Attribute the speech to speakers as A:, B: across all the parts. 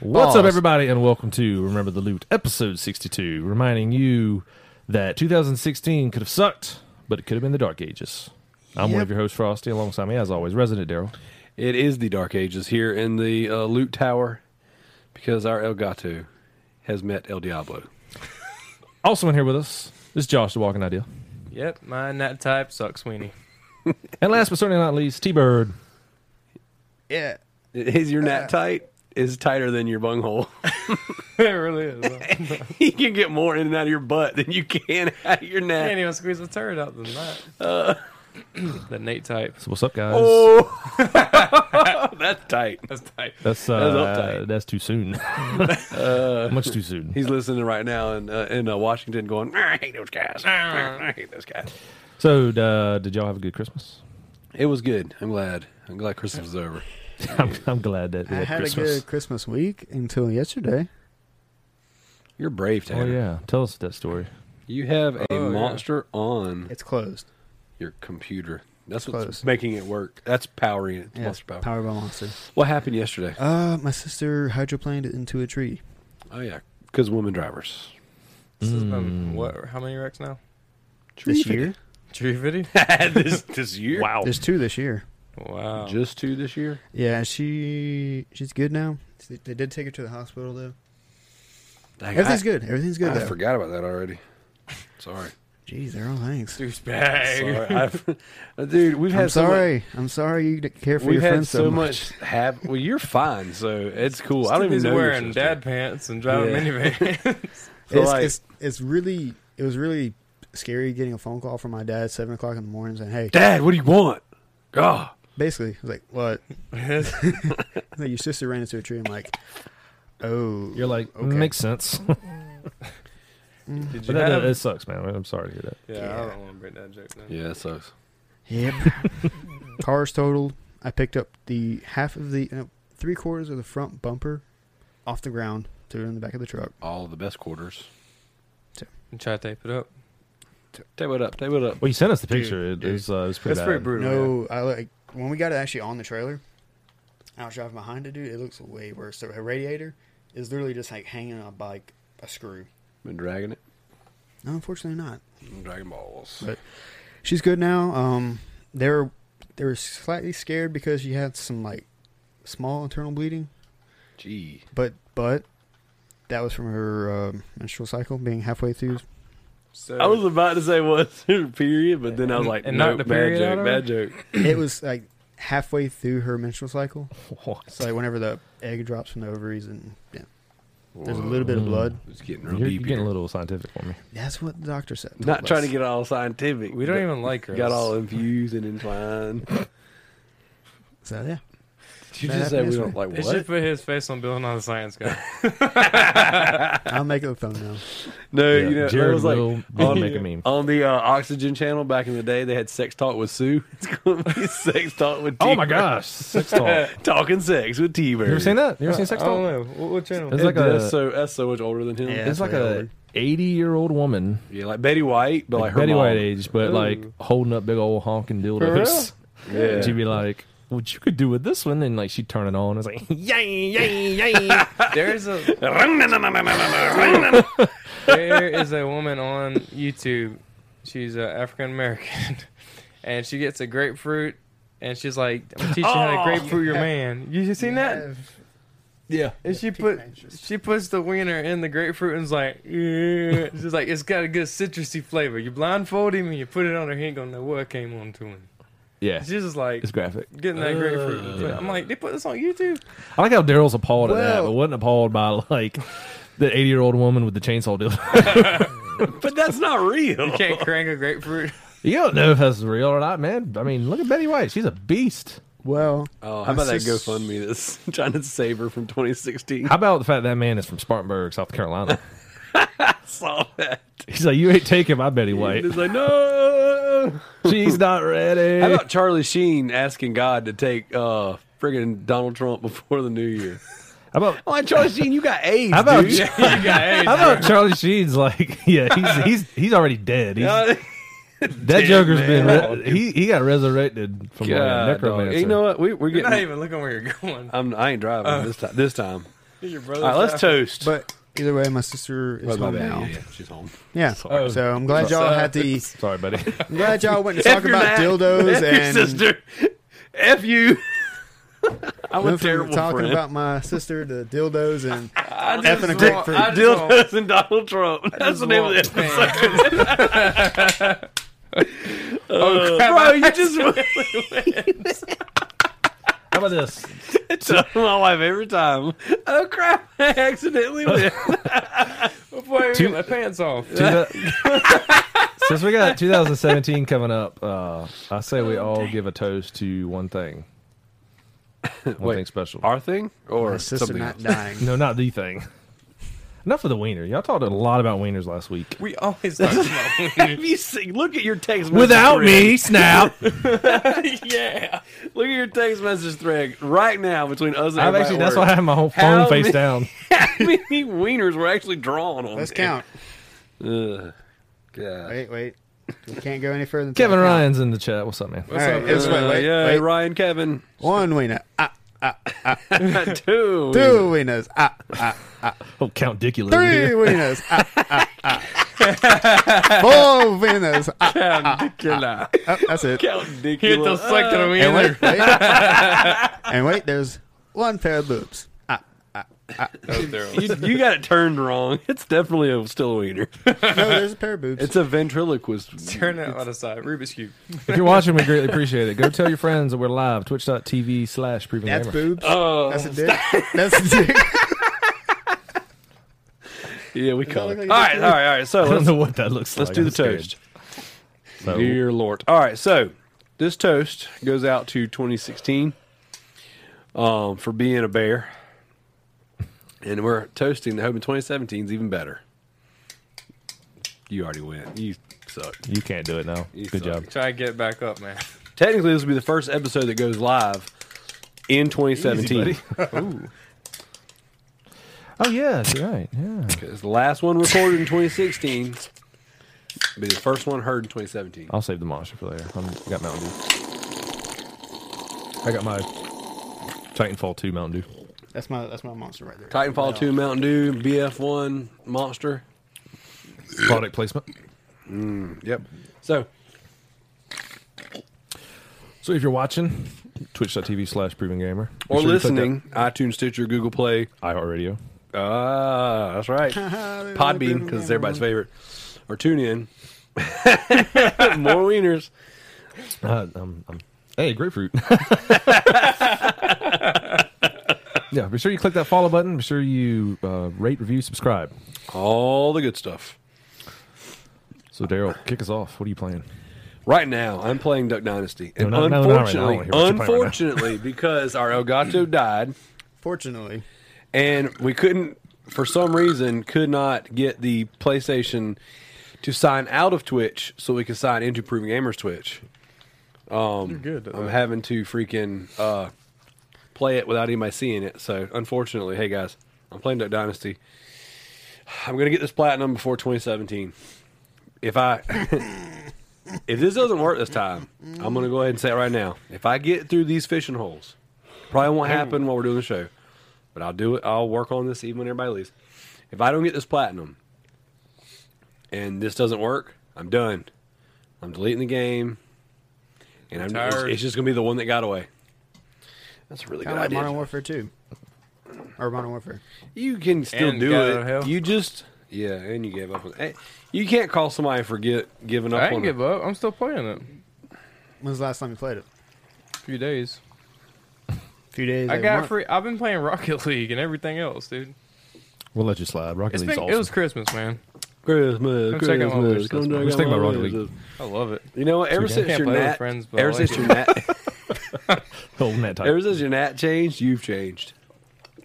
A: What's up,
B: Lost.
A: everybody, and welcome to Remember the Loot, episode 62, reminding you that 2016 could have sucked, but it could have been the Dark Ages. I'm one of your hosts, Frosty, alongside me, as always, resident Daryl.
C: It is the Dark Ages here in the uh, Loot Tower because our El Gato has met El Diablo.
A: Also in here with us is Josh, the Walking Idea.
D: Yep, mine that type sucks, Sweeney.
A: And last but certainly not least, T-Bird.
B: Yeah.
C: Is your
B: Uh,
C: nat tight? Is tighter than your bunghole.
D: it really is. huh?
C: you can get more in and out of your butt than you can out of your
D: Can't
C: nat.
D: even squeeze a turd out than that. the Nate type.
A: So what's up, guys?
C: Oh, that's tight.
D: That's tight.
A: That's, uh,
C: that's
A: that's,
C: uptight. Uh,
A: too soon. Much too soon.
C: He's listening right now in uh, in uh, Washington, going, "I hate those guys. I hate those guys."
A: So, uh, did y'all have a good Christmas?
C: It was good. I'm glad. I'm glad Christmas is over.
A: I'm, I'm glad that we
B: I
A: had,
B: had
A: Christmas.
B: a good Christmas week until yesterday.
C: You're brave,
A: Oh
C: Tanner.
A: yeah, tell us that story.
C: You have a
D: Oh, yeah.
C: monster on
B: It's closed.
C: your computer. That's
B: It's
C: what's
B: close.
C: making it work. That's powering it. It's
B: Yeah,
C: Monster power.
B: powered by Monster.
C: What happened yesterday?
B: Uh, my sister hydroplaned it into a tree.
C: Oh yeah, because women drivers.
D: This has
C: Mm.
D: been what? How many wrecks now?
B: This year?
D: Tree fifty.
C: this this year.
A: Wow.
B: There's two this year.
D: Wow.
C: Just two this year.
B: Yeah, she she's good now. They- They did take her to the hospital though.
C: Dang,
B: Everything's
C: I,
B: good. Everything's good
C: I
B: though.
C: forgot about that already. Sorry.
B: Jeez, Errol, thanks.
D: douchebag.
C: sorry. I've- uh, dude, we've had
B: I'm
C: so much-
B: sorry. I'm sorry you didn't care for
C: we've
B: your
C: had
B: friends
C: so much. Have well, you're fine, so it's cool. I don't even
D: He's
C: know. your
D: wearing
C: sister.
D: dad pants and driving
C: Yeah.
D: minivan.
C: So,
B: it's,
C: like-
B: it's it's really it was really scary getting a phone call from my dad at seven o'clock in the morning saying, "Hey,
C: Dad, what do you want? God.
B: basically, I was like, what?
D: Yes.
B: He's like, your sister ran into a tree." I'm like, oh,
A: You're like
B: Okay.
A: makes sense. but
D: Did you
A: that,
D: have?
A: that- it sucks, man. I'm sorry to hear that.
D: yeah, I don't want to break that joke. Now.
C: Yeah, that sucks.
B: Yep. Cars totaled. I picked up the half of the no, three quarters of the front bumper off the ground, threw it in the back of the truck.
C: All the best quarters.
D: And try to tape it up.
C: Tape it up. Tape it up.
A: Well, you sent us the
B: Dude,
A: picture. it,
B: dude.
A: was, uh, it was pretty
D: That's
A: bad.
D: pretty brutal. yeah.
B: No, I like when we got it actually on the trailer. I was driving behind it, dude. It looks way worse. So her radiator is literally just like hanging on by like, a screw.
C: Been dragging it.
B: No, unfortunately not.
C: Been dragging balls.
B: But- She's good now. Um, they were they were slightly scared because she had some like small internal bleeding.
C: Gee.
B: But but that was from her um, menstrual cycle being halfway through.
D: So,
C: I was about to say what's her period, but then I was like,
D: And
C: no,
D: knocked the
C: bad
D: period out
C: joke,
D: of
C: bad joke.
B: it was like halfway through her menstrual cycle.
A: What?
B: So like whenever the egg drops from the ovaries and yeah, there's a little bit of blood.
C: It's getting real
A: You're, you're
C: deep.
A: getting a
C: here.
A: little scientific for me.
B: That's what the doctor said. told
C: Not trying to
B: us.
C: get all scientific.
D: we don't
C: but
D: even like her.
C: got all infused and entwined.
B: So yeah,
C: Did you
B: That
C: just say we
B: happened
C: don't like
D: They should
C: what?
D: put his face on Bill and all the science guy.
B: I'll make it a thumbnail.
C: No,
A: Yeah,
C: Uh, you know,
A: Jared
C: it was like
A: will- will
C: on,
A: make a meme.
C: on the uh, Oxygen channel back in the day. They had sex talk with Sue. It's going to be sex talk with.
A: Oh my
C: T-Bird.
A: gosh, sex talk.
C: talking sex with T-Bird.
A: You ever seen that? You ever seen sex
D: I don't
A: talk?
D: know. What, what channel?
A: It's like
C: that's
A: a-
C: so that's so much older than him.
B: Yeah.
C: Yeah,
A: It's
B: That's
A: like
B: way
A: a
B: older.
A: 80 year old woman,
C: like Betty White, but like,
A: like
C: her
A: Betty
C: mom.
A: White age, but like
D: Ooh.
A: holding up big old honking dildos.
D: real?
C: Yeah,
A: And She'd be like, "What you could do with this one?" And like she'd turn it on. It's like, "Yay, yay, yay!"
D: There's a there is a woman on YouTube. She's uh, African American, and she gets a grapefruit, and she's like, "I'm teaching you how to grapefruit your man." You seen that?
C: yeah.
D: And she put she puts the wiener in the grapefruit and's like, "Yeah." she's like, "It's got a good citrusy flavor." You blindfold him and you put it on her. He ain't gonna know what came on to him.
A: yeah,
D: She's just like
A: it's graphic.
D: getting that grapefruit. and put- I'm like, they put this on YouTube.
A: I like how Daryl's appalled at that,
B: Well-
A: but wasn't appalled by like the 80 year old woman with the chainsaw dildo.
C: but that's not real.
D: You can't crank a grapefruit.
A: you don't know if that's real or not, man. I mean, look at Betty White; she's a beast.
B: Well,
C: Oh, how
B: my
C: about that
B: sis-
C: GoFundMe that's trying to save her from 2016?
A: How about the fact that man is from Spartanburg, South Carolina?
C: saw that.
A: He's like, you ain't taking my Betty White.
C: And it's like, no.
A: She's not
C: How
A: ready.
C: about Charlie Sheen asking God to take uh, friggin' Donald Trump before the new year?
A: How about
C: I'm like, Oh, Charlie Sheen, you got AIDS,
A: how about,
C: dude.
A: Char- how about Charlie Sheen's like, yeah, he's he's he's already dead. He's,
C: Uh,
A: that Joker's
C: man. Oh,
A: been re- he he got resurrected from like a
C: God, dog.
A: necromancer.
C: you know what? We, we're
D: You're not
C: getting. Uh.
D: even looking where you're going.
C: I'm, I ain't driving this time. This time,
D: Your
C: All
D: brother.
C: right, let's toast.
B: But either way, my sister is
C: Oh, my
B: home
C: bad.
B: now.
C: Yeah, yeah, she's home.
B: Yeah.
A: Sorry.
B: So I'm glad y'all had the.
A: Sorry, buddy.
B: I'm glad y'all went to talk
C: F your
B: about
C: dad. F
B: dildos and
C: your sister. F you. I'm a
B: went from
C: terrible
B: talking
C: friend.
B: about my sister to dildos and
D: I just
B: F and a
D: want-
B: great fruit.
D: I just want-
C: Dildos and Donald Trump. That's the name of the
D: Just
C: episode.
D: want- man. Oh,
C: Uh, Bro, you just
A: How about this?
C: tell my wife every time. Oh crap! I accidentally went.
D: Boy, get my pants off.
A: Two thou- Since we got 2017 coming up, uh, I say we all give a toast to one thing. One
C: Wait.
A: thing special.
C: Our thing
B: my
C: or
B: sister
C: something
B: not
C: else?
B: dying.
A: no, not the thing. Enough of the wiener. Y'all talked a lot about wieners last week.
D: We always talk about
C: Have you seen? Look at your text message thread.
A: snap.
D: yeah.
C: Look at your text message thread right now between us and
A: I've
C: everybody
A: actually. That's
C: at
A: why
C: work.
A: I have my whole phone
C: How
A: face
C: many-
A: down.
C: How many wieners were actually drawn on?
B: Let's
C: there?
B: count.
C: Ugh. God.
B: Wait, wait. We can't go any further. Than
A: Kevin
B: count.
A: Ryan's in the chat. What's up, man?
B: All
D: up,
B: right, it's- wait,
C: Uh,
B: wait,
C: yeah,
B: wait.
C: Ryan, Kevin,
B: One wiener. Ah,
C: two,
B: two wieners. Ah,
A: Oh, Count Dicula. over
B: three
A: here.
B: wieners. Ah, ah, ah. Four wieners. Ah,
C: Killer.
B: oh, that's it.
C: Count Dicula.
D: Hit the second of
B: And
D: me.
B: wait, wait. and wait, there's one pair of boobs.
D: Oh,
C: you, you got it turned wrong. It's definitely a still a wiener.
B: No, there's a pair of boobs.
C: It's a ventriloquist.
D: Turn that on the side. Rubik's Cube.
A: If you're watching, we greatly appreciate it. Go tell your friends that we're live. Twitch.tv slash Proven
B: That's
A: Gamer.
B: boobs.
C: Oh,
B: That's a dick. That's a dick.
C: yeah, we call it.
B: look
C: All
B: like a
C: right, all
B: dick?
C: right, all right. So
A: I don't
C: let's,
A: know what that looks
C: let's
A: like.
C: do
A: I'm
C: the
A: scared.
C: toast.
A: So,
C: Dear Lord. All right, so this toast goes out to 2016 um, for being a bear, and we're toasting the hoping 2017 is even better. You already went. You suck.
A: you can't do it now.
C: You
A: Good
C: suck.
A: job.
D: Try to get back up, man.
C: Technically, this will be the first episode that goes live in 2017.
A: Oh yeah, that's right. Yeah.
C: It's the last one recorded in 2016. Be the first one heard in 2017.
A: I'll save the monster for later. I'm, I got Mountain Dew. I got my Titanfall 2 Mountain Dew.
B: That's my that's my monster right there.
C: Titanfall 2, Mountain Dew, BF1, Monster.
A: Product placement.
C: Yep. So,
A: So if you're watching, twitch.tv slash Proven Gamer. Be
C: or
A: sure you click
C: listening, iTunes, Stitcher, Google Play.
A: that iHeartRadio.
C: Ah, that's right.
B: Uh,
C: Podbean, because it's everybody's favorite. Or tune in. More wieners.
A: Uh, um, um, hey, grapefruit. yeah, be sure you click that follow button. Be sure you uh, rate, review, subscribe.
C: All the good stuff.
A: So Daryl, kick us off. What are you playing?
C: Right now, I'm playing Duck Dynasty.
A: No,
C: And
A: no, no, no, no, right now. I
C: unfortunately,
A: wanna hear what you're playing right now.
C: unfortunately, because our Elgato died,
B: Fortunately,
C: and we couldn't for some reason could not get the PlayStation to sign out of Twitch so we could sign into Proving Gamers Twitch. Um,
D: You're good.
C: I'm having to freaking uh, play it without anybody seeing it. So unfortunately, hey guys, I'm playing Duck Dynasty. I'm gonna get this platinum before 2017. If I if this doesn't work this time, I'm gonna go ahead and say it right now. If I get through these fishing holes, probably won't happen while we're doing the show, but I'll do it. I'll work on this even when everybody leaves. If I don't get this platinum, and this doesn't work, I'm done. I'm deleting the game, and I'm, it's,
D: Tired.
C: it's just gonna be the one that got away. That's a really
B: kind
C: good
B: of
C: idea.
B: like Modern Warfare 2 or Modern Warfare.
C: You can still
D: And
C: do
D: got out of
C: it.
D: hell.
C: You just yeah, and you gave up. On, eh, you can't call somebody for get, giving up
D: I
C: on
D: didn't
C: it.
D: give up. I'm still playing it.
B: When's the last time you played it?
D: A few days.
B: A few days.
D: I
B: a
D: got
B: month.
D: free. I've been playing Rocket League and everything else, dude.
A: We'll let you slide. Rocket
D: It's
A: League's
D: been.
A: awesome.
D: It was Christmas, man.
C: Christmas,
D: Come check out my wish
C: Christmas.
D: list,
C: come
D: man.
C: check
A: Just
C: out
A: think
C: my
A: about Rocket
C: wish
A: League.
C: list.
D: I love it.
C: You know what? Ever
A: It's okay.
C: since
D: Can't
C: your
D: play with
C: nat,
D: friends, but I
C: ever
D: like
C: since
D: it.
C: your nat,
A: Holding that tight.
C: ever since your nat changed, you've changed.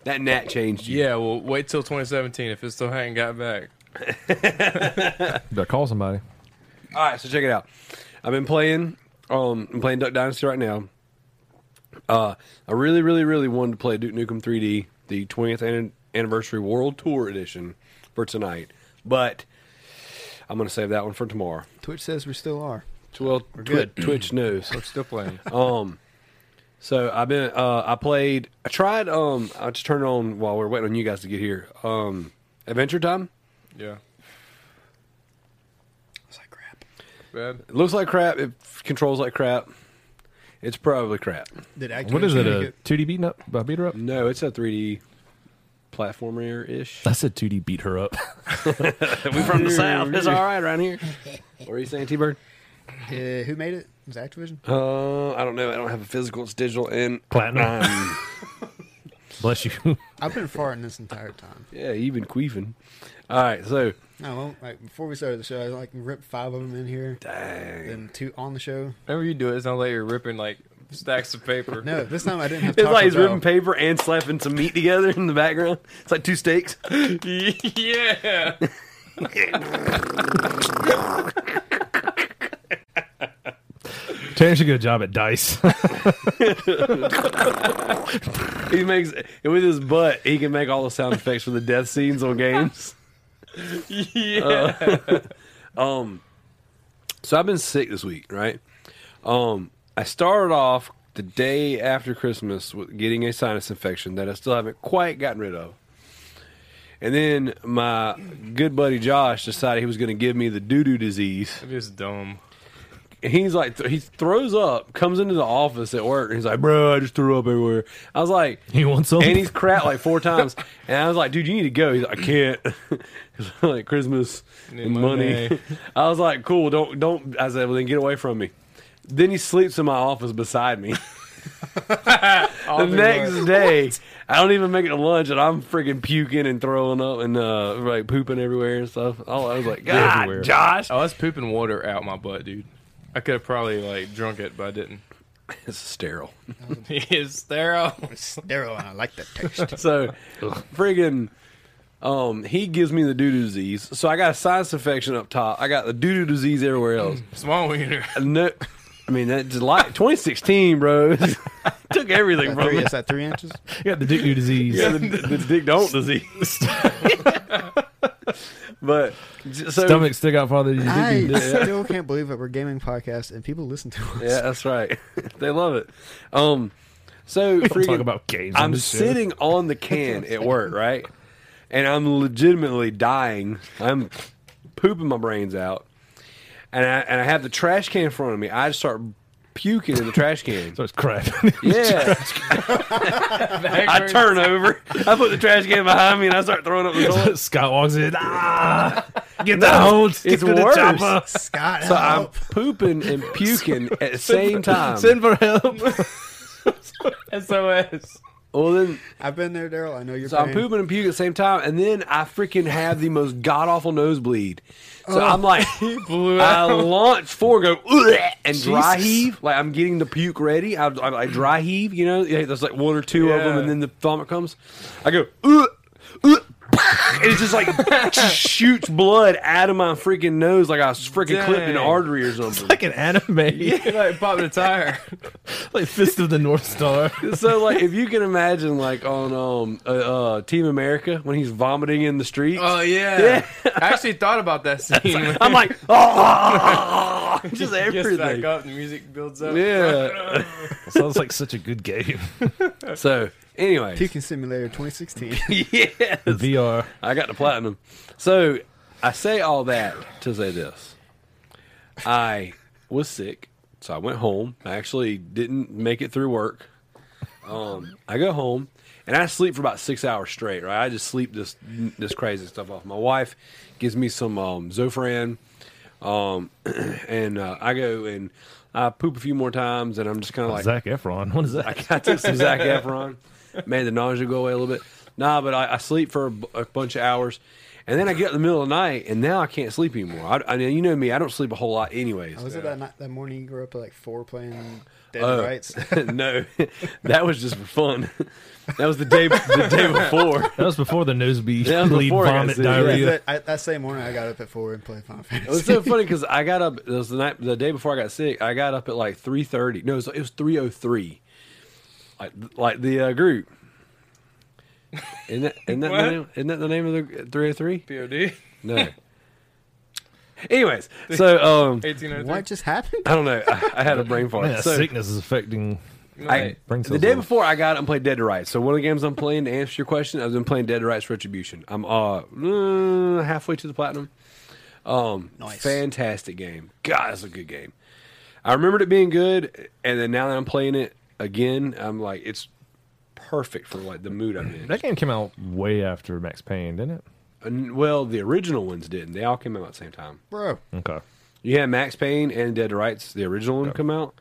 C: That nat changed you.
D: Yeah, well, wait till 2017 if it still hadn't got back.
A: Better call somebody.
C: All right, so check it out. I've been playing. Um, I'm playing Duck Dynasty right now. Uh, I really, really, really wanted to play Duke Nukem 3D, the 20th an- anniversary World Tour edition for tonight, but I'm gonna save that one for tomorrow.
B: Twitch says we still are.
C: Well,
B: good.
C: Twitch knows.
D: We're still playing.
C: Um, So I've been uh, I played I tried um I just turned on while we are waiting on you guys to get here. Um Adventure Time.
D: Yeah.
B: It's like crap.
D: Bad.
C: It looks like crap, it f- controls like crap. It's probably crap.
B: Did
A: What is it?
B: Activision make
A: A two D beating up? A beater up?
C: No, it's a 3D platformer ish.
A: I said two D beat her up.
C: we from the south. It's all right around here. What are you saying, T Bird?
B: Uh, who made it? It was Activision.
C: Uh, I don't know. I don't have a physical. It's digital and
A: Platinum.
C: um,
A: Bless you.
B: I've been farting this entire time.
C: yeah, you've been queefing. All right, so
B: No, well, like before we started the show, I like ripped five of them in here,
C: dang.
B: then two on the show.
D: Whenever you do it, it's not like you're ripping like stacks of paper.
B: No, this time I didn't have.
C: It's
B: Taco
C: like he's
B: Bell.
C: ripping paper and slapping some meat together in the background. It's like two steaks.
D: yeah.
A: Terrence did a good job at dice.
C: He makes and with his butt. He can make all the sound effects for the death scenes on games.
D: Yeah.
C: Um, so I've been sick this week, right? Um, I started off the day after Christmas with getting a sinus infection that I still haven't quite gotten rid of. And then my good buddy Josh decided he was going to give me the doo doo disease.
D: I'm just dumb.
C: And he's like, th- he throws up, comes into the office at work, and he's like, bro, I just threw up everywhere. I was like,
A: you want some?
C: and he's crap like four times. And I was like, dude, you need to go. He's like, I can't. It's like Christmas
D: Need
C: and money.
D: money.
C: I was like, cool, don't don't I said, well then get away from me. Then he sleeps in my office beside me. the next day, I don't even make it to lunch, and I'm freaking puking and throwing up and uh, like pooping everywhere and stuff. Oh, I was like, Oh, God,
A: Everywhere.
C: Josh,
D: I was Oh, pooping water out my butt, dude. I could have probably like drunk it, but I didn't.
C: it's sterile.
D: it's sterile.
B: Daryl, I like that text.
C: So, friggin', um, he gives me the doo doo disease. So I got a sinus infection up top. I got the doo doo disease everywhere else.
D: Small wiener.
C: No, I mean that's July 2016, bro. Took everything
B: That
C: from
B: three,
C: me.
B: is that three inches?
A: You got the dick new disease.
C: Yeah, the, the dick don't disease. but j- so
A: Stomach stick out farther than your dick do.
B: I still can't believe that we're a gaming podcast and people listen to us.
C: yeah, that's right. they love it. Um, so
A: We don't
C: freaking,
A: talk about games. on
C: I'm
A: this show.
C: sitting on the can at work, right? And I'm legitimately dying. I'm pooping my brains out, and I and I have the trash can in front of me. I just start puking in the trash can.
A: So it's crap.
C: Yeah. I turn over. I put the trash can behind me and I start throwing up the toilet.
A: Scott walks in. Ah, get the hold. Stick
C: it's
A: to the
C: worse.
A: chopper.
B: Scott,
C: So I'm
B: help.
C: pooping and puking at the same time.
A: Send for help.
D: SOS.
C: Well, then,
B: I've been there, Daryl. I know you're.
C: so I'm
B: paying.
C: pooping and puking at the same time, and then I freaking have the most god awful nosebleed. So I'm like,
D: Oh. Blew
C: I
D: out.
C: launch forward, go "Ugh," and dry
D: Jesus.
C: heave. Like I'm getting the puke ready. I, I, I dry heave. You know, yeah, there's like one or two of them,
D: Yeah.
C: and then the vomit comes. I go, "Ugh, ugh," and it just like shoots blood out of my freaking nose, like I was freaking clipped an
D: Dang.
C: artery or something.
A: like an anime.
D: You like popped the tire.
A: Like Fist of the North Star.
C: so like, if you can imagine, like on um uh, uh, Team America when he's vomiting in the street.
D: Oh yeah. I actually thought about that scene.
C: I'm like, oh, just
D: Gets back
C: everything.
D: up, the music builds up.
C: Yeah.
A: Sounds like such a good game.
C: So, anyway,
B: Puking Simulator 2016.
C: yeah.
A: VR.
C: I got the platinum. So I say all that to say this. I was sick, so I went home. I actually didn't make it through work. Um, I go home and I sleep for about six hours straight. Right, I just sleep this this crazy stuff off. My wife gives me some um, Zofran, um, and uh, I go and I poop a few more times, and I'm just kind of like
A: Zach Efron. What is that?
C: I, I took some Zac Efron, made the nausea go away a little bit. Nah, but I, I sleep for a, b- a bunch of hours, and then I get up in the middle of the night, and now I can't sleep anymore. I, I mean, you know me, I don't sleep a whole lot, anyways.
B: I was it that night, that morning you grew up at like four playing Dead
C: Oh.
B: Rights.
C: no, that was just for fun. That was the day the day before.
A: That was before the nose bleed,
C: That was
A: bleed
C: before I got
A: vomit,
C: sick.
A: diarrhea.
B: that, I, that same morning I got up at four and played Final
C: It was
B: Fantasy.
C: so funny because I got up. It was the night, the day before I got sick. I got up at like three thirty. No, it was, it was three o three. Like, like the uh, group. Isn't that, isn't, that the
D: What?
C: name, isn't that the name of the three o three?
D: POD.
C: No. Anyways, so um,
D: 1803.
B: What just happened?
C: I don't know. I, I had a brain fart.
A: Man, that
C: so
A: sickness is affecting
C: I,
D: Like,
A: Brain
C: the
A: cells
C: day
A: over.
C: before I got up and played Dead to Rights. So one of the games I'm playing to answer your question, I've been playing Dead to Rights Retribution. I'm uh mm, halfway to the platinum. Um,
B: Nice.
C: fantastic game. God, that's a good game. I remembered it being good, and then now that I'm playing it again, I'm like it's perfect for like the mood I'm in.
A: That game came out way after Max Payne, didn't it?
C: And, well, the original ones didn't. They all came out at the same time.
B: Bro.
A: Okay.
C: You had Max Payne and Dead to Rights, the original one, come out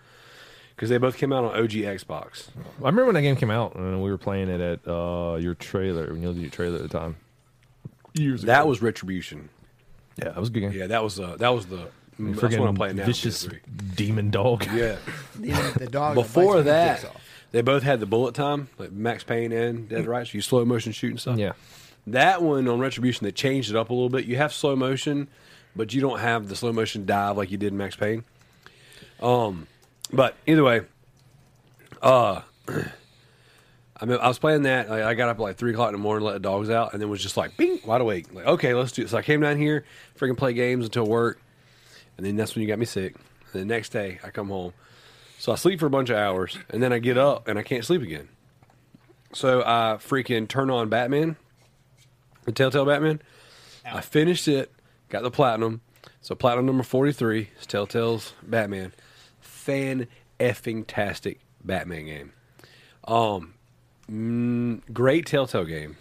C: because they both came out on OG Xbox.
A: I remember when that game came out and we were playing it at uh, your trailer, when you did your trailer at the time. Years ago.
C: That was Retribution.
A: Yeah, that was a good game.
C: Yeah, that was uh, that was the that's
A: Friggin'
C: what I'm playing now.
A: Vicious
C: PS3.
A: demon dog.
C: Yeah.
B: The, the dog that bites
C: Before
B: when he
C: that,
B: kicks off.
C: they both had the bullet time, like Max Payne and Dead Rights. You slow motion shooting stuff.
A: Yeah.
C: That one on Retribution, they changed it up a little bit. You have slow motion, but you don't have the slow motion dive like you did in Max Payne. Um, but either way, uh, I mean, I was playing that. Like, I got up at like three o'clock in the morning, let the dogs out, and then was just like, bing, wide awake. Like, okay, let's do it. So I came down here, freaking play games until work, and then that's when you got me sick. And the next day, I come home, so I sleep for a bunch of hours, and then I get up and I can't sleep again. So I freaking turn on Batman, the Telltale Batman. I finished it, got the platinum. So platinum number forty three is Telltale's Batman. Fan effing tastic Batman game. Um, mm, great Telltale game.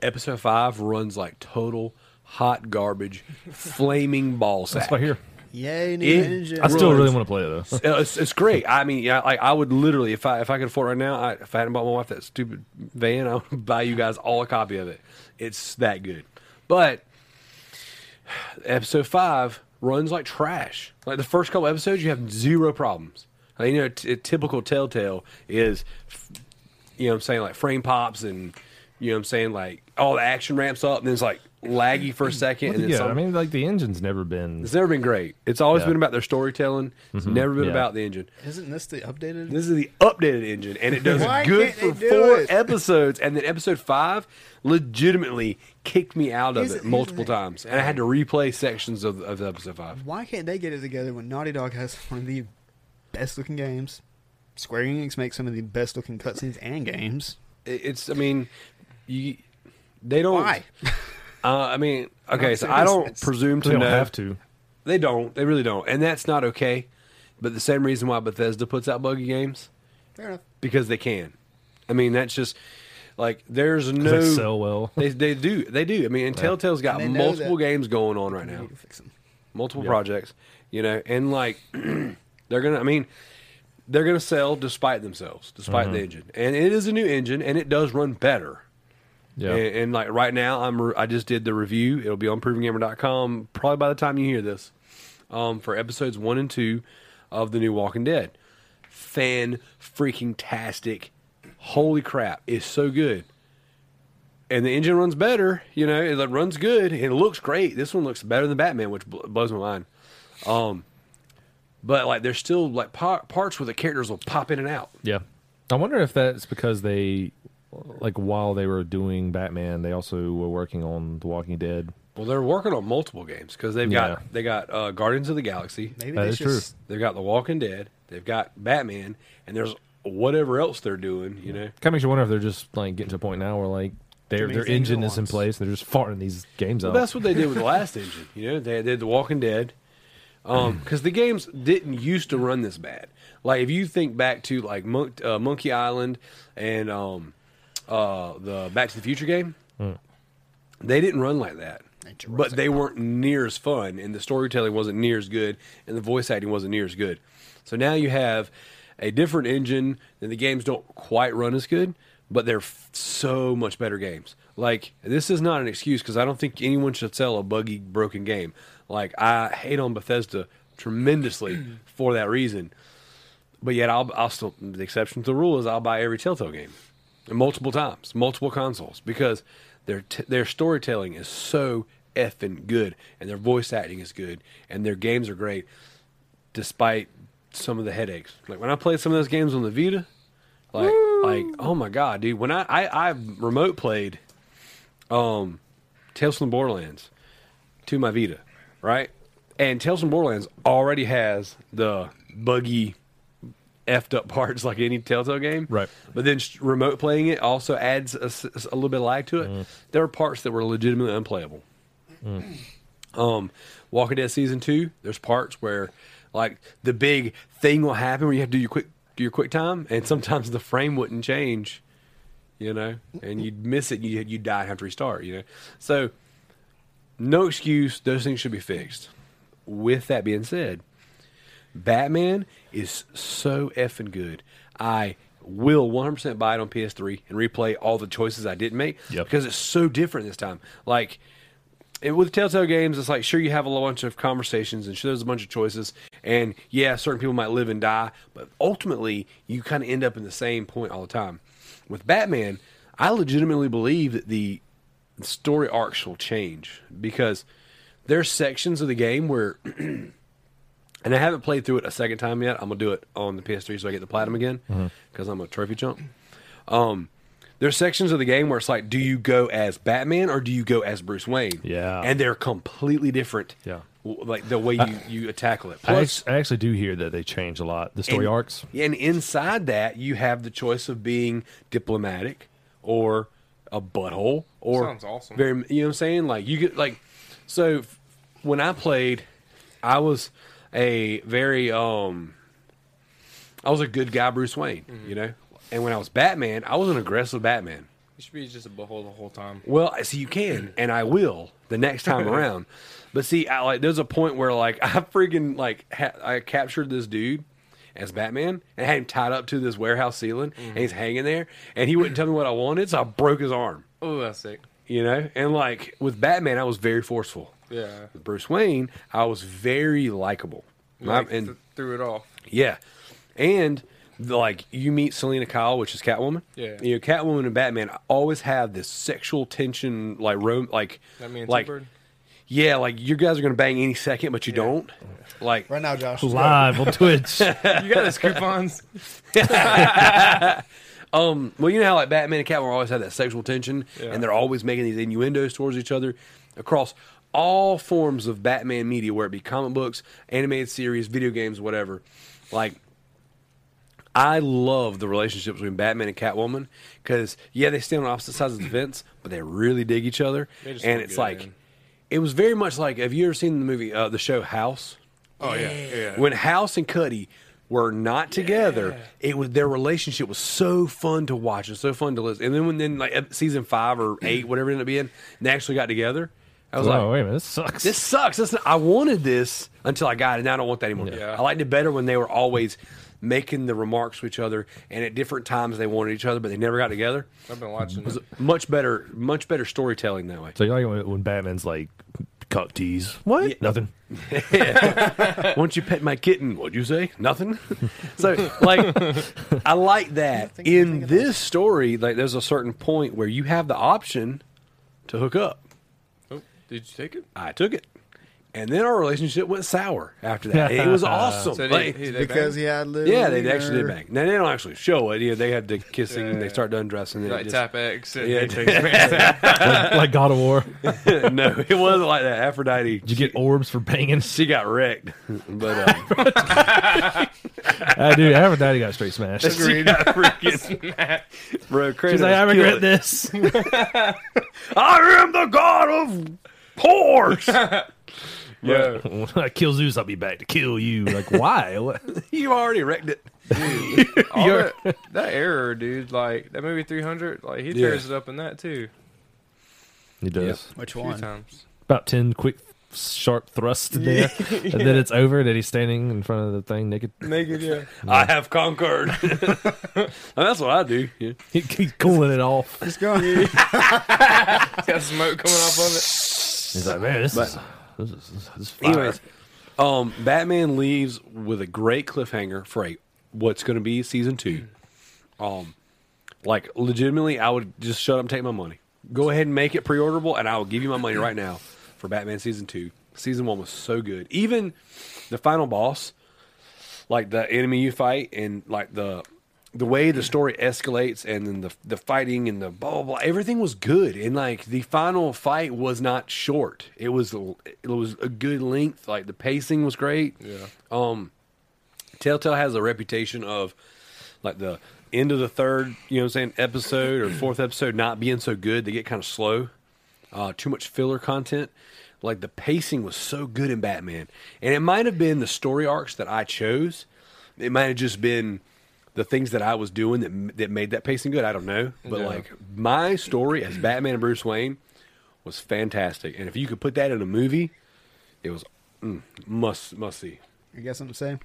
C: Episode five runs like total hot garbage, flaming ball
A: That's
C: sack.
A: right here.
B: Yay, new
C: It-
B: engine.
A: I still
C: Ruins.
A: really want to play it though.
C: Uh, it's, it's great. I mean, yeah, like I would literally, if I if I could afford it right now, I, if I hadn't bought my wife that stupid van, I would buy you guys all a copy of it. It's that good. But episode five runs like trash. Like the first couple episodes, you have zero problems. I mean, you know, t- a typical Telltale is, f- you know, what I'm saying like frame pops and you know, what I'm saying like all the action ramps up and then it's like laggy for a second. and then
A: yeah,
C: some-
A: I mean, like the engine's never been.
C: It's never been great. It's always
A: Yeah. Mm-hmm.
C: been about their storytelling. It's never been
A: Yeah.
C: about the engine.
B: Isn't this the updated?
C: This is the updated engine, and it does
B: Why
C: good for
B: can't they do
C: four
B: it?
C: episodes. And then episode five legitimately kicked me out of
B: Here's the-
C: it
B: here's
C: multiple
B: the thing.
C: times, and I had to replay sections of, of episode five.
B: Why can't they get it together when Naughty Dog has one of the best looking games? Square Enix makes some of the best looking cutscenes and games.
C: It- It's, I mean, you, they don't.
B: Why?
C: Uh, I mean, okay, so
B: saying
C: I
B: it's-
C: don't
B: it's-
C: presume to
A: They don't
C: know.
A: have to.
C: They don't. They really don't, and that's not okay. But the same reason why Bethesda puts out buggy games
B: Fair enough.
C: because they can. I mean, that's just like there's no
A: They sell well.
C: They, they do they do. I mean, and Telltale's got
B: And they know
C: multiple
B: that-
C: games going on right
B: They
C: now,
B: need to fix them.
C: multiple
A: Yeah.
C: projects, you know, and like they're gonna. I mean, they're gonna sell despite themselves, despite the engine, and it is a new engine, and it does run better.
A: Yeah.
C: And, and like right now, I'm re- I just did the review. It'll be on ProvingGamer.com probably by the time you hear this, um, for episodes one and two of the new Walking Dead. Fan freaking tastic! Holy crap! It's so good. And the engine runs better, you know. It like, runs good. and It looks great. This one looks better than Batman, which bl- blows my mind. Um, but like, there's still like pa- parts where the characters will pop in and out.
A: Yeah. I wonder if that's because they, like, while they were doing Batman, they also were working on The Walking Dead.
C: Well, they're working on multiple games because they've
A: Yeah.
C: got they got uh, Guardians of the Galaxy,
B: Maybe
A: That
B: they
A: is
B: should
A: true.
B: s-
C: they've got The Walking Dead, they've got Batman, and there's whatever else they're doing. You know,
A: Kind of makes you wonder if they're just like getting to a point now where like their
B: many
A: their
B: things
A: engine
B: at
A: is in
B: once.
A: place and they're just farting these games
C: well,
A: out.
C: that's what they did with the last engine. You know, they did The Walking Dead because the games didn't used to run this bad. Like if you think back to like Monk, uh, Monkey Island and um, uh, the Back to the Future game, they didn't run like that.
B: And Jurassic
C: But they weren't near as fun, and the storytelling wasn't near as good, and the voice acting wasn't near as good. So now you have a different engine, and the games don't quite run as good, but they're f- so much better games. Like this is not an excuse because I don't think anyone should sell a buggy, broken game. Like I hate on Bethesda tremendously for that reason. But yet, I'll, I'll still the exception to the rule is I'll buy every Telltale game, multiple times, multiple consoles because their t- their storytelling is so effing good, and their voice acting is good, and their games are great, despite some of the headaches. Like when I played some of those games on the Vita, like like oh my god, dude! When I I, I remote played, um, Tales from the Borderlands to my Vita, right? And Tales from Borderlands already has the buggy effed up parts like any Telltale game.
A: Right.
C: But then sh- remote playing it also adds a, s- a little bit of lag to it. There were parts that were legitimately unplayable. Um, Walking Dead season two, there's parts where like the big thing will happen where you have to do your quick your quick time, and sometimes the frame wouldn't change, you know, and you'd miss it, you you die and have to restart, you know. So no excuse. Those things should be fixed. With that being said, Batman is so effing good. I will 100% buy it on PS3 and replay all the choices I didn't make
A: Yep.
C: because it's so different this time. Like, it, with Telltale games, it's like sure you have a bunch of conversations and sure there's a bunch of choices, and yeah, certain people might live and die, but ultimately you kind of end up in the same point all the time. With Batman, I legitimately believe that the story arcs will change because there's sections of the game where and I haven't played through it a second time yet. I'm gonna do it on the PS3 so I get the platinum again
A: Mm-hmm.
C: because I'm a trophy chump. Um, there's sections of the game where it's like, do you go as Batman or do you go as Bruce Wayne?
A: Yeah.
C: and they're completely different.
A: Yeah.
C: w- like the way you you tackle it.
A: I,
C: Plus,
A: act- I actually do hear that they change a lot the story
C: and-
A: arcs.
C: yeah, And inside that, you have the choice of being diplomatic or a butthole or
D: Sounds awesome.
C: Very, you know what I'm saying? Like you get like, so f- when I played, I was a very um, I was a good guy, Bruce Wayne.
D: Mm-hmm.
C: You know, and when I was Batman, I was an aggressive Batman.
D: You should be just a behold the whole time.
C: Well, I- see, you can, and I will the next time around. But see, I like there's a point where like I freaking like ha- I captured this dude as Batman and had him tied up to this warehouse ceiling, and he's hanging there, and he wouldn't tell me what I wanted, so I broke his arm.
D: Oh, that's sick.
C: You know, and like with Batman, I was very forceful.
D: Yeah.
C: With Bruce Wayne, I was very likable. My-
D: Like, th- threw it off.
C: yeah, and the, like you meet Selena Kyle, which is Catwoman.
D: Yeah.
C: you know, Catwoman and Batman always have this sexual tension, like rom, like
D: That means
C: like
D: Bird.
C: yeah, like you guys are gonna bang any second, but you don't. Like
B: Right now, Josh.
A: Live on Twitch.
D: You got those coupons.
C: um, well, you know how like Batman and Catwoman always have that sexual tension,
D: Yeah.
C: and they're always making these innuendos towards each other across all forms of Batman media, where it be comic books, animated series, video games, whatever. Like I love the relationship between Batman and Catwoman because yeah, they stand on opposite sides of the fence, but they really dig each other,
D: They just
C: and
D: look
C: it's
D: good,
C: like
D: man.
C: it was very much like have you ever seen the movie uh, the show House?
D: Oh yeah. Yeah.
C: When House and Cuddy were not together, it was their relationship was so fun to watch and so fun to listen. And then when then like ep- season five or eight, whatever it ended up being, and they actually got together. I was
A: oh,
C: like,
A: wait a minute. This sucks.
C: this sucks. This I wanted this until I got it. Now I don't want that anymore.
D: Yeah.
C: I liked it better when they were always making the remarks to each other, and at different times they wanted each other, but they never got together.
D: I've been watching. It.
C: Much better, much better storytelling that way.
A: so you like when- when Batman's like, cock tease. What?
C: Yeah.
A: Nothing.
C: Once you pet my kitten, what'd you say? Nothing. so like, I like that in this story. Like, there's a certain point where you have the option to hook up.
D: Oh, did you take it?
C: I took it, and then our relationship went sour after that. it was awesome.
D: So did-
C: Like,
D: he- they
B: Because
D: banged?
B: he had little.
C: yeah, they actually did
B: wiener.
C: bang. Now they don't actually show it. Yeah, they had the kissing.
D: Yeah.
C: They start undressing. and it
D: like
C: just-
D: tap X. And
C: Yeah,
D: yeah.
C: it
D: Takes pants out.
A: like, like God of War. Did
C: no, it wasn't like that. Aphrodite,
A: you get orbs for banging?
C: she got wrecked, but uh,
A: I do. Aphrodite got straight smashed. She's
C: she got freaking bro. Kratos
A: like, I
C: killed
A: regret
C: it.
A: this.
C: I am the god of whores.
D: Yeah.
A: when I kill Zeus, I'll be back to kill you. Like, why? What?
C: you already wrecked it.
D: All
A: You're-
D: that, that error, dude. Like that movie 300. Like he
C: Yeah.
D: tears it up in that too.
A: He does.
B: Which
D: A few
B: one?
D: times.
A: About 10 quick, sharp thrusts in there. And then it's over. And then he's standing in front of the thing naked.
D: Naked. Yeah.
C: I have conquered. And that's what I do. Yeah.
A: He, he's cooling it off.
B: Just go.
D: Got smoke coming off of it.
A: He's like, man, this
C: But-
A: is. This is, this is fire.
C: Anyways, um, Batman leaves with a great cliffhanger for a, what's going to be season two. Um, like legitimately, I would just shut up and take my money. Go ahead and make it pre-orderable, and I will give you my money right now for Batman season two. Season one was so good. Even the final boss, like the enemy you fight, and like the the way the story escalates, and then the the fighting and the blah blah blah. Everything was good, and like the final fight was not short. It was it was a good length. Like the pacing was great.
D: Yeah.
C: Um, Telltale has a reputation of like the end of the third, you know what I'm saying, episode or fourth episode not being so good. They get kind of slow. Uh, too much filler content. Like the pacing was so good in Batman. And it might have been the story arcs that I chose. It might have just been the things that I was doing that that made that pacing good. I don't know. But
D: Yeah.
C: like my story as Batman and Bruce Wayne was fantastic. And if you could put that in a movie, it was mm, must must see.
B: I guess I'm saying.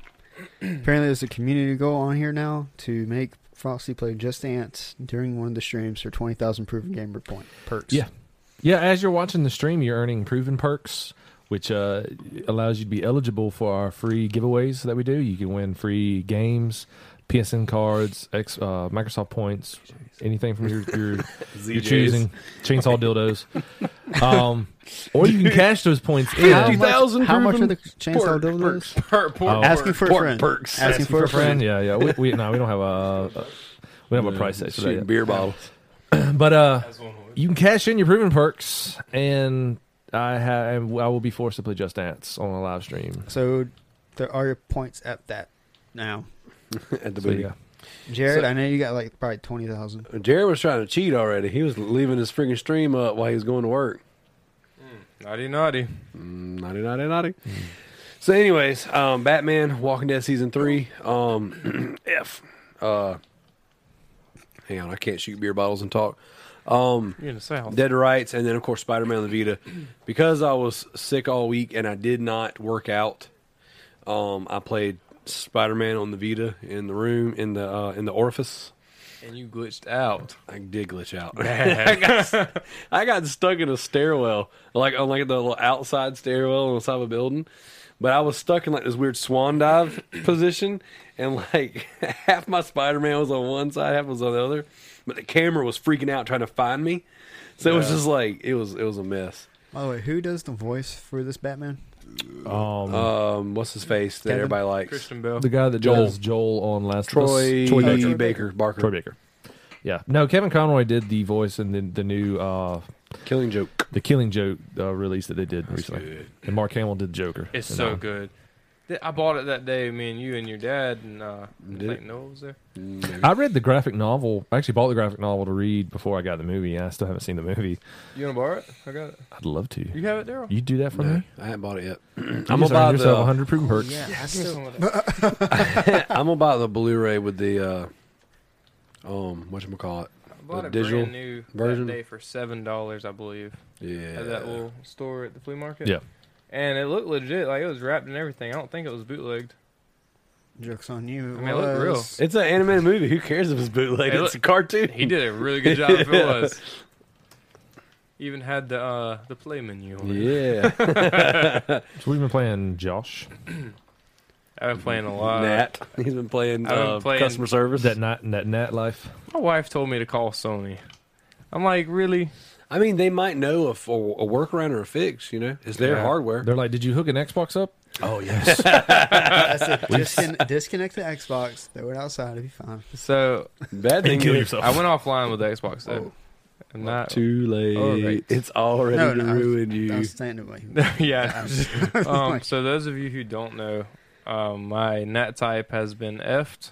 B: Apparently, there's a community goal on here now to make Frosty play Just Ants during one of the streams for 20,000 proven gamer point perks.
A: Yeah. Yeah, as you're watching the stream, you're earning proven perks, which uh, allows you to be eligible for our free giveaways that we do. You can win free games, PSN cards, X, uh, Microsoft points, anything from your your, your
C: ZJs.
A: choosing, chainsaw dildos, um, or you can cash those points
B: How
A: in.
B: much,
C: 50,000
B: how much are
C: proven
B: the chainsaw
C: pork
B: dildos?
D: Per, per,
A: Oh.
B: Asking for a
C: Pork
B: friend.
C: perks.
B: Asking for a
A: Friend,
B: friend.
A: yeah, yeah. We, we no, we don't have a, a we don't have a price tag for that
C: Shooting
A: yet.
C: beer bottles.
A: But uh,
D: As one would.
A: you can cash in your proven perks, and I have I will be forced to play Just Dance on a live stream.
B: So there are points at that now.
C: at the
A: So,
C: booty.
A: yeah.
B: Jared,
C: So-
B: I know you got like probably 20,000.
C: Jared was trying to cheat already. He was leaving his freaking stream up while he was going to work.
D: Naughty, naughty.
C: Naughty, naughty, naughty.
A: Mm.
C: So, anyways, um, Batman Walking Dead season three. Um, F. Uh, hang on, I can't shoot beer bottles and talk. Um,
D: You're in the south.
C: Dead to Rights, and then of course Spider Man on the Vita. Because I was sick all week and I did not work out, um, I played Spider Man on the Vita in the room in the uh, in the orifice.
D: and you glitched out.
C: I did glitch out. I, got, I got stuck in a stairwell, like on like the little outside stairwell on the side of a building. But I was stuck in like this weird swan dive position, and like half my Spider Man was on one side, half was on the other. But the camera was freaking out trying to find me, so it was just like it was it was a mess.
B: By the way, who does the voice for this Batman?
A: Um,
C: Um, what's his face that
B: Kevin?
C: everybody likes?
D: Christian Bell.
A: the guy that
C: Joel.
A: does Joel on Last of Us.
C: Troy,
A: Troy Baker.
C: Baker. Barker,
A: Troy Baker. Yeah, no, Kevin Conroy did the voice in the, the new uh,
C: Killing Joke.
A: the Killing Joke uh, release that they did recently,
C: good.
A: and Mark Hamill did Joker.
D: It's
A: And,
D: so
A: uh,
D: good. Th- I bought it that day, me and you and your dad, and uh, I
C: Did
D: think
C: it?
D: Noah was there.
A: I read the graphic novel. I actually bought the graphic novel to read before I got the movie, and I still haven't seen the movie.
D: You want to borrow it? I got it.
A: I'd love to.
D: You have it, Daryl?
A: You do that for
C: No,
A: me.
C: I haven't bought it yet. I'm
A: You
C: gonna
A: just earned
C: buy
A: yourself
C: the
A: 100
B: Oh,
A: proven perks.
B: I
D: Give me
B: still,
D: some of that.
C: I'm gonna buy the Blu-ray with the uh, um, what you call it?
D: I bought
C: the
D: a
C: digital
D: brand new
C: version?
D: that day for seven dollars, I believe,
C: Yeah,
D: at that little store at the flea market.
A: Yeah.
D: And it looked legit, like it was wrapped and everything. I don't think it was bootlegged.
B: Joke's on you.
D: I mean, it looked real.
B: was-
C: It's an animated movie. Who cares if it's bootleg?
D: Hey, look-
C: it's a cartoon.
D: He did a really good job if it was. Even had the uh, the play menu on it.
C: Yeah,
A: So we've been playing Josh
D: I've been
C: Mm-hmm.
D: playing a lot.
C: Nat. He's been playing,
D: I've been
C: uh,
D: playing-
C: customer service.
A: that night that Nat life.
D: My wife told me to call Sony. I'm like, really?
C: I mean, they might know if a, a workaround or a fix. You know, it's their
D: Yeah.
C: hardware.
A: They're like, did you hook an Xbox up?
C: Oh yes.
B: That's it. Discon- disconnect the Xbox. Throw it outside. It'll be fine.
D: So
C: Bad thing. is-
D: I went offline with the Xbox though.
C: Oh.
D: I'm not.
C: Too late.
D: Alright.
C: It's already
B: No, no, I was-
C: ruined
B: I
C: you.
B: was staying away.
D: yeah. um, so those of you who don't know, um, my Nat type has been effed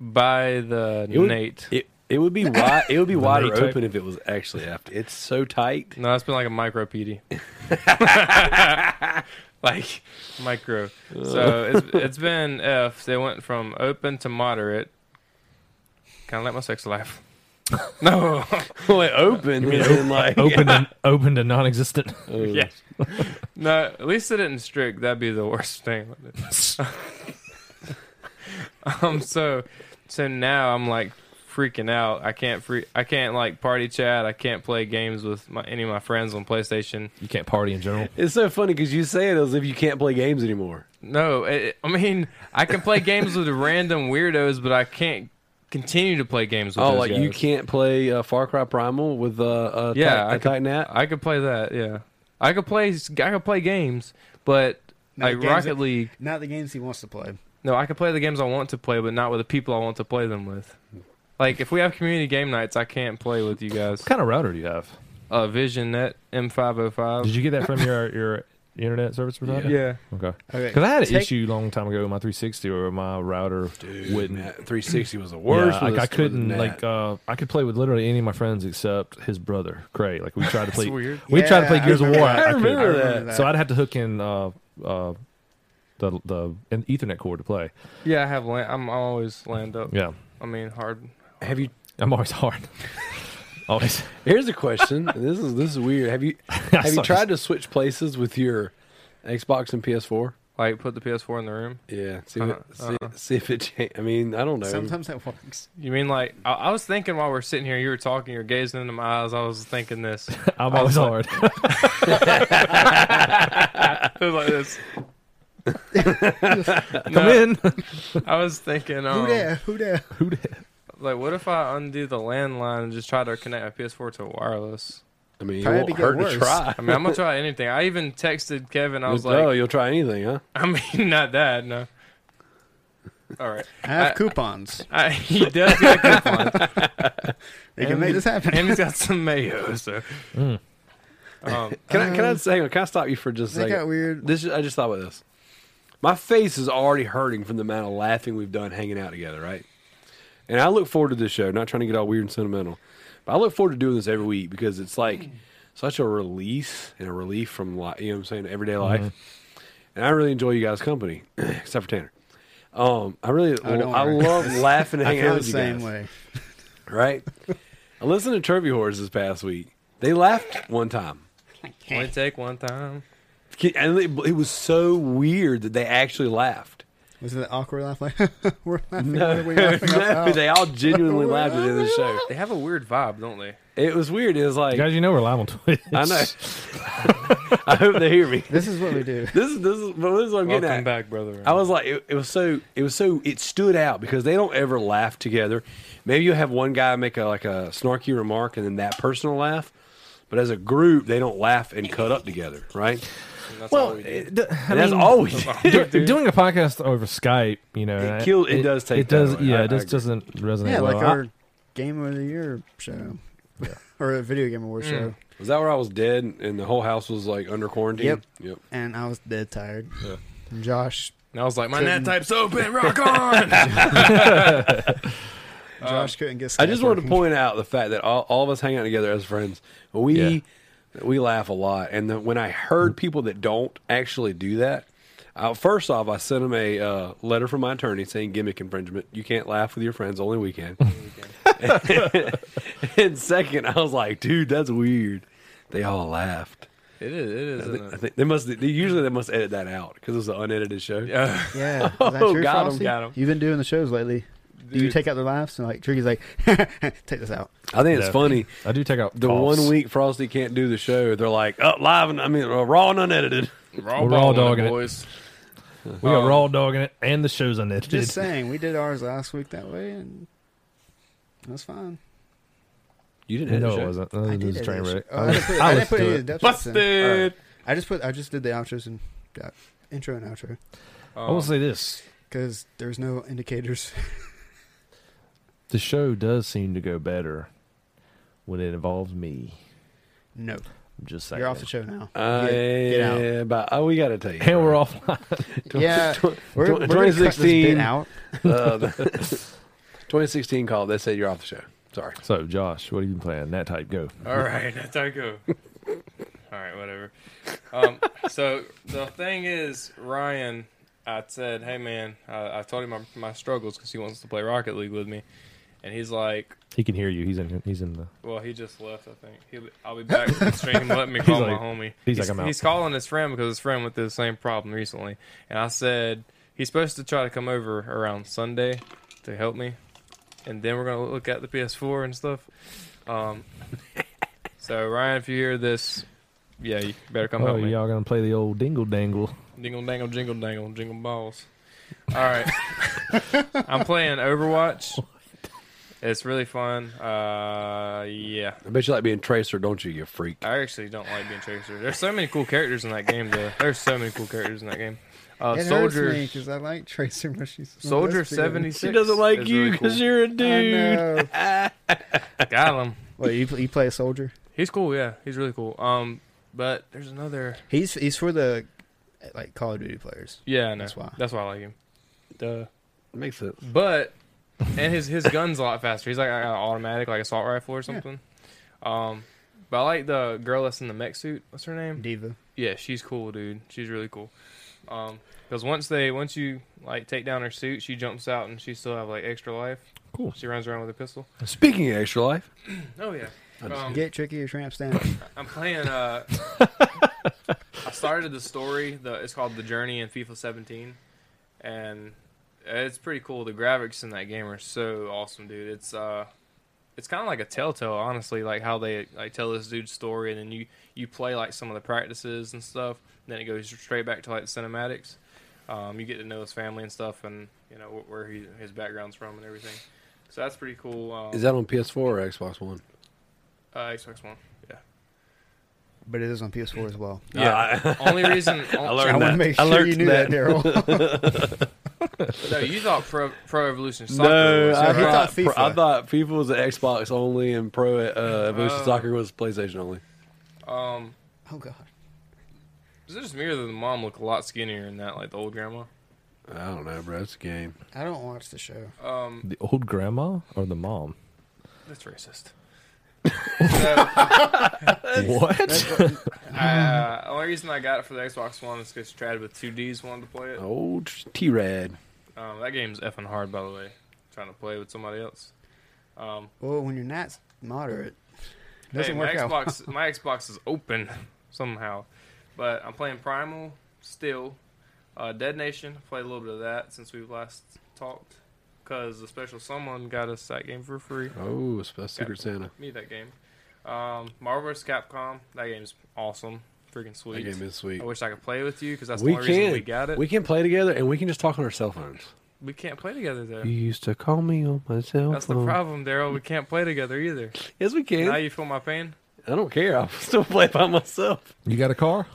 D: by the
C: It would-
D: Nate.
C: It it would be wide. It would be wider
A: Nate type.
C: open if it was actually after. It's so tight.
D: No, it's been like a micro PD. like micro. So it's, it's been F. They went from open to moderate. Kind of like my sex life. no.
C: Wait, open. as in, like
A: Open and open to non-existent.
C: Oh.
D: yeah. No, at least it didn't strict. That'd be the worst thing. um. So, so now I'm like freaking out. I can't free. I can't like party chat. I can't play games with my, any of my friends on PlayStation.
A: You can't party in general.
C: It's so funny because you say it as if you can't play games anymore.
D: No, it, I mean I can play games with random weirdos, but I can't continue to play games with.
C: Oh,
D: those
C: like you
D: guys.
C: can't play uh, Far Cry Primal with uh, uh,
D: Yeah,
C: Ti-
D: I
C: a
D: could-
C: Titan app?
D: I could play that. Yeah, I could play. s- I could play games, but
B: No,
D: like
B: games
D: Rocket
B: that-
D: League.
B: Not the games he wants to play.
D: No, I can play the games I want to play, but not with the people I want to play them with. Like if we have community game nights, I can't play with you guys.
A: What kind of router do you have?
D: Uh, Vision Net M505.
A: Did you get that from your your internet service provider?
D: Yeah.
A: Okay.
B: Okay.
A: Because I had an
B: Take-
A: issue a long time ago with my 360 where my router
C: Dude,
A: wouldn't.
C: Matt, 360 was the
A: Yeah,
C: worst.
A: like
C: with-
A: I couldn't
C: with
A: like
C: that.
A: uh I could play with literally any of my friends except his brother Cray. Like we tried to play
D: weird.
A: we tried to
B: Yeah,
A: play
B: I
A: Gears of
B: remember
A: War.
B: that.
A: I,
C: I
A: couldn't.
C: remember
B: that.
A: So I'd have to hook in uh uh the the an Ethernet cord to play.
D: Yeah, I have land. I'm always land up.
A: Yeah,
D: I mean, hard.
C: have you?
A: I'm always hard. always.
C: Here's a question. this is this is weird. Have you have you tried to switch places with your Xbox and PS4?
D: Like, put the PS4 in the room.
C: Yeah. See,
D: Uh-huh,
C: if, see, see if it. Change. I mean, I don't know.
B: Sometimes that works.
D: You mean like I, I was thinking while we're sitting here, you were talking, you're gazing into my eyes. I was thinking this.
A: I'm always hard.
D: It was like this.
A: Come in.
D: I was thinking,
B: Who
D: um,
B: there? Who there?
A: Who did?
D: like, what if I undo the landline and just try to connect my PS4 to wireless?
C: I mean, it
B: Probably
C: won't
B: get
C: hurt
B: worse.
C: to try.
D: I mean, I'm gonna try anything. I even texted Kevin. I was
C: "Oh,
D: like,
C: you'll try anything, huh?"
D: I mean, not that. No. All right.
B: I have
D: I-
B: coupons.
D: I, he does get a coupon,
B: They can
D: And-
B: make this happen.
D: and he's got some mayo. So,
A: Mm.
D: um,
C: Can I? Can I hang on? Can I stop you for just a
B: That
C: second?
B: got weird.
C: This is- I just thought about this. My face is already hurting from the amount of laughing we've done hanging out together, right? And I look forward to this show. Not trying to get all weird and sentimental, but I look forward to doing this every week because it's like such a release and a relief from life. You know what I'm saying? Everyday
B: Mm-hmm.
C: life. And I really enjoy you guys' company, except for Tanner. Um, I really, I,
B: Oh, don't worry.
C: love laughing and
B: I
C: hanging out
B: feel
C: with
B: the
C: you guys
B: same way.
C: right? I listened to Turvy Horse this past week. They laughed one time.
D: one take, one time.
C: And it it was so weird that they actually laughed.
B: Was it that awkward laugh? Like we're laughing.
C: No,
B: we're laughing out loud.
C: they all genuinely laughed at the end of the show.
D: They have a weird vibe, don't they?
C: It was weird. It was like,
A: You guys, you know we're live on Twitch.
C: I know. I hope they hear me.
B: This is what we do.
C: This is this is, but this is what I'm getting
D: Welcome
C: at.
D: back, brother.
C: I was like, it, it was so, it was so, it stood out because they don't ever laugh together. Maybe you'll have one guy make a like a snarky remark and then that person will laugh, but as a group, they don't laugh and cut up together, right?
D: That's all
A: Well,
D: we do.
A: it, I
C: And that's
A: mean,
C: all we did.
A: do- doing a podcast over Skype, you know, I-
C: kill- it does take
A: It does,
C: that away.
A: yeah.
C: I- I
A: it just
C: agree.
A: doesn't resonate.
B: Yeah,
A: well.
B: like
A: I-
B: our game of the year show, or a video game award show.
C: Was that where I was dead and the whole house was like under quarantine?
B: Yep.
C: Yep.
B: And I was dead tired.
C: Yeah.
B: And Josh,
D: And I was like, my
B: Couldn't-
D: net type's open, rock on.
B: Josh couldn't get.
C: I just wanted to
B: Skype
C: point out the fact that all, all of us hang out together as friends. We we laugh a lot, and the, when I heard people that don't actually do that, uh, first off, I sent them a uh, letter from my attorney saying gimmick infringement. You can't laugh with your friends only weekend. and second, I was like, dude, that's weird. They all laughed.
D: it is. It is.
C: I
D: isn't
C: think, I
D: it?
C: think they must. They, usually they must edit that out because it was an unedited show.
D: Yeah.
B: working. Yeah. Is that
C: Oh,
B: true,
C: got 'em,
B: Frosty?
D: got 'em.
B: You've been doing the shows lately. Do you
C: Dude.
B: take out their laughs? And like, Tricky's like, take this out.
C: I think it's
A: Yeah.
C: funny.
A: I do take out
C: The
A: coughs.
C: one week Frosty can't do the show, they're like, up live and I mean uh, raw and unedited.
D: Raw
A: We're all
D: balling it,
A: dogging it.
D: boys.
A: we got
D: um,
A: raw dogging it, and the show's unedited.
B: Just saying, we did ours last week that way, and that's fine.
C: You didn't edit
A: no,
C: the
A: it
C: show.
A: wasn't. That
B: I
A: was
B: did
A: a
B: edit
A: train
B: the
A: wreck.
B: show. Oh, I didn't put, I didn't put any of the depths in.
D: Busted.
B: I just put, I just did the outros and got intro and outro
A: I
C: Oh.
A: will say this:
B: because there's no indicators.
A: the show does seem to go better when it involves me.
B: no,
A: I'm just saying.
B: you're off the show now.
C: Uh,
B: Get- get out.
C: yeah, but oh, we got to tell you.
A: and we're off.
B: Yeah, we're,
C: tw-
B: we're gonna cut this
C: 2016.
B: bit out.
C: Uh, the 2016 call. They said you're off the show. Sorry.
A: So, Josh, what have you been playing? That type go.
D: All right, that's how I go. All right, whatever. Um, so the thing is, Ryan, I said, "Hey, man," I, I told him my, my struggles because he wants to play Rocket League with me, and he's like,
A: He can hear you. He's in. He's in the.
D: "Well, he just left. I think He'll, I'll be back from the stream. Let me call
A: like-
D: my homie."
A: he's like, "I'm out."
D: He's calling his friend because his friend went through the same problem recently, and I said he's supposed to try to come over around Sunday to help me, and then we're gonna look at the PS4 and stuff. Um, so Ryan, if you hear this, yeah, you better come
A: oh,
D: help me.
A: y'all gonna play the old dingle dangle?
D: Dingle dangle jingle dangle jingle balls. All right, I'm playing Overwatch. It's really fun. Uh, yeah,
C: I bet you like being Tracer, don't you, you freak?
D: I actually don't like being Tracer. There's so many cool characters in that game, though. There's so many cool characters in that game. Uh,
B: it
D: Soldier,
B: hurts me because I like Tracer, but she's my
D: Soldier
B: best friend.
D: seventy six.
C: She doesn't like you
D: really cool.
C: because you're a
B: I
C: dude.
B: know.
D: got him.
B: Wait, you, pl- you play a soldier?
D: He's cool. Yeah, he's really cool. Um, But there's another.
B: He's he's for the like Call of Duty players.
D: Yeah, I know.
B: That's why.
D: That's why I like him.
C: Duh. Makes sense.
D: But and his his gun's a lot faster. He's like an automatic, like assault rifle or something. Um, but I like the girl that's in the mech suit. What's her name?
B: Diva.
D: Yeah, she's cool, dude. She's really cool. Um, because once they once you like take down her suit, she jumps out and she still have like extra life.
A: Cool.
D: She runs around with a pistol.
C: Speaking of extra life,
D: Oh yeah.
C: I just-
D: Um,
B: Get tricky or tramp stamp.
D: I'm playing. Uh, I started the story. The it's called the Journey in FIFA 17, and it's pretty cool. The graphics in that game are so awesome, dude. It's uh, it's kind of like a Telltale, honestly. Like how they like tell this dude's story, and then you you play like some of the practices and stuff. then it goes straight back to like the cinematics. Um, you get to know his family and stuff, and you know wh- where he, his background's from and everything. So that's pretty cool. Um,
C: is that on PS4 or Xbox One?
D: uh, Xbox One?
B: But it is on PS4 as well.
D: Yeah. Only reason
C: I
B: I
C: learned that.
B: want to make
C: I
B: sure
C: learned
B: you knew that, Daryl.
D: No, you thought Pro, pro Evolution Soccer
C: No,
D: was.
C: I
B: He
C: thought,
B: thought FIFA.
C: I thought FIFA was an Xbox only and Pro uh, Evolution
D: Oh.
C: Soccer was PlayStation only.
D: Um,
B: oh god.
D: is it just me or does the mom look a lot skinnier in that, like the old grandma?
C: I don't know, bro. It's a game.
B: I don't watch the show.
D: Um,
A: The old grandma or the mom?
D: that's racist. so,
A: what?
D: uh, only reason I got it for the Xbox One is because Trad with two Ds wanted to play it.
C: Old T Rad.
D: Um, that game's effing hard, by the way. Trying to play with somebody else. Um,
B: Well, when you're not moderate, it
D: hey,
B: doesn't
D: my
B: work out.
D: Xbox, my Xbox is open somehow, but I'm playing Primal still. Uh, Dead Nation, played a little bit of that since we last talked, because the special someone got us that game for free.
C: Oh, it's about Secret Santa.
D: Me that game. Um, Marvel vs. Capcom. That game's awesome. Freaking
C: That
D: sweet.
C: game is sweet.
D: I wish I could play with you because that's
C: We
D: the only reason
C: can.
D: we got it.
C: We
D: We,
C: can play together and we can just talk on our cell phones.
D: can't play together though.
C: You used to call me on my cell
D: That's the
C: phone.
D: problem, Daryl. We can't play together either.
C: Yes, we can.
D: Now you feel my pain?
C: I don't care. I'll still play by myself.
A: you got a car?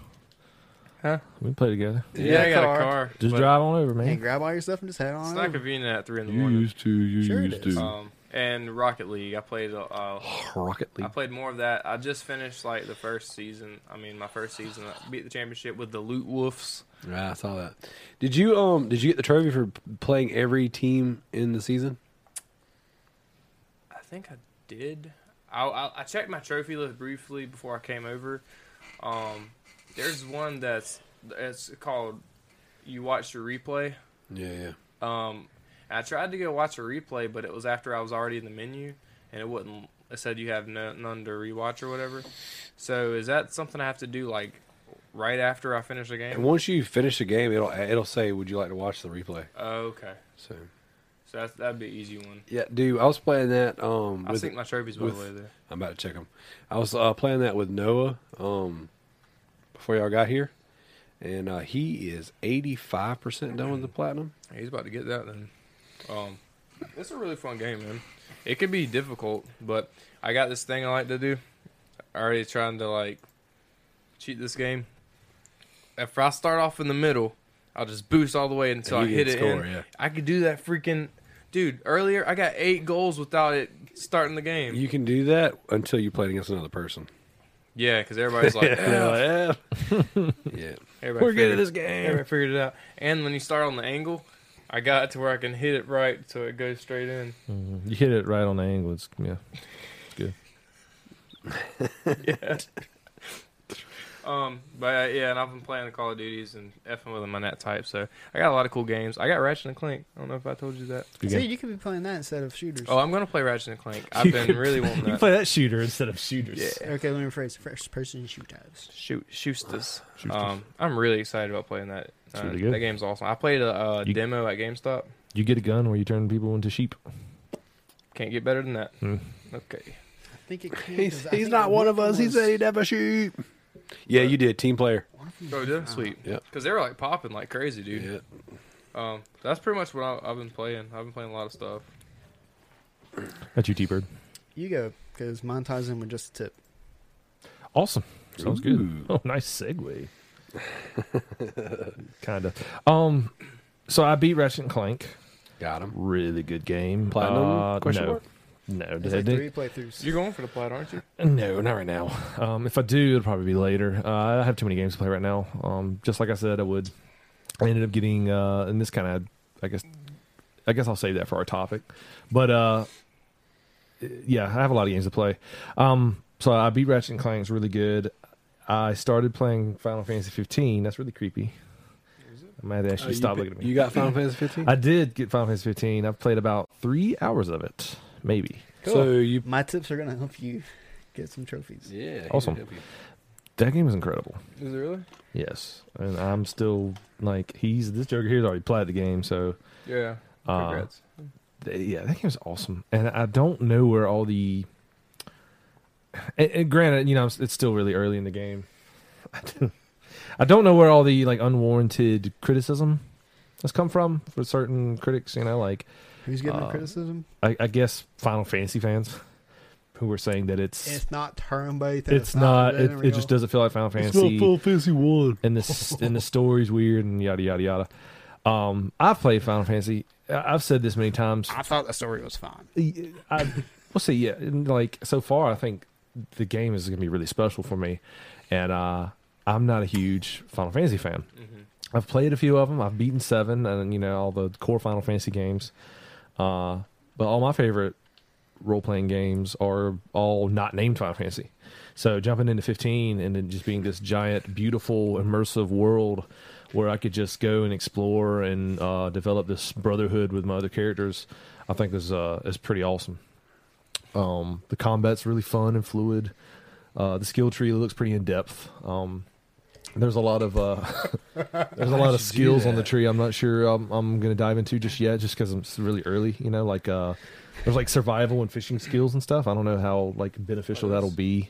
D: Huh?
A: We can play together.
D: Yeah, I got
B: car.
D: a car.
A: Just
D: but
A: drive on over,
B: Hey,
A: man.
B: grab all your stuff and just head on.
D: It's not
B: over.
D: convenient at three in the morning.
A: to. You
B: Sure it is.
C: Uh,
D: Um, and Rocket League. I played. Uh,
C: Rocket
D: I
C: League.
D: played more of that. I just finished like the first season. I mean, my first season. I beat the championship with the Loot Wolves.
C: Yeah, Ah, I saw that. Did you um? Did you get the trophy for playing every team in the season?
D: I think I did. I, I, I checked my trophy list briefly before I came over. Um, there's one that's it's called "You Watch Your Replay."
C: Yeah, yeah.
D: Um, I tried to go watch a replay, but it was after I was already in the menu, and it wouldn't. It said you have no, none to rewatch or whatever. So is that something I have to do like right after I finish the
C: And
D: game?
C: once you finish the game, it'll it'll say, "Would you like to watch the replay?"
D: Oh, okay,
C: So
D: so that's, that'd be an easy one.
C: yeah, dude, I was playing that. Um,
D: I
C: with,
D: think my trophies by the
C: with-
D: way there.
C: I'm about to check them. I was uh, playing that with Noah um before y'all got here, and uh, he is 85 percent done with the platinum.
D: He's about to get that then. Um, it's a really fun game, man. It could be difficult, but I got this thing I like to do. I already trying to like cheat this game. If I start off in the middle, I'll just boost all the way until
C: And
D: I
C: you
D: hit
C: can
D: it.
C: score,
D: in.
C: yeah.
D: I could do that freaking dude. Earlier, I got eight goals without it starting the game.
C: You can do that until you played against another person.
D: yeah, because everybody's like,
C: yeah, yeah.
D: everybody
C: We're good at
D: figured-
C: this game.
D: Everybody figured it out. And when you start on the angle, I got it to where I can hit it right so it goes straight in.
A: You hit it right on the angle. It's, yeah.
D: Um, but uh, yeah, and I've been playing the Call of Duties and effing with them on that type. So I got a lot of cool games. I got Ratchet and Clank. I don't know if I told you that.
A: Good
B: See,
A: game.
B: you could be playing that instead of shooters.
D: Oh, I'm gonna play Ratchet and Clank. I've been really wanting that.
A: that shooter instead of shooters.
D: Yeah.
B: Okay, let me rephrase. First person shooters.
D: Shoot, Shooters.
A: Shooters.
D: Um, I'm really excited about playing that.
A: It's
D: Uh,
A: really good.
D: That game's awesome. I played a uh,
A: You-
D: demo at GameStop.
A: You get a gun where you turn people into sheep.
D: Can't get better than that.
A: Hmm.
D: Okay.
B: I think it can.
C: He's, he's not one of us. He said he'd never shoot. Yeah, you did. Team player.
D: Oh,
B: Uh-huh.
D: yeah. Sweet.
C: Yeah.
D: Because they were like popping like crazy, dude.
C: Yeah.
D: Um, that's pretty much what I, I've been playing. I've been playing a lot of stuff.
A: That's you, T Bird.
B: You go because mine ties in with just a tip.
A: Awesome. Sounds
C: Ooh.
A: good. Oh, nice segue. kind of. Um, so I beat Ratchet and Clank.
C: Got him.
A: Really good game.
C: Platinum?
A: Uh,
C: Question
A: no.
C: mark?
A: No,
B: It's
A: I
B: like
A: did-
B: three playthroughs.
D: You're going for the plat, aren't you?
A: No, not right now.
C: Oh,
A: Um, if I do, it'll probably be later. Uh, I have too many games to play right now. Um, just like I said, I would. I ended up getting, uh, and this kind of, I guess, I guess I'll save that for our topic. But uh, yeah, I have a lot of games to play. Um, so I beat Ratchet and Clank's really good. I started playing Final Fantasy 15. That's really creepy. I might have to actually
C: Uh,
A: stop
C: you,
A: looking at me.
C: You got Final Fantasy 15?
A: I did get Final Fantasy 15. I've played about three hours of it, maybe.
C: So you.
B: My tips are gonna help you get some trophies.
C: Yeah. he
A: Awesome.
C: can help you.
A: That game is incredible.
C: Is it really?
A: Yes, and I'm still like he's this Joker here's already played the game, so
D: Yeah.
A: Uh,
D: Congrats.
A: th- yeah, that game's awesome. And I don't know where all the and, and granted, you know, it's it's still really early in the game. I don't- I don't know where all the like unwarranted criticism has come from for certain critics. You know, like
B: Who's getting
A: Uh,
B: the criticism?
A: I, I guess Final Fantasy fans who were saying that it's it's,
B: It's not turn based.
A: not, it, it just doesn't feel like Final Fantasy.
C: Fantasy 1.
A: and the s- and the story's weird and yada yada yada. Um, I've played Final Fantasy. I- I've said this many times.
B: I thought the story was fine.
A: I, we'll see. Yeah, and, like so far, I think the game is going to be really special for me, and uh, I'm not a huge Final Fantasy fan.
D: Mm-hmm.
A: I've played a few of them. I've beaten seven, and you know all the core Final Fantasy games. Uh, but all my favorite role playing games are all not named Final Fantasy. So jumping into fifteen and then just being this giant, beautiful, immersive world where I could just go and explore and uh, develop this brotherhood with my other characters, I think is uh, is pretty awesome. Um, the combat's really fun and fluid. Uh, the skill tree looks pretty in depth. Um, there's a lot of uh, there's a lot of
C: you do
A: skills on the
C: that?
A: tree. I'm not sure I'm, I'm gonna dive into just yet, just because it's really early. You know, like uh, there's like survival and fishing skills and stuff. I don't know how like beneficial that'll be.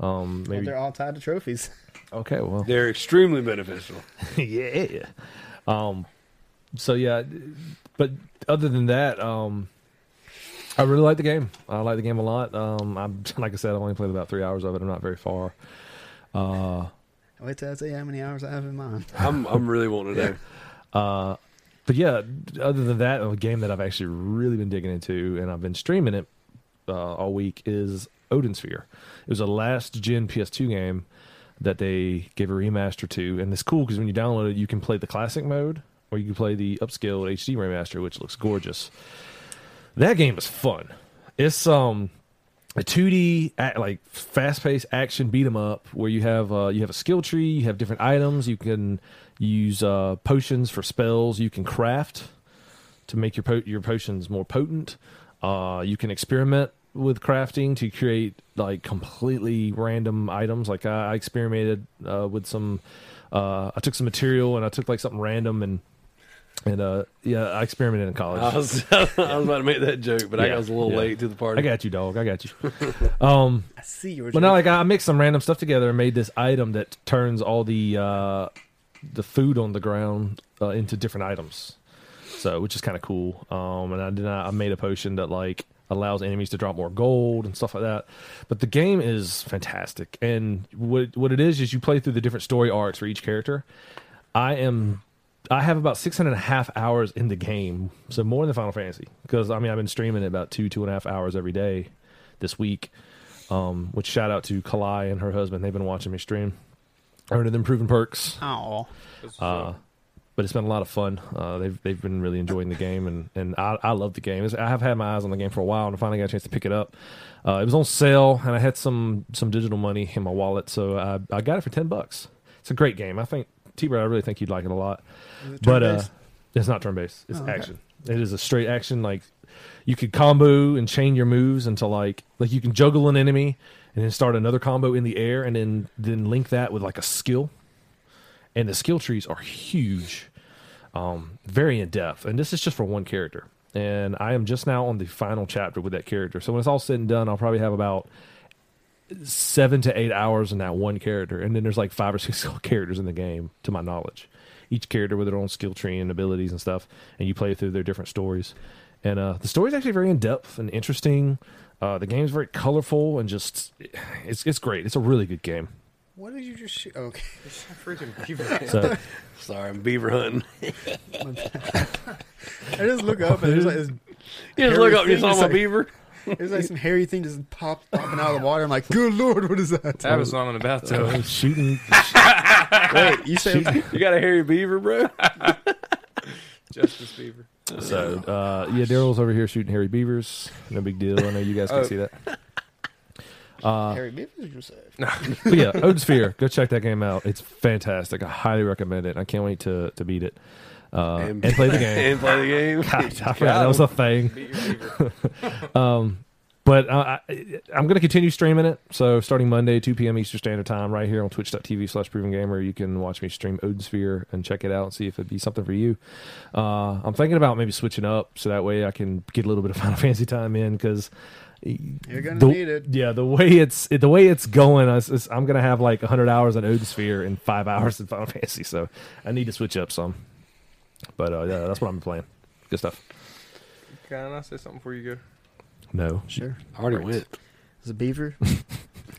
A: Um,
B: Well,
A: maybe
B: they're all tied to trophies.
A: okay. Well,
C: They're extremely beneficial.
A: yeah. Um, so yeah, but other than that, um, I really like the game. I like the game a lot. Um, I'm like I said, I've only played about three hours of it. I'm not very far. Uh,
B: Wait till I tell you how many hours I have in mine.
C: I'm, I'm really wanting to know.
A: uh, but yeah, other than that, a game that I've actually really been digging into, and I've been streaming it uh, all week is Odin Sphere. It was a last gen PS2 game that they gave a remaster to, and it's cool because when you download it, you can play the classic mode or you can play the upscaled HD remaster, which looks gorgeous. That game is fun. It's um a 2D a- like fast-paced action beat 'em up where you have uh, you have a skill tree, you have different items, you can use uh, potions for spells, you can craft to make your po- your potions more potent. Uh, you can experiment with crafting to create like completely random items. Like I, I experimented uh, with some, uh, I took some material and I took like something random and and uh, yeah, I experimented in college.
C: I was, I was about to make that joke, but I
A: Yeah,
C: was a little
A: yeah.
C: late to the party.
A: I got you, dog. I got you. um,
B: I see yours.
A: but now, like I mixed some random stuff together and made this item that turns all the uh, the food on the ground uh, into different items. So, which is kind of cool. Um, and I did not, I made a potion that like allows enemies to drop more gold and stuff like that. But the game is fantastic. And what what it is is you play through the different story arcs for each character. I am I have about six and a half hours in the game, so more than Final Fantasy. Because I mean, I've been streaming it about two two and a half hours every day this week. Um, which shout out to Kalai and her husband. They've been watching me stream. Earning them proven perks.
B: oh,
A: Uh, but it's been a lot of fun. Uh, they've they've been really enjoying the game, and and I, I love the game. It's, I have had my eyes on the game for a while, and I finally got a chance to pick it up. Uh, it was on sale, and I had some some digital money in my wallet, so I I got it for ten bucks. It's a great game. I think T Bird, I really think you'd like it a lot. But uh, it's not turn based. It's
B: Oh, okay.
A: action. It is a straight action. Like you could combo and chain your moves into like like you can juggle an enemy and then start another combo in the air and then then link that with like a skill. And the skill trees are huge, um, very in depth. And this is just for one character. And I am just now on the final chapter with that character. So when it's all said and done, I'll probably have about seven to eight hours in that one character, and then there's like five or six characters in the game, to my knowledge. Each character with their own skill tree and abilities and stuff, and you play through their different stories. And uh, the story's actually very in depth and interesting. Uh, the game's very colorful and just it's it's great. It's a really good game.
B: what did you just shoot? Okay,
D: freaking beaver.
A: So
C: Sorry, I'm beaver hunting.
B: I just look up and there's like this.
C: You just
B: Hairy
C: look up and you
B: thing
C: saw
B: is
C: my
B: like-
C: beaver.
B: It's like some hairy thing just pop popping out of the water. I'm like, good lord, what is that?
D: That was what I'm about to.
A: Uh, shooting.
B: Wait, you say
C: You got a hairy beaver, bro?
A: Uh,
D: Justice Beaver.
A: So uh, yeah, Daryl's over here shooting hairy beavers. No big deal. I know you guys can
D: Oh.
A: see that.
B: hairy beavers? You say?
A: But yeah, Odin Sphere. Go check that game out. It's fantastic. I highly recommend it. I can't wait to to beat it uh, and, play the game.
C: and play the game.
A: God, I forgot that was a thing. Um,
D: Beat your beaver.
A: But uh, I, I'm going to continue streaming it. So starting Monday, 2 p.m. Eastern Standard Time, right here on twitch.tv slash proven gamer, you can watch me stream Odin Sphere and check it out and see if it'd be something for you. Uh, I'm thinking about maybe switching up so that way I can get a little bit of Final Fantasy time in because
B: You're gonna
A: the-
B: need it.
A: Yeah, the way it's the way it's going, I, s- I'm gonna have like 100 hours on Odin Sphere and five hours in Final Fantasy, so I need to switch up some. But uh, yeah, that's what I'm playing. Good stuff.
D: Can I say something before you go?
A: No,
B: Sure.
C: I already went.
B: Is a beaver?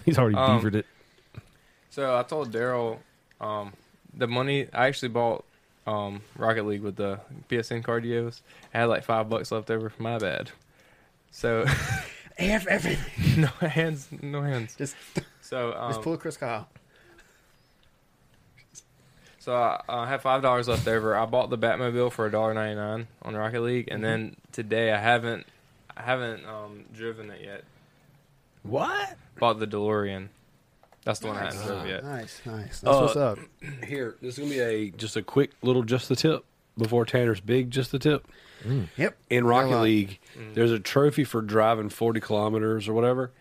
A: he's already
D: Um,
A: beavered it.
D: So I told Daryl um, the money I actually bought um, Rocket League with the PSN card you gave us. I had like five bucks left over. My bad. So
B: Af everything.
D: no hands, no hands.
B: Just,
D: So um,
B: just pull a Chris Kyle.
D: So I, I have five dollars left over. I bought the Batmobile for a dollar ninety nine on Rocket League, and then today I haven't, I haven't um, driven it yet.
C: What?
D: Bought the DeLorean. That's the one I haven't drove yet.
B: Nice, nice. That's
C: Uh,
B: what's up.
C: Here, this is gonna be a just a quick little just the tip before Tanner's big just the tip.
B: Yep.
C: In Rocket
B: Hello.
C: League,
D: Mm.
C: there's a trophy for driving 40 kilometers or whatever,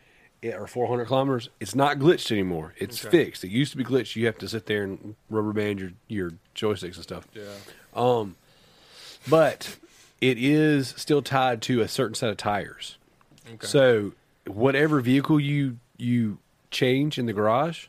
C: it, or 400 kilometers. It's not glitched anymore. It's
D: Okay.
C: fixed. It used to be glitched. You have to sit there and rubber band your your joysticks and stuff.
D: Yeah.
C: Um, but it is still tied to a certain set of tires.
D: Okay.
C: So whatever vehicle you you change in the garage,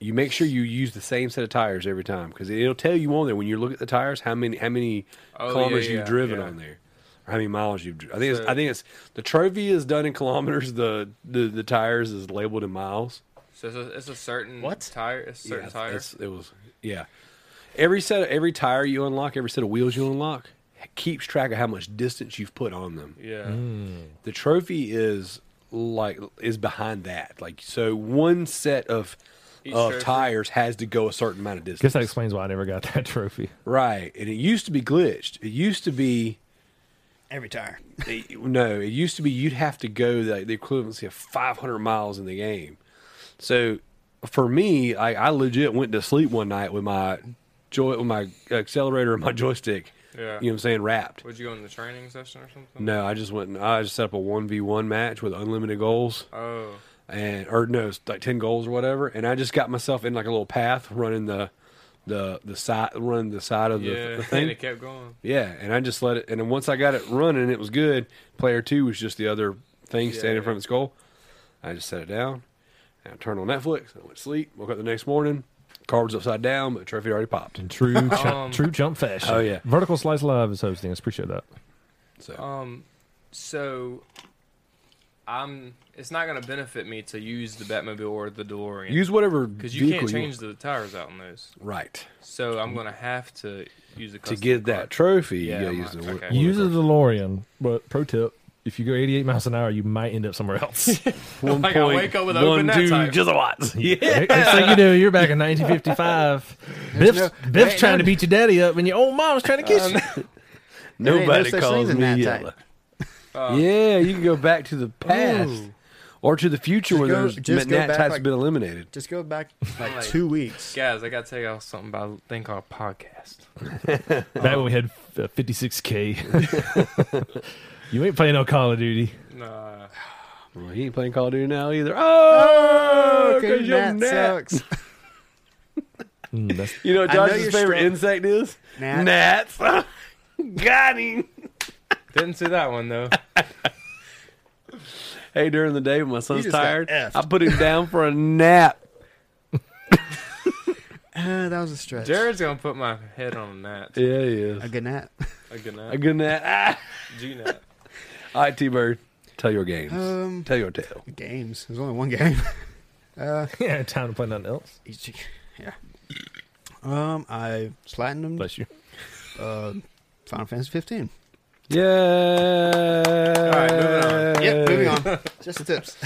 C: you make sure you use the same set of tires every time because it'll tell you on there when you look at the tires how many how many
D: Oh, yeah,
C: kilometers
D: yeah,
C: you've driven
D: yeah.
C: on there. or How many miles you've? dri- I think it's,
D: So-
C: I think it's the trophy is done in kilometers. The, the the tires is labeled in miles.
D: so it's a, it's a certain
B: What?
D: tire? It's a certain
C: Yeah,
D: tire.
C: that's- It was yeah. Every set of, every tire you unlock, every set of wheels you unlock keeps track of how much distance you've put on them.
D: Yeah.
C: Mm. The trophy is like is behind that. Like so one set of
D: Each
C: of
D: trophy?
C: tires has to go a certain amount of distance.
A: Guess that explains why I never got that trophy.
C: right. And it used to be glitched. It used to be
B: Every tire.
C: it- no, it used to be you'd have to go the, the equivalency of 500 miles in the game. So for me, I, I legit went to sleep one night with my joy, with my accelerator and my joystick.
D: Yeah.
C: You know what I'm saying? Wrapped.
D: Would you go in the training session or something?
C: No, I just went. and I just set up a one v one match with unlimited goals,
D: Oh.
C: and or no, it's like ten goals or whatever. And I just got myself in like a little path running the the the side running the side of the,
D: Yeah.
C: the
D: and
C: thing.
D: it kept going.
C: Yeah, and I just let it. And then once I got it running, it was good. Player two was just the other thing
D: Yeah,
C: standing in
D: yeah.
C: front of its goal. I just set it down, and I turned on Netflix. I went to sleep. Woke up the next morning, card was upside down, but the trophy already popped.
A: In true, ju-
D: Um,
A: true jump fashion.
C: Oh, yeah.
A: Vertical Slice Live is hosting us. Appreciate that.
C: So
D: Um, so I'm. It's not going to benefit me to use the Batmobile or the DeLorean.
C: use whatever
D: because you can't
C: vehicle
D: change the tires out on those,
C: right
D: so I'm gonna have to use a
C: to
D: custom
C: get that
D: card.
C: trophy.
D: Yeah,
C: you gotta
D: I'm
C: use
D: not-
C: the
D: okay.
C: one-
A: Use a DeLorean, but pro tip: if you go 88 miles an hour, you might end up somewhere else.
C: one
D: Like, I
C: point
D: wake up with
C: one
D: open net
C: two
D: tires.
C: gigawatts. Yeah,
A: Next thing you know, you're back in 1955. Biff's,
B: no-
A: Biff's
B: ain't
A: trying
B: no-
A: to beat your daddy up, and your old mom's trying to kiss you.
B: no
C: nobody
B: such
C: calls
B: things in
C: me
B: that
C: yellow.
B: type.
A: Uh,
C: yeah, you can go back to the past or to the future where
B: go-
C: there's
B: just go
C: Nat
B: back,
C: types have
B: like-
C: been eliminated.
B: Just go back like,
D: Like-
B: two weeks.
D: Guys, I gotta tell y'all something about a thing called podcast.
A: Back when we had uh, 56K. you ain't playing no Call of Duty.
D: Nah,
C: Well, he ain't playing Call of Duty now either. Oh, because your
B: Nat
C: Nat-
B: sucks.
A: Mm, that's,
C: You know what
B: I know
C: Josh's
B: you're
C: favorite
B: strong-
C: insect is?
B: Nat.
C: Gnats. Got him.
D: didn't see that one though.
C: Hey, during the day when my son's
B: just got
C: tired,
B: effed.
C: I put him down for a nap.
B: Uh, that was a stretch.
D: Jared's gonna put my head on that.
C: Yeah, he is.
B: A good nap.
D: A good
C: A
D: night.
C: good nap. Ah.
D: G nap.
C: All right, T Bird, tell your games.
B: Um,
C: tell your tale.
B: Games. There's only one game. Uh,
A: yeah, time to play nothing else.
B: each- yeah. Um, I platinumed
A: Bless you.
B: uh, Final Fantasy 15.
C: Yeah. All
D: right, moving on.
B: Yep, moving on. Just the tips. it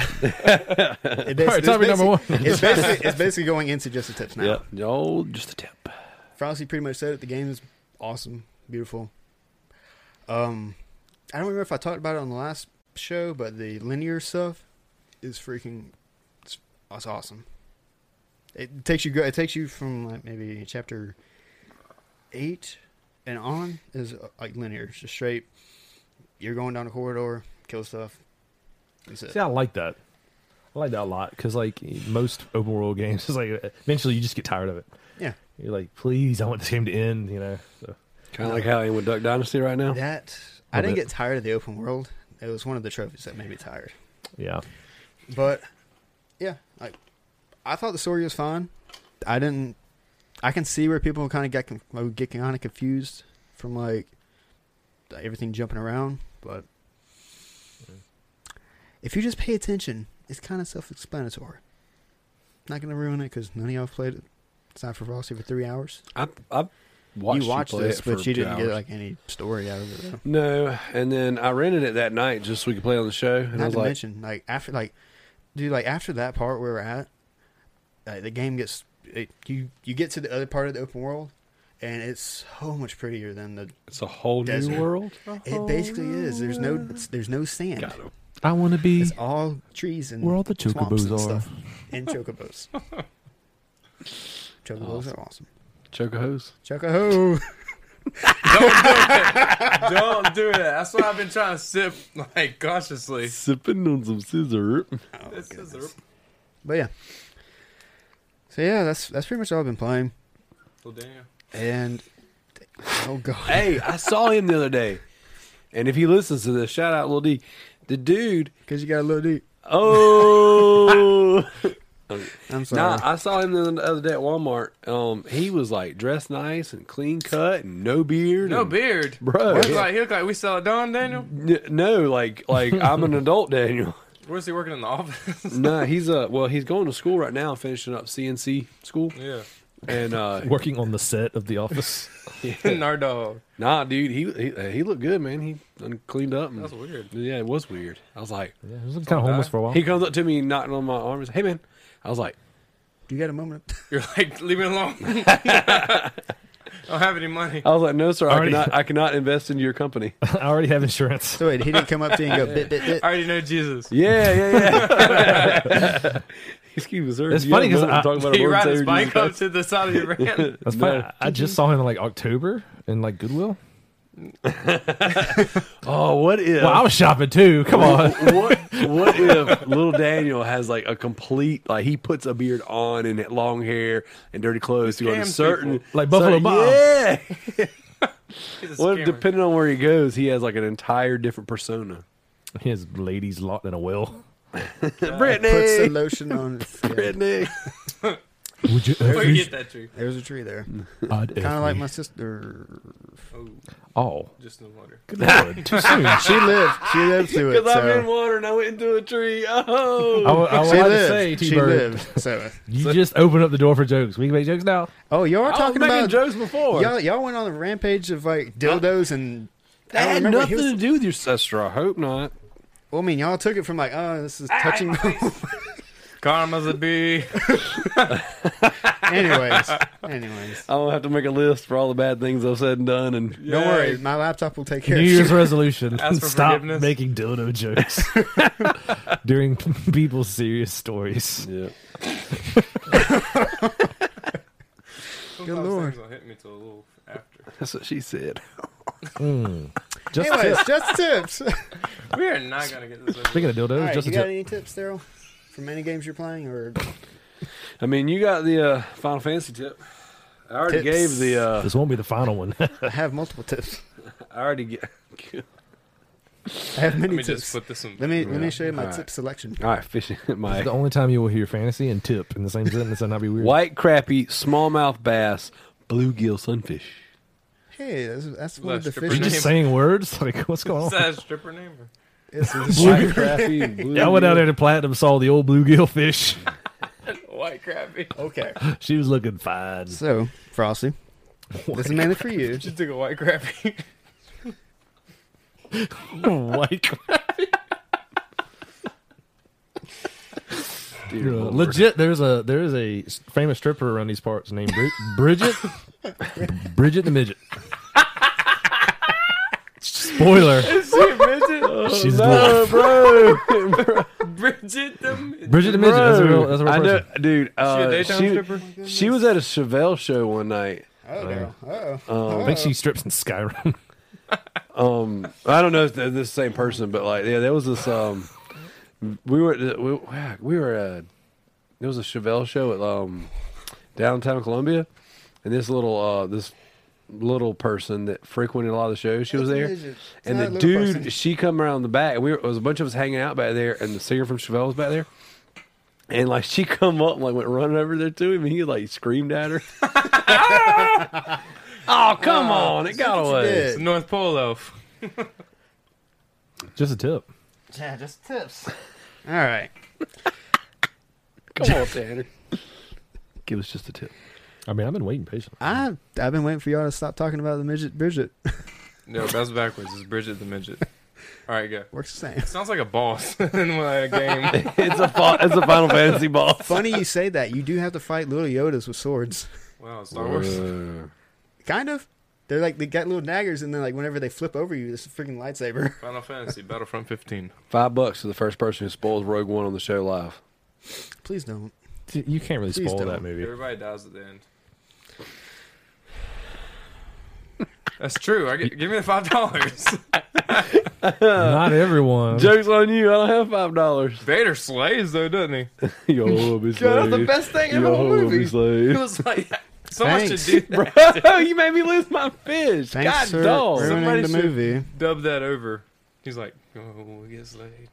B: basi-
A: All right, topic
B: it's
A: number
B: basi- It's basically, it's basically going into just the tips now.
C: Yep. Oh, just a tip.
B: Frosty pretty much said it. The game's awesome, beautiful. Um, I don't remember if I talked about it on the last show, but the linear stuff is freaking it's, it's awesome. It takes you go. It takes you from like maybe chapter eight and on is uh, like linear, It's just straight. You're going down a corridor, kill stuff. That's it.
A: See, I like that. I like that a lot because, like, most open world games, it's like eventually you just get tired of it.
B: Yeah.
A: You're like, please, I want this game to end. You know. So.
C: Kind of like how I am with Duck Dynasty right now.
B: That I
A: Love
B: didn't
A: it.
B: get tired of the open world. It was one of the trophies that made me tired.
A: Yeah.
B: But yeah, like I thought the story was fine. I didn't. I can see where people kind of get con- would get kind of confused from like everything jumping around, but if you just pay attention, it's kind of self-explanatory. Not gonna ruin it because none of y'all have played it. It's not for Frosty for three hours.
C: I I watched
B: you watched
C: play
B: this,
C: it for
B: but you didn't
C: two
B: get
C: hours.
B: like any story out of it. Though.
C: No, and then I rented it that night just so we could play on the show, and I
B: Not
C: was
B: to
C: like,
B: mention, like after, like, dude, like after that part where we're at, like, the game gets it, you you get to the other part of the open world, and it's so much prettier than the.
C: "It's a whole
B: Desert.
C: new world."
B: It basically is. There's no
A: Oh.
B: there's no sand.
C: Got 'em.
A: I want to be
B: It's all trees and
A: where all the
B: swamps and
A: chocobos are.
B: stuff, and chocobos. chocobos are awesome.
C: Choke a hose.
B: Chocoho.
D: Don't do that. That's why I've been trying to sip like cautiously.
C: Sipping on some scissor.
B: Oh,
D: This is
B: goodness.
D: a-
B: But yeah. So yeah, that's that's pretty much all I've been playing,
D: Well, damn.
B: and oh god,
C: hey, I saw him the other day, and if he listens to this, shout out Lil D. The dude.
B: because you got a little deep.
C: Oh.
B: I'm sorry.
C: Nah, I saw him the other day at Walmart. Um, he was like dressed nice and clean cut and no beard.
D: No
C: and-
D: beard.
C: Bro.
D: He look like, he look like we sell it Don Daniel.
C: N- no, like like I'm an adult, Daniel.
D: Where's he working in the office?
C: nah, he's uh well, he's going to school right now, finishing up CNC school,
D: yeah.
C: and uh,
A: Working on the set of The Office.
D: Our dog.
C: nah, dude, he he, uh, he looked good, man. He done cleaned up. And,
D: That's weird.
C: yeah, it was weird. I was like,
A: yeah, I was kind of homeless for a while.
C: he comes up to me, knocking on my arm. He's like, hey, man. I was like,
B: you got a moment?
D: You're like, leave me alone. I don't have any money.
C: I was like, no, sir, I
A: Already-
C: cannot, I cannot invest into your company.
A: I already have insurance.
B: So wait, he didn't come up to you and go bit bit bit.
D: I already know Jesus.
C: Yeah, yeah, yeah. Excuse me, sir.
A: It's
C: Do you have
A: funny 'cause
C: a moment
A: I-
C: to talk about
D: He
C: our Lord
D: ride
C: and
D: his
C: Savior
D: bike
C: Jesus
D: up
C: Christ?
D: to the side of your van.
A: That's
C: No.
A: funny. I just saw him in like October in like Goodwill.
C: Oh, what if?
A: Well, I was shopping too. Come on.
C: what what if little Daniel has like a complete like he puts a beard on and long hair and dirty clothes to go to
D: Scams
C: certain
D: people.
A: Like Buffalo
C: certain-
A: Bob.
C: Yeah.
D: He's a
C: What if,
D: scammer.
C: depending on where he goes, he has like an entire different persona.
A: He has ladies locked in a well.
B: Puts the
C: Brittany,
B: lotion on. its- Yeah,
C: Brittany.
A: Would you
D: Where'd you get that tree?
B: there's a tree there.
A: I'd
B: Kind of like my sister.
D: Oh,
A: Oh,
D: just no water.
A: good lord! Too soon. I,
B: She lived. She lived through it.
C: Because I'm in
B: So.
C: water and I went into a tree. Oh,
A: w- I would
B: She
A: like to say,
B: lived. She
A: T-Bird,
B: lived. So.
A: you just open up the door for jokes. We can make jokes now.
B: Oh, y'all are
C: I was
B: talking
C: making
B: about
C: jokes before.
B: y'all. Y'all went on a rampage of like dildos and.
C: that
B: I don't
C: had
B: remember.
C: nothing
B: He
C: to
B: was-
C: do with your sister. I hope not.
B: well, I mean, y'all took it from like, oh, this is
C: Ah,
B: touching.
D: Karma's a bee.
B: anyways, anyways,
C: I don't have to make a list for all the bad things I've said and done. And
B: don't worry, my laptop will take care
A: New
B: of
A: Year's
B: you.
A: resolution:
D: Ask for
A: stop
D: forgiveness.
A: making dildo jokes during people's serious stories.
C: yeah,
D: Sometimes
B: lord.
D: things don't hit me till a little after.
C: that's what she said.
A: Just
B: Anyways, just tips.
D: We are not gonna get this. over.
A: speaking of dildos,
B: All right,
A: just
B: you
A: a
B: got
A: tip.
B: any tips, Daryl, from any games you're playing, or
C: I mean, you got the uh, Final Fantasy tip. I already
B: Tips.
C: gave the. Uh,
A: this won't be the final one.
B: I have multiple tips.
C: I already get.
B: I have many
D: Let me
B: tips.
D: just put this in.
B: Let me let me show you my
C: All right.
B: tip selection.
C: All right, fishing my
A: the only time you will hear fantasy and tip in the same sentence, and not be weird.
C: white crappie, smallmouth bass, bluegill sunfish.
B: Hey, that's, that's
D: Was
B: one of
D: that
B: the
D: stripper
A: You're
B: fish.
D: name?
A: just saying words. Like, what's going on?
D: Is that a stripper name? or-
B: It's a
C: White
B: stripper.
C: crappie. Bluegill.
A: Yeah, I went out there to Platinum, saw the old bluegill fish.
D: White crappie.
B: okay,
A: she was looking fine.
B: so Frosty, this is mainly for you.
D: She took a white crappie.
A: White
C: Dear
A: Uh,
C: Lord.
A: legit, there's a there is a s- famous stripper around these parts named Brid- Bridget. Bridget the midget. Spoiler:
D: Bridget,
A: She's black.
C: bro.
D: Bridget the
A: Bridget the midget. That's a real. That's a real
C: I
A: person.
C: know, dude.
D: a
C: Uh,
D: daytime stripper?
C: she, she was at a Chevelle show one night.
B: Oh, no. Uh oh.
A: I think she strips in Skyrim.
C: Um, I don't know if they're the same person, but like, yeah, there was this. Um, we were we, wow, we were at there was a Chevelle show at um downtown Columbia, and this little uh this little person that frequented a lot of the shows, she was there,
B: Midget.
C: and
B: Not a
C: the
B: little
C: dude
B: person.
C: she come around the back. and We were, it was a bunch of us hanging out back there, and the singer from Chevelle was back there. And like she come up and like went running over there to him, and he like screamed at her. oh come on! It got
B: what you
C: away.
B: did.
D: It's North Pole Elf.
A: Just a tip.
B: Yeah, just tips. All right.
C: Come on, Tanner. Give us just a tip.
A: I mean, I've been waiting patiently.
B: I I've been waiting for y'all to stop talking about the midget Bridget.
D: No, that's backwards. It's Bridget the midget. All right, go.
B: Works the same.
D: Sounds like a boss in my game.
C: it's a fa- it's a Final Fantasy boss.
B: Funny you say that. You do have to fight little Yodas with swords.
D: Wow, Star Wars.
B: Uh.
C: Uh,
B: Kind of. They're like they got little daggers, and then like whenever they flip over you, this freaking lightsaber.
D: Final Fantasy Battlefront 15.
C: Five bucks to the first person who spoils Rogue One on the show live.
B: Please don't.
A: You can't really
B: Please
A: spoil
B: don't.
A: that movie.
D: Everybody dies at the end. That's true. I get, give me the five dollars.
B: Uh,
A: Not everyone.
C: Joke's on you. I don't have five dollars.
D: Vader slays though, doesn't he?
C: Yo, will be
D: God, that's the
C: slayed.
D: best thing in the
C: Yo,
D: whole
C: will be
D: movie. It
C: slayed.
D: was like someone
B: Thanks.
D: should do,
C: Bro, Oh, you made me lose my fish.
B: Thanks
C: God
B: for
C: dog.
B: ruining
D: Somebody
B: the
D: should-
B: movie.
D: dub that over. He's like, oh, we get slayed.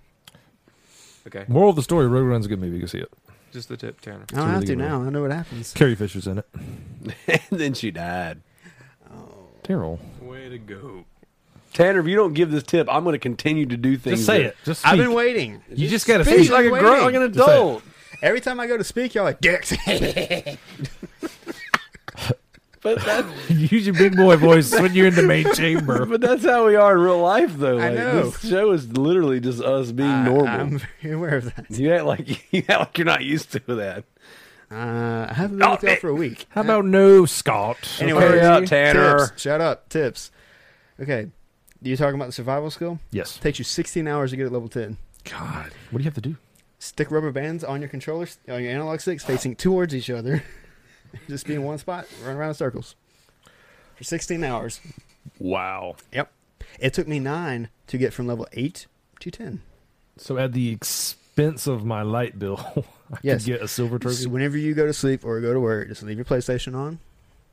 D: Okay,
A: Moral of the story: Road Run's a good movie. You can see it.
D: just the tip, Tanner.
B: I don't
A: really
B: have to
A: good
B: now. I know what happens.
A: Carrie Fisher's in it.
C: and then she died.
A: Daryl.
D: Way to go.
C: Tanner, if you don't give this tip, I'm going to continue to do things.
A: Just say
C: that-
A: it. Just
B: I've been
A: speak.
B: waiting.
A: You just gotta
B: speak.
A: speak.
C: Like a
B: Wait.
C: grown, like an
A: Just say it.
C: adult.
B: Every time I go to speak, y'all like dicks.
C: But that's
A: Use your big boy voice when you're in the main chamber.
C: but that's how we are in real life, though.
B: I
C: Like,
B: know.
C: This show is literally just us being normal.
B: I, am very aware of that.
C: You act like you act like you're not used to that.
B: Uh, I haven't been with y'all for a week.
A: How about no Scott?
B: Anyway, uh,
C: Hurry up, Tanner.
B: Tips. Shut up. Tips. Okay. You talking about the survival skill?
A: Yes.
B: Takes you 16 hours to get at level 10.
A: God, what do you have to do?
B: Stick rubber bands on your controllers, on your analog sticks, facing towards each other. Just be in one spot, run around in circles for 16 hours.
A: Wow.
B: Yep. It took me nine to get from level 8 to 10.
A: So at the expense of my light bill, I
B: Yes.
A: could get a silver
B: Just
A: trophy.
B: whenever you go to sleep or go to work, just leave your PlayStation on.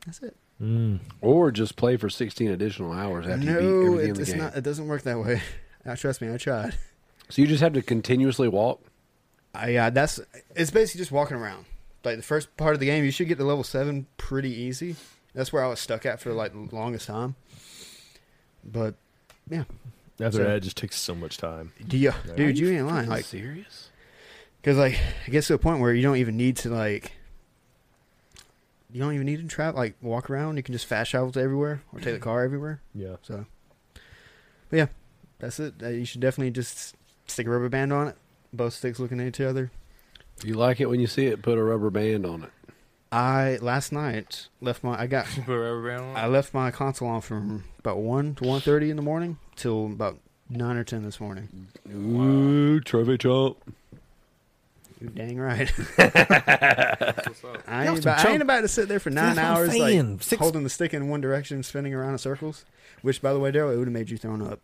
B: That's it.
A: Mm.
C: Or just play for 16 additional hours after you beat
B: No,
C: everything in
B: it,
C: the
B: it's
C: game.
B: not. It doesn't work that way. Now, trust me, I tried.
C: So you just have to continuously walk.
B: I, yeah, that's it's basically just walking around. Like the first part of the game, you should get to level seven pretty easy. That's where I was stuck at for like the longest time. But
A: After
B: So-
A: that, it just takes so much time.
B: do you,
A: Are
B: dude, you ain't lying. Like,
C: serious?
B: because like it gets to a point where you don't even need to like, you don't even need to travel. Like walk around, you can just fast travel to everywhere or take the car everywhere.
A: Yeah.
B: So, but yeah, that's it. Uh, you should definitely just stick a rubber band on it. Both sticks looking at each other.
C: If you like it when you see it, put a rubber band on it.
B: I last night left my I got
D: Put a rubber band on.
B: I left my console on from about one to one thirty in the morning till about nine or ten this morning.
C: Ooh, trophy chomp.
B: You dang right.
D: What's up?
B: I
A: Y'all
B: ain't,
A: some
B: about, I
A: chump-
B: ain't about to sit there for nine
A: what I'm
B: hours
A: saying.
B: like
A: Six-
B: holding the stick in one direction, spinning around in circles. Which, by the way, Daryl, it would have made you thrown up.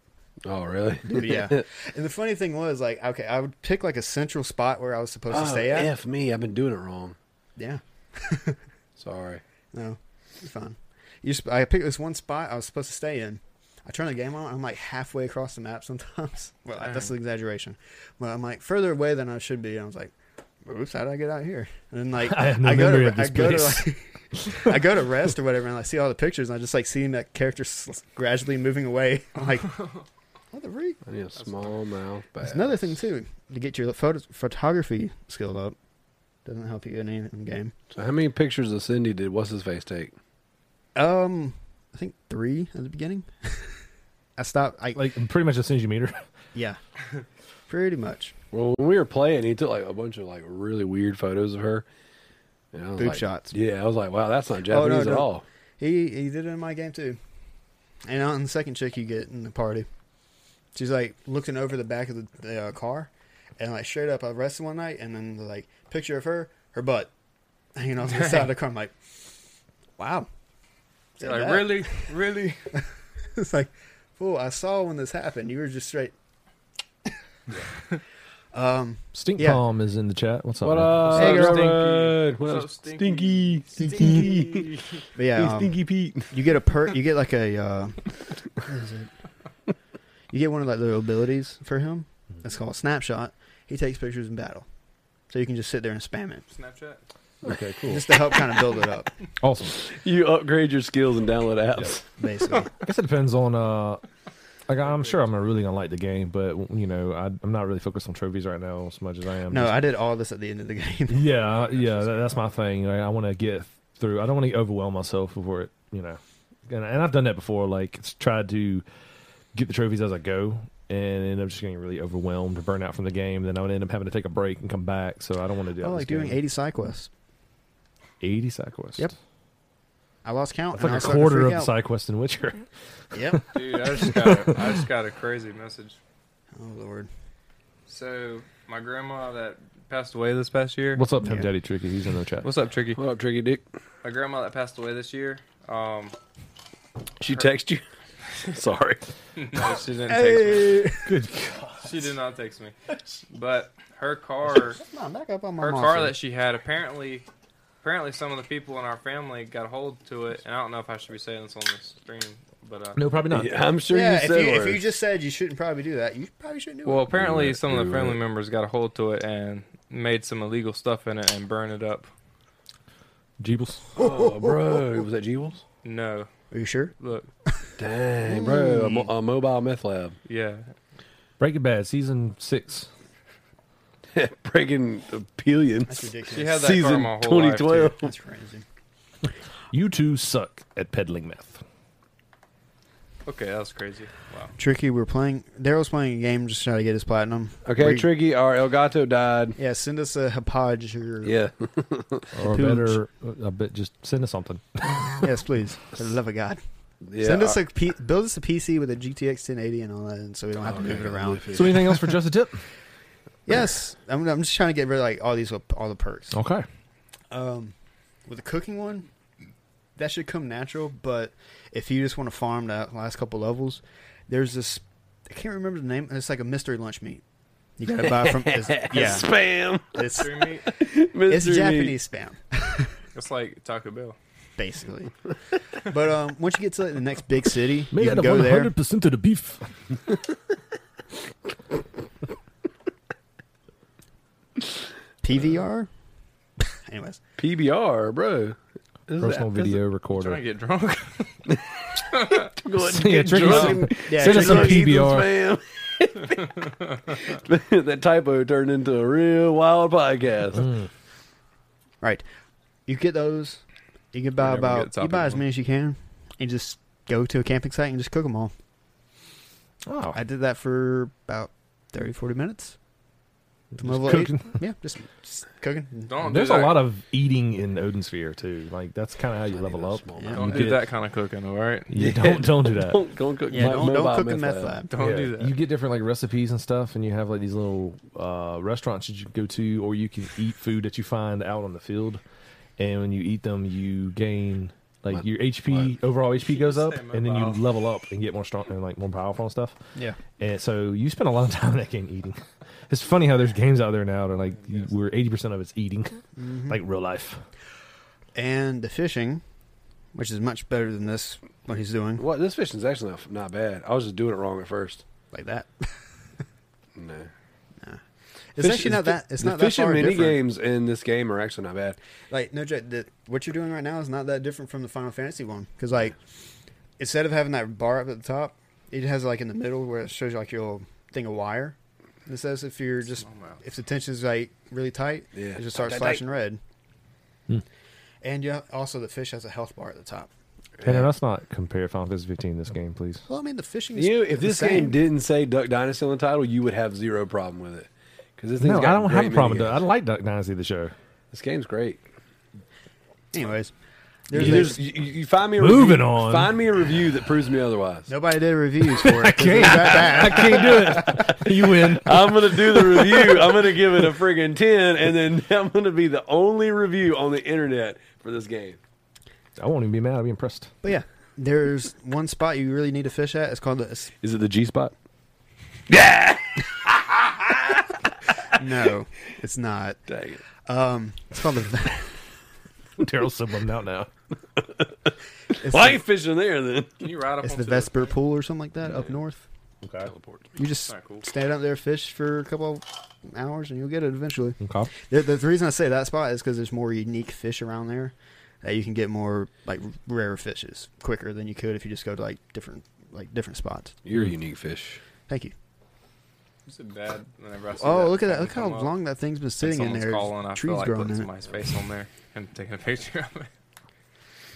C: Oh, really?
B: yeah. And the funny thing was, like, okay, I would pick like a central spot where I was supposed
C: Oh,
B: to stay at.
C: F me. I've been doing it wrong.
B: Yeah.
C: Sorry.
B: No, it's fine. You, sp- I picked this one spot I was supposed to stay in. I turn the game on. I'm like halfway across the map sometimes. well, that's an exaggeration. But I'm like further away than I should be. And I was like, "Oops, how did I get out here?" And then like
A: I have no
B: go
A: memory
B: to
A: of this
B: I go to like, I go to rest or whatever, and I see all the pictures, and I just like seeing that character s- gradually moving away. I'm like, what the freak?
C: I need a small mouth bag.
B: That's another thing too to get your photo- photography skill up. Doesn't help you in any in game.
C: So how many pictures of Cindy did What's His Face take?
B: Um, I think three at the beginning. I stopped. I
A: Like pretty much as soon as you meet her.
B: yeah, pretty much
C: Well, when we were playing, he took like a bunch of like really weird photos of her. And I was
B: boob
C: like-
B: shots. Oh,
C: Yeah, I was like, wow, that's not Japanese at
B: no.
C: all.
B: He he did it in my game too. And on the second chick you get in the party, she's like looking over the back of the, the uh, car, and like straight up, I rested one night, and then like picture of her, her butt hanging off the side of the car. I'm like, wow. Is it
D: Like,
B: that?
D: really? Really?
B: it's like, fool, I saw when this happened. You were just straight. um,
A: Stink
B: Yeah. uh,
A: Palm is in the chat. What's up?
C: What
A: man?
C: up,
D: Hey, girl.
C: Robert? What
D: What's
C: up,
D: up,
C: Stinky?
D: Stinky?
C: Stinky.
B: but yeah,
C: Hey,
B: um,
C: Stinky Pete.
B: you get a per you get like a uh what is it? you get one of like the abilities for him that's called snapshot he takes pictures in battle so you can just sit there and spam it
D: Snapchat.
A: Okay, cool.
B: just to help kind of build it up
A: awesome.
C: You upgrade your skills and download apps.
B: basically
A: I guess it depends on. uh like I'm sure I'm really gonna like the game, but you know I, I'm not really focused on trophies right now as much as I am.
B: no
A: just-
B: i did all this at the end of the game
A: yeah, uh, yeah, that, that's my thing. Like, I want to get through. I don't want to overwhelm myself before it, you know. And, and I've done that before. Like it's tried to get the trophies as I go, and end up just getting really overwhelmed and burnt out from the game. Then I would end up having to take a break and come back. So I don't want to do.
B: i
A: that
B: like
A: this
B: doing
A: game.
B: 80 side quests
A: eighty side quests.
B: Yep. i lost count
A: That's like
B: and
A: a
B: I was starting to
A: quarter of
B: freak
A: the
B: out.
A: side quests in Witcher.
B: yep
D: Dude, I just got a, I just got a crazy message.
B: oh lord
D: So my grandma that passed away this past year.
A: What's up, Pimp
B: Yeah.
A: Daddy Tricky? He's in the chat.
D: What's up, Tricky?
C: What up, Tricky Dick?
D: My grandma that passed away this year. Um,
C: She text you? Sorry.
D: no, she didn't text
B: hey
D: me. She did not text me. But her car,
B: Come on, back up on my
D: her
B: monster.
D: car that she had, apparently, apparently some of the people in our family got a hold to it. And I don't know if I should be saying this on the stream, but uh,
A: No, probably not.
C: Yeah, I'm sure
B: yeah,
C: you
B: if
C: said
B: you, if
C: words.
B: you just said you shouldn't probably do that, you probably shouldn't do
D: well,
B: it.
D: apparently
C: Right,
D: some of the
C: right.
D: family members got a hold to it and made some illegal stuff in it and burned it up.
A: Jeebles.
C: Oh, bro. Was that Jeebles?
D: No,
B: Are you sure?
D: look,
C: Dang, bro. A,
B: Mm.
C: mo- a mobile meth lab.
D: yeah,
A: Breaking Bad season six.
C: Breaking Pelion.
B: That's
D: she
B: ridiculous.
D: had that car
C: Season
D: my whole life.
C: 2012.
D: too.
B: That's crazy.
A: You two suck at peddling meth.
D: Okay, that was crazy. Wow.
B: Tricky, we were playing. Daryl's playing a game just trying to get his platinum.
C: Okay,
B: We-
C: Tricky, our Elgato died.
B: Yeah, send us a Hapaj or
C: Yeah.
A: Or
C: Pooch.
A: better, a bit. Just send us something.
B: yes, please. For the love of God,
C: yeah.
B: send us a P- build us a PC with a GTX 1080 and all that, and so we don't
C: Oh,
B: have to move it around.
A: So anything else for just a tip?
B: Yes, I'm, I'm just trying to get rid of like all these all the
C: Oh.
B: perks.
A: Okay.
B: Um, with the cooking one, that should come natural. But if you just want to farm that last couple levels, there's this. I can't remember the name. It's like a mystery lunch meat. You gotta buy from. It's, yeah,
C: Spam.
B: it's
D: Stream meat.
B: it's
C: Mystery meat.
B: Japanese spam.
D: It's like Taco Bell.
B: basically. but um, once you get to like, the next big city,
A: Made
B: you
A: out
B: can
A: of
B: go
A: one
B: there.
A: hundred percent of the beef.
B: PVR. Anyways,
C: PBR, bro. This is-
A: Personal
C: this is-
A: video
D: Trying to
A: recorder.
D: get drunk.
C: Go ahead and
A: Yeah,
C: get
A: Tricky
C: drunk
A: said-
C: and-
B: yeah,
A: Send us some
C: Drunk, eat
A: PBR.
C: spam. that typo turned into a real wild podcast.
A: Mm.
B: right. You get those. You can
D: Whenever
B: buy
D: we get
B: about
D: the
B: you buy as
D: topic
B: many as you can, and just go to a camping site and just cook them all.
A: Oh,
B: I did that for about 30, 40 minutes. From
A: Just
B: level
A: cooking.
B: eight, yeah, just, just cooking.
D: Don't
A: There's
D: do
A: a
D: that.
A: lot of eating in Odin Sphere too. Like that's kind of how you level up.
B: Yeah.
D: Don't
A: You
D: do
A: get-
D: that kind of cooking, all right?
A: You don't don't do that.
C: Don't, don't cook.
B: Yeah,
C: my
B: don't,
C: mobile
B: don't cook in meth
C: lab.
B: lab.
D: Don't
A: Yeah,
D: do that.
A: You get different like recipes and stuff, and you have like these little uh, restaurants that you can go to, or you can eat food that you find out on the field. And when you eat them, you gain like
C: What?
A: your HP overall HP goes up,
D: Stay
A: and then you
D: mobile.
A: level up and get more strong and like more powerful and stuff.
B: Yeah,
A: And so you spend a lot of time in that game eating. It's funny how there's games out there now that like you,
D: Yes.
A: where eighty percent of it's eating,
B: Mhm.
A: like real life.
B: and the fishing, which is much better than this. What he's doing,
C: What? This fishing's actually not, not bad. I was just doing it wrong at first.
B: like that.
C: No.
B: It's
C: Fish-
B: actually not
C: the-
B: that. It's
C: the
B: not that
C: fishing
B: far
C: mini
B: different.
C: games in this game are actually not bad.
B: Like no joke, the, what you're doing right now is not that different from the Final Fantasy one because like instead of having that bar up at the top, it has like in the middle where it shows you like your little thing of wire. And it says if you're just if the tension's like really tight,
C: Yeah.
B: it just starts
C: Tight, tight,
B: flashing red.
A: Hmm.
B: And yeah, also the fish has a health bar at the top.
A: Tanner, let's not compare Final Fantasy 15 this game, please.
B: Well, I mean, the fishing. Is
C: You, if
B: the
C: this
B: same.
C: game didn't say Duck Dynasty on the title, you would have zero problem with it. Because this thing's
A: No,
C: got
A: I don't have a
C: great
A: problem with
C: minigames.
A: that. I like Duck Dynasty, the show.
C: This game's great.
B: anyways,
C: You,
B: there's,
C: there's- you- you- you find me a
A: Moving
C: review-
A: on.
C: Find me a review that proves me otherwise.
B: nobody did reviews for it. I
A: can't. I can't do it. You win.
C: I'm gonna do the review. I'm gonna give it a friggin' ten, and then I'm gonna be the only review on the internet for this game.
A: I won't even be mad. I'll be impressed.
B: But yeah, there's one spot you really need to fish at. It's called the
C: Is it the G spot?
B: no, it's not.
C: Dang it!
B: Um, it's called the.
A: Daryl's so bummed out now.
B: It's,
C: Why
B: the,
C: fishing there then?
D: Can you ride up
B: it's
D: onto
B: the Vesper Pool or something like that up north.
A: Okay.
C: Teleport.
B: You just
D: Alright, cool.
B: stand out there, fish for a couple hours, and you'll get it eventually.
A: Okay.
B: The, the reason I say that spot is because there's more unique fish around there that you can get more like rare fishes quicker than you could if you just go to like different like different spots.
C: You're a unique fish.
B: Thank you.
D: It's a bad whenever I see
B: Oh, look at that! Look
D: come
B: how
D: up.
B: long that thing's been
D: When
B: sitting in
D: someone's
B: there.
D: Calling, I feel
B: Trees
D: like
B: growing in
D: putting
B: it.
D: somebody's face on there and taking a picture of it.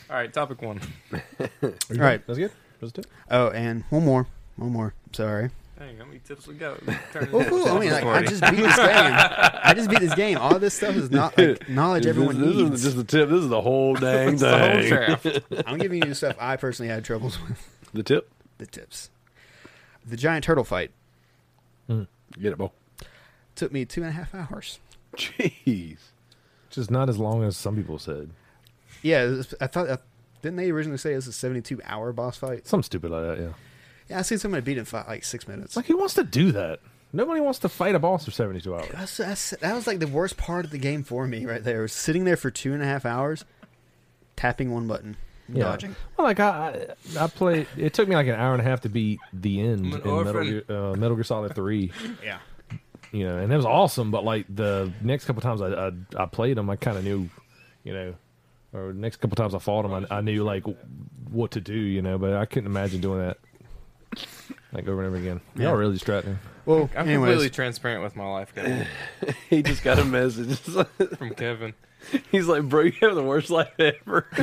D: All right, topic one.
B: All right.
A: That's good. That's good.
B: Oh, and one more, one more. Sorry.
D: Dang, how many tips we got? We turned
B: Well,
D: it
B: cool. I mean,
D: into
B: like,
D: a
B: I
D: party.
B: just beat this game. I just beat this game. All this stuff is not like knowledge
C: This-
B: everyone
C: this,
B: needs.
C: is just the tip. This is the whole dang
D: It's the whole
C: thing.
D: draft.
B: I'm giving you stuff I personally had troubles with.
C: The tip.
B: The tips. The giant turtle fight
C: Get it, Bo.
B: took me two and a half hours.
C: Jeez.
A: Just not as long as some people said.
B: Yeah, it was- I thought. I, didn't they originally say it was a 72 hour boss fight?
A: Something stupid like that, yeah.
B: Yeah, I seen somebody beat it in five, like six minutes.
A: It's like, who wants to do that? Nobody wants to fight a boss for 72 hours.
B: That's, that's, that was like the worst part of the game for me right there. Was sitting there for two and a half hours, tapping one button, dodging.
A: Well, like I, I, I played. It took me like an hour and a half to beat the end
D: I'm an
A: in Metal
D: orphan.
A: Gear, uh, Metal Gear Solid Three.
B: Yeah.
A: You know, and it was awesome. But like the next couple times I, I, I played them, I kind of knew, you know, or next couple times I fought them, I, I knew like what to do, you know. But I couldn't imagine doing that like over and over again.
B: Yeah.
A: Y'all really distracting.
B: Well,
D: I'm
B: anyways,
D: completely transparent with my life, guys.
C: He just got a message.
D: From Kevin,
C: He's like, bro, you have the worst life ever.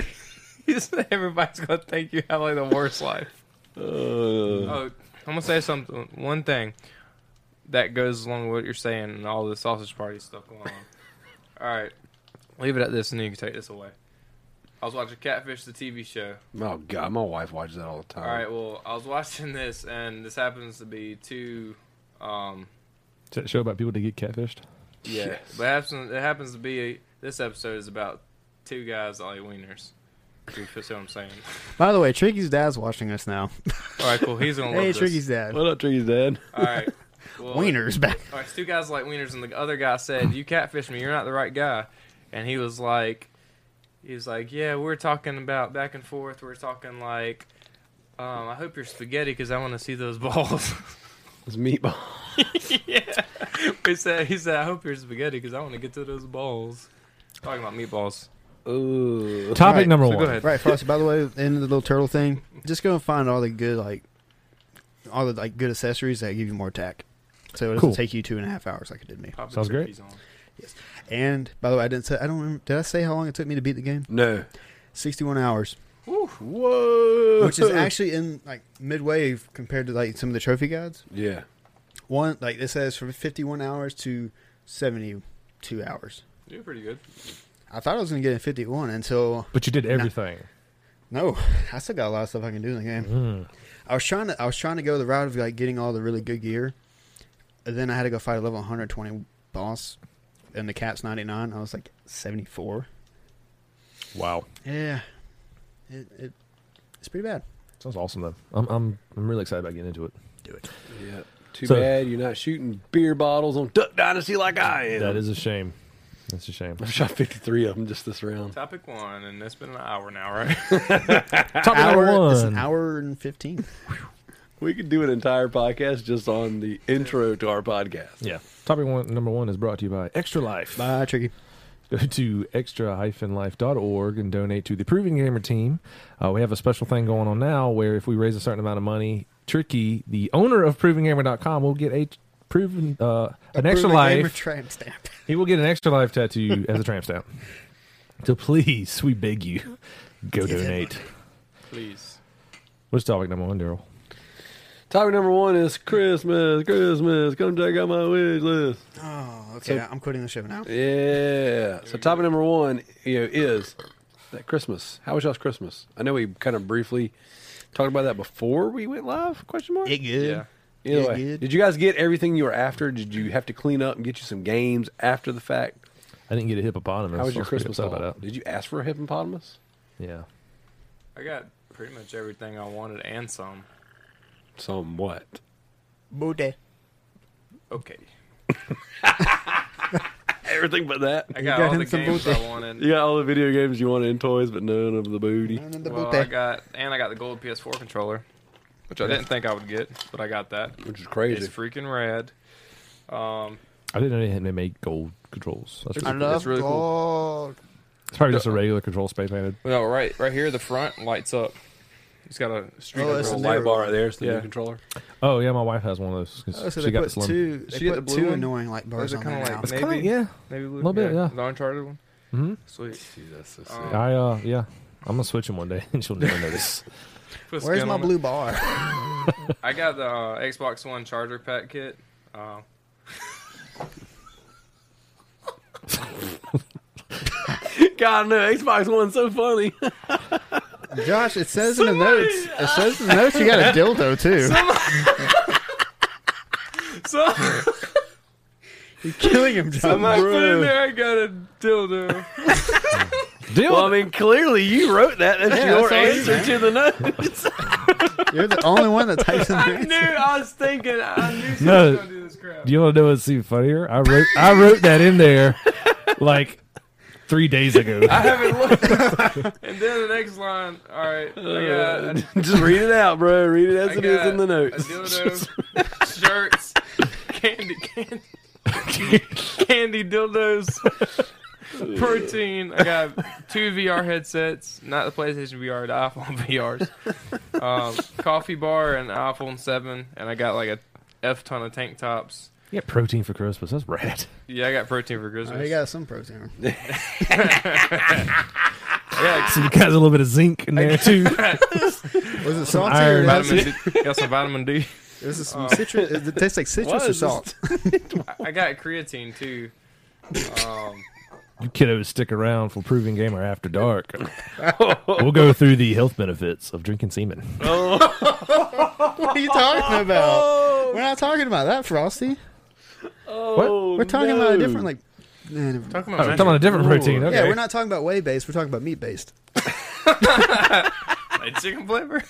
D: He said everybody's gonna think you have like the worst life.
C: Uh,
D: Oh, I'm gonna say something. One thing that goes along with what you're saying and all the sausage party stuff going on. all right, leave it at this, and then you can take this away. I was watching Catfish, the TV show.
C: oh god, my wife watches that all the time.
D: All right, well, I was watching this, and this happens to be two. Um,
A: Is that a show about people that get catfished?
D: yeah,
C: Yes.
D: but it happens, it happens to be this episode is about two guys that like wieners. If you see what I'm saying?
B: by the way, Tricky's dad's watching us now.
D: All right, cool. He's gonna love
B: hey,
D: this.
B: Tricky's dad.
C: What up, Tricky's dad?
D: All right, well,
B: Wiener's back.
D: All right, it's two guys like wieners, and the other guy said, "You catfish me. You're not the right guy." And he was like, he was like, "Yeah, we we're talking about back and forth. We We're talking like, um, I hope you're spaghetti because I want to see those balls."
C: It's meatball.
D: yeah, he said, he said, "I hope you're spaghetti because I want to get to those balls." Talking about meatballs.
C: Ooh.
A: Topic
B: Right,
A: number
D: so
A: one.
D: go ahead.
B: Right, Frosty. By the way, in the little turtle thing, just go and find all the good like all the like good accessories that give you more attack. So it doesn't
A: Cool.
B: take you two and a half hours like it did me.
D: Pop the
A: Sounds great.
D: turkeys on.
B: And by the way, I didn't say I don't remember, did I say how long it took me to beat the game?
C: No.
B: Sixty one hours,
C: Whoa.
B: which is actually in like midway compared to like some of the trophy guides.
C: Yeah.
B: One like this says from fifty one hours to seventy two hours.
D: You're pretty good.
B: I thought I was gonna get in fifty one until
A: But you did everything.
B: No, I still got a lot of stuff I can do in the game.
A: Mm.
B: I was trying to I was trying to go the route of like getting all the really good gear, and then I had to go fight a level 120 boss, and the cat's 99. I was like 74.
A: Wow,
B: Yeah, it, it it's pretty bad.
A: sounds awesome though. I'm I'm I'm really excited about getting into it.
B: Do it.
C: Yeah. Too
A: So-
C: bad you're not shooting beer bottles on Duck Dynasty like I am.
A: That is a shame. That's a shame.
C: I've shot 53 of them just this round.
D: Topic one, and it's been an hour now, right?
A: Topic number
B: Hour,
A: one.
B: it's an hour and 15.
C: We could do an entire podcast just on the intro to our podcast.
A: Yeah. Topic one, number one is brought to you by Extra Life.
B: Bye, tricky.
A: Go to extra-life.org and donate to the Proving Gamer team. Uh, we have a special thing going on now where if we raise a certain amount of money, Tricky, the owner of ProvingGamer.com, will get a proven uh, an extra
B: Approve the gamer
A: life.
B: tramp stamp.
A: he will get an extra life tattoo as a tramp stamp. So please, we beg you, go
B: Give him
A: donate.
D: Please.
A: What's topic number one, Daryl?
C: Topic number one is Christmas, Christmas. Come check out my wish list.
B: Oh, okay. I'm quitting the show now.
D: Uh,
C: Yeah. So topic number one, you know, is that Christmas. How was y'all's Christmas? I know we kind of briefly talked about that before we went live. Question mark.
B: It good.
D: Yeah.
C: Either
B: it
C: way,
B: good.
C: did you guys get everything you were after? Did you have to clean up and get you some games after the fact?
A: I didn't get a hippopotamus.
C: How was your
A: I pretty
C: Christmas?
A: upset
C: haul?
A: about that?
C: Did you ask for a hippopotamus?
A: Yeah.
D: I got pretty much everything I wanted and some.
C: Somewhat.
B: Booty.
D: Okay.
C: Everything but that.
D: I got,
B: got
D: all
B: him
D: the
B: some
D: games
B: booty.
D: I wanted.
C: You got all the video games you wanted in toys, but none of the booty.
B: None of the
D: well,
B: booty.
D: I got and I got the gold PS4 controller, which I didn't think I would get, but I got that.
C: Which is crazy.
D: It's freaking rad. Um,
A: I didn't know they had they made gold controls. That's
D: It's
A: really
B: I
A: cool.
B: love
D: it's really
B: gold.
A: It's probably just a regular control space painted.
D: well, right, right here, the front lights up. It's got a street.
B: Oh, that's
D: control.
C: Little
B: a new-
C: light bar right there. It's the new
D: Yeah.
C: controller.
A: Oh yeah, my wife has one of those. 'cause
B: Oh, so
A: she
B: they
A: got the
B: put
A: slim.
B: two.
D: She
B: They
D: got
B: put
D: the
B: two
D: blue one?
B: annoying light bars
D: Those are
B: on there
D: kinda
B: now.
D: like-
A: It's kinda-
D: maybe.
A: yeah.
D: Maybe a
A: Little bit, yeah.
D: The Uncharted one.
A: Mhm.
D: Sweet. Um,
A: I uh yeah. I'm gonna switch them one day and she'll never notice.
D: Put a
B: Where's
D: skin
B: my
D: on it.
B: blue bar?
D: I got the uh, Xbox One charger pack kit. Uh,
C: God, no, Xbox One's so funny.
B: Josh, it says in the notes. It says in the notes you got a dildo too.
D: so
B: You're killing him, Josh.
D: I put
C: Bruh.
D: in there. I got a dildo.
A: Deal.
C: Well, I mean, clearly you wrote that. That's
B: Yeah,
C: your
B: that's all you
C: answer to the notes.
B: You're the only one that types in
D: I
B: there.
D: knew. I was thinking. I knew she
A: No.
D: was gonna do this crap.
A: Do you want to know what's even funnier? I wrote I wrote that in there like three days ago.
D: I haven't looked. and then the next line. All right. I got. a-
C: Just read it out, bro. Read it as
D: I
C: it is
D: got
C: in the
D: A
C: notes.
D: dildo, shirts, candy, candy, candy dildos, protein. I got two VR headsets, not the PlayStation VR, the iPhone VRs, um, coffee bar, and iPhone Seven, and I got like a f ton of tank tops.
A: yeah, protein for Christmas. That's rad.
D: Yeah, I got protein for
B: Oh,
D: Christmas.
B: you got some protein.
D: yeah,
A: So you guys a little bit of zinc in there too.
B: Was
A: Some
B: it salty
A: iron.
B: or was it,
D: vitamin D, got some vitamin D.
B: was it some citrus? It tastes like citrus
C: Why
B: or
C: is this-
B: salt.
D: I- I got creatine too. Um,
A: You kiddos stick around for Proving Gamer After Dark. we'll go through the health benefits of drinking semen.
B: What are you
D: Oh.
B: talking about? We're not talking about that, Frosty.
C: Oh,
B: We're talking about a different like. eh, never mind.
D: talking
A: Oh,
D: about
A: we're talking about a different protein. Okay.
B: Yeah, we're not talking about whey based. We're talking about meat based.
D: like chicken flavor,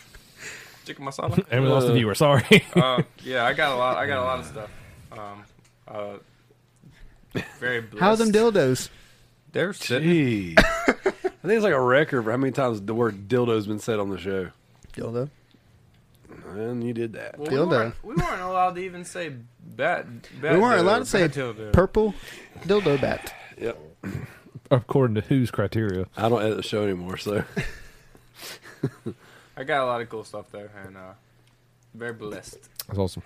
D: chicken masala.
A: and we lost a
C: Uh,
A: viewer. Sorry.
D: uh, yeah, I got a lot. I got a lot of stuff. Um, uh, very blessed.
B: How are them dildos?
D: They're sitting.
C: Jeez. I think it's like a record for how many times the word dildo's been said on the show.
B: Dildo.
C: And you did that.
D: Well, we,
B: Dildo.
D: weren't, we weren't allowed to even say bat. bat
B: We weren't allowed to
D: dildo,
B: say
D: bat dildo.
B: purple dildo bat.
C: Yep.
A: According to whose criteria?
C: I don't edit the show anymore, so
D: I got a lot of cool stuff there, and uh, very blessed.
A: That's awesome.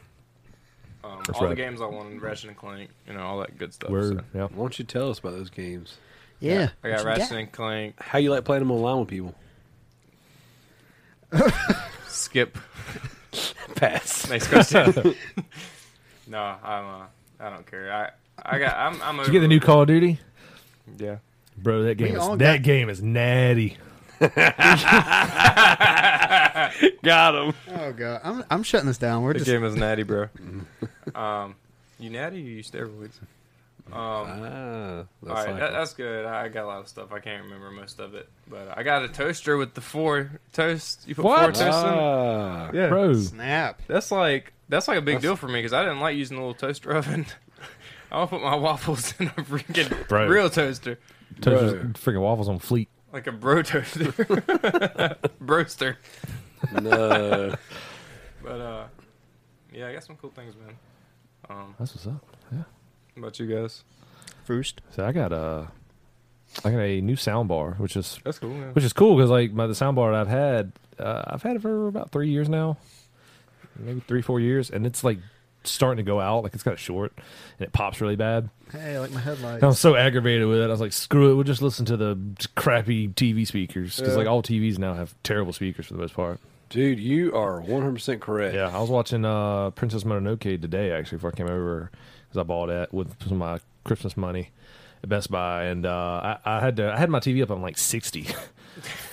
D: Um,
A: That's
D: all
A: right.
D: the games I wanted, Ratchet and Clank, you know, all that good stuff.
A: Word.
D: so.
A: Yeah.
C: why don't you tell us about those games?
B: Yeah.
D: I got
B: What you
D: Ratchet and Clank.
C: How you like playing them online with people?
D: Skip.
C: Pass.
D: Next question. no, I'm. Uh, I don't care. I. I got. I'm. I'm
A: Did you get the new Call of Duty?
D: Yeah.
A: Bro, that game is
B: all
A: that
B: got-
A: game is natty.
C: Got him.
B: Oh god, I'm I'm shutting this down. We're
D: The
B: just
D: game is natty, bro. um, you natty? Or you steroids? Um,
C: Ah,
D: all right, that, that's good. I got a lot of stuff. I can't remember most of it, but I got a toaster with the four toast. You put four
A: What?
D: toasts in. it.
C: Ah.
D: Yeah,
A: Bro.
B: snap.
D: that's like that's like a big deal for me because I didn't like using the little toaster oven. I don't put my waffles in a freaking
A: Bro.
D: real toaster,
A: Toasters
C: Bro.
A: freaking waffles on fleet.
D: like a bro toaster, broaster.
C: No.
D: But uh, yeah, I got some cool things, man. Um,
A: That's what's up. Yeah.
D: what about you guys?
B: First,
A: So I got a I got a new sound bar, which is
D: That's cool. Man.
A: which is cool because like my, the sound bar I've had, uh, I've had it for about three years now, maybe three four years, and it's like starting to go out, like it's kind of short, and it pops really bad.
B: Hey, I like my headlights.
A: And I was so aggravated with it. I was like, screw it. We'll just listen to the crappy TV speakers because
C: Yeah.
A: like all TVs now have terrible speakers for the most part.
C: Dude, you are 100% correct.
A: Yeah, I was watching uh, Princess Mononoke today actually before I came over because I bought it with some of my Christmas money at Best Buy, and uh, I, I had to I had my TV up on like sixty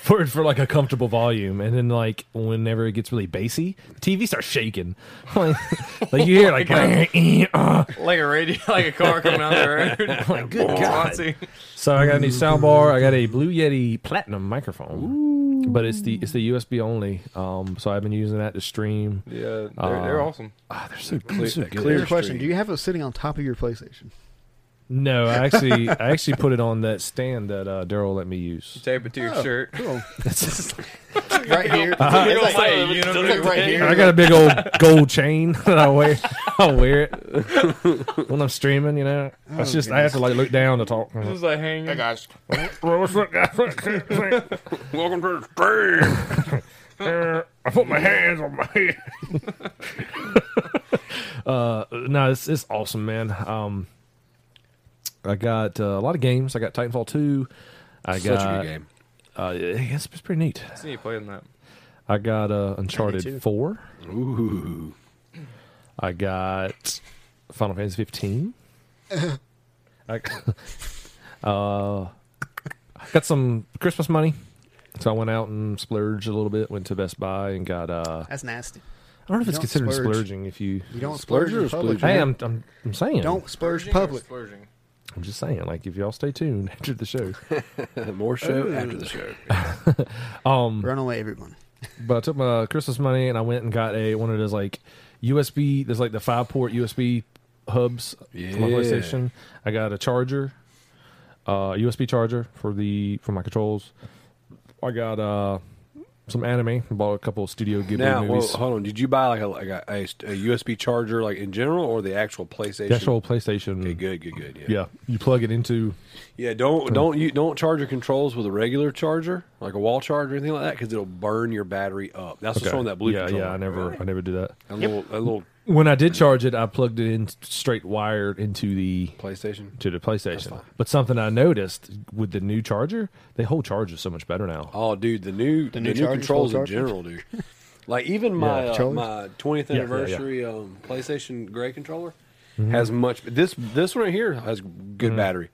A: for for like a comfortable volume, and then like whenever it gets really bassy, the TV starts shaking. Like, like you hear like eh, uh,
D: Like a radio, like a car coming out the road. like good
A: God. So I got a new sound bar. I got a Blue Yeti Platinum microphone, but it's the it's the USB only. Um, so I've been using that to stream.
D: Yeah, they're, they're
A: Uh,
D: awesome.
A: Ah, they're so,
C: Clear-
A: so good.
C: clear
B: Here's a question:
C: stream.
B: Do you have it sitting on top of your PlayStation?
A: No, I actually I actually put it on that stand that uh, Daryl let me use.
D: Tape it to your
B: Oh,
D: shirt.
B: Cool. right here.
D: Uh-huh.
B: It's like-
D: Hey, you
B: it's
D: know
B: like right here.
A: I got a big old gold chain that I wear. I wear it when I'm streaming. You know,
C: Oh,
A: it's just I have to like look down to talk.
D: It was like hanging.
E: Hey guys,
A: Well, what's up, guys?
C: Welcome to the stream.
A: Uh, I put my hands on my head. uh, no, it's, it's awesome, man. Um, I got uh, a lot of games. I got Titanfall two. I
C: Such
A: got
C: a good game.
A: Uh, yeah, it's, it's pretty neat.
D: See you playing that.
A: I got uh,
B: too.
A: Uncharted four.
C: Ooh.
A: I got Final Fantasy fifteen. I uh, got some Christmas money, so I went out and splurged a little bit. Went to Best Buy and got. Uh,
B: That's nasty.
A: I don't know if it's
B: Don't
A: considered
B: splurge.
A: splurging if you
B: You don't
C: Splurge
B: splurge
C: or
B: in public.
C: splooge?
A: Hey,
B: man.
A: I'm, I'm I'm saying
B: don't splurge
D: Splurging or
B: public.
D: Splurging.
A: I'm just saying, like if y'all stay tuned after the show.
C: More show after the show.
B: Run away, everyone.
A: but I took my Christmas money and I went and got a one of those like USB. There's like the five port USB hubs for my
C: Yeah.
A: PlayStation. I got a charger, uh, USB charger for the for my controls. I got uh some anime. I bought a couple of Studio Ghibli
C: Now, well,
A: movies.
C: hold on. Did you buy like a like a, a, a USB charger like in general or the actual PlayStation?
A: the actual PlayStation.
C: Okay, good, good, good. Yeah.
A: Yeah, you plug it into.
C: Yeah, don't don't you don't charge your controls with a regular charger, like a wall charger or anything like that, because it'll burn your battery up. That's what's
A: Okay.
C: wrong with that blue
A: yeah,
C: controller.
A: yeah. I never, I never do that.
C: a little a little
A: When I did charge it, I plugged it in straight wired into the
C: PlayStation.
A: to the PlayStation. But something I noticed with the new charger, the whole charger is so much better now.
C: Oh, dude, the new the,
B: new
C: new,
B: chargers,
C: controls
B: full
C: in
B: chargers?
C: general, dude. Like even my uh,
B: controllers?
C: my twentieth
A: yeah, Mm-hmm. yeah.
C: anniversary Um, PlayStation Gray controller has much. This this one right here has good
A: Mm-hmm.
C: battery.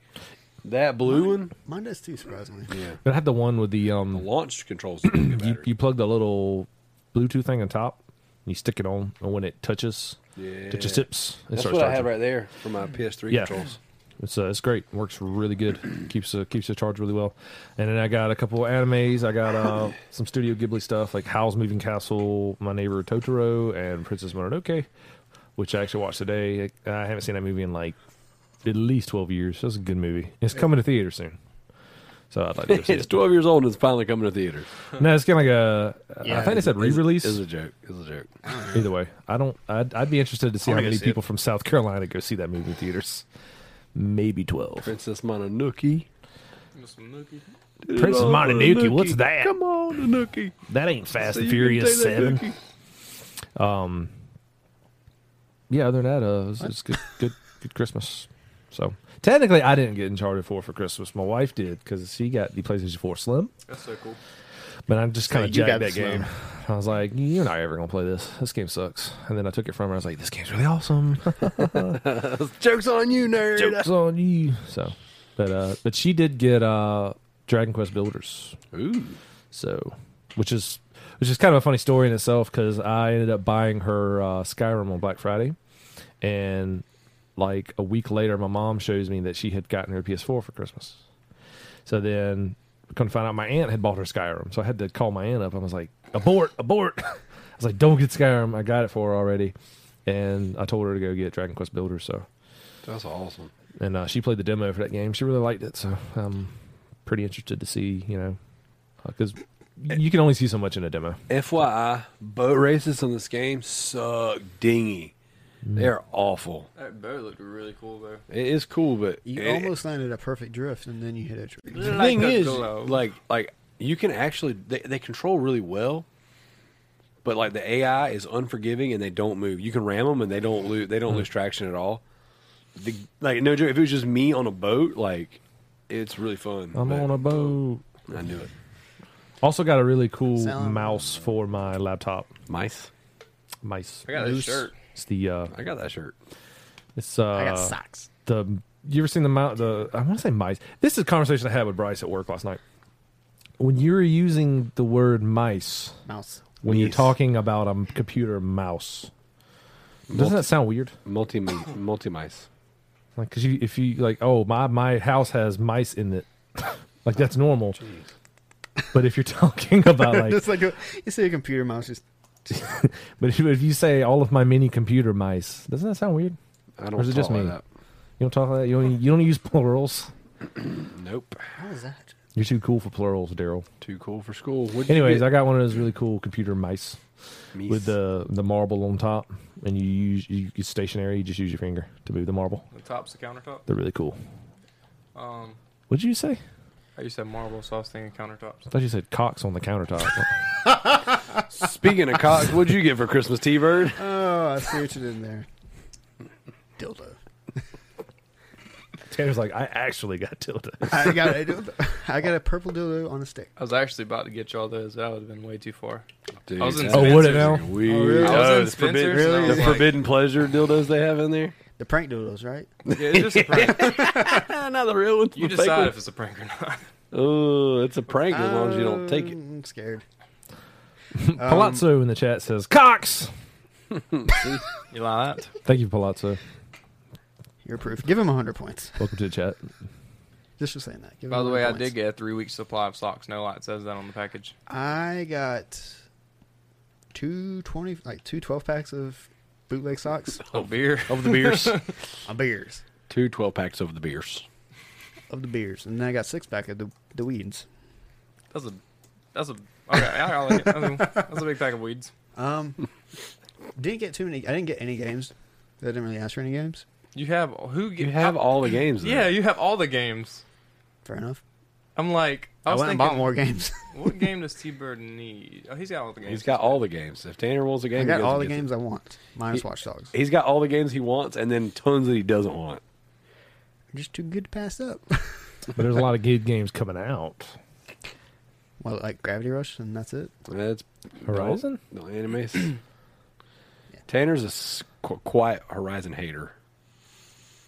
C: That blue one
B: Mine does too, surprisingly.
A: But I had the one with the um,
C: launch controls. have Good
A: you,
C: battery.
A: you plug the little Bluetooth thing on top, and you stick it on, and when it touches, touches
C: Yeah.
A: tips, it
C: That's
A: starts
C: what I
A: charging.
C: have right there for my PS3
A: Yeah.
C: controls.
A: It's uh, it's great. Works really good. keeps uh, keeps the charge really well. And then I got a couple of animes. I got uh, some Studio Ghibli stuff like Howl's Moving Castle, My Neighbor Totoro, and Princess Mononoke, which I actually watched today. I haven't seen that movie in like at least twelve years. That's a good movie. It's coming to theater soon. So I'd like to go see
C: it's
A: it.
C: twelve years old and it's finally coming to theaters.
A: No, it's kind of like a. I
B: Yeah,
A: think they said re-release.
C: Is a joke. Is a joke.
A: Either way, I don't. I'd, I'd be interested to see
D: I
A: how
D: wanna go
A: many
D: see it.
A: people from South Carolina go see that movie in theaters. Maybe twelve.
C: Princess Mononoke.
A: Princess Mononoke, what's that?
C: Oh, Come on, Mononoke.
A: That ain't Fast
C: So
A: and
C: you can
A: Furious
C: say that,
A: Seven.
C: Nookie.
A: Yeah, other than that, uh, it's, it's good, good, good Christmas. So technically, I didn't get Uncharted Four for Christmas. My wife did because she got the PlayStation Four Slim,
D: That's so cool.
A: but I just kind of
B: you
A: jacked
B: got
A: that
B: the Slim.
A: game. I was like, "You're not ever gonna play this. This game sucks." And then I took it from her. I was like, "This game's really awesome."
C: Jokes on you, nerd.
A: Jokes on you. So, but uh, but she did get uh, Dragon Quest Builders.
C: Ooh.
A: So, which is which is kind of a funny story in itself because I ended up buying her uh, Skyrim on Black Friday, and like a week later, my mom shows me that she had gotten her PS4 for Christmas. So then, come to find out, my aunt had bought her Skyrim. So I had to call my aunt up. I was like, "Abort! Abort!" I was like, "Don't get Skyrim. I got it for her already." And I told her to go get Dragon Quest Builders. So,
C: That's awesome.
A: and uh, she played the demo for that game. She really liked it, so I'm pretty interested to see, you know, because you can only see so much in a demo.
C: FYI, boat races on this game suck dingy. They're awful.
D: That bow looked really cool though.
C: It is cool, but
B: You
C: it-
B: almost landed a perfect drift, and then you hit a tree.
C: the
D: like
C: thing
D: a
C: is,
D: glow.
C: like, like you can actually they, they control really well, but like the AI is unforgiving and they don't move. You can ram them and they don't lose. They
D: Hmm.
C: don't lose traction at all. The, like no joke. If it was just me on a boat, like it's really fun.
A: I'm
C: but
A: on a boat.
C: I knew it.
A: Also got a really cool
B: Sound.
A: mouse for my laptop.
C: Mice.
A: Mice.
D: I got this
B: Moose.
D: shirt.
A: It's the uh,
C: I got that shirt.
A: it's uh,
B: I got socks.
A: the you ever seen the mount the I want to say mice. This is a conversation I had with Bryce at work last night. When you're using the word mice
B: Mouse.
A: when you're
C: Mice.
A: talking about a m- computer mouse, doesn't that sound weird?
C: Multi multi mice.
A: Like, cause you if you like, oh my my house has mice in it, like that's normal. But if you're talking about like,
B: It's like a, you see a computer mouse. Just
A: but if, if you say all of my mini computer mice, doesn't that sound weird?
C: I don't.
A: Or is it
C: talk
A: just
C: like
A: me?
C: That.
A: You don't talk like that. You don't, you don't use plurals.
C: Nope.
B: what is that?
A: You're too cool for plurals, Daryl.
C: Too cool for school. What'd you
A: Anyways,
C: get?
A: I got one of those really cool computer mice
C: Mice.
A: with the the marble on top, and you use you it's stationary. You just use your finger to move the marble.
D: The top's the countertop.
A: They're really cool.
D: Um,
A: What did you say?
D: I used to have marble, so I was thinking countertops.
A: I thought you said cocks on the countertop.
C: Speaking of cocks, what'd you get for Christmas, T Bird?
B: Oh, I see what you did there. Dildo.
A: Tanner's like, I actually got tilted.
B: I got a dildo. I got a purple dildo on a stick.
D: I was actually about to get y'all those. That would have been way too far.
C: Dude,
D: I was in
C: that-
A: Oh, would it
D: Spencer's.
A: now?
C: We,
B: Oh, really?
D: I was in
C: the forbidden,
D: Spencer's and I
B: really?
C: the
D: was like-
C: forbidden pleasure dildos they have in there.
B: The prank dildos, right?
D: Yeah, it's just a prank.
C: not the real ones.
D: You
C: the fake
D: decide
C: ones.
D: if it's a prank or not.
C: Oh, it's a prank as long as you don't take it.
D: Um,
B: I'm Um, scared.
A: Palazzo in the chat says cocks.
D: You lied.
A: Thank you, Palazzo.
B: You're proof. Give him 100 points.
A: Welcome to the chat.
B: Just for saying that. Give him
D: By the way,
B: 100
D: I
B: points.
D: did get a three week supply of socks. No lie, it says that on the package.
B: I got two twenty, like two twelve packs of bootleg socks
D: Oh, beer.
C: Of the beers.
B: of beers,
C: Two 12 packs of the beers.
B: of the beers, and then I got six pack of the the weeds.
D: That's a. That's a. Okay, I I like it. That's a, that's a big pack of weeds.
B: Um, didn't get too many. I didn't get any games. I didn't really ask for any games.
D: You have who?
C: You have all the games.
D: Yeah,
C: There.
D: you have all the games.
B: Fair enough.
D: I'm like,
B: I,
D: I was
B: went and
D: thinking,
B: bought more games.
D: what game does T Bird need? Oh, he's got all the games.
C: He's got all the games. If Tanner wants a game,
B: I
C: he
B: got
C: goes
B: all
C: and
B: the
C: gets it.
B: games I want, minus
C: He-
B: Watch Dogs.
C: He's got all the games he wants and then tons that he doesn't want.
B: I'm just too good to pass up.
A: But there's a lot of good games coming out.
B: well, like Gravity Rush, and that's it.
C: That's
A: Horizon?
C: No, no animes. Tanner's a s- qu- quiet Horizon hater.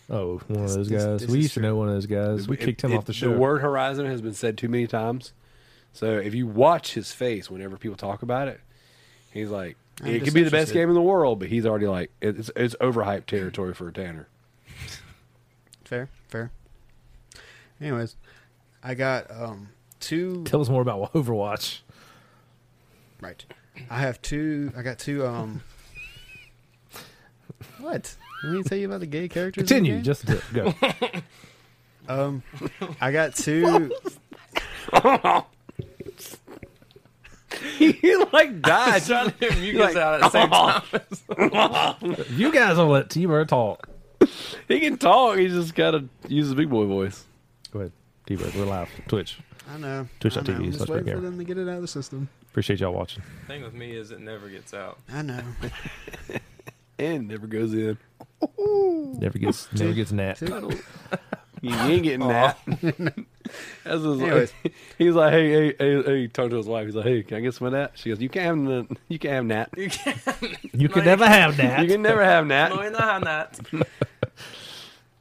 A: Oh, one of those
B: this-
A: guys.
B: this
A: we
B: is
A: used to
B: true.
A: know one of those guys. We
C: It-
A: kicked him
C: it-
A: off the show.
C: The word Horizon has been said too many times. So if you watch his face whenever people talk about it, he's like,
B: I'm
C: it could be the best
B: disinterested.
C: game in the world, but he's already like, it- it's it's overhyped territory for Tanner.
B: Fair, fair. Anyways, I got um two.
A: Tell us more about Overwatch.
B: Right. I have two. I got two. Um. what? Let me tell you about the gay characters. in the
A: Continue.
B: game?
A: Just do it. go.
B: Um, I got two.
C: he like died.
D: Trying to get mucus
C: Like,
D: out at the same time.
A: you guys will let T Bird talk.
C: he can talk. He's just gotta use his big boy voice.
A: Go ahead. T Bird, we're live. Twitch.
B: I know.
A: Twitch
B: I know.
A: dot TV
B: I'm
A: slash
B: just waiting
A: Big
B: for
A: Gamer.
B: them to get it out of the system.
A: Appreciate y'all watching.
D: thing with me is it never gets out.
B: I know.
C: And never goes in.
A: Never gets never gets napped.
B: Two.
C: You ain't getting that. That's his-
B: Anyways.
C: he's like, hey, hey, hey, hey, talking to his wife. He's like, hey, can I get some of that? She goes, you can't have none. You can't have that.
D: You can't.
A: You
D: No,
A: can
D: you
A: never have
C: You
A: that.
C: can never have
D: No,
C: that.
D: you're not having that.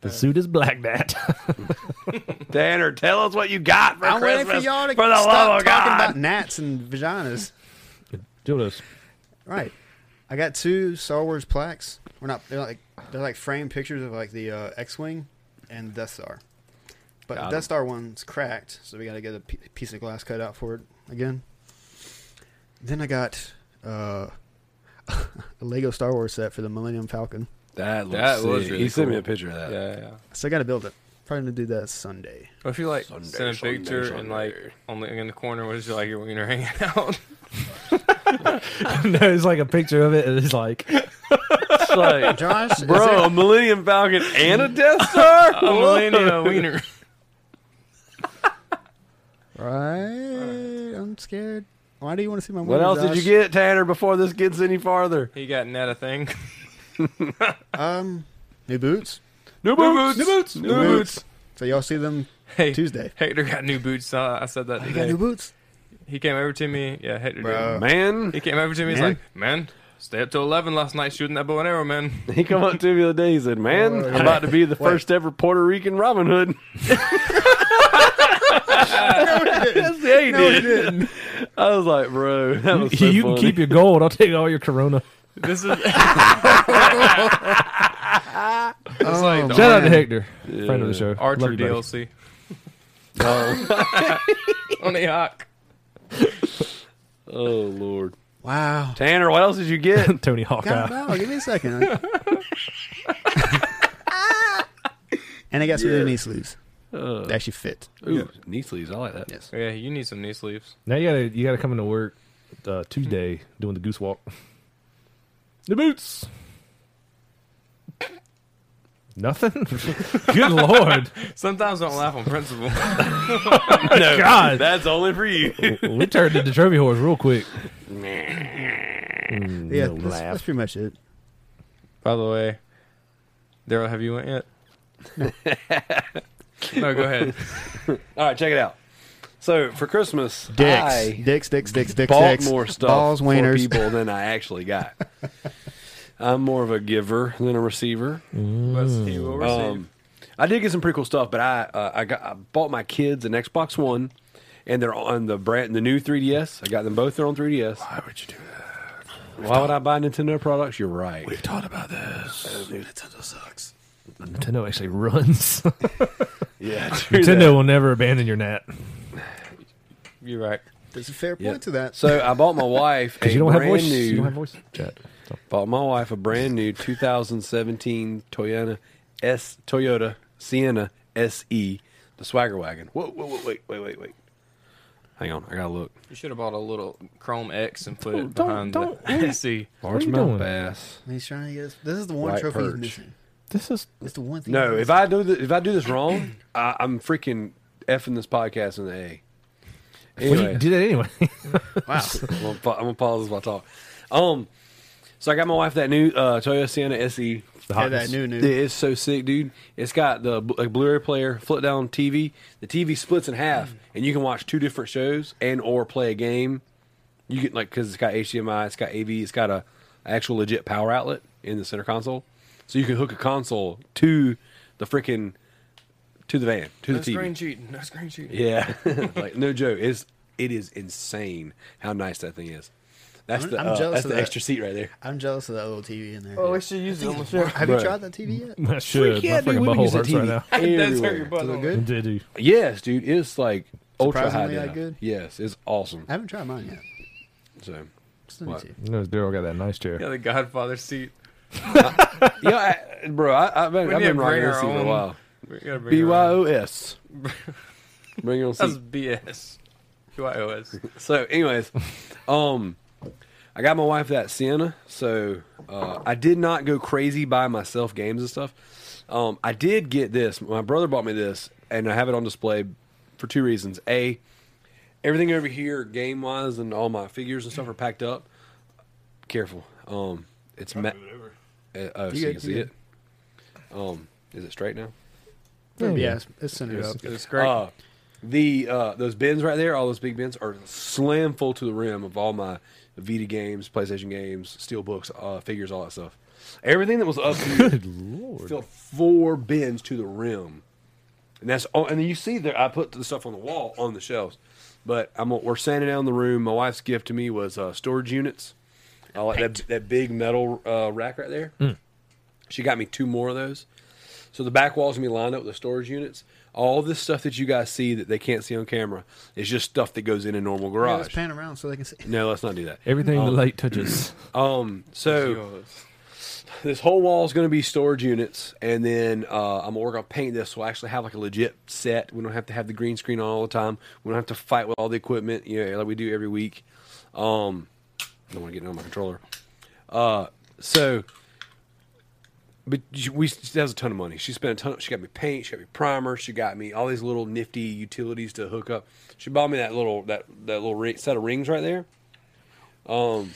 A: The suit is black nat.
C: Tanner, tell us what you got for
B: I'm
C: Christmas.
B: waiting for y'all to
C: for the love
B: stop
C: of
B: talking
C: God.
B: about gnats and vaginas.
A: Jodas.
B: Right. I got two Star Wars plaques. We're not. They're like they're like framed pictures of like the uh, X-wing and the Death Star. But
C: Got
B: the
C: 'em.
B: Death Star one's cracked, so we got to get a p- piece of glass cut out for it again. Then I got uh, a Lego Star Wars set for the Millennium Falcon.
C: That looks
D: That was
C: sick.
D: really
C: he sent me
D: cool.
C: a picture of that.
D: Yeah, yeah.
B: So I got to build it. Probably gonna do that Sunday.
D: What if you like
C: Sunday,
D: send a
C: Sunday,
D: piecer
C: Sunday.
D: and like on the, in the corner, what is your like your wiener hanging out?
A: no, it's like a picture of it, and it's like
C: It's like,
B: Josh, is
C: bro,
B: there-
C: a Millennium Falcon and a Death Star?
D: a millennial wiener.
B: right? I'm scared. Why do you want to see my?
C: What else did you get, Tanner, before this gets any farther?
D: He got net a thing.
B: get? Um, new boots.
C: New boots! New boots!
B: New boots. So y'all see them
D: Hey,
B: Tuesday.
D: Hector got new boots. Uh, I, I said that
B: Oh, you
D: today.
B: got new boots.
D: he came over to me. Yeah, Hector.
B: Bruh.
D: Did.
C: Man,
D: He came over to me. He's
B: Man.
D: like, "Man, stay up till eleven last night shooting that bow and arrow, man."
C: he come up to me the other day. He said, "Man,
B: Oh,
C: I'm about to be the
B: Wait.
C: first ever Puerto Rican Robin Hood." Yes, yeah, he
B: No, he
C: did. I was like, "Bro, that was so
A: you
C: funny."
A: can keep your gold. I'll take all your Corona.
D: This is
B: It's
D: like the
A: Um, Shout out to Hector, friend of the show.
D: Archer
A: Love you, buddy.
D: DLC.
C: Oh,
D: Tony Hawk.
C: oh, Lord,
B: Wow.
C: Tanner, what else did you get?
A: Tony Hawk.
B: God, wow, give me a second. and I got some new knee sleeves.
C: Uh,
B: They actually fit.
C: ooh, knee sleeves. I like that.
B: Yes.
D: Yeah, you need some knee sleeves.
A: Now you gotta you gotta come into work uh, Tuesday doing the goose walk. The boots. Nothing. Good lord.
D: Sometimes I don't laugh on principle.
A: no, God,
C: That's only for you.
A: we turned into trophy horse real quick.
B: yeah,
A: no
B: that's, that's
A: laugh.
B: pretty much it.
D: By the way, Daryl, have you went yet? no, go ahead.
C: All right, check it out. So for Christmas,
B: Dicks,
C: I
B: dicks, dicks, dicks, dicks,
C: bought
B: dicks.
C: more stuff
B: Balls,
C: for
B: wieners.
C: people than I actually got. I'm more of a giver than a receiver.
D: That's he will receive.
C: Um, I did get some pretty cool stuff, but I uh, I got I bought my kids an Xbox One, and they're on the brand the new 3DS. I got them both. They're on 3DS. Why would you do that? Why would I buy Nintendo products? You're right.
A: We've talked about this.
C: Nintendo sucks.
A: Nintendo actually runs.
C: Yeah,
A: Nintendo will never abandon your nat.
D: You're right.
B: There's a fair point
C: Yeah.
B: to that.
C: So I bought my wife a
A: Because you don't have
C: brand
A: voice.
C: new.
A: You don't have voice chat. So,
C: Bought my wife a brand new 2017 Toyota S Toyota Sienna SE, the Swagger Wagon. Whoa, whoa, whoa, wait, wait, wait, wait. Hang on, I gotta look.
D: You should have bought a little Chrome X and put
A: Don't-
D: it behind
A: don't-
D: the see.
A: what are you
C: Largemouth
A: doing?
C: bass.
B: He's trying to get us. This is the one
C: White
B: trophy
C: perch.
B: he's missing.
A: This is
B: It's the one thing.
C: No, if I do th- if I do this wrong, I, I'm freaking effing this podcast in the A.
A: well,
C: Anyway,
A: you do that anyway.
B: wow,
C: I'm, gonna, pa- I'm gonna pause this while I talk. Um, so I got my wife that new uh, Toyota Sienna SE.
A: The
B: yeah, that
A: hotness.
B: new new.
C: It is so sick, dude. It's got the bl- like, Blu-ray player, flip down TV. The TV splits in
B: Mm.
C: half, and you can watch two different shows and or play a game. You can like because it's got HDMI, it's got AV, it's got a actual legit power outlet in the center console, so you can hook a console to the freaking to the van to the TV.
D: cheating. No screen cheating.
C: Yeah, like no joke. It's it is insane how nice that thing is. That's
B: I'm-
C: the
B: I'm
C: uh,
B: jealous
C: that's
B: of
C: the
B: that.
C: extra seat right there.
B: I'm jealous of that little TV in there.
D: Oh, should use it on the
B: Have you
C: Bruh.
B: tried that TV yet?
A: I should.
C: Yeah,
A: My
C: dude,
A: fucking
C: we can
A: butthole
C: use a
A: hurts right
C: TV
A: now.
D: It does hurt
C: everywhere.
D: your butt.
B: Does
D: a
B: it look
D: little.
B: good?
A: Did you?
C: Yes, dude, it's like ultra high
B: Surprisingly,
C: def.
B: like, good?
C: Yes, it's awesome.
B: I haven't tried mine yet.
C: So
B: Just let me
C: What?
B: see.
A: You know, Daryl got that nice chair.
D: Yeah, the Godfather seat.
C: yeah, I, bro, I, I've been,
D: We
C: I've
D: need
C: been
D: to
C: rocking
D: bring
C: this
D: our
C: seat for a
D: own-
C: while.
D: We gotta bring
C: B
D: it
C: Y
D: around.
C: O S. Bring your own
D: That's
C: seat.
D: BS. BYOS.
C: So, anyways, um, I got my wife that Sienna. So uh, I did not go crazy by myself games and stuff. Um, I did get this. My brother bought me this, and I have it on display for two reasons. A, everything over here game wise and all my figures and stuff are packed up. Careful. Um, it's ma- Uh, oh, so you can
B: You good, you
C: see
B: good.
C: it. Um, is it straight now?
A: Yeah,
B: Yeah,
A: yeah.
B: it's, it's centered up.
D: It's great.
C: Uh, the uh, those bins right there, all those big bins, are slam full to the rim of all my Vita games, PlayStation games, steel books, uh, figures, all that stuff. Everything that was up here
A: Good lord.
C: filled four bins to the rim, and that's all. And then you see there, I put the stuff on the wall on the shelves. But I'm we're sanding down the room. My wife's gift to me was uh, storage units. I like that that big metal uh, rack right there. She got me two more of those. So the back walls gonna be lined up with the storage units. All this stuff that you guys see that they can't see on camera is just stuff that goes in a normal
B: Yeah, let's
C: garage.
B: pan around so they can see.
C: no, let's not do that.
A: Everything the light touches.
C: Um, so this whole wall is going to be storage units, and then uh, I'm we're going to paint this, so I actually have like a legit set. We don't have to have the green screen on all the time. We don't have to fight with all the equipment, you know, like we do every week. Um, I don't want to get it on my controller. Uh, so but she- we she has a ton of money. She spent a ton. She got me paint. She got me primer. She got me all these little nifty utilities to hook up. She bought me that little that that little ring, set of rings right there. Um,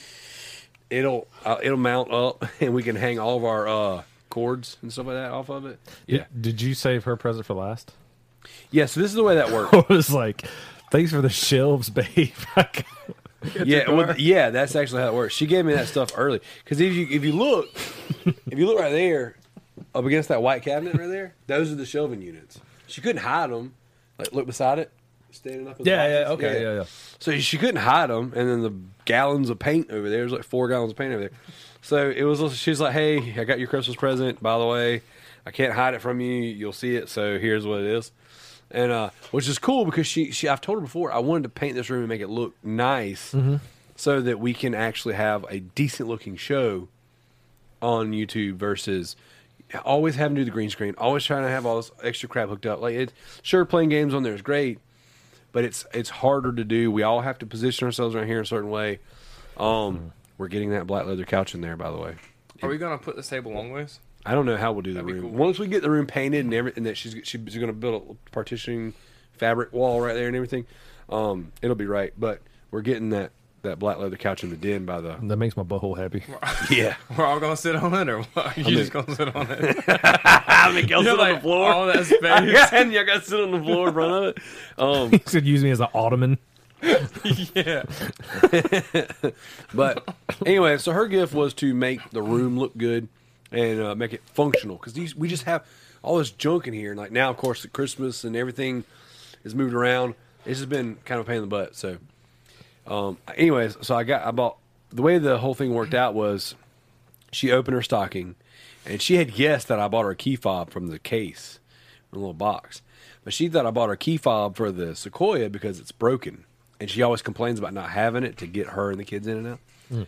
C: it'll uh, it'll mount up, and we can hang all of our uh cords and stuff like that off of it. Yeah,
A: Did, did you save her present for last?
C: yeah. So this is the way that works.
A: I was like, thanks for the shelves, babe.
C: yeah, well, yeah, that's actually how it works. She gave me that stuff early because if you if you look, if you look right there, up against that white cabinet right there, those are the shelving units. She couldn't hide them. Like look beside it, standing up. in the
A: yeah, yeah,
C: boxes.
A: okay, yeah, yeah.
C: So she couldn't hide them, and then the gallons of paint over there. There's like four gallons of paint over there. So it was. She's like, "Hey, I got your Christmas present. By the way, I can't hide it from you. You'll see it. So here's what it is." And uh, which is cool because she, she I've told her before I wanted to paint this room and make it look nice, so that we can actually have a decent looking show on YouTube versus always having to do the green screen, always trying to have all this extra crap hooked up. Like it, sure, playing games on there is great, but it's it's harder to do. We all have to position ourselves right here in a certain way. Um, we're getting that black leather couch in there, by the way.
D: Are we gonna put this table long ways?
C: I don't know how we'll do the
D: be
C: room.
D: cool.
C: Once we get the room painted and everything, that she's she's going to build a partitioning fabric wall right there and everything. Um, it'll be right, but we're getting that that black leather couch in the den by the
A: That makes my butthole happy.
C: yeah.
D: We're all gonna sit on it, or what? you
C: mean-
D: just gonna sit on it?
C: I mean,
D: You're
C: I'll sit on the
D: like,
C: floor.
D: all that space.
C: "Oh, and you got to sit on the floor in front of it. Um,
A: You could use me as an ottoman.
D: yeah.
C: But anyway, so her gift was to make the room look good and uh, make it functional because these we just have all this junk in here. And like now, of course, at Christmas and everything is moved around. It's just been kind of a pain in the butt. So, um, anyways, so I got I bought the way the whole thing worked out was she opened her stocking and she had guessed that I bought her a key fob from the case, from the little box. But she thought I bought her a key fob for the Sequoia because it's broken. And she always complains about not having it to get her and the kids in and out.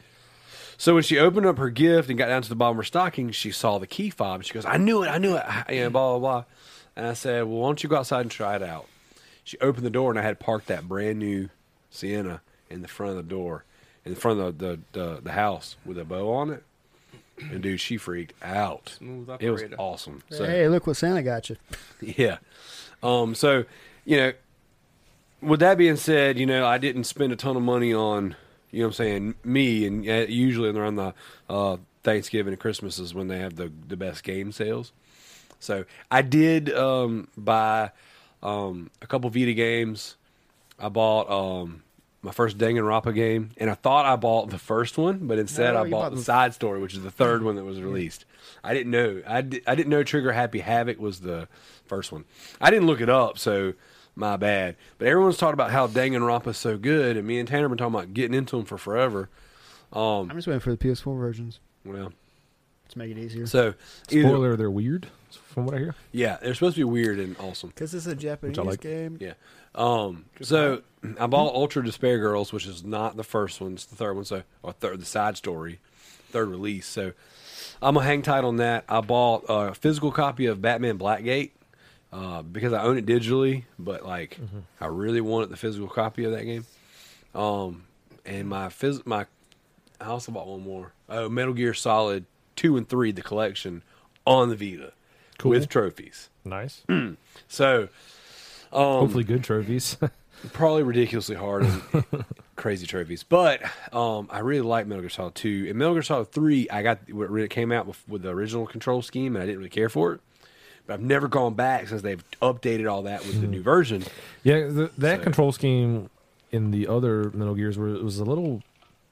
C: So when she opened up her gift and got down to the bottom of her stocking, she saw the key fob. She goes, I knew it, I knew it, I- you know, blah, blah, blah. And I said, Well, why don't you go outside and try it out? She opened the door and I had parked that brand new Sienna in the front of the door, in front of the, the, the, the house with a bow on it. And dude, she freaked out.
D: Smooth
C: It was
D: operator.
C: awesome.
B: hey, look what Santa got you.
C: Yeah. Um, so, you know, with that being said, you know, I didn't spend a ton of money on, you know what I'm saying, me. And uh, usually around the uh, Thanksgiving and Christmas is when they have the, the best game sales. So I did um, buy um, a couple Vita games. I bought um, my first Danganronpa game, and I thought I bought the first one, but instead
B: No,
C: I
B: you
C: bought
B: bought
C: the
B: the-
C: side story, which is the third one that was released. I didn't know. I, di- I didn't know Trigger Happy Havoc was the first one. I didn't look it up, so my bad. But everyone's talking about how Danganronpa is so good, and me and Tanner have been talking about getting into them for forever. um,
B: I'm just waiting for the PS4 versions
C: Well,
B: to make it easier.
C: so either-
A: Spoiler, they're weird, from what I hear.
C: yeah, they're supposed to be weird and awesome.
B: Because it's a Japanese
A: like.
B: game.
C: Yeah. Um, so I bought Ultra Despair Girls, which is not the first one; it's the third one. So or third, the side story, third release. So I'm gonna hang tight on that. I bought a physical copy of Batman Blackgate uh, because I own it digitally, but like I really wanted the physical copy of that game. Um, and my phys- my I also bought one more. Oh, Metal Gear Solid two and three, the collection on the Vita
A: Cool.
C: with trophies.
A: Nice.
C: So
A: Hopefully, good trophies.
C: probably ridiculously hard and crazy trophies. But um, I really like Metal Gear Solid 2. And Metal Gear Solid 3, I got when it came out with, with the original control scheme, and I didn't really care for it. But I've never gone back since they've updated all that with the new version.
A: yeah, the, that
C: So-
A: control scheme in the other Metal Gears were, it was a little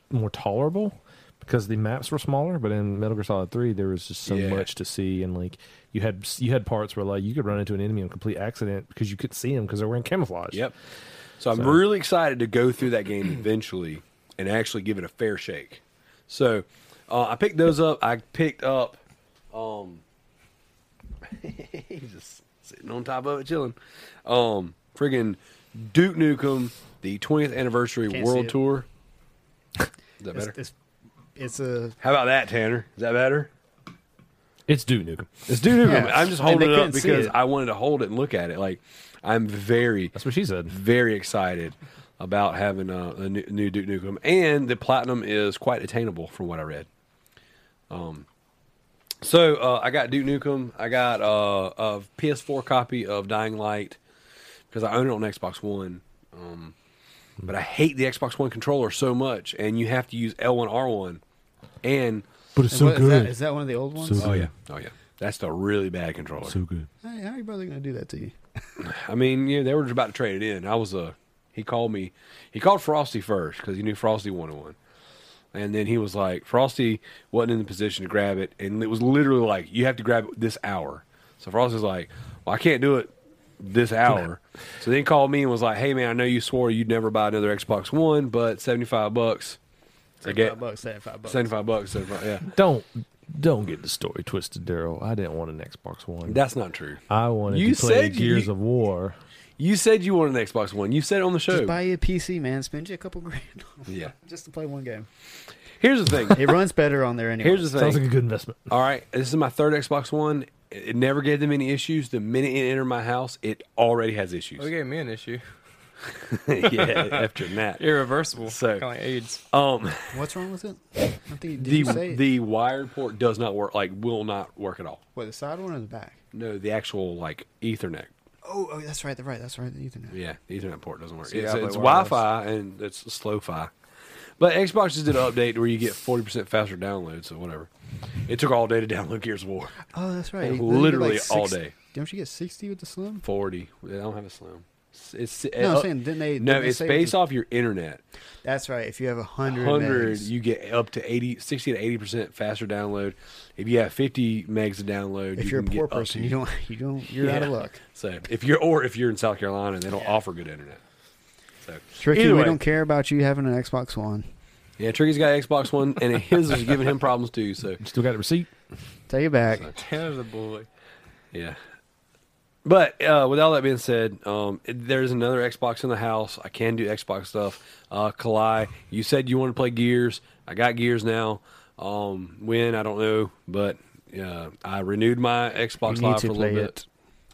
A: more tolerable because the maps were smaller. But in Metal Gear Solid Three, there was just so
C: Yeah.
A: much to see, and like you had you had parts where like you could run into an enemy on complete accident because you couldn't see them because they were in camouflage.
C: Yep. So I'm really excited to go through that game eventually and actually give it a fair shake. So uh, I picked those up. I picked up. Um, he's just sitting on top of it, chilling. Um, friggin' Duke Nukem, the 20th anniversary
B: Can't see
C: World
B: it.
C: Tour. Is that
B: It's,
C: better?
B: it's, it's a.
C: How about that, Tanner? Is that better?
A: it's Duke Nukem.
C: It's Duke Nukem.
B: Yeah.
C: I'm just
B: And they
C: holding it up
B: couldn't see
C: because
B: it.
C: I wanted to hold it and look at it. Like I'm very
A: That's what she said.
C: very excited about having uh, a new, new Duke Nukem, and the platinum is quite attainable from what I read. Um, So uh, I got Duke Nukem. I got uh, a PS4 copy of Dying Light because I own it on Xbox One. Um, but I hate the Xbox One controller so much, and you have to use L1 R1. And
A: But it's so
B: What is that?
A: good.
B: Is that one of the old ones?
A: good.
C: oh yeah, that's the really bad controller.
A: So good.
B: Hey, how are your brother going to do that to you?
C: I mean, yeah, they were about to trade it in. I was Uh, he called me. He called Frosty first because he knew Frosty wanted one, and then he was like, Frosty wasn't in the position to grab it, and it was literally like, you have to grab it this hour. So Frosty's like, well, I can't do it this hour. so then he called me and was like, Hey man, I know you swore you'd never buy another Xbox One, but seventy five bucks. I get
B: Five bucks, that five bucks.
C: seventy five bucks. 75, Yeah,
A: Don't don't get the story twisted, Daryl. I didn't want an Xbox One.
C: that's not true.
A: I wanted
C: You
A: to play
C: said you-
A: Gears of War.
C: You said you wanted an Xbox One. You said it on the show.
B: Just buy you a PC, man. Spend you a couple grand
C: yeah.
B: just to play one game.
C: Here's the thing.
B: It runs better on there anyway.
C: Here's the thing.
A: Sounds like a good investment.
C: All right, this is my third Xbox One. It it never gave them any issues. The minute it entered my house, it already has issues.
D: Well, it gave me an issue.
C: yeah, after that.
D: Irreversible.
C: So-
D: kind of like AIDS.
C: Um,
B: What's wrong with it? I think did
C: the
B: you say it?
C: the wired port does not work. Like, will not work at all.
B: What, the side one or the back?
C: No, the actual like Ethernet.
B: Oh, oh, that's right. That's right. That's right. The Ethernet.
C: Yeah, the Ethernet port doesn't work.
D: So you
C: it's
D: gotta
C: it's
D: play wireless.
C: Wi-Fi and it's slow-fi. But Xbox just did an update where you get forty percent faster download. So whatever. It took all day to download Gears of War.
B: Oh, that's
C: Like,
B: right. Doesn't it get,
C: literally all
B: 60
C: day.
B: Don't you get sixty with the slim?
C: Forty. I don't have a slim. It's, it's uh,
B: No, I'm saying didn't they?
C: no.
B: didn't they
C: It's
B: say it was-
C: based off your internet.
B: That's right. If you have a hundred,
C: 100
B: megs.
C: you get up to 80 60 to 80 percent faster download if you have 50 megs to download
B: if
C: you
B: you're a
C: can
B: poor
C: get up
B: person,
C: to-
B: you don't. You don't. You're out of
C: Yeah.
B: luck.
C: so if you're or if you're in south carolina they don't offer good internet so
B: Tricky.
C: either
B: we
C: way.
B: don't care about you having an Xbox One.
C: yeah tricky's got xbox one and his is giving him problems too so
A: Still got a receipt.
B: Take it back.
C: So-
D: Canada boy.
C: yeah but uh, with all that being said, um, it- there's another Xbox in the house. I can do Xbox stuff. Uh, Kalai, you said you wanted to play Gears. I got Gears now. Um, when I don't know, but uh, I renewed my Xbox
B: You need
C: Live
B: to
C: for a
B: play
C: little bit.
B: it.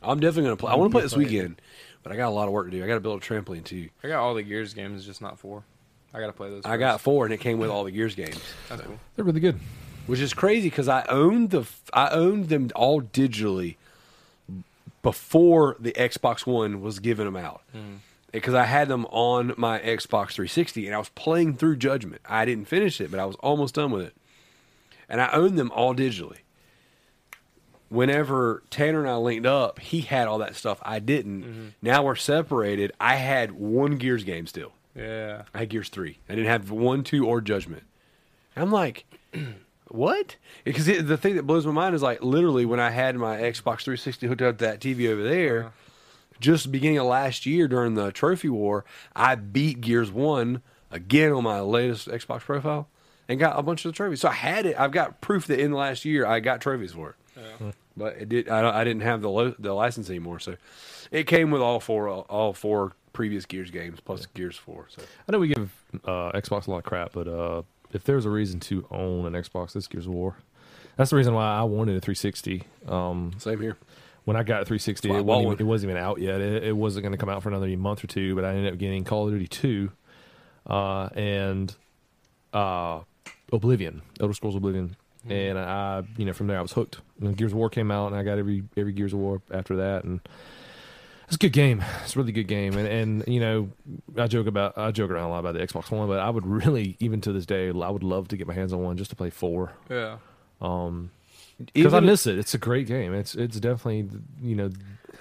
C: I'm definitely gonna play. I
B: You
C: want
B: need
C: to play
B: to
C: this
B: play it.
C: weekend, but I got a lot of work to do. I got to build a trampoline too.
D: I got all the Gears games, just not four. I gotta play those.
C: I got
D: first.
C: four, and it came with all the Gears games,
D: That's cool.
A: They're really good.
C: which is crazy because I owned the I owned them all digitally before the Xbox One was giving them out because I had them on my Xbox 360 and I was playing through Judgment. I didn't finish it, but I was almost done with it, and I owned them all digitally. whenever Tanner and I linked up, he had all that stuff. I didn't. Now we're separated. I had one Gears game still.
D: Yeah.
C: I had Gears 3. I didn't have 1, 2, or Judgment. I'm like, what? Because it- the thing that blows my mind is like literally when I had my Xbox 360 hooked up to that TV over there, just beginning of last year during the trophy war, I beat Gears 1 again on my latest Xbox profile and got a bunch of the trophies. So I had it. I've got proof that in the last year I got trophies for it
D: Yeah.
C: but it did. I, I didn't have the lo- the license anymore, so it came with all four all four previous Gears games plus Gears Four. So
A: I know we give uh, Xbox a lot of crap, but uh, if there's a reason to own an Xbox, this Gears of War. That's the reason why I wanted a 360. Um,
C: same here.
A: when I got a 360,
C: Well, I
A: it,
C: bought
A: wasn't
C: one.
A: even, it wasn't even out yet. It, it wasn't going to come out for another month or two, but I ended up getting Call of Duty 2 uh, and uh, Oblivion, Elder Scrolls Oblivion.
C: Hmm.
A: And I, you know, from there I was hooked. And Gears of War came out, and I got every every Gears of War after that. And it's a good game. It's a really good game. And and you know, I joke about I joke around a lot about the Xbox One, but I would really, even to this day, I would love to get my hands on one just to play four
D: Yeah.
A: because I
C: Even-
A: miss it. It's a great game. It's it's definitely you know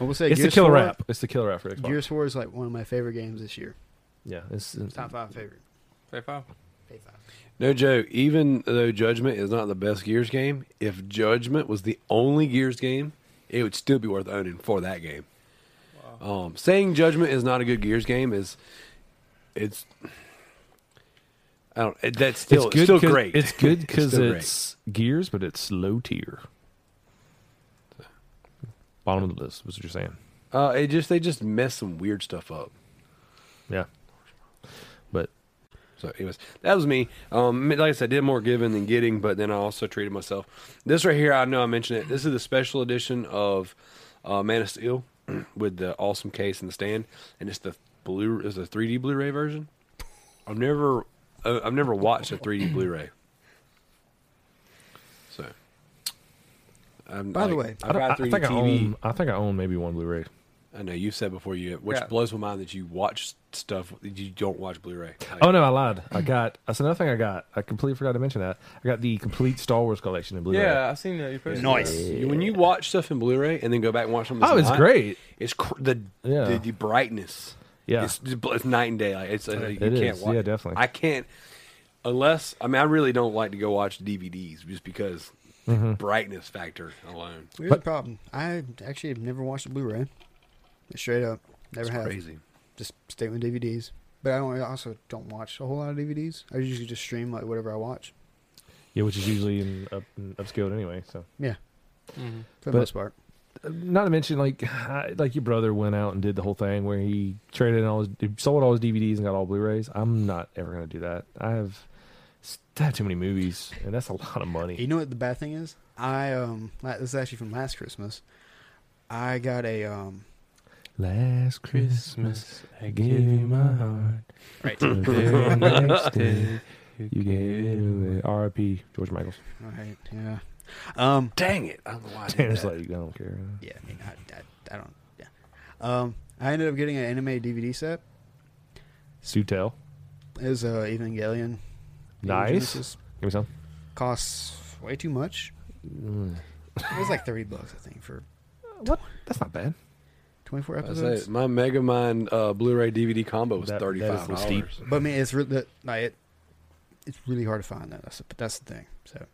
B: Well, we'll say
A: it's the
B: Gears
A: killer
B: 4
A: app. It's the killer app for Xbox.
B: Gears Four is like one of my favorite games this year.
A: yeah, it's, it's
B: Top five favorite.
D: Play five.
B: Pay five.
C: No joke. Even though Judgment is not the best Gears game, if Judgment was the only Gears game, it would still be worth owning for that game. Um, saying Judgment is not a good Gears game is it's. I don't. it- That's still it's still
A: 'cause-
C: great.
A: It's good because
C: still great.
A: it's, Gears, but it's low tier. Bottom of the list was what you're saying.
C: uh, it just they just mess some weird stuff up.
A: Yeah, but
C: So, anyways, that was me. Um, like I said, I did more giving than getting, but then I also treated myself. This right here, I know I mentioned it. This is the special edition of uh, Man of Steel with the awesome case and the stand, and it's the blue is the 3D Blu-ray version. I've never, uh, I've never watched a 3D Blu-ray. So, I'm,
B: By the
C: like,
B: way,
A: I,
C: I've
A: don't- I
C: got a 3D
A: think I
C: TV.
A: own. I think I own maybe one Blu-ray.
C: I know you've said before you, which
D: Yeah.
C: blows my mind that you watch stuff that you don't watch Blu-ray. Like,
A: Oh no, I lied. I got. That's another thing I got. I completely forgot to mention that. I got the complete Star Wars collection in Blu-ray.
D: Yeah, I've seen that. You posted
B: Nice.
D: that.
C: you- when you watch stuff in Blu-ray and then go back and watch them,
A: Oh, it's great.
C: It's cr- the,
A: Yeah.
C: the the brightness.
A: Yeah.
C: it's, it's night and day. Like it's uh, you
A: It
C: can't
A: is.
C: watch.
A: Yeah, definitely.
C: I can't unless I mean I really don't like to go watch DVDs just because
A: Mm-hmm.
C: the brightness factor alone.
B: Here's
A: But-
B: the problem. I actually have never watched a Blu-ray. Straight up, never
C: It's
B: have.
C: crazy.
B: Just stay with DVDs. But I, don't, I also don't watch a whole lot of DVDs. I usually just stream like whatever I watch
A: Yeah, which is usually in, up, in upscaled anyway. So
D: Mhm.
B: for the
A: But-
B: most part.
A: not to mention like I, like your brother went out and did the whole thing where he traded in all his he sold all his DVDs and got all Blu-rays. I'm not ever gonna do that. I have s- I have too many movies and that's a lot of money.
B: You know what the bad thing is? I um, la- this is actually from last Christmas. I got a um,
A: Last
D: Christmas, I
A: gave you my heart.
D: Right.
A: The very next day, you gave it away. R.I.P. George Michaels.
B: all right, yeah, um,
C: Dang it! I don't know why. I did
A: Tanner's
C: that.
A: like, I don't care.
B: yeah. I mean, I, I, I don't. Yeah, um, I ended up getting an anime DVD set.
A: Sue Tell.
B: It was uh, Evangelion.
A: Nice.
B: Evangenesis.
A: Give me some.
B: Costs way too much.
A: Mm.
B: It was like thirty bucks, I think, for
A: What? That's not bad.
B: twenty-four
C: I say,
B: episodes.
C: my Megamind uh, Blu-ray DVD combo was
A: That- that is
C: thirty-five
A: so steep.
C: dollars.
B: But I mean, it's really like it, it's really hard to find that. That's but that's the thing. So,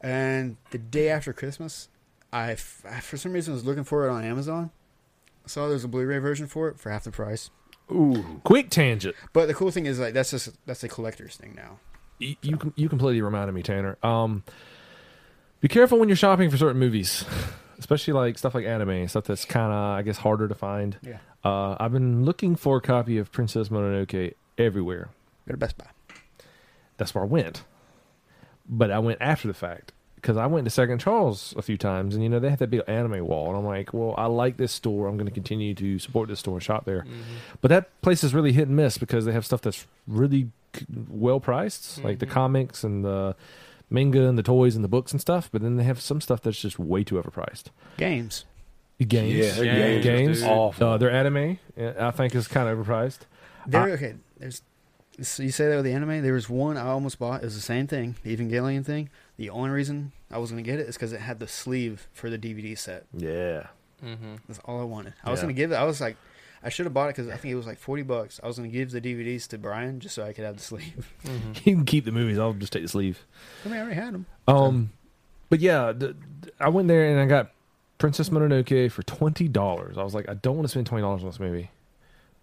B: and the day after Christmas, I, f- I for some reason was looking for it on Amazon. I saw there's a Blu-ray version for it for half the price.
C: Ooh,
A: Quick tangent.
B: But the cool thing is like that's just that's a collector's thing now.
A: You you, com- you completely reminded me, Tanner. Um, be careful when you're shopping for certain movies, especially like stuff like anime and stuff that's kind of I guess harder to find.
B: Yeah,
A: Uh, I've been looking for a copy of Princess Mononoke everywhere.
B: go to Best Buy.
A: That's where I went, but I went after the fact because I went to Second Charles a few times, and you know they had that big anime wall, and I'm like, well, I like this store. I'm going to continue to support this store and shop there.
D: Mm-hmm.
A: But that place is really hit and miss because they have stuff that's really c- well priced, like the comics and the manga and the toys and the books and stuff. But then they have some stuff that's just way too overpriced.
B: Games.
A: Games,
C: Yeah,
D: games,
A: games.
D: dude.
C: Awful.
A: Uh, their anime, uh, I think, is kind of overpriced.
B: There.
A: I-
B: okay. There's. So you say that with the anime. There was one I almost bought. It was the same thing, the Evangelion thing. The only reason I was going to get it is because it had the sleeve for the DVD set.
A: Yeah,
D: Mhm.
B: That's all I wanted. I was
A: Yeah.
B: gonna give it. I was like, I should have bought it because I think it was like forty bucks. I was gonna give the DVDs to Brian just so I could have the sleeve.
D: Mhm.
A: you can keep the movies. I'll just take the sleeve.
B: I mean, I already had them.
A: Um, but yeah, the, I went there and I got Princess Mononoke for twenty dollars. I was like, I don't want to spend twenty dollars on this movie,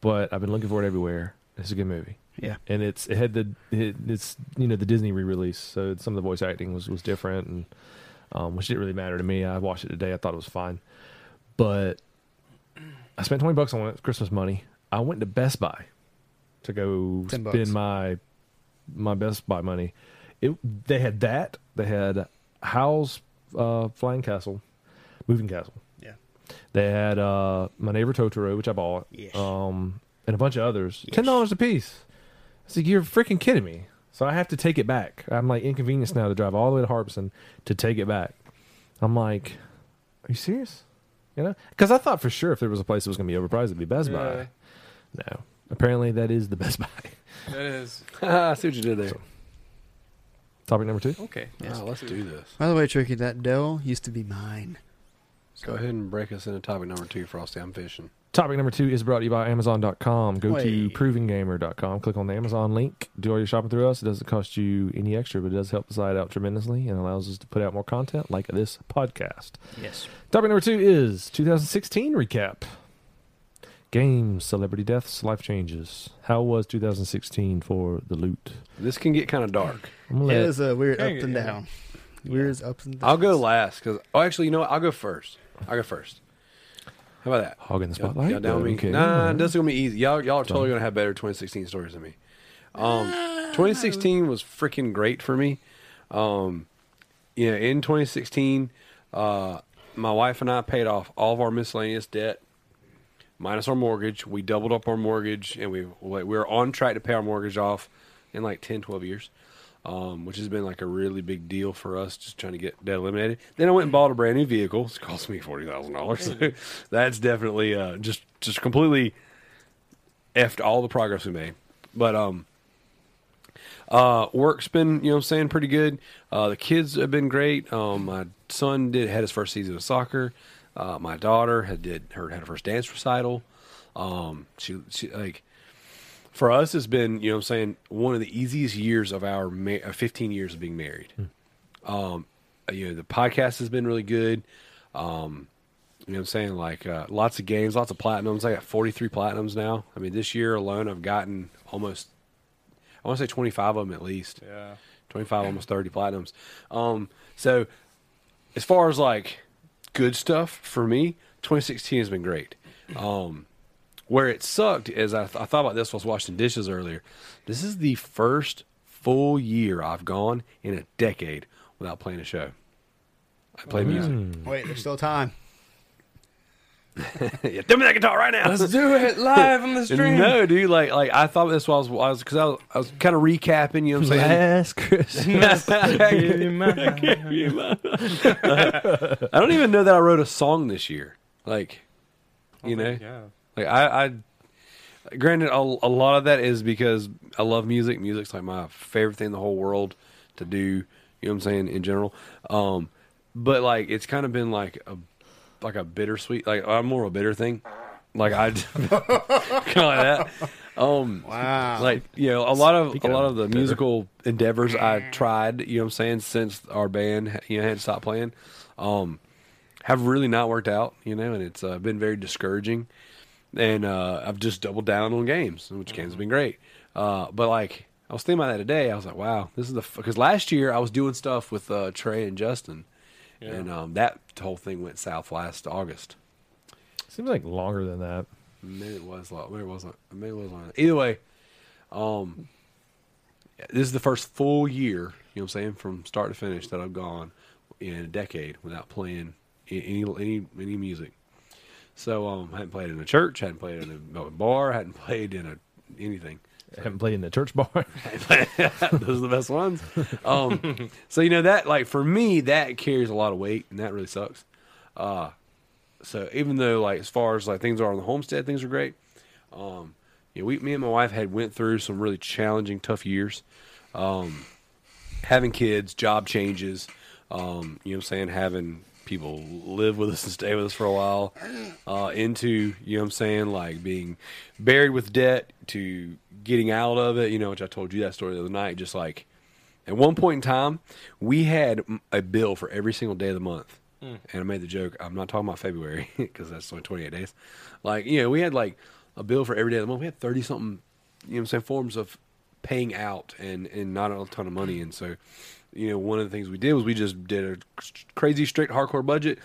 A: but I've been looking for it everywhere. It's a good movie,
B: Yeah,
A: and it's it had the it, it's you know the Disney re-release, so some of the voice acting was was different, and um, which didn't really matter to me. I watched it today. I thought it was fine, but I spent twenty bucks on it, Christmas money. I went to Best Buy to go
B: 10
A: spend
B: bucks.
A: my my Best Buy money. It they had that. They had Howl's uh, Flying Castle, Moving Castle.
B: Yeah.
A: They had uh, My Neighbor Totoro, which I bought,
B: Yes.
A: um, and a bunch of others.
B: Yes.
A: Ten dollars a piece. I said, "You're freaking kidding me!" So I have to take it back. I'm like inconvenienced now to drive all the way to Harbison to take it back. I'm like, "Are you serious?" You know, because I thought for sure if there was a place that was going to be overpriced, it'd be Best
D: Yeah.
A: Buy. No, apparently that is the Best Buy.
D: That is
C: I see what you did there.
A: So- Topic number two.
D: okay.
B: Yes.
C: Oh, let's do this.
B: By the way, Tricky, that Dell used to be mine.
C: Go ahead and break us into topic number two, Frosty. I'm fishing.
A: Topic number two is brought to you by Amazon.com. Go to
B: Wait.
A: provinggamer.com. Click on the Amazon link. Do all your shopping through us. It doesn't cost you any extra, but it does help the site out tremendously and allows us to put out more content like this podcast.
B: Yes.
A: Topic number two is 2016 recap. Games, celebrity deaths, life changes. How was 2016 for the loot?
C: This can get kind of dark.
A: I'm gonna
B: It
A: let-
B: is a weird
D: Dang
B: up
D: it,
B: and
D: yeah.
B: down. Weird ups and downs.
C: I'll go last because. Oh, actually, you know what? I'll go first. I'll go first. How about that?
A: hog in the
C: Y'all-
A: spotlight.
C: y'all down with me?
A: Okay.
C: Nah, this is gonna be easy. Y'all, y'all are totally gonna have better 2016 stories than me. Um, 2016 was freaking great for me. Um, you know, in 2016, uh, my wife and I paid off all of our miscellaneous debt, minus our mortgage. We doubled up our mortgage, and we like, we were on track to pay our mortgage off in like 10, 12 years. um, which has been like a really big deal for us, just trying to get debt eliminated. Then I went and bought a brand new vehicle. It cost me forty thousand dollars. So that's definitely uh, just just completely effed all the progress we made. But um, uh, work's been, you know, what I'm saying pretty good. Uh, the kids have been great. Um, my son did had his first season of soccer. Uh, my daughter had did her had her first dance recital. Um, she she like for us it's been, you know, what I'm saying one of the easiest years of our ma- uh, 15 years of being married. Um, you know, the podcast has been really good. Um, you know what I'm saying? Like uh, lots of games, lots of platinums. I got 43 platinums now. I mean, this year alone, I've gotten almost, I want to say 25 of them at least.
D: Yeah.
C: 25 almost 30 platinums um so as far as like good stuff for me 2016 has been great um where it sucked is i, th- I thought about this while I was washing dishes earlier this is the first full year i've gone in a decade without playing a show i play music
B: Wait, there's still time.
C: yeah, give me that guitar right now
D: Let's do it live on the stream.
C: no dude like like i thought this while i was while i was because i was, I was kind of recapping you know what i'm saying
A: Last Christmas.
D: Give me my-
C: I don't even know that I wrote a song this year. Like, you know,
D: yeah.
C: like I, I granted a, a lot of that is because I love music. Music's like my favorite thing in the whole world to do. You know what I'm saying in general. Um, but like it's kind of been like a like a bittersweet. Like I'm more of a bitter thing. Like I kind of like that. Um,
B: Wow.
C: like you know a lot of
A: Ah. Speaking
C: a lot
A: of
C: of the
A: bitter.
C: musical endeavors i tried you know what i'm saying since our band you know had stopped playing um have really not worked out you know and it's uh, been very discouraging and uh i've just doubled down on games which games have been great uh but like i was thinking about that today i was like wow this is the because last year i was doing stuff with uh trey and justin and um that whole thing went south last august
A: Seems like longer than that.
C: Maybe it was long. Maybe it wasn't. Maybe it was long. Either way, um, this is the first full year. You know what I'm saying? From start to finish, that I've gone in a decade without playing a- any any any music. So um, I hadn't played in a church. hadn't played in a bar. hadn't played in a anything.
A: I haven't played in the church bar.
C: Those are the best ones. Um, so you know that like for me that carries a lot of weight and that really sucks. Uh, so even though like as far as like things are on the homestead, things are great. Um, you know, we, me and my wife had went through some really challenging, tough years. Um, having kids, job changes. Um, you know, what I'm saying having people live with us and stay with us for a while. Uh, into you know, what I'm saying like being buried with debt to getting out of it. You know, which I told you that story the other night. Just like at one point in time, we had m- a bill for every single day of the month. And I made the joke, I'm not talking about February because that's only 28 days. Like, you know, we had like a bill for every day of the month. We had 30 something, you know what I'm saying, forms of paying out and, and not a ton of money. And so, you know, one of the things we did was we just did a c- crazy, strict, hardcore budget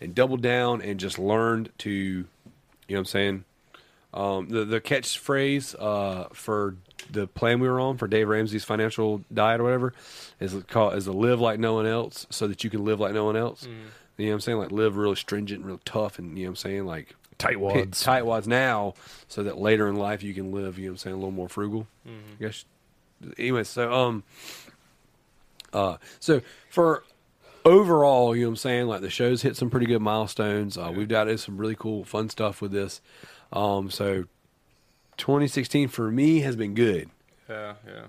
C: and doubled down and just learned to, you know what I'm saying, um, the the catchphrase uh, for the plan we were on for Dave Ramsey's financial diet or whatever is called is to live like no one else so that you can live like no one else. You know what I'm saying? Like live really stringent, real tough, and you know what I'm saying? Like pit
A: Tightwads.
C: tightwads now so that later in life you can live, you know what I'm saying, a little more frugal. I guess. Anyway, so um, uh, so for overall, you know what I'm saying? Like the show's hit some pretty good milestones. Uh, we've got some really cool, fun stuff with this. Um, so 2016 for me has been good.
D: Yeah, yeah.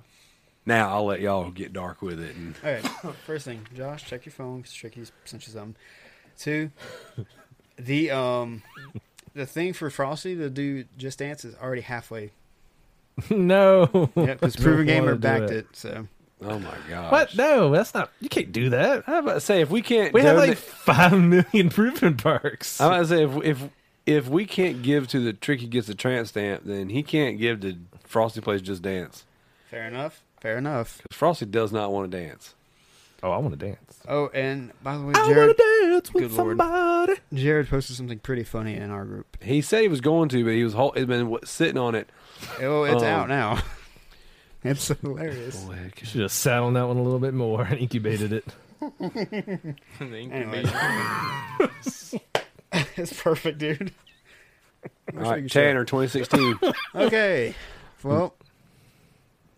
C: Now I'll let y'all get dark with it. And
B: All right. First thing, Josh, check your phone because Tricky's sent you something. Two, the um, the thing for Frosty to do Just Dance is already halfway.
A: no.
B: Yep, because
A: Don't wanna
B: Proven Gamer
A: do
B: backed
A: that.
B: it. So
C: oh my gosh,
A: What? No, that's not. You can't do that.
C: I was about to say if we can't,
A: We have
C: donate-
A: like five million proven parks.
C: I was about to say if if if we can't give to the tricky gets the tramp stamp, then he can't give to Frosty plays just dance
B: fair enough. Fair enough.
C: because Frosty does not want to dance.
A: oh, I want to dance.
B: Oh, and by the way, Jared
A: to dance
B: with Good Lord.
A: somebody.
B: Jared posted something pretty funny in our group.
C: He said he was going to, but he was hol- he's been wa- sitting on it.
B: Oh, it's
C: Um,
B: out now. it's hilarious.
A: Should have sat on that one a little bit more and incubated it.
D: the
B: Anyway.
D: incubator.
B: it's perfect, dude.
C: All right, Tanner, 2016.
B: Okay. Well,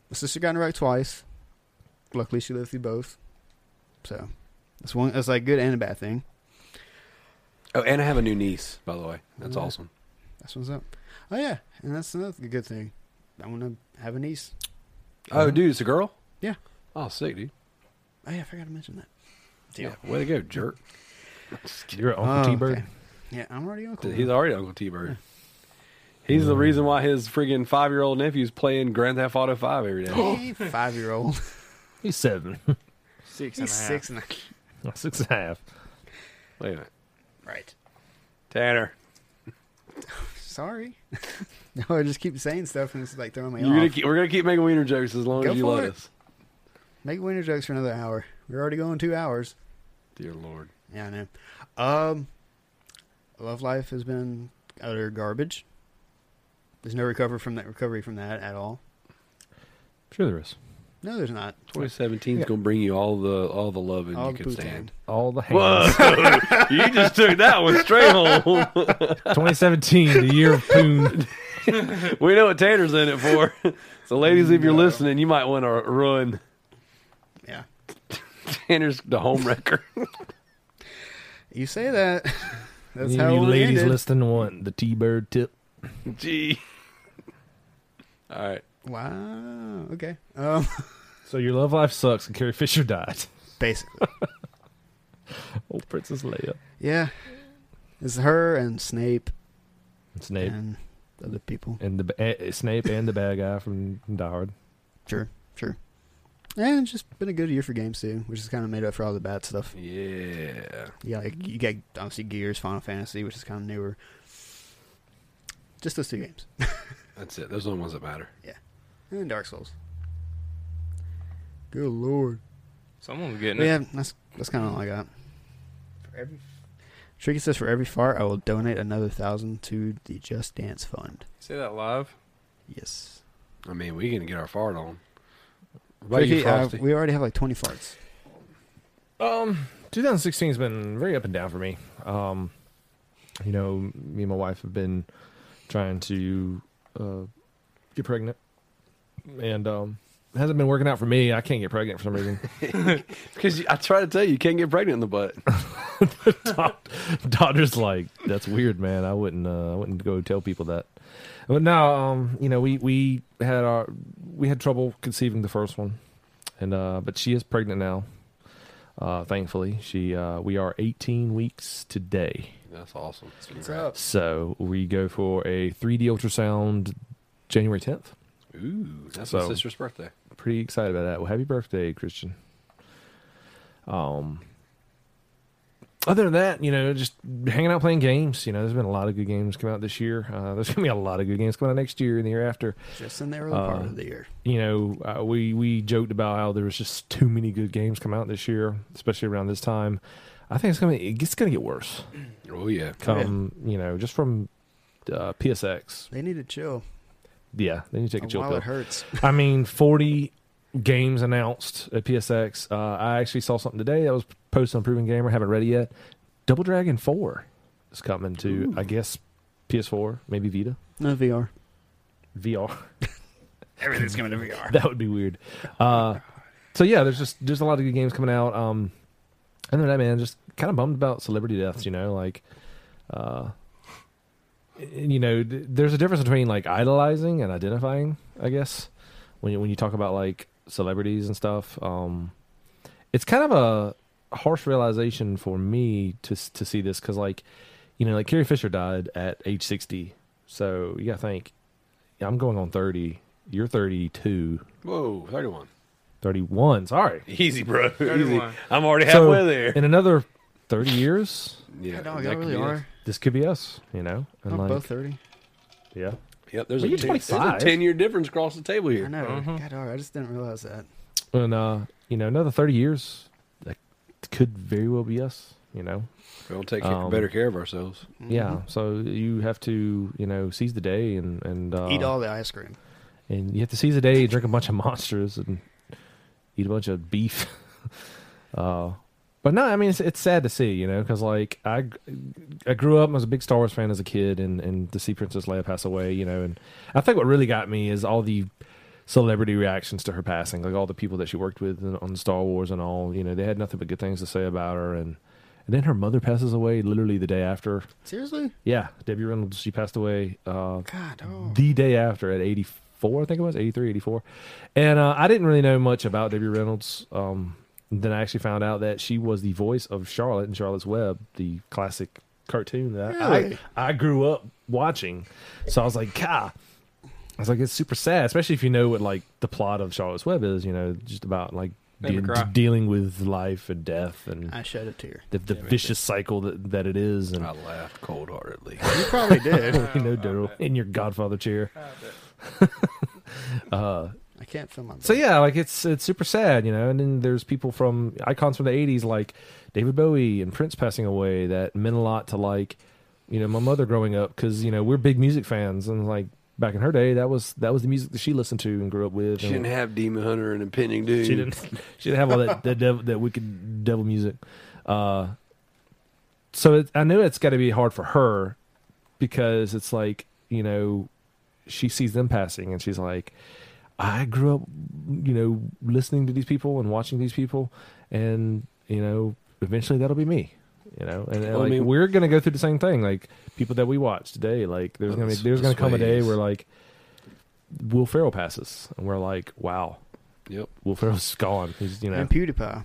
B: my sister got in the right twice. luckily she lived through both. So that's one. That's like a good and a bad thing.
C: Oh, and I have a new niece, by the way. That's
B: Mm.
C: awesome.
B: That's what's up. Oh yeah, and that's another good thing. I want to have a niece.
C: Oh, dude, it's a girl.
B: Yeah.
C: Oh, sick, dude.
B: Oh yeah, I forgot to mention that.
C: Yeah. Way to go, jerk.
A: You're an Uncle
B: Oh,
A: T Bird.
B: okay. Yeah, I'm already on.
C: He's already Uncle T Bird. He's the reason why his friggin' five year old nephew's playing Grand Theft Auto Five every day.
B: five year old.
A: He's seven.
E: Six and
B: He's
E: a half.
B: six and a
A: Six and a half.
C: Wait a minute.
B: right.
C: Tanner.
B: Sorry. no, I just keep saying stuff and it's like throwing me
C: You're gonna
B: off.
C: keep, we're gonna keep making wiener jokes as long
B: Go
C: as you
B: for
C: let
B: it.
C: us.
B: Make winter jokes for another hour. We're already going two hours.
C: Dear Lord.
B: Yeah, I know. Um, love life has been utter garbage. There's no recover from that recovery from that at all.
A: Sure, there is.
B: No, there's not.
C: 2017 is
A: Yeah.
C: gonna bring you all the all the love and
B: All
C: you
B: the
C: can
B: Bhutan.
C: stand.
A: All the
C: Whoa!
A: hands.
C: you just took that one straight home.
A: 2017, the year of Poon.
C: we know what Tanner's in it for. So, ladies, if you're listening, you might want to run.
B: Yeah.
C: Tanner's the home wrecker.
B: You say that. That's
A: Any
B: how
A: of you
B: it
A: ladies
B: ended.
A: listening want the T Bird tip?
C: Gee. All right.
B: Wow. Okay. Um,
A: So your love life sucks and Carrie Fisher died.
B: basically.
A: Oh, Princess Leia.
B: Yeah. It's her and Snape
A: Snape
B: and other people.
A: and the ba- eh, Snape and the bad guy from Die Hard.
B: Sure. Sure. And it's just been a good year for games too, which is kind of made up for all the bad stuff.
C: Yeah.
B: Yeah, like you got obviously Gears, Final Fantasy, which is kind of newer. Just those two games,
C: That's it. Those are the ones that matter.
B: and Eh, Dark Souls. Good lord!
D: Someone's getting
B: But yeah, that's that's kind of all I got. For every, Tricky says for every fart, I will donate another thousand to the Just Dance Fund.
D: it. Say that live.
B: Yes,
C: I mean, we can get our fart on. What about you,
B: Tricky, uh,
C: Frosty?
B: we already have like twenty farts.
A: Um, 2016 has been very up and down for me. Um, you know, me and my wife have been trying to uh, get pregnant, and um, it hasn't been working out for me. I can't get pregnant for some reason.
C: Because I try to tell you, you can't get pregnant in the butt.
A: Doc- Daughter's like, that's weird, man. I wouldn't, uh, I wouldn't go tell people that. But now, um, you know, we we had our we had trouble conceiving the first one, and uh, but she is pregnant now. Uh, thankfully, she uh, we are 18 weeks today.
C: That's awesome.
B: What's up?
A: So we go for a 3D ultrasound January 10th.
C: Ooh, that's my
A: So-
C: sister's birthday.
A: Pretty excited about that. Well, happy birthday, Christian. Um, other than that, you know, just hanging out playing games. You know, there's been a lot of good games come out this year. Uh, there's gonna be a lot of good games coming out next year and the year after.
B: Just in the early part
A: Uh,
B: of the year.
A: You know, uh, we we joked about how there was just too many good games come out this year, especially around this time. I think it's gonna it's gonna get worse.
C: Oh yeah.
A: Come, you know, just from uh, PSX.
B: They need to chill.
A: Yeah, they need to
C: Oh,
A: take a chill
B: while
A: pill.
B: it hurts.
A: I mean, 40 games announced at PSX. Uh, I actually saw something today that was posted on Proven Gamer. Haven't read it yet. Double Dragon 4 is coming to, I guess, PS4, maybe Vita,
B: No VR.
A: VR.
B: Everything's coming to VR.
A: that would be weird. Uh, so yeah, there's just there's a lot of good games coming out. Um, and then that man just kind of bummed about celebrity deaths. You know, like, uh, and, you know, th- there's a difference between like idolizing and identifying. I guess when you, when you talk about like celebrities and stuff, um, it's kind of a harsh realization for me to s- to see this because like, you know, like Carrie Fisher died at age 60. So you gotta think, I'm going on 30. You're 32.
C: Whoa, thirty-one.
A: 31. Sorry.
C: Easy, bro. Easy.
D: 31.
C: I'm already
A: So,
C: halfway there.
A: In another 30 years,
C: Yeah,
B: no,
C: that
B: y'all
C: could
B: really
C: be it.
B: are.
A: this could be us, you know? And
B: I'm
A: like,
B: both thirty.
A: Yeah.
C: Yep, there's,
A: Well,
C: a
A: you're
C: ten, there's a
A: 25.
C: ten-year difference across the table
B: I
C: here.
B: know.
D: Mhm.
B: God, darn, I just didn't realize that.
A: And, uh, you know, another 30 years, that could very well be us, you know?
C: We're gonna take care-
A: Um,
C: better care of ourselves.
B: Mm-hmm.
A: Yeah. So you have to, you know, seize the day and, and, uh,
B: Mm-hmm. Eat all the ice cream.
A: and you have to seize the day, drink a bunch of monsters and eat a bunch of beef. uh, but no, I mean, it's, it's sad to see, you know, because like I, I grew up and was a big Star Wars fan as a kid, and and to see Princess Leia pass away, you know, and I think what really got me is all the celebrity reactions to her passing. Like all the people that she worked with in- on Star Wars and all, you know, they had nothing but good things to say about her. And and then her mother passes away literally the day after.
B: Seriously?
A: Yeah, Debbie Reynolds, she passed away uh,
B: God, oh.
A: the day after at 84 i think it was 83 84 and uh, i didn't really know much about debbie reynolds um, then i actually found out that she was the voice of charlotte in charlotte's web the classic cartoon that
B: Really?
A: I, I grew up watching so i was like god i was like it's super sad especially if you know what like the plot of charlotte's web is you know just about like
D: Made me
A: de-
D: cry.
A: dealing with life and death and
B: I shed a tear.
A: the, the
D: Yeah, me too.
A: vicious cycle that, that it is and
C: I laughed cold heartedly.
B: You probably did.
A: you know
D: I
A: Daryl
D: bet.
A: in your godfather chair
D: Ah,
A: uh
B: I can't feel my.
A: So yeah, like it's it's super sad, you know. And then there's people from icons from the '80s like David Bowie and Prince passing away that meant a lot to like, you know, my mother growing up because you know we're big music fans and like back in her day that was that was the music that she listened to and grew up with.
C: She
A: and
C: didn't have Demon Hunter and Impending Doom.
A: she didn't she didn't have all that that, devil, that wicked devil music. Uh, so it, I know it's got to be hard for her because it's like you know she sees them passing and she's like, I grew up you know listening to these people and watching these people, and you know eventually that'll be me. You know, and, and
C: Well, I
A: like,
C: mean-
A: we're gonna go through the same thing. Like people that we watch today, like there's
C: Well,
A: gonna be,
C: that's-
A: there's gonna
C: that's
A: come a
C: what it
A: day
C: is.
A: where like Will Ferrell passes, and we're like, wow,
C: Yep.
A: Will Ferrell's gone. He's you know.
B: And PewDiePie.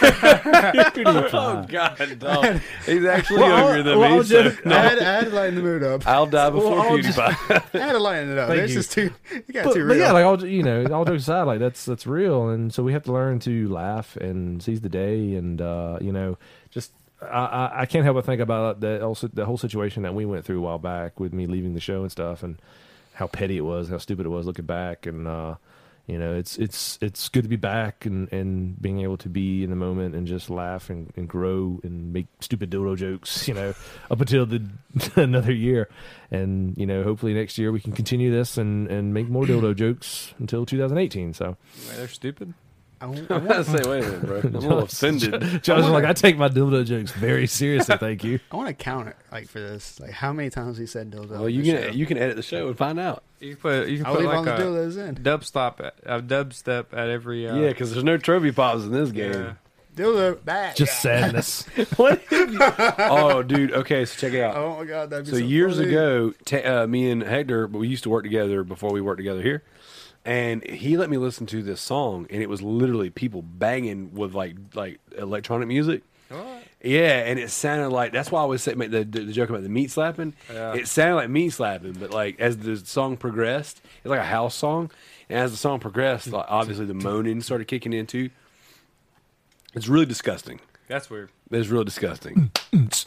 C: Oh God, dog. he's actually
A: Well, I'll-
C: younger than
A: well,
C: me.
A: I'll
C: so
A: just-
B: I, had, I had to lighten the mood up. I
C: I'll die before
A: well, I'll just-
C: PewDiePie.
B: had to lighten it up.
A: Thank
B: This
A: you.
B: is too. You got
A: But,
B: too
A: but
B: real.
A: yeah, like all you know, all jokes aside, like that's that's real, and so we have to learn to laugh and seize the day, and uh, you know, just I, I, I can't help but think about that also the whole situation that we went through a while back with me leaving the show and stuff, and how petty it was, how stupid it was looking back, and uh, you know, it's it's it's good to be back and and being able to be in the moment and just laugh and, and grow and make stupid dildo jokes, you know, up until the another year, and you know, hopefully next year we can continue this and and make more dildo jokes until 2018. So
D: Man, they're stupid.
B: I won't- I
C: I'm
B: won't-
C: gonna say, wait a minute, bro. I'm a little offended.
A: Josh is like, I take my dildo jokes very seriously. Thank you.
B: I want to count it, like for this, like how many times he said dildo.
C: Well,
B: on
C: you
B: the
C: can
B: show.
C: you can edit the show and find out.
D: You can put you can
B: I'll
D: put
B: leave
D: like
B: all the
D: a
B: dildos in.
D: dubstep at, a dubstep at every uh,
C: Yeah, because there's no trophy pops in this game.
D: yeah.
B: Dildo back.
A: Just sadness.
C: What? oh, dude. Okay, so check it out.
B: Oh my god, that'd be
C: so
B: so
C: years
B: funny.
C: ago, t- uh, me and Hector, we used to work together before we worked together here, and he let me listen to this song, and it was literally people banging with like like electronic music.
D: What?
C: Yeah, and it sounded like that's why I always say make the, the, the joke about the meat slapping.
D: Yeah.
C: It sounded like meat slapping, but like as the song progressed, it's like a house song, and as the song progressed, like obviously the moaning started kicking in too. It's really disgusting.
D: That's weird.
C: It's real disgusting.
B: So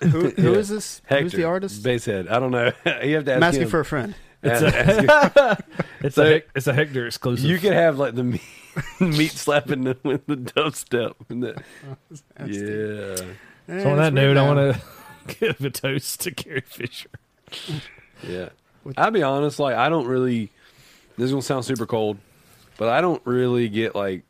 B: who, who
C: Yeah.
B: is this?
C: Hector,
B: Who's the artist?
C: Basehead. I don't know. you have to ask
B: I'm asking
C: him.
B: for a friend.
C: Ask- ask him.
A: It's
C: So-
A: a Hec- it's a Hector exclusive.
C: You could have like the meat, meat slapping the, with the dubstep. And the, yeah,
A: so on that note, I want to give a toast to Carrie Fisher.
C: yeah. I'll be honest. Like I don't really. This is gonna sound super cold, but I don't really get like.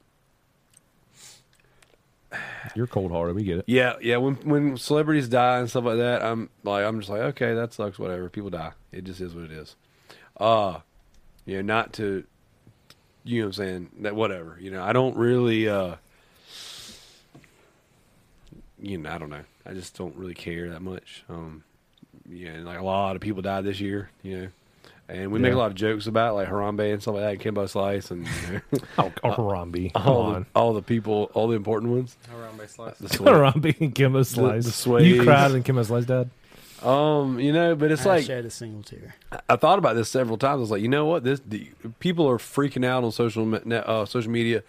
A: You're cold hearted. We get it.
C: Yeah, yeah. When when celebrities die and stuff like that, I'm like I'm just like okay, that sucks. Whatever. People die. It just is what it is. Uh you know, not to. You know what I'm saying? That whatever. You know, I don't really. uh You know, I don't know. I just don't really care that much. Um Yeah, and like a lot of people died this year. You know. And we make a
A: Yeah.
C: lot of jokes about like Harambe and stuff like that, and Kimbo Slice, and you know,
A: Oh, Harambe. Come
C: all
A: on.
C: the, all the people, all the important ones.
D: Around base slice.
C: The
A: Come
C: celeb-
A: around being Kimbo Slice.
C: the
A: you
C: sways.
A: cried and Kimbo Slice died.
C: Um, you know, but
A: Ah,
C: it's
B: I
C: like
B: shed a single tear.
C: I thought about this several times. I was like, you know what? This the, people are freaking out on social me- ne- uh, social media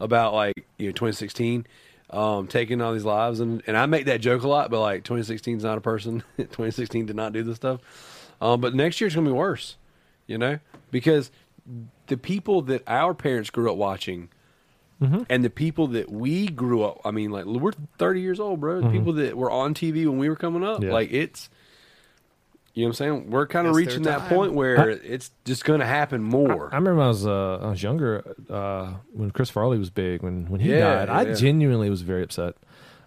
C: about like you know 2016 um, taking all these lives, and and I make that joke a lot. But like 2016 is not a person. 2016 did not do this stuff. Um, but next year's gonna be worse, you know, because the people that our parents grew up watching. And the people that we grew up, I mean, like we're 30 years old, bro. The people that were on TV when we were coming up,
A: Yeah.
C: like it's, you know what I'm saying? We're kind of
B: It's their
C: reaching that
B: time.
C: point where it's just going to happen more.
A: I remember when I was uh, I was younger uh, when Chris Farley was big when when he
C: Yeah,
A: died. I
C: yeah.
A: genuinely was very upset.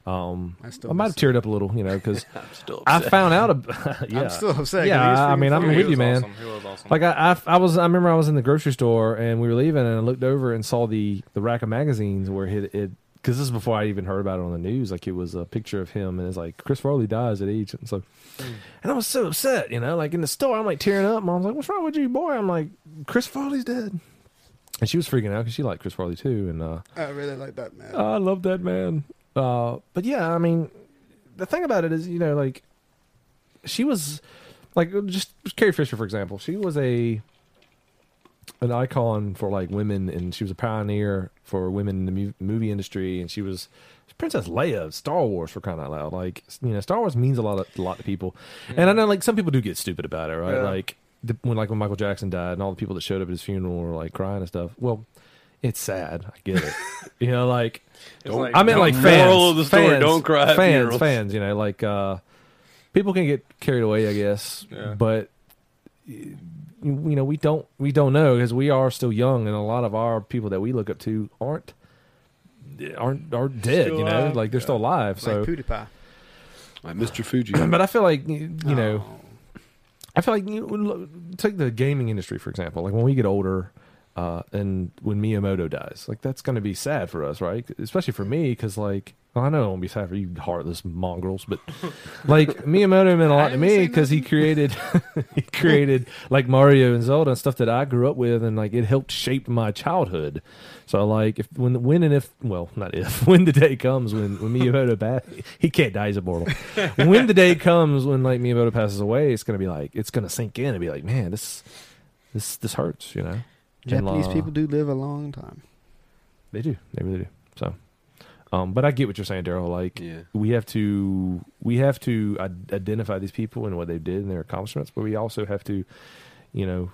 A: Um,
B: I still
A: I might have
B: miss
A: teared up a little, you know, because
C: I'm still
A: I
C: upset.
A: found out. Ab- yeah,
B: I'm still upset. 'cause
A: Yeah,
B: he was
A: I
B: freaking
A: mean, I'm
B: funny.
A: with
D: He was
A: you, man.
D: Awesome. He was awesome.
A: Like I, I, I was, I remember I was in the grocery store and we were leaving, and I looked over and saw the the rack of magazines where it, it because this is before I even heard about it on the news. Like it was a picture of him, and it's like Chris Farley dies at age, and so,
B: Hmm.
A: and I was so upset, you know, like in the store, I'm like tearing up. Mom's like, "What's wrong with you, boy?" I'm like, "Chris Farley's dead," and she was freaking out because she liked Chris Farley too, and uh,
B: I really like that man.
A: Oh, I love that man. Uh, but yeah, I mean, the thing about it is, you know, like she was like just Carrie Fisher, for example. She was a an icon for like women, and she was a pioneer for women in the mu- movie industry, and she was. Princess Leia, of Star Wars for crying out loud! Like you know, Star Wars means a lot, of, a lot to people, and I know like some people do get stupid about it, right?
C: Yeah.
A: Like the, when like when Michael Jackson died, and all the people that showed up at his funeral were like crying and stuff. Well, it's sad. I get it. you know, like
D: It's
C: Don't-
D: like-
A: I mean,
C: the
A: like fans.
C: moral of the story,
A: fans,
C: don't cry at
A: Fans,
C: funerals.
A: fans. You know, like uh, people can get carried away, I guess.
D: Yeah.
A: But y- you know, we don't we don't know because we are still young, and a lot of our people that we look up to aren't aren't are dead.
C: Still
A: you know,
C: alive.
A: like they're still alive. So,
B: like PewDiePie.
C: Like Mr. Fuji.
A: but I feel like you you know.
B: Oh.
A: I feel like you look, take the gaming industry for example. Like when we get older, uh, and when Miyamoto dies, like that's going to be sad for us, right? Especially for me, because like well, I know it won't be sad for you heartless mongrels, but like Miyamoto meant a lot to
B: haven't
A: me
B: seen
A: because he created he created like Mario and Zelda and stuff that I grew up with, and like it helped shape my childhood. So like if when when and if well not if when the day comes when when Miyamoto bat he can't die he's immortal. when the day comes when like Miyamoto passes away, it's gonna be like it's gonna sink in and be like man this this this hurts you know.
B: Japanese
A: And, uh,
B: people do live a long time.
A: they do. They really do. So, um, but I get what you're saying, Daryl. Like,
C: Yeah.
A: we have to we have to i- identify these people and what they did and their accomplishments, but we also have to, you know,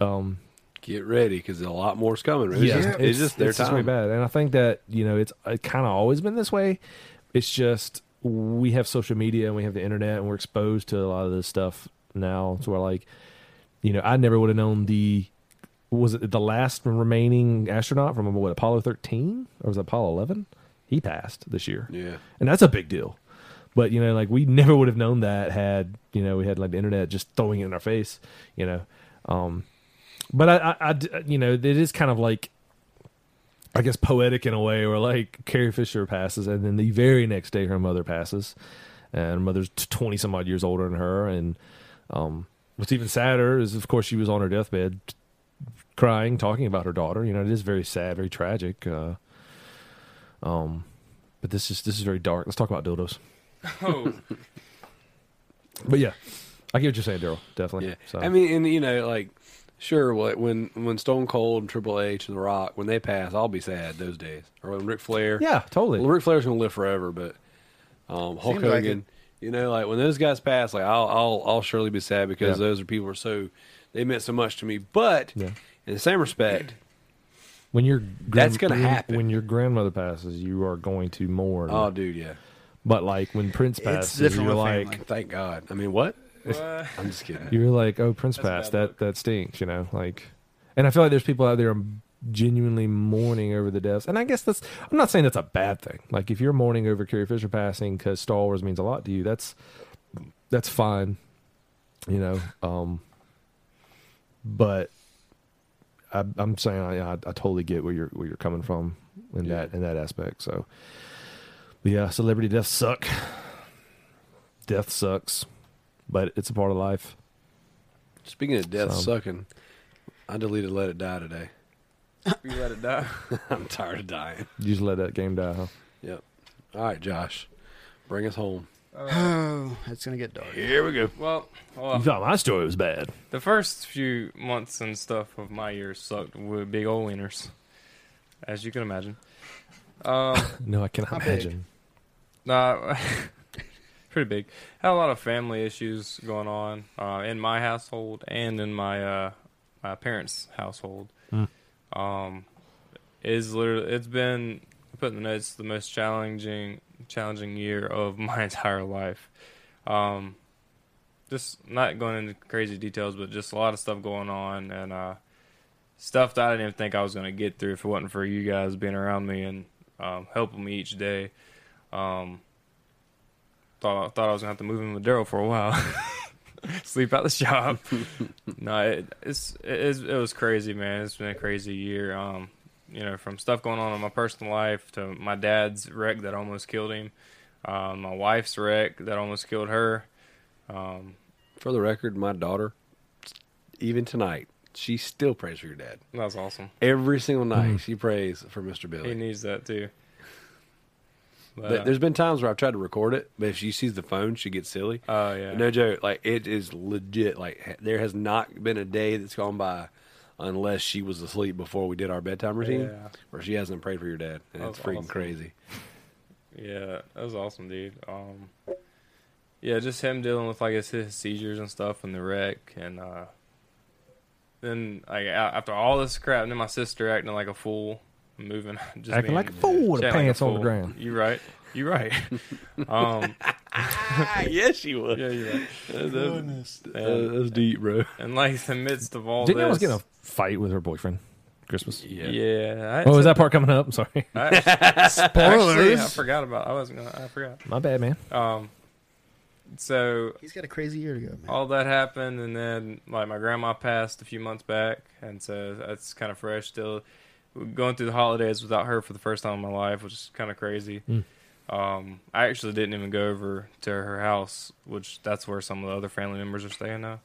A: um,
C: Get ready because a lot more's coming. It's
A: yeah,
C: just, it's just their
A: it's
C: time.
A: Just really bad, and I think that you know it's uh, kind of always been this way. It's just we have social media and we have the internet, and we're exposed to a lot of this stuff now. So we're like, you know, I never would have known the was it the last remaining astronaut from what Apollo thirteen or was it Apollo eleven? He passed this year
C: Yeah.
A: and that's a big deal. But you know, like we never would have known that had you know we had like the internet just throwing it in our face, you know. Um, but I, I, I d- you know, it is kind of like, I guess, poetic in a way, where like Carrie Fisher passes, and then the very next day her mother passes, and her mother's twenty some odd years older than her, and um, what's even sadder is, of course, she was on her deathbed, crying, talking about her daughter. You know, it is very sad, very tragic. Uh, um, but this is this is very dark. Let's talk about dildos.
D: oh,
A: But yeah, I get what you're saying, Daryl. Definitely.
C: Yeah,
A: So,
C: I mean, and you know, like, sure, what when when Stone Cold and Triple H and The Rock when they pass, I'll be sad those days. Or when Ric Flair,
A: yeah,
C: well,
A: totally.
C: Ric Flair's gonna live forever, but um, Hulk
B: Seems like
C: Hogan, you know, like when those guys pass, like I'll I'll, I'll surely be sad because
A: Yeah.
C: those are people who are so they meant so much to me. But
A: Yeah.
C: in the same respect,
A: When your
C: That's gonna
A: when-
C: happen.
A: When your grandmother passes, you are going to mourn.
C: oh dude, yeah,
A: but like when Prince passes,
B: different
A: you're
B: with
A: like
B: family.
C: thank God. I mean, what?
D: what?
C: I'm just kidding.
A: you're like, oh, Prince
D: That's a
A: passed.
D: bad
A: That
D: look.
A: that stinks. You know, like, and I feel like there's people out there genuinely mourning over the deaths. And I guess that's. I'm not saying that's a bad thing. Like if you're mourning over Carrie Fisher passing because Star Wars means a lot to you, that's that's fine. You know, um, but I, I'm saying I, I, I totally get where you're where you're coming from in
C: Yeah.
A: that in that aspect. So, but yeah, celebrity deaths suck. Death sucks, but it's a part of life.
C: Speaking of death
A: So-
C: sucking, I deleted Let It Die today.
D: You let it die.
C: I'm tired of dying.
A: You just let that game die. Huh?
C: Yep. All right, Josh, bring us home.
B: Oh, it's gonna get dark.
C: Here we go.
D: Well, hold on.
A: thought my story was bad.
D: the first few months and stuff of my year sucked with big old wieners, as you can imagine. Um,
A: No, I cannot
B: How big?
A: imagine.
D: Nah, pretty big. Had a lot of family issues going on uh, in my household and in my uh, my parents' household.
A: Mm.
D: Um, is literally it's been I put in the notes the most challenging challenging year of my entire life. Um, just not going into crazy details, but just a lot of stuff going on and uh, stuff that I didn't even think I was going to get through if it wasn't for you guys being around me and um, helping me each day. Um, thought thought I was gonna have to move in with Daryl for a while, sleep out the shop. no, it, it's it, is- it was crazy, man. It's been a crazy year. Um, you know, from stuff going on in my personal life to my dad's wreck that almost killed him, um, my wife's wreck that almost killed her. Um,
C: For the record, my daughter, even tonight, she still prays for your dad.
D: that was awesome.
C: Every single
D: Mm.
C: night, she prays for Mr.
D: He
C: Billy.
D: needs that too.
C: But
D: uh,
C: there's been times where I've tried to record it, but if she sees the phone, she gets silly.
D: oh yeah,
C: No joke. Like it is legit. Like ha- there has not been a day that's gone by unless she was asleep before we did our bedtime routine,
D: Yeah.
C: where she hasn't prayed for your dad. And
D: That's
C: it's freaking
D: awesome.
C: crazy.
D: Yeah, that was awesome, dude. Um, yeah, just him dealing with like his, his seizures and stuff and the wreck, and uh, then like a- after all this crap, and then my sister acting like a fool, moving, just
A: Acting
D: being-
A: like a fool with
D: she
A: her
D: acting like
A: pants on the
D: fool.
A: ground.
D: You right? You right? um,
C: ah, yes, she was.
D: yeah, you right.
B: Goodness.
C: Uh, that's deep, bro.
D: And like the midst of all
A: Didn't
D: this,
A: I was getting a fight with her boyfriend Christmas?
C: Yeah.
D: yeah. yeah I,
A: Oh, is that part coming up? I'm sorry.
D: I- actually, I
B: Spoilers.
D: forgot about. I wasn't gonna. I forgot.
A: My bad, man.
D: Um, so
B: He's got a crazy year to go, man.
D: all that happened and then like my grandma passed a few months back and so that's kind of fresh still going through the holidays without her for the first time in my life which is kind of crazy
A: Mm.
D: um i actually didn't even go over to her house which that's where some of the other family members are staying now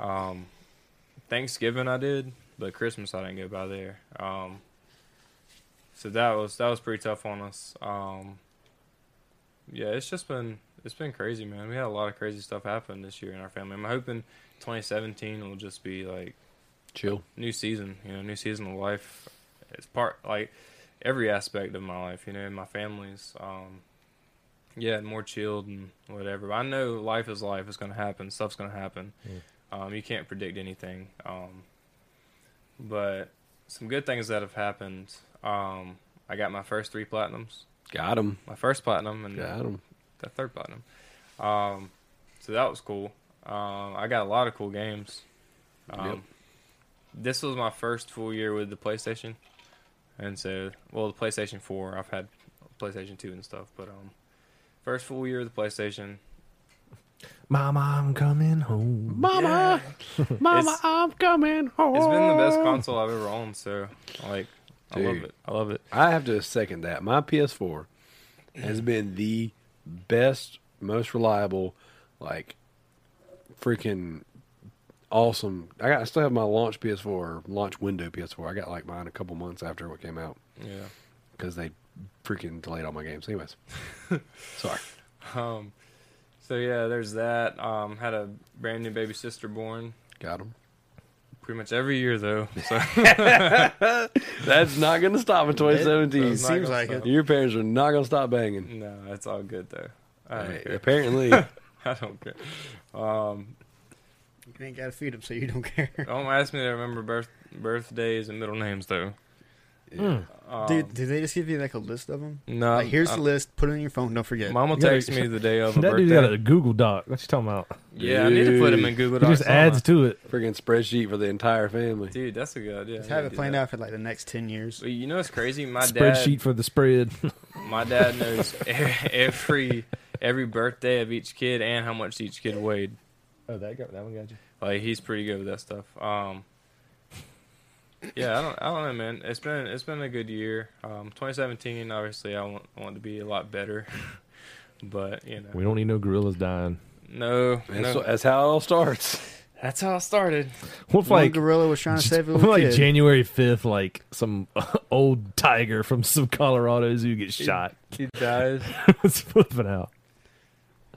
D: um thanksgiving i did but christmas i didn't go by there um so that was that was pretty tough on us um yeah it's just been it's been crazy, man. We had a lot of crazy stuff happen this year in our family. I'm hoping 2017 will just be like
C: Chill.
D: new season, you know, new season of life. It's part like every aspect of my life, you know, my family's. Um, yeah, more chilled and whatever. But I know life is life. It's gonna happen. Stuff's gonna happen. Um, you can't predict anything. Um, but some good things that have happened. Um, I got my first three platinums.
C: Got him.
D: My first platinum and
C: Got him.
D: that third platinum. Um, so that was cool. Um, I got a lot of cool games. Um,
C: Yep.
D: This was my first full year with the PlayStation, and so well, the PlayStation Four. I've had PlayStation Two and stuff, but um, first full year with the PlayStation.
A: Mama, I'm coming home.
C: Mama,
D: Mama, It's-
C: I'm coming home.
D: It's been the best console I've ever owned. So like, I love
C: Dude.
D: it. I love it.
C: I have to second that. My PS4 has been the best, most reliable, like freaking awesome. I, got, I still have my launch PS4, launch window PS4. I got like mine a couple months after what came out
D: Yeah.
C: because they freaking delayed all my games. Anyways, sorry.
D: Um. So yeah, there's that. Um, had a brand new baby sister born.
C: Got them.
D: Pretty much every year though. So
C: That's not going to stop in 2017.
D: That's not gonna
B: Seems like
D: stop.
B: it.
C: Your parents are not going to stop banging.
D: no, it's all good though. I don't
C: Hey,
D: care.
C: apparently,
D: I don't care. Um,
B: You ain't got to feed him, so you don't care.
D: don't ask me to remember birth birthdays and middle names though.
A: Mm.
D: Um,
B: Dude, did they just give you like a list of them?
D: no,
B: like, here's
D: I-
B: the list. Put it on your phone. Don't forget.
D: Mom will
A: You gotta-
D: text me the day of a
A: That dude got
D: birthday.
A: a Google Doc. What you talking about?
D: Yeah, I need to put him in Google
A: He
D: Docs.
A: just adds to it.
C: freaking spreadsheet for the entire family.
D: Dude, that's a good idea.
B: Just
D: I
B: have
D: need
B: it
D: to
B: planned
D: do that.
B: out for like the next ten years.
D: But you know what's crazy? My
A: Spreadsheet
D: dad,
A: for the spread.
D: my dad knows e- every every birthday of each kid and how much each kid weighed.
A: oh, that got that one got you.
D: Like he's pretty good with that stuff. Um, yeah, I don't, I don't know, man. It's been it's been a good year. Um, 2017, obviously, I want I want to be a lot better, but you know,
A: We don't need no gorillas dying.
D: no,
C: That's,
D: no.
C: that's how it all starts.
D: that's how it started.
A: What if
B: One
A: like
B: gorilla was trying to save a
A: what if,
B: little
A: like
B: kid.
A: January fifth, like some old tiger from some Colorado zoo gets shot?
D: He dies.
A: it's flipping out.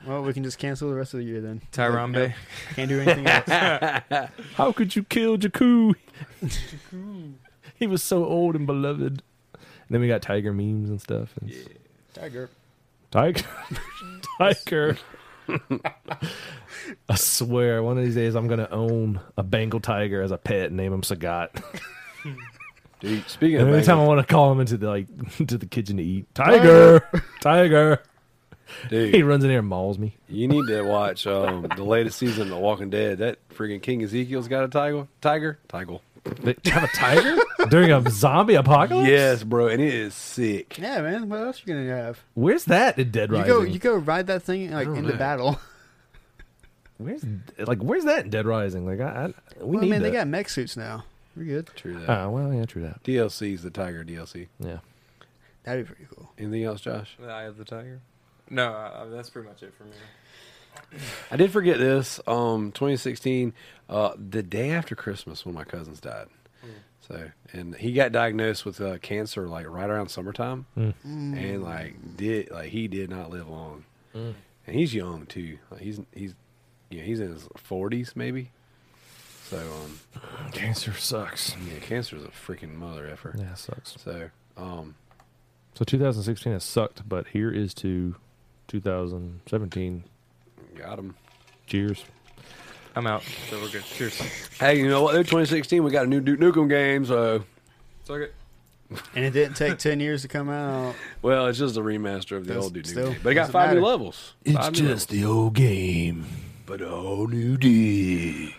B: well, we can just cancel the rest of the year then.
D: Tyrambe.
B: Nope, can't do anything else.
A: How could you kill Jakku? he was so old and beloved. And then we got tiger memes and stuff. And
D: Yeah.
B: Tiger.
A: Tiger. tiger. I swear, one of these days I'm going to own a Bengal tiger as a pet and name him Sagat.
C: Dude, speaking
A: And
C: of
A: every time I
C: bangers,
A: want to call him into the like into the kitchen to eat, Tiger, Tiger, he
C: dude,
A: runs in there and mauls me.
C: you need to watch um, the latest season of The Walking Dead. That freaking King Ezekiel's got a tiger, tiger, tiger.
A: They have a tiger? during a zombie apocalypse.
C: Yes, bro, and it is sick.
B: Yeah, man. What else you gonna have?
A: Where's that in Dead
B: You
A: Rising?
B: go, you go ride that thing like
A: don't
B: into
A: know.
B: battle.
A: Where's like where's that in Dead Rising? Like I, I we
B: well,
A: need
B: man, they
A: that.
B: got mech suits now. We're good.
C: True that.
A: Ah, well, yeah, true that.
C: DLC is the Tiger DLC.
A: Yeah.
B: That'd be pretty cool.
C: Anything else, Josh?
D: The Eye of the Tiger. No, I, I- that's pretty much it for me.
C: I did forget this. Um, 2016, uh, the day after Christmas, one of my cousins died.
B: Mm.
C: So, and he got diagnosed with uh, cancer like right around summertime,
A: Mm.
C: and like did like he did not live long,
A: Mm.
C: and he's young too. Like, he's he's yeah he's in his 40s maybe. So um,
A: Cancer sucks.
C: yeah, cancer is a freaking mother effer.
A: Yeah, it sucks.
C: So um,
A: So 2016 has sucked, but here is to 2017.
C: got him.
A: Cheers.
D: I'm out, so we're good. Cheers.
C: Hey, you know what? They're 2016. We got a new Duke Nukem game, so
D: Suck it.
B: And it didn't take ten years to come out.
C: well, it's just a remaster of the
B: Does-
C: old Duke
B: still
C: Nukem, game. but it got
B: doesn't
C: five new
B: matter.
C: levels. Five new levels.
A: the old game,
C: but a whole new dick.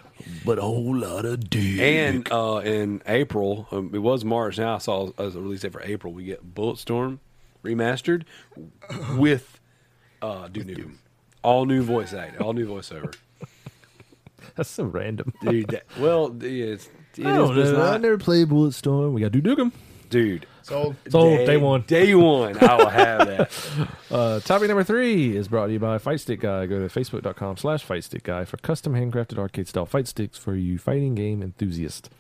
A: but a whole lot of dude.
C: And uh, in April, um, it was March. Now I saw it was a release date for April. We get Bulletstorm remastered with uh, Duke Nukem, all new voice act, all new voiceover.
A: that's so random.
C: Dude, that, well, the- it's, it
A: I
C: is,
A: don't
C: but it's
A: know. I
C: not,
A: never played Bulletstorm. We got Duke Nukem.
C: dude.
B: So
A: It's old day, one.
C: Day one, I will have that.
A: Uh, topic number three is brought to you by Fight Stick Guy. Go to facebook.com slash Fight Stick Guy for custom handcrafted arcade style fight sticks for you fighting game enthusiasts.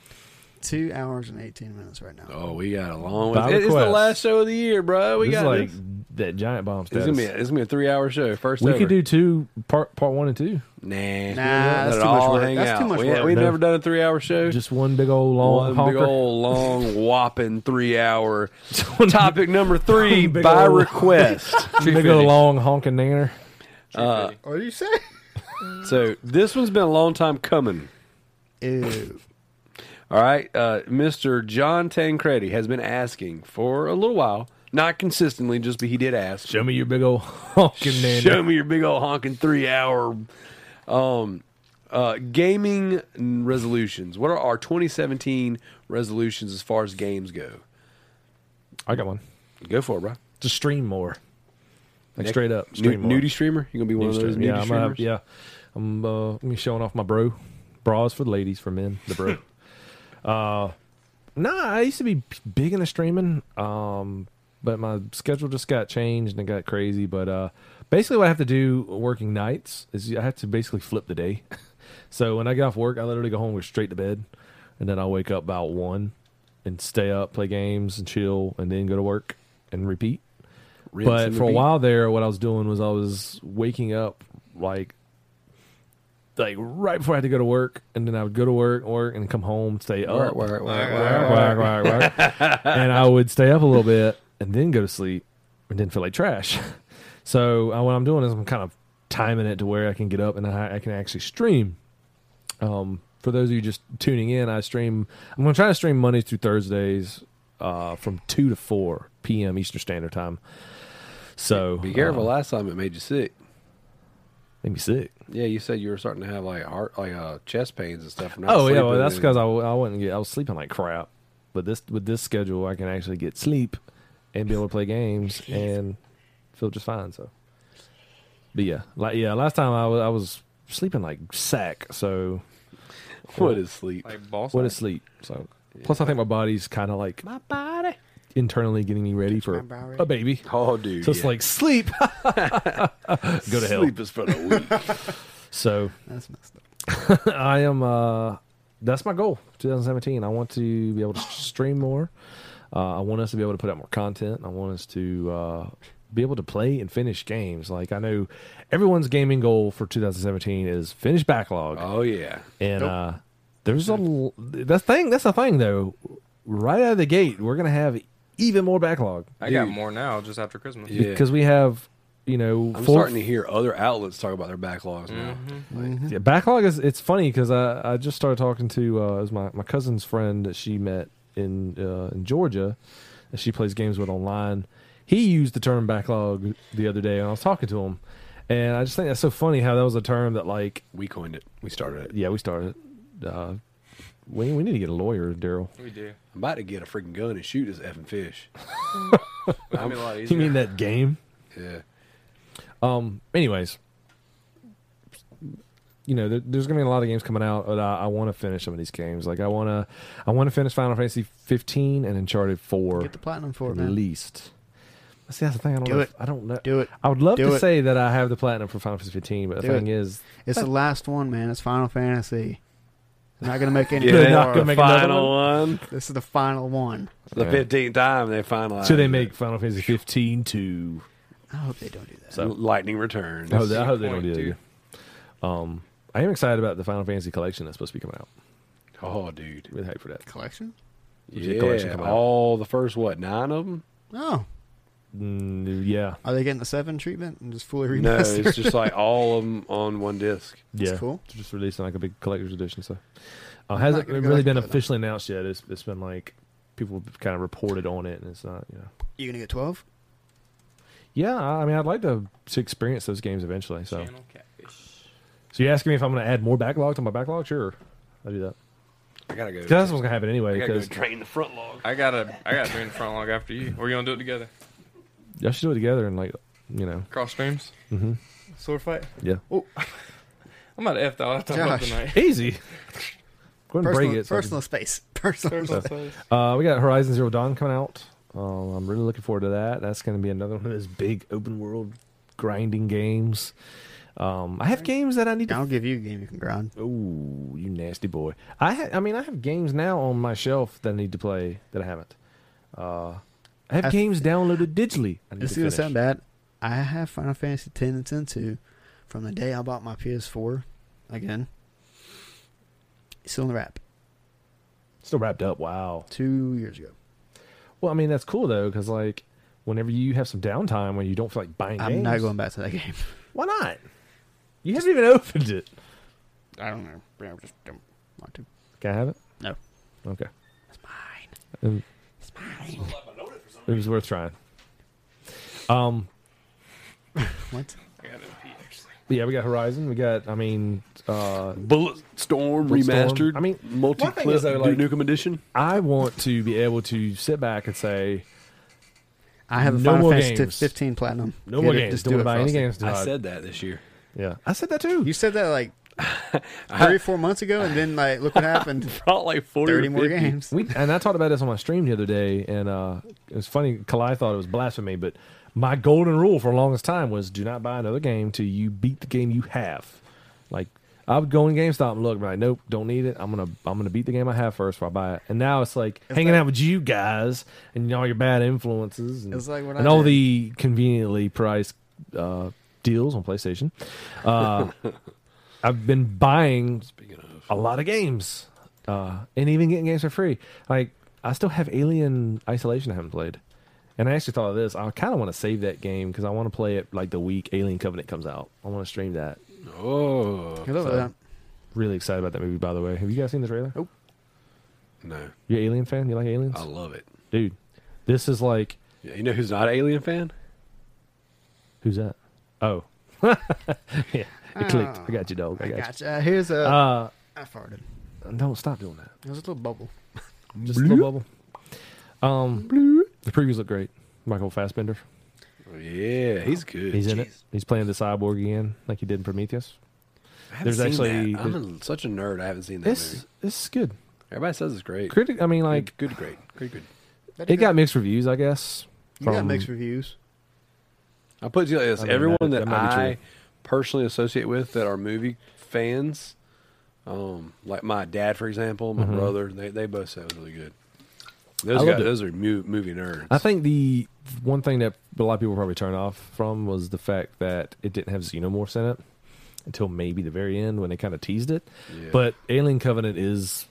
B: two hours and eighteen minutes right now.
C: Oh, we got a long
A: By
C: way. It- It's the
A: request.
C: last show of the year, bro. We
A: this is
C: got
A: like
C: this.
A: that giant bomb
C: It's
A: status.
C: gonna be a, it's gonna be a three hour show. First,
A: we
C: ever.
A: could do two part part one and two.
C: nah,
B: Nah, that's
C: Let it
B: too much
C: all
B: work.
C: hang
B: That's too
C: out.
B: much
C: we,
B: work.
C: We've
A: No.
C: never done a three hour show.
A: Just one big old long
C: One
A: honker.
C: big old long whopping three hour topic number three
A: One big
C: by
A: old-
C: request.
A: big old long honking nanner.
C: Uh,
B: What do you say?
C: so this one's been a long time coming.
B: Ew.
C: All right, uh, Mr. John Tancredi has been asking for a little while, not consistently, just but he did ask.
A: Show me your big old honking nanner.
C: Show me your big old honking three hour. Um, uh, gaming resolutions. What are our 2017 resolutions as far as games go?
A: I got one.
C: Go for it, bro.
A: To stream more. Like
C: Nick-
A: straight up.
C: New,
A: Stream more.
C: nudie streamer. You gonna be one of
A: Nudie
C: those
A: stream.
C: nudie
A: yeah, I'm gonna have-
C: streamers?
A: yeah. I'm uh, I'm gonna be showing off my bro. Bras for the ladies, for men, the bro. uh nah, I used to be p- big into streaming. Um but my schedule just got changed and it got crazy. But uh basically what I have to do working nights is I have to basically flip the day. so when I get off work I literally go home and go straight to bed and then I'll wake up about one and stay up, play games and chill and then go to work and repeat
C: Rinse
A: but
C: and
A: for a
C: repeat.
A: while there, what I was doing was I was waking up like like right before I had to go to work, and then I would go to work, work, and come home, stay up,
C: Work, work, work,
A: Work, work, work, work. and I would stay up a little bit and then go to sleep and then feel like trash. So uh, what I'm doing is I'm kind of timing it to where I can get up and I, I can actually stream. Um, for those of you just tuning in, I stream. I'm going to try to stream Mondays through Thursdays uh, from two to four p.m. Eastern Standard Time. So
C: Be careful.
A: uh,
C: Last time it made you sick.
A: made me sick.
C: Yeah, you said you were starting to have like heart, like uh, chest pains and stuff. from not
A: Oh yeah,
C: sleeping
A: well that's
C: and-
A: because I, I wasn't get, I was sleeping like crap. But this with this schedule, I can actually get sleep and be able to play games and feel just fine. So, but yeah, like yeah, last time I was I was sleeping like sack. So
C: what is sleep?
D: Like boss.
A: what is sleep? So plus I think my body's kind of like my body internally getting me ready for
B: my body.
A: a baby.
C: oh, dude.
A: So it's
C: yeah.
A: like sleep. Go to hell.
C: Sleep is for the weak.
A: So
B: That's messed up.
A: I am. Uh, that's my goal. 2017. I want to be able to stream more. Uh, I want us to be able to put out more content. I want us to uh, be able to play and finish games. Like I know everyone's gaming goal for 2017 is finish backlog,
C: oh yeah.
A: and
B: Nope.
A: uh, there's a l- that's thing. That's the thing though. Right out of the gate, we're gonna have even more backlog
D: I got
C: Dude.
D: more now, just after Christmas.
C: Yeah.
A: because we have you know four-
C: I'm
A: Mm-hmm.
C: starting to hear other outlets talk about their backlogs now.
A: Yeah, backlog is it's funny because I, I just started talking to uh, it was my, my cousin's friend that she met in uh, in Georgia that she plays games with online. He used the term backlog the other day, and I was talking to him, and I just think that's so funny how that was a term that like
C: We coined it. We started it.
A: yeah we started uh, We, we need to get a lawyer, Daryl.
D: We do.
C: I'm about to get a freaking gun and shoot this effing fish.
D: That'd be a lot easier.
A: You mean that game?
C: Yeah.
A: Um. Anyways, you know, there, there's going to be a lot of games coming out, but I, I want to finish some of these games. Like I want to, I want to finish Final Fantasy 15 and Uncharted 4
B: Get the platinum for
A: at
B: it, man.
A: least. See, that's the thing. I don't
B: Do
A: know.
B: it.
A: if- I don't know.
B: Do it.
A: I would love
B: Do
A: to
B: it.
A: say that I have the platinum for Final Fantasy 15, but the
B: Do
A: thing
B: it.
A: is,
B: It's the last one, man. It's Final Fantasy. They're not gonna make any
A: They're
C: Yeah,
A: not
B: more.
A: gonna
C: the
A: make another
C: final one.
B: This is the final one.
C: It's the
A: Yeah.
C: fifteenth time they finalized.
A: should they
C: it.
A: make Final Fantasy 15 too?
B: I hope they don't do that.
A: So-
C: Lightning returns.
A: I hope, they- I hope they don't do
D: Point
A: that.
D: two.
A: either. Um, I am excited about the Final Fantasy collection that's supposed to be coming out.
C: Oh, dude.
A: Really hype for that.
B: Collection?
A: There's a collection
C: Yeah,
A: coming out.
C: all the first what nine of them?
B: Oh,
A: Mm, yeah,
B: are they getting the seven treatment and just fully
C: No,
B: remastered?
C: it's just like all of them on one disc.
A: yeah.
B: That's cool.
A: They're Just releasing like a big collector's edition. So uh, hasn't
B: gonna
A: really
B: go back
A: been
B: and play that.
A: officially announced yet. It's, it's been like people have kind of reported on it, and it's not. You know.
B: You gonna get twelve?
A: Yeah, I I mean, I'd like to, to experience those games eventually. So,
D: Channel catfish.
A: so you asking me if I'm going to add more backlog to my backlog? Sure, I'll do that.
C: I gotta go.
A: 'Cause That's what's going to happen
C: I
A: anyway.
C: gotta go
A: Because
C: drain the front log.
D: I gotta, I gotta bring the front log after you. We're gonna do it together.
A: y'all should do it together and like, you know,
D: Cross streams.
A: Mhm.
D: Sword fight.
A: yeah,
D: I'm about to f that all time up
B: Josh.
D: tonight.
A: easy. Go ahead and break
B: Personal,
A: it. so I can-
B: personal space. Personal.
D: Personal
B: space.
D: space.
A: Uh, we got Horizon Zero Dawn coming out. Um, I'm really looking forward to that. That's going to be another one of those big open world grinding games. Um, I have games that I need to.
B: I'll give you a game you can grind.
A: Oh, you nasty boy! I ha- I mean, I have games now on my shelf that I need to play that I haven't. Uh, I have
B: I-
A: games downloaded digitally. I need
B: This is
A: to
B: gonna
A: finish.
B: sound bad. I have Final Fantasy X and X two from the day I bought my PS4 again. It's still in the wrap.
A: Still wrapped up. Wow.
B: Two years ago.
A: Well, I mean, that's cool though, because like, whenever you have some downtime when you don't feel like buying
B: I'm
A: games,
B: not going back to that game.
A: Why not? You haven't even opened it.
B: I don't know. I just don't want to.
A: Can I have it?
B: No.
A: Okay.
B: It's mine.
A: Um,
B: It's mine.
A: It was worth trying. Um,
B: What?
D: I gotta pee actually.
A: but yeah, we got Horizon. We got, I mean, uh,
C: Bullet Storm
A: Bullet Storm.
C: remastered.
A: I mean, my
C: multi
A: thing
C: clip
A: is, though, like-
C: Nukem edition.
A: I want to be able to sit back and say,
B: I have a
A: No
B: Final
A: more
B: Fantasy
A: games.
B: 15 Platinum.
A: no
B: Get
A: more
B: it,
A: games.
B: Just
A: Don't
B: do it,
A: buy any
B: Frosty.
A: games. Do
C: I
A: not-
C: said that this year.
A: yeah, I said that too.
B: You said that like three or four months ago, and then like look what happened.
C: Brought like forty, or
B: 30 more
C: 50.
B: games.
A: we and I talked about this on my stream the other day, and uh, it was funny. Kalai thought it was blasphemy, but my golden rule for the longest time was do not buy another game till you beat the game you have. Like I would go in GameStop and look, and be like, nope, don't need it. I'm gonna I'm gonna beat the game I have first before I buy it. And now it's like hanging out with you guys and all your bad influences and,
B: It's like what
A: and
B: I
A: all
B: did.
A: the conveniently priced uh, deals on PlayStation. Uh, I've been buying
C: Speaking of,
A: a lot of games, uh, and even getting games for free. Like I still have Alien Isolation I haven't played, and I actually thought of this. I kind of want to save that game because I want to play it like the week Alien Covenant comes out. I want to stream that.
C: oh
B: Look at that.
A: Really excited about that movie, by the way. Have you guys seen the trailer?
B: Nope.
C: no,
A: You an Alien fan? You like aliens,
C: I love it.
A: dude? This is like
C: Yeah, you know who's not an Alien fan?
A: who's that? Oh, yeah, it clicked. I got you, dog. Oh. I
B: I
A: got,
B: gotcha. Here's a.
A: you. Uh,
B: I farted.
A: don't stop doing that.
B: It was a little bubble.
A: Just a little bubble. Um, the previews look great. Michael Fassbender.
C: Yeah, he's good.
A: He's in it.
C: Jeez.
A: He's playing the cyborg again, like he did in Prometheus.
C: I haven't
A: There's
C: seen
A: actually-
C: that. I'm a, such a nerd. I haven't seen that
A: It's
C: movie.
A: it's good.
C: Everybody says it's great.
A: Critic. I mean, like
C: good, good, great, great, good.
A: it got mixed reviews, I guess.
B: You got
A: from-
B: mixed reviews.
C: I'll put it to you like this:
A: I mean,
C: everyone
A: that-
C: that,
A: that might be
C: I personally associate with that are movie fans, um, like my dad, for example, my
A: Mhm.
C: brother, they they both say it was really good.
A: I
C: Those
A: loved
C: guys,
A: it.
C: those are mu- movie nerds.
A: I think the one thing that a lot of people probably turned off from was the fact that it didn't have xenomorphs in it until maybe the very end when they kind of teased it.
C: Yeah.
A: But Alien Covenant is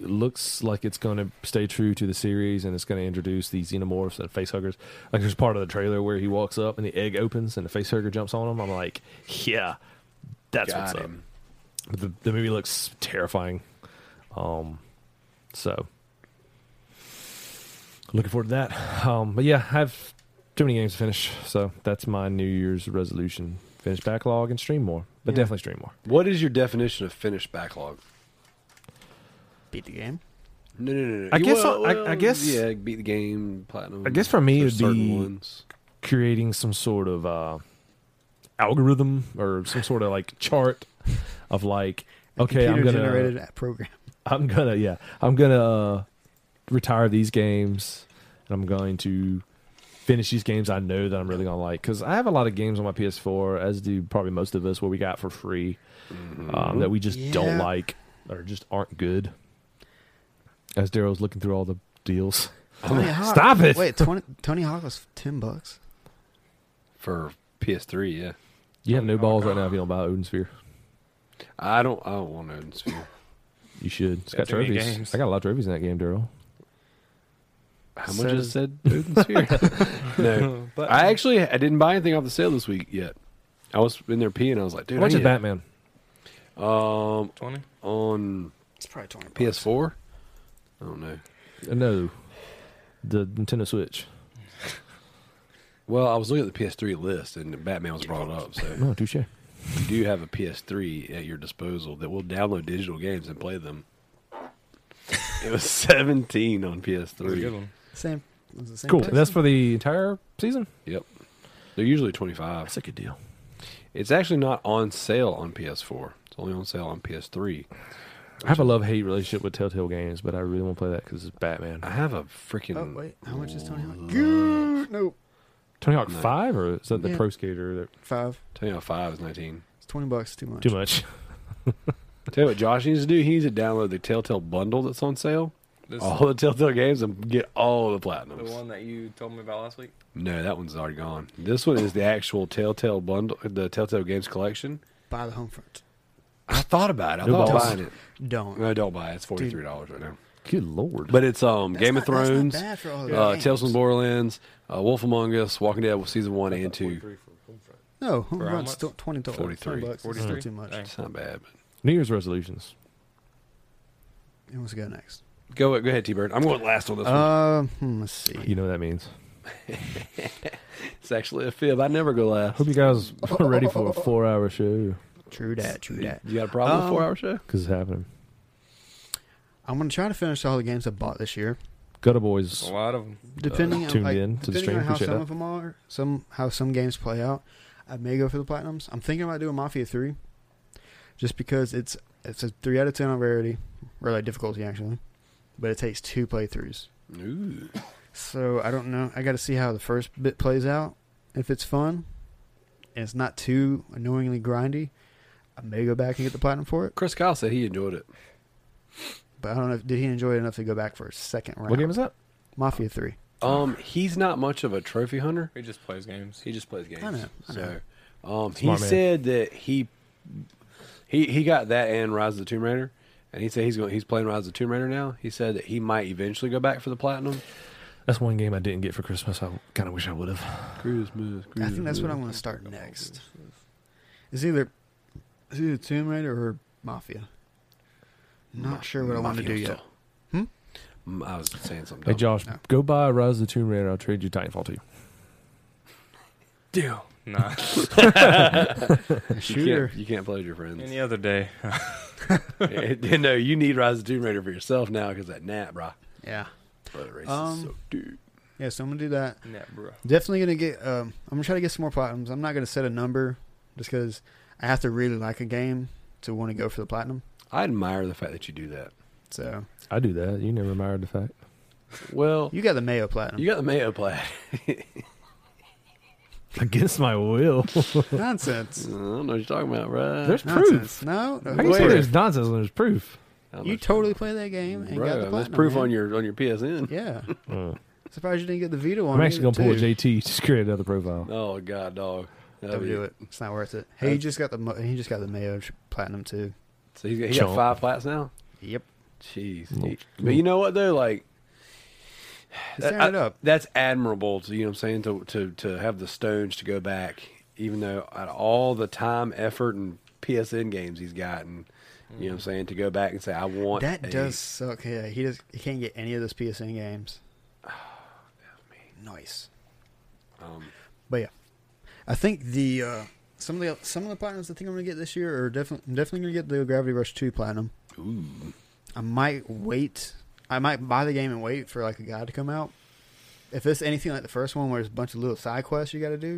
A: it looks like it's going to stay true to the series and it's going to introduce the xenomorphs and facehuggers. Like there's part of the trailer where he walks up and the egg opens and the facehugger jumps on him. I'm like, yeah, that's
C: Got
A: what's up.
C: him.
A: But the, the movie looks terrifying. Um, so looking forward to that. Um, but yeah, I have too many games to finish, so that's my New Year's resolution: finish backlog and stream more. But
B: Yeah.
A: definitely stream more.
C: What is your definition of finished backlog?
B: beat the game.
C: No, no, no. no.
A: I
C: You-
A: guess I- I- I guess-
C: yeah, beat the game, platinum.
A: I guess for me
C: for
A: it'd
C: certain
A: be-
C: ones.
A: creating some sort of uh, algorithm or some sort of like chart of like okay i'm
B: Computer
A: gonna
B: generated app program.
A: i'm gonna yeah i'm gonna uh, retire these games and i'm going to finish these games i know that i'm really gonna like because i have a lot of games on my ps4 as do probably most of us what we got for free um, that we just don't
B: Yeah.
A: like or just aren't good as daryl's looking through all the deals
B: Tony Hawk-
A: Oh, stop it.
B: Wait, 20, Tony Hawk was ten bucks.
C: for PS3. Yeah,
A: you have no balls right now if you don't buy odin sphere
C: I don't. I don't want Odin Sphere.
A: You should. It's got
D: Got too many
A: trophies.
D: games.
A: I got a lot of trophies in that game, Daryl.
C: How
B: So
C: much
B: does-
C: is said Odin Sphere? no,
D: But
C: I actually I didn't buy anything off the sale this week yet. I was in there peeing. I was like, dude,
A: How much
C: I
A: is
C: need it.
A: Batman?
C: Um,
D: twenty.
C: on
B: It's probably twenty. bucks.
C: PS4. I don't know.
A: Uh, No, the Nintendo Switch.
C: Well, I was looking at the PS3 list, and Batman was brought up. So,
A: No, touche.
C: if you do have a PS3 at your disposal that will download digital games and play them. It was 17 on
D: That's a good
C: PS3.
D: one.
B: Same. Was the same
A: Cool.
B: price? Oh,
A: That's for the entire season.
C: Yep, they're usually 25.
A: That's a good deal.
C: It's actually not on sale on PS4. It's only on sale on PS3.
A: I have a love hate relationship with Telltale Games, but I really won't play that because it's Batman.
C: I have a freaking.
B: Oh wait, how much is Tony Hawk? Good. Nope.
A: Tony Hawk
C: No.
A: Five, or is that the
B: Yeah.
A: Pro Skater? That,
B: Five.
C: Tell you what, five is 19.
B: It's twenty bucks. Too much.
A: too much.
C: Tell you what, Josh needs to do. He needs to download the Telltale bundle that's on sale.
D: This
C: All the Telltale games and get all the
D: the
C: platinums.
D: one that you told me about last week.
C: No, that one's already gone. This one is the actual Telltale bundle, the Telltale games collection.
B: Buy the home front.
C: I thought about it. I
A: No
C: thought about
A: balls.
C: buying it.
B: Don't.
C: No, don't buy it. It's forty three dollars right now.
A: Good lord.
C: But it's um
B: That's
C: Game
B: not-
C: of
B: that's not
C: Thrones,
B: bad for all the
C: uh,
B: games.
C: Tales from Borderlands, uh, Wolf Among Us, Walking Dead season one and two.
B: No, home
D: For how
B: front's
D: much?
B: still twenty dollars.
C: 43.
B: bucks. It's still
D: 43?
B: too much.
D: Dang.
C: It's not bad. But
A: New Year's resolutions.
B: And what's go next?
C: go go ahead, T Bird. I'm going last on this one.
B: Um, hmm, let's see.
A: You know what that means.
C: It's actually a fib. I never go last.
A: Hope you guys are ready for a four-hour show
B: True that. True that.
C: You got a problem with
B: Um,
C: four hour show?
A: because it's happening.
B: I'm gonna try to finish all the games I bought this year.
A: Gutter
D: A
A: Boys.
D: lot of them.
C: Uh,
B: Depending on
A: tuned
B: like,
A: in to the
B: depending
A: stream,
B: on how
A: appreciate
B: some
A: that.
B: of them are, some how some games play out, I may go for the platinums. I'm thinking about doing Mafia Three, just because it's it's a three out of ten on rarity, or like difficulty actually, but it takes two playthroughs.
C: Ooh.
B: So I don't know. I got to see how the first bit plays out. If it's fun, and it's not too annoyingly grindy, I may go back and get the platinum for it.
C: Chris Kyle said he enjoyed it.
B: But I don't know. If, did he enjoy it enough to go back for a second round?
A: What game is that?
B: Mafia Three.
C: Um, he's not much of a trophy hunter.
D: He just plays games.
C: He just plays games.
B: I know, I know.
C: So, um, he
A: Smart man.
C: said that he he he got that and Rise of the Tomb Raider, and he said he's going he's playing Rise of the Tomb Raider now. He said that he might eventually go back for the platinum.
A: That's one game I didn't get for Christmas. I kind of wish I would have.
C: Christmas,
B: I think that's what I'm going to start next. It's either it's either Tomb Raider or Mafia. Not sure what I want to do yet. Hmm?
C: Hmm? I was saying something.
A: Hey
C: dumb.
A: Josh,
B: No.
A: go buy Rise of the Tomb Raider. I'll trade you Titanfall 2.
D: Deal. Nah.
C: you
B: Shooter.
C: can't, you can't play with your friends.
D: Any other day.
C: no, you need Rise of the Tomb Raider for yourself now because that nap, bro.
B: Yeah.
C: But race
B: Um,
C: is so dude.
B: Yeah, so I'm going to do that.
D: nah, bro.
B: Definitely going to get, um, I'm going to try to get some more platinums. I'm not going to set a number just because I have to really like a game to want to go for the platinum.
C: I admire the fact that you do that.
B: So
A: I do that. You never admired the fact.
C: Well,
B: you got the Mayo platinum.
C: you got the Mayo plat.
A: Against my will.
B: nonsense.
C: I don't know what you're talking about, bro.
A: There's proof.
B: nonsense. No,
A: How
B: no.
A: can you say
C: Where?
A: there's nonsense when there's proof?
C: I don't know
B: You
C: what
B: totally play that game and
C: Bro,
B: got the platinum.
C: Oh, that's proof
B: man.
C: on your on your PSN.
B: Yeah.
A: Uh,
B: Surprised you didn't get the Vita one.
A: I'm actually going
B: either,
A: to pull a
B: too.
A: JT. Just create another profile.
C: Oh god, dog. That'd
B: Don't
C: be-
B: do it. It's not worth it. Hey,
C: Uh,
B: he just got the mo- he just got the Mayo tr- Platinum too.
C: So he's got, he got
A: Chump.
C: five plats now.
B: Yep,
A: Uh,
C: Jeez.
A: Little-
C: He- but you know what though, like
B: He's tearing
C: I-
B: it
A: uh,
B: up.
C: that's admirable. To, you know what I'm saying? To to to have the stones to go back, even though out of all the time, effort, and PSN games he's gotten, you know what
A: Mm-hmm.
C: I'm saying? To go back and say, I want
B: That
C: a-
B: does suck. Yeah, he does. He can't get any of those PSN games. Nice.
C: Oh, Um,
B: But yeah, I think the uh, some of the some of the platinums I think I'm gonna get this year are definitely I'm definitely gonna get the Gravity Rush Two Platinum.
C: ooh,
B: I might wait. I might buy the game and wait for like a guide to come out. If it's anything like the first one, where there's a bunch of little side quests you got to do,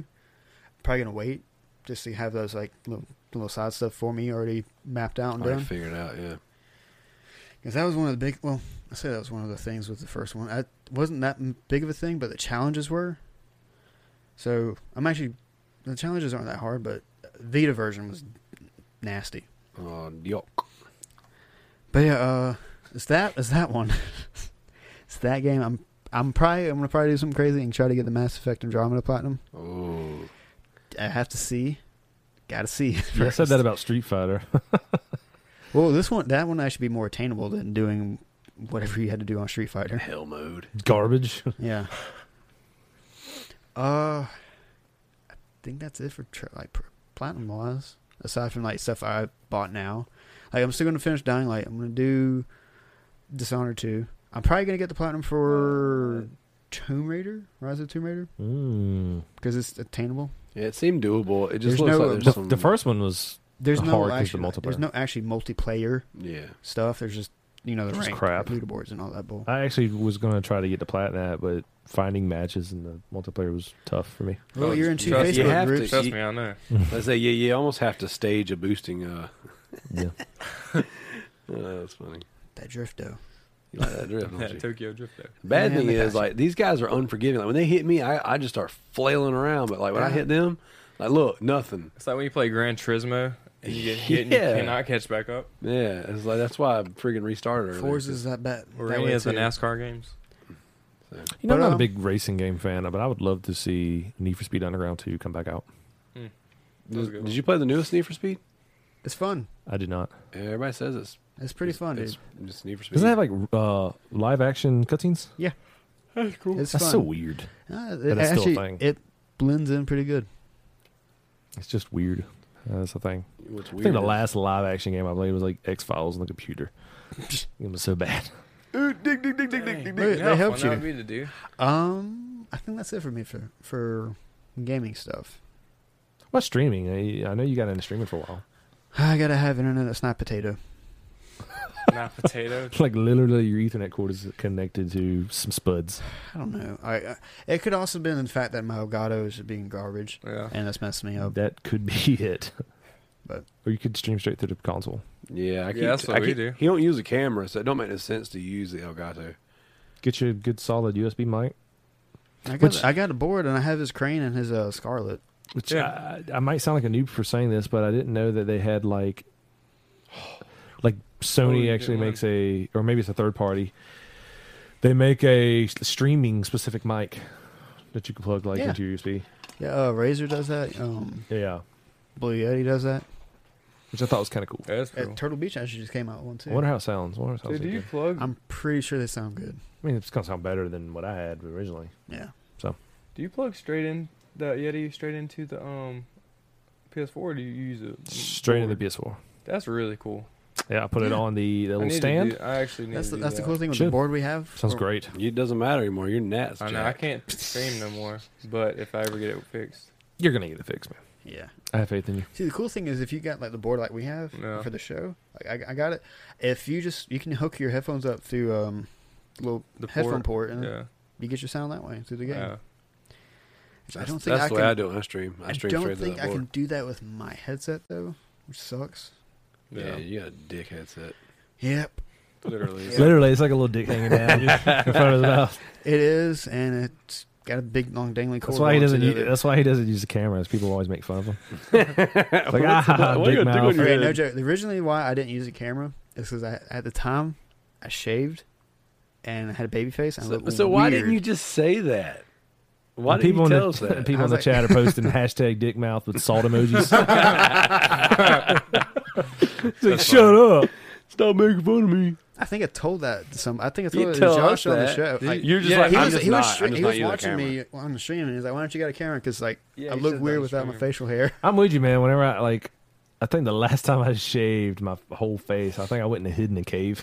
B: I'm probably gonna wait just to have those like little, little side stuff for me already mapped out and
C: Already
B: done.
C: figured out. Yeah.
B: Because that was one of the big. Well, I say that was one of the things with the first one. It wasn't that m- big of a thing, but the challenges were. So I'm actually, the challenges aren't that hard, but Vita version was nasty.
C: Oh, yuck.
B: But yeah, uh, it's that it's that one. it's that game. I'm I'm probably I'm gonna probably do something crazy and try to get the Mass Effect Andromeda Platinum.
C: Oh.
B: I have to see. Gotta see.
A: Yeah, I said
B: first.
A: that about Street Fighter.
B: Well, this one that one actually be more attainable than doing whatever you had to do on Street Fighter.
C: Hell mode.
A: Garbage.
B: Yeah. Uh, I think that's it for tra- like pr- platinum wise. Aside from like stuff I bought now, like I'm still gonna finish Dying Light. I'm gonna do Dishonored two. I'm probably gonna get the platinum for Tomb Raider, Rise of Tomb Raider,
A: Mm.
B: because it's attainable.
C: Yeah, it seemed doable. It just
B: There's
C: looks
B: no-
C: like there's
A: The,
C: some.
A: the first one was
B: There's no
A: Hard 'cause
B: actually,
A: the
B: like, there's
A: multiplayer.
B: no actually multiplayer
C: Yeah.
B: stuff. There's just you know the
A: Just
B: rank,
A: crap. Uh,
B: leaderboards and all that bull.
A: I actually was gonna try to get the platinum, at, but finding matches in the multiplayer was tough for me.
B: Well,
D: Oh,
B: you're into
D: trust- you
B: Facebook
C: have to-
B: groups.
D: Trust me, I know.
C: I say, yeah, you almost have to stage a boosting. Uh,
A: Yeah.
C: oh, that's funny.
B: That drift though.
C: You like that drift, don't
D: That
C: you?
D: Tokyo Drift there.
C: Bad
B: Man,
C: thing
B: they
C: is,
B: got you.
C: like, these guys are unforgiving. Like, when they hit me, I, I just start flailing around. But, like, when I
B: Yeah.
C: hit them, like, look, nothing.
D: It's like when you play Gran Turismo and you get hit
C: Yeah.
D: and you cannot catch back up.
C: Yeah. It's like, that's why I freaking restarted earlier.
B: Forza's that bad.
D: Or
B: that
D: any
B: way,
D: of the
B: too.
D: NASCAR games.
A: You know,
B: But,
A: I'm not
B: um,
A: a big racing game fan, but I would love to see Need for Speed Underground 2 come back out.
D: That was
C: Did,
D: a good
C: did
D: one.
C: you play the newest Need for Speed?
B: It's fun.
A: I did not.
C: Everybody says it's
B: It's pretty
C: it's,
B: fun, dude.
C: It's, it's Need for Speed.
A: Doesn't it have like uh, live action cutscenes?
C: that's cool.
B: It's
A: That's
B: fun.
A: so weird.
B: Uh,
A: But it's
B: it,
A: still a
B: actually,
A: thing.
B: it blends in pretty good.
A: It's just weird. Uh, That's the thing.
C: What's
A: I
C: weird?
A: think the
C: is-
A: last live action game I played was like X Files on the computer. it was so bad.
D: Dang,
B: dig, dig.
D: how
B: They helped
D: fun
B: you.
D: That would be to do.
B: Um, I think that's it for me for for gaming stuff.
A: What streaming? I, I know you got into streaming for a while.
B: I gotta have internet that's not potato.
D: Not potato.
A: Like literally, your Ethernet cord is connected to some spuds.
B: I don't know. I, I it could also been the fact that my Elgato's are being garbage,
D: Yeah.
B: and that's messing me up.
A: That could be it.
B: But-
A: or you could stream straight through the console.
C: Yeah, I keep,
D: that's what
C: I
D: we
C: keep-
D: do.
C: He don't use a camera, so it don't make no sense to use the Elgato.
A: Get you a good solid USB mic.
B: I got
A: Which-
B: I got a board, and I have his crane and his uh, Scarlet.
A: Which
D: Yeah.
A: I, I might sound like a noob for saying this, but I didn't know that they had like, like
D: you
A: Sony
D: didn't
A: actually
D: learn.
A: makes a, or maybe it's a third party. They make a s- streaming specific mic that you can plug like
B: Yeah.
A: into your USB.
B: Yeah, uh, Razer does that. Um,
A: Yeah,
B: Blue Yeti does that.
A: which I thought was kind of cool.
D: Yeah, That's cool.
B: At Turtle Beach actually just came out with one too.
A: I wonder how it sounds. I wonder how it sounds.
D: Dude, do you
A: like.
D: plug?
B: I'm pretty sure they sound good.
A: I mean, it's gonna sound better than what I had originally.
B: Yeah.
D: Do you plug straight in the Yeti straight into the um PS4? Or do you use a
A: Straight into the PS4.
D: That's really cool.
A: Yeah, I put it
B: Yeah.
A: on the, the
D: I
A: little
D: need to
A: stand.
D: do- Oh. I actually need.
B: That's
D: to
B: the,
D: do
B: that's the
D: that.
B: cool thing with
A: Should.
B: the board we have. Oh,
A: Sounds
B: Or-
A: great.
C: It doesn't matter anymore. You're nuts.
D: I know I can't stream no more, but if I ever get it fixed,
A: You're gonna get it fixed, man.
B: Yeah.
A: I have faith in you.
B: See, the cool thing is if you got like the board like we have
D: Yeah.
B: for the show, like I, I got it. If you just you can hook your headphones up through um little
D: The
B: headphone port, and
D: yeah,
B: you get your sound that way through the game.
D: yeah.
B: Which I
C: That's,
B: don't think
C: that's
B: I
C: the
B: can.
C: way I do it. I stream. I
B: I
C: stream
B: don't
C: straight to the
B: think I can
C: board.
B: do that with my headset though, which sucks.
D: yeah.
C: Yeah, you got a dick headset.
B: Yep,
C: Literally.
B: Yeah.
A: Literally, it's like a little dick hanging down in front of his mouth.
B: it is, and it's got a big long dangly cord.
A: That's why he
B: going to
A: doesn't.
B: the
A: Use,
B: other-
A: that's why he doesn't use the cameras. People always make fun of him.
C: It's
A: like, ah,
C: what are you
A: dick
C: gonna do
A: mouth.
C: when you're
B: Okay,
C: in-
B: no joke. The Originally, why I didn't use a camera is because I at the time I shaved and I had a baby face. And I
C: So,
B: looked
C: so why didn't
B: weird.
C: you just say that? Why
A: And
C: didn't you
A: in
C: tell us
A: the,
C: that?
A: People in
B: I was
A: the
B: like-
A: chat are posting hashtag dick mouth with salt emojis. It's like, shut up!
C: Stop making fun of me.
B: I think I told that to some. I think I
C: You
B: told it to
C: tell us
B: Josh on the
C: that.
B: show. Like,
C: You're just
D: Yeah,
C: like,
B: he
C: I'm
B: was,
C: just
B: he
C: not.
B: was,
C: I'm
B: stre-
C: just
B: he
C: not
B: was
C: using a
B: watching
C: camera.
B: me on the stream, and he's like, "Why don't you got a camera?" Because like
D: Yeah,
B: I
D: he
B: look
D: said
B: weird
D: that
B: without my
D: stream.
B: facial hair.
A: I'm with you, man. Whenever I like, I think the last time I shaved my whole face, I think I went and hid in a cave.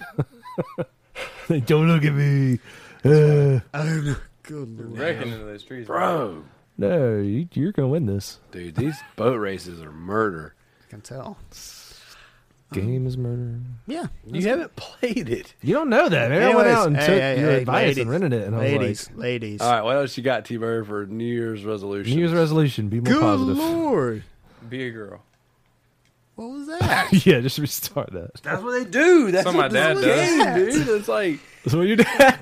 A: like, don't look at me. Uh,
B: Oh, good lord!
D: Wrecking into those trees,
C: Bro.
A: no, you, you're gonna win this.
C: Dude, these boat races are murder.
B: I can tell.
A: It's Game is murder.
B: Yeah.
C: You haven't played it.
A: Um, You don't know that. Man. I went
B: Anyways,
A: out and
B: hey,
A: took
B: hey,
A: your
B: hey,
A: advice and
B: ladies,
A: rented it, and I was
B: ladies, ladies.
C: All right, what else you got, T Bird, for New Year's
A: like,
C: resolution?
A: "New Year's resolution: be more
B: Good
A: positive."
B: lord.
D: Be a girl.
B: What was that?
A: yeah, just restart that.
C: That's what they do. That's
D: Something
C: what
D: my
C: this
B: dad
C: game,
B: does.
C: dude. It's like
A: So you dad,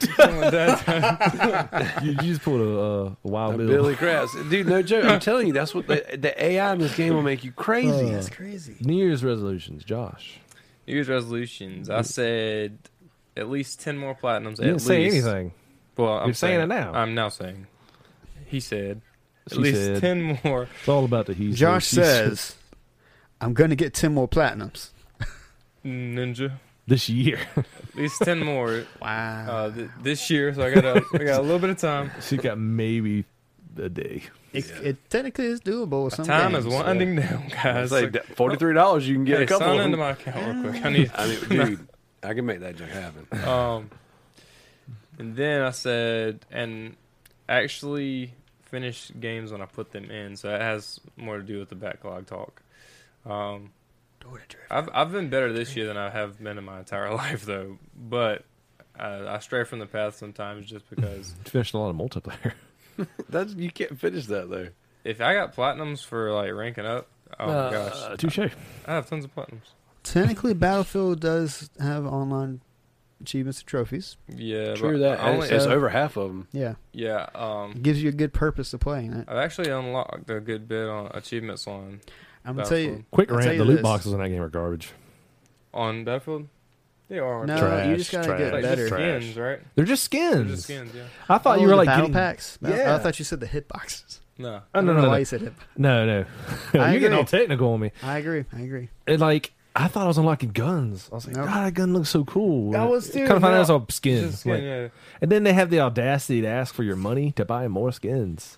D: That's-
A: you, you just pulled a, uh, a wild
C: a
A: bill.
C: Billy Crass, dude. No joke. I'm telling you, that's what the, the AI in this game will make you crazy.
A: Uh,
B: That's crazy.
A: New Year's resolutions, Josh.
D: New Year's resolutions. I said at least ten more platinums.
A: You
D: at
A: didn't
D: least.
A: say anything.
D: Well, I'm
A: You're saying it now.
D: I'm now saying. He said at
A: She
D: least
A: said.
D: ten more.
A: It's all about the he's.
B: Josh
A: he's-
B: says, I'm going to get 10 more platinums.
D: Ninja.
A: this year.
D: At least ten more
B: Wow.
D: uh, th- this year. So I got a, I got a little bit of time.
A: she got maybe a day.
B: it, it technically is doable with some
D: time is
B: games.
D: winding down, guys.
C: It's like forty three dollars. You can get
D: hey,
C: a couple.
D: sign
C: of
D: into
C: them.
D: my account real quick. I need.
C: I mean, dude, I can make that joke happen.
D: Um, and then I said, and actually finish games when I put them in. So it has more to do with the backlog talk. Um, I've I've been better this year than I have been in my entire life, though. But uh, I stray from the path sometimes just because
A: Finished a lot of multiplayer.
C: That's you can't finish that though.
D: if I got platinums for like ranking up, oh
C: Uh,
D: my gosh,
A: Uh, touche.
D: I have tons of platinums.
B: Technically, Battlefield does have online achievements and trophies.
D: Yeah,
C: True
D: but
C: that.
D: I only,
C: it's, it's over half of them.
B: Yeah.
D: yeah. Um,
B: It gives you a good purpose of playing it.
D: I've actually unlocked a good bit on achievements on
B: I'm going to tell you.
A: Quick
B: I'll tell
A: rant:
B: you
A: the loot
B: this.
A: boxes in that game are garbage.
D: on Battlefield. They are
B: No, Uh, you
A: Trash,
B: just gotta
A: trash,
B: get
D: like
B: better.
D: just skins, right?
A: They're just
D: They're
A: skins.
D: just skins, yeah.
A: I thought you
B: Oh,
A: were
B: the
A: like
B: battle
A: getting,
B: packs. No,
A: Yeah.
B: I thought you said the hitboxes.
D: No,
A: Oh,
B: I
A: no,
B: don't
A: no,
B: know
A: no,
B: why
A: no,
B: you said hit.
A: no, no.
B: I
A: You're getting all
B: agree.
A: technical on me.
B: I agree. I agree.
A: And like, I thought I was unlocking guns. I was like,
B: Nope.
A: God, that gun looks so cool.
B: I was too,
A: Kind of find out
B: no.
A: it's all skins.
D: It's just skin,
A: like-
D: yeah.
A: And then they have the audacity to ask for your money to buy more skins.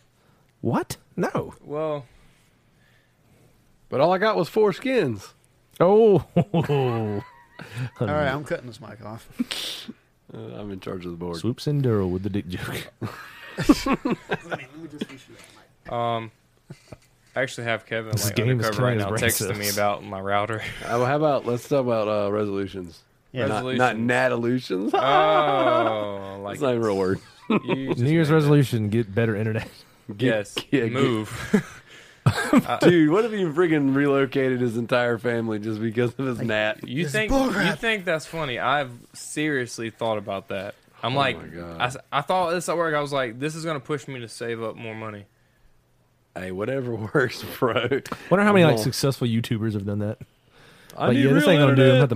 A: What? No.
D: Well,
C: But all I got was four skins.
A: Oh.
B: All right, I'm cutting this mic off.
C: Uh, I'm in charge of the board.
A: Swoops and Daryl with the dick joke.
D: um, I actually have Kevin
A: This
D: like
A: game is
D: undercover right
A: killing
D: now
A: his brain
D: texting me
A: cells.
D: about my router.
C: Uh, well, how about let's talk about uh, resolutions.
B: Yeah.
C: Not,
D: Resolutions.
C: not natalutions.
D: oh, I Oh, like
C: That's not even a real word.
D: it.
A: New Year's resolution: get better internet.
D: Yes,
C: yeah, get-
D: move.
C: Dude, what if he friggin' relocated his entire family just because of his gnat?
D: You
B: This is
D: think
B: bullcrap.
D: you think that's funny? I've seriously thought about that. I'm
C: Oh
D: like,
C: my God.
D: I, s- I thought this at work. I was like, this is gonna push me to save up more money.
C: Hey, whatever works, bro.
A: Wonder how many
C: I'm
A: like
C: all-
A: successful YouTubers have done that.
C: I
A: like,
C: need
A: yeah, this
C: real
A: ain't gonna do. I'm
C: internet.
A: have to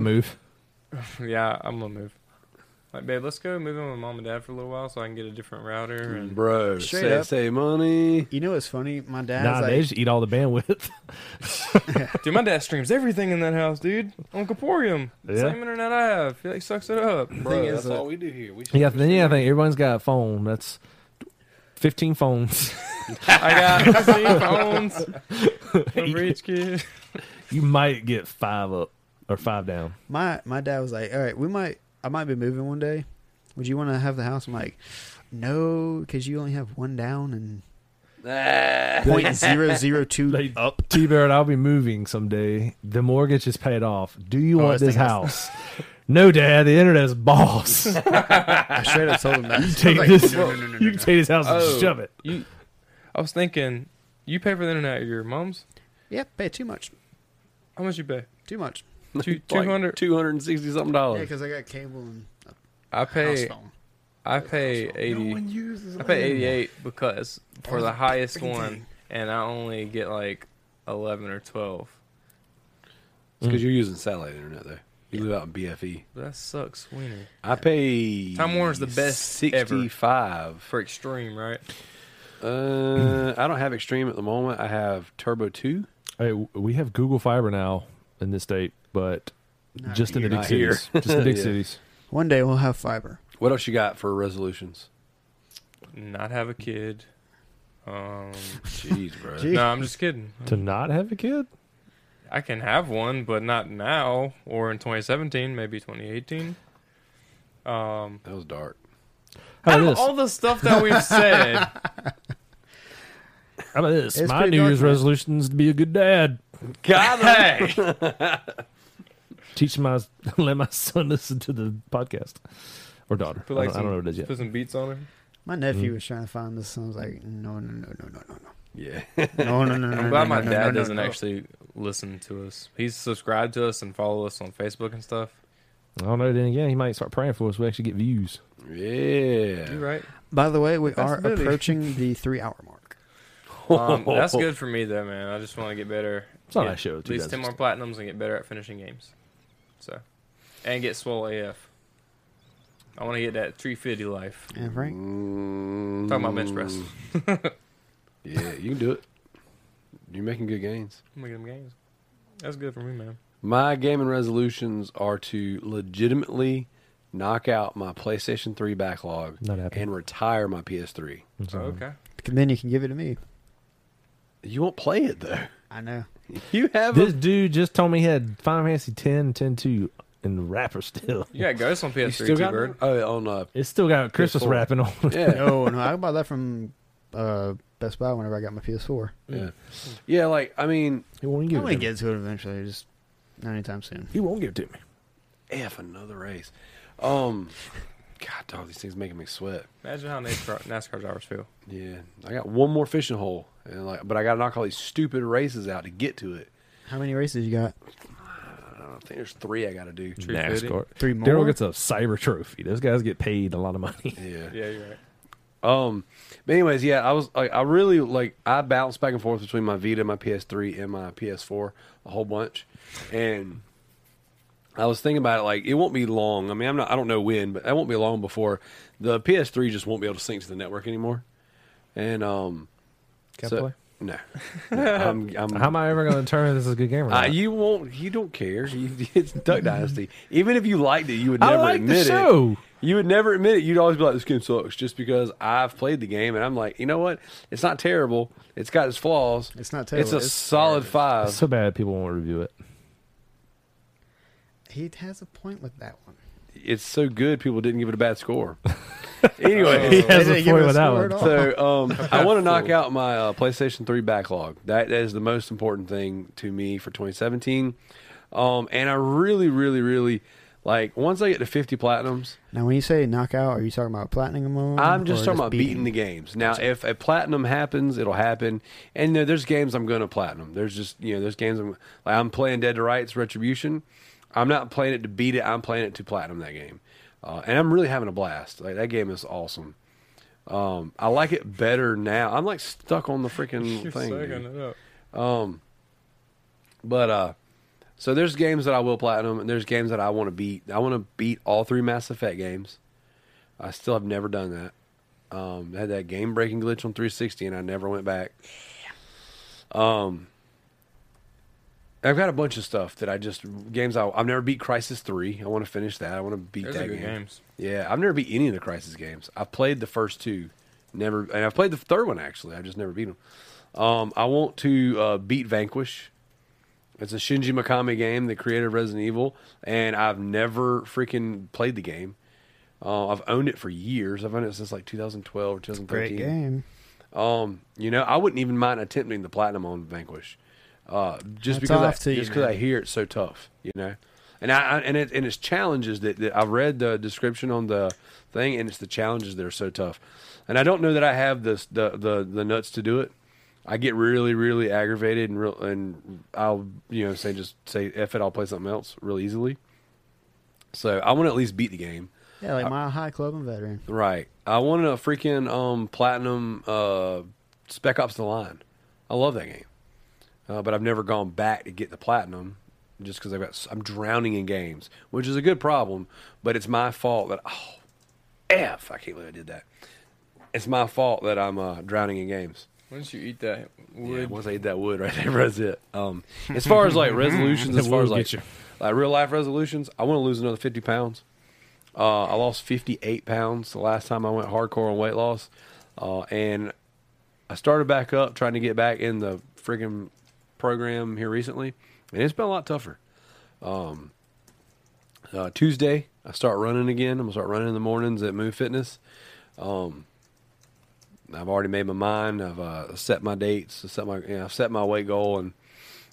A: move.
D: yeah, I'm gonna move. Like, babe, let's go move in with mom and dad for a little while so I can get a different router and
C: Bro,
B: Straight
C: say,
B: up.
C: say money.
B: You know what's funny? My dad's
A: Nah, they
B: like,
A: just eat all the bandwidth.
D: Dude, my dad streams everything in that house, dude. On Caporium. The
A: Yeah.
D: Same internet I have. He like sucks it up.
C: Bro,
B: is
C: that's
B: that-
C: all we do here. We
A: yeah, then yeah, I think everyone's got a phone. That's fifteen phones.
D: I got 15 phones. One for each kid.
A: you might get five up or five down.
B: my my dad was like, all right, we might, I might be moving one day. Would you want to have the house? I'm like, no, because you only have one down and
C: Ah.
B: point zero zero two
A: Like-
B: up.
A: T Barrett, I'll be moving someday. The mortgage is paid off. Do you
B: Oh,
A: want this
B: that's the
A: house? no, Dad. The internet's boss.
B: I straight up told him that. You
A: take this. you can take this house
D: Oh.
A: and shove it.
D: You, I was thinking, you pay for the internet at your mom's?
B: Yeah, pay too much,
D: How much you pay?
B: too much.
D: Two,
C: Like
D: 200?
C: 260 something
B: Yeah,
C: dollars.
B: because I got cable and
D: I
B: house
D: pay,
B: phone.
D: I pay 80.
C: uses
D: I pay 88 because for the highest
B: Freaking
D: one,
B: thing.
D: and I only get like 11 or 12.
C: because you're using satellite internet, though. You live out in BFE.
D: That sucks, Wiener.
C: I pay.
D: Time Warner's the best ever.
C: 65.
D: For extreme, right?
C: Uh, I don't have Extreme at the moment. I have Turbo 2.
A: Hey, w- we have Google Fiber now in this state, but
B: Not
A: just in the
B: here.
A: big
C: Not here.
A: cities. Just in the big
C: Yeah.
A: cities.
B: One day we'll have fiber.
C: What else you got for resolutions?
D: Not have a kid. Um,
C: Jeez, bro.
B: Gee.
D: no, I'm just kidding.
A: To not have a kid?
D: I can have one, but not now or in 2017, maybe 2018. Um,
C: That was dark.
A: How about
D: out of
A: this?
D: all the stuff that we've said,
A: How about this?
B: It's
A: My New
B: pretty dark,
A: Year's
B: man.
A: resolution is to be a good dad.
D: God, hey,
A: Teach my let my son listen to the podcast or daughter.
D: Put
A: I,
D: like
A: don't, I
D: some,
A: don't know what it is yet.
D: Put some beats on it.
B: My
A: Mm.
B: nephew was trying to find this, and I was like, no, no, no, no, no, no,
C: Yeah.
B: no, no, no, no, no.
D: I'm glad
B: no,
D: my
B: no, no,
D: dad
B: no, no,
D: doesn't
B: no.
D: actually listen to us. He's subscribed to us and follow us on Facebook and stuff.
A: I don't know. Then again, he might start praying for us. We actually get views.
C: Yeah.
D: You're right.
B: By the way, we are
D: Possibility.
B: approaching the three-hour mark.
D: Um, that's good for me though, man. I just want to get better.
A: It's not
D: Get
A: that show.
D: At least
A: 2000.
D: ten more platinums and get better at finishing games. So, and get swole AF. I want to get that 350 life.
B: And Frank,
C: Mm,
D: Talking about bench press.
C: Yeah, you can do it. You're making good gains.
D: I'm making them games. That's good for me, man.
C: My gaming resolutions are to legitimately knock out my PlayStation 3 backlog
A: Not happening.
C: and retire my PS3.
A: It's, um,
D: okay.
B: then you can give it to me.
C: You won't play it though.
B: I know.
C: You have
A: This
C: a,
A: dude just told me he had Final Fantasy 10, 10 2 in the wrapper still.
D: You got Ghost on
C: you
D: PS3 too,
C: still got
D: Bird.
C: Oh, on uh,
A: It's still got Christmas
C: PS4.
A: wrapping on it.
C: yeah,
B: No, no, I bought that from uh, Best Buy whenever I got my PS4.
C: yeah, yeah. Like I mean,
A: He won't
B: I'm
A: give
B: gonna
A: it to me.
B: get to it eventually, just not anytime soon.
A: He won't give it to me.
C: f another race. Um, God, dog, these things making me sweat.
D: Imagine how NASCAR, NASCAR drivers feel.
C: Yeah, I got one more fishing hole, and like, but I got to knock all these stupid races out to get to it.
B: How many races you got?
C: I don't know. I think there's three I got to do.
D: True fitting.
A: NASCAR.
B: Three
A: Daryl
B: more.
A: gets a cyber trophy. Those guys get paid a lot of money.
C: Yeah.
D: Yeah, you're right.
C: Um. But anyways, yeah, I was like, I really like, I bounced back and forth between my Vita, my PS3, and my PS4 a whole bunch, and I was thinking about it. Like, it won't be long. I mean, I'm not. I don't know when, but it won't be long before the PS3 just won't be able to sync to the network anymore. And um,
A: Can I
C: so-
A: play?
C: No, No, I'm. I'm
A: How am I ever going to determine if this is a good game or
C: uh,
A: not?
C: you won't. You don't care. You, it's Duck Dynasty. Even if you liked it, you would
A: I
C: never
A: like the
C: admit it.
A: show.
C: You would never admit it. You'd always be like, "This game sucks," just because I've played the game and I'm like, you know what? It's not terrible. It's got its flaws.
B: It's not
C: It's
B: terrible.
C: a
B: It's-
C: solid
A: It's
C: five.
A: so bad people won't review it.
B: He has a point with that one.
C: it's so good. People didn't give it a bad score. anyway,
A: He
D: Oh.
A: has
B: They
A: a
B: didn't give
A: point
B: it a
A: with that
B: score
A: one.
B: at all.
C: so um, I want to knock out my uh, PlayStation 3 backlog. That, that is the most important thing to me for 2017. Um, and I really, really, really like once I get to 50 platinums.
B: Now, when you say knockout, are you talking about platinum? them
C: I'm
B: or
C: just talking about beating. the games. Now, if a platinum happens, it'll happen. And you know, there's games I'm going to platinum. There's just you know, there's games I'm like I'm playing Dead to Rights Retribution. I'm not playing it to beat it. I'm playing it to platinum that game, uh, and I'm really having a blast. Like that game is awesome. Um, I like it better now. I'm like stuck on the freaking
D: You're
C: thing. dude.
D: sucking it up.
C: But uh so there's games that I will platinum and there's games that I want to beat. I want to beat all three Mass Effect games. I still have never done that. Um I had that game breaking glitch on 360 and I never went back. Um I've got a bunch of stuff that I just games I I've never beat Crisis 3. I want to finish that. I want to beat
D: Those
C: that
D: are good
C: game.
D: games.
C: Yeah, I've never beat any of the Crisis games. I've played the first two, never, and I've played the third one actually. I just never beat them. Um, I want to uh, beat Vanquish. It's a Shinji Mikami game, the creator of Resident Evil, and I've never freaking played the game. Uh, I've owned it for years. I've owned it since like 2012 or 2013.
B: Great game.
C: Um, you know, I wouldn't even mind attempting the platinum on Vanquish, uh, just
B: That's
C: because I,
B: off to you,
C: just because I
B: man.
C: hear it's so tough. You know, and I, I and it and it's challenges that, that I read the description on the thing, and it's the challenges that are so tough. And I don't know that I have the the the, the nuts to do it. I get really really aggravated and real and I'll you know say just say f it. I'll play something else real easily. So I want to at least beat the game.
B: Yeah, like my high club and veteran.
C: Right. I wanted a freaking um, platinum uh, Spec Ops: The Line. I love that game, uh, but I've never gone back to get the platinum just because I've got s- I'm drowning in games, which is a good problem. But it's my fault that oh, f I can't believe I did that. It's my fault that I'm uh, drowning in games.
D: Once you eat that
C: Yeah,
D: wood,
C: once I eat that wood right there, that's it. Um, as far as like resolutions,
A: The
C: as far
A: wood
C: as
A: will
C: like,
A: get you.
C: like real life resolutions, I want to lose another fifty pounds. Uh, I lost fifty eight pounds the last time I went hardcore on weight loss, uh, and I started back up trying to get back in the friggin' program here recently, and it's been a lot tougher. Um, uh, Tuesday, I start running again. I'm gonna start running in the mornings at Move Fitness. Um, I've already made my mind. I've uh, set my dates. I set my, you know, I've set my weight goal, and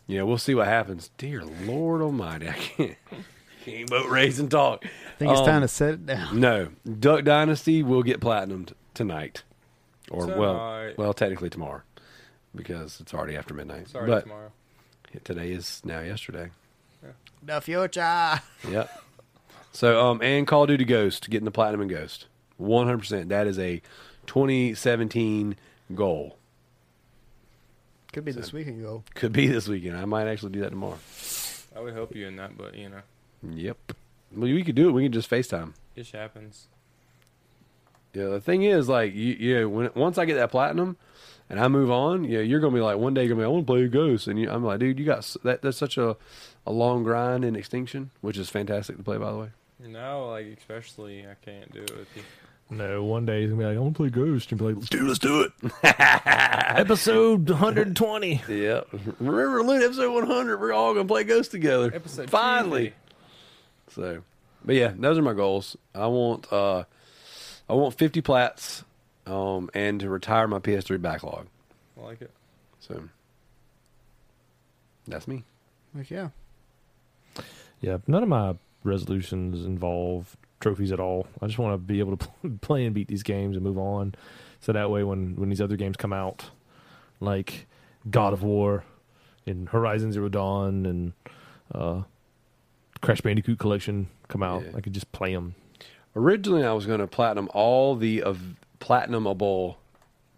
C: Yeah, we'll see what happens. Dear Lord Almighty, I can't can't boat race and talk.
B: I think it's
C: Um,
B: time to set it down.
C: No, Duck Dynasty will get platinumed tonight, or well,
D: Tonight.
C: well, technically tomorrow, because it's already after midnight.
D: Sorry,
C: but
D: tomorrow.
C: today is now yesterday.
B: The future.
C: Yep. So, um, and Call of Duty Ghost getting the platinum and Ghost, one hundred percent. That is a twenty seventeen goal.
B: Could be this weekend go.
C: Could be this weekend. I might actually do that tomorrow.
D: I would help you in that, but you know,
C: Yep. Well, we could do it. We can just Facetime.
D: it happens.
C: Yeah, the thing is, like, you, yeah, when once I get that platinum and I move on, yeah, you're gonna be like, one day you're gonna be, I want to play Ghost, and you, I'm like, dude, you got s- that. That's such a, a long grind in Extinction, which is fantastic to play, by the way.
D: No, like especially, I can't do it with you.
A: No, one day he's gonna be like, I want to play Ghost, and be like, let's do, let's do it. Episode 120.
C: Yeah, remember, Loot episode 100, we're all gonna play Ghost together.
D: Episode
C: finally.
D: Tuesday.
C: So, but yeah, those are my goals. I want, uh, I want 50 plats, um, and to retire my PS3 backlog.
D: I like it.
C: So, that's me.
B: Like yeah,
A: Yeah, none of my resolutions involve trophies at all. I just want to be able to pl- play and beat these games and move on. So that way, when when these other games come out, like God of War and Horizon Zero Dawn and uh, Crash Bandicoot Collection come out,
C: Yeah.
A: I could just play them.
C: Originally, I was going to platinum all the of platinumable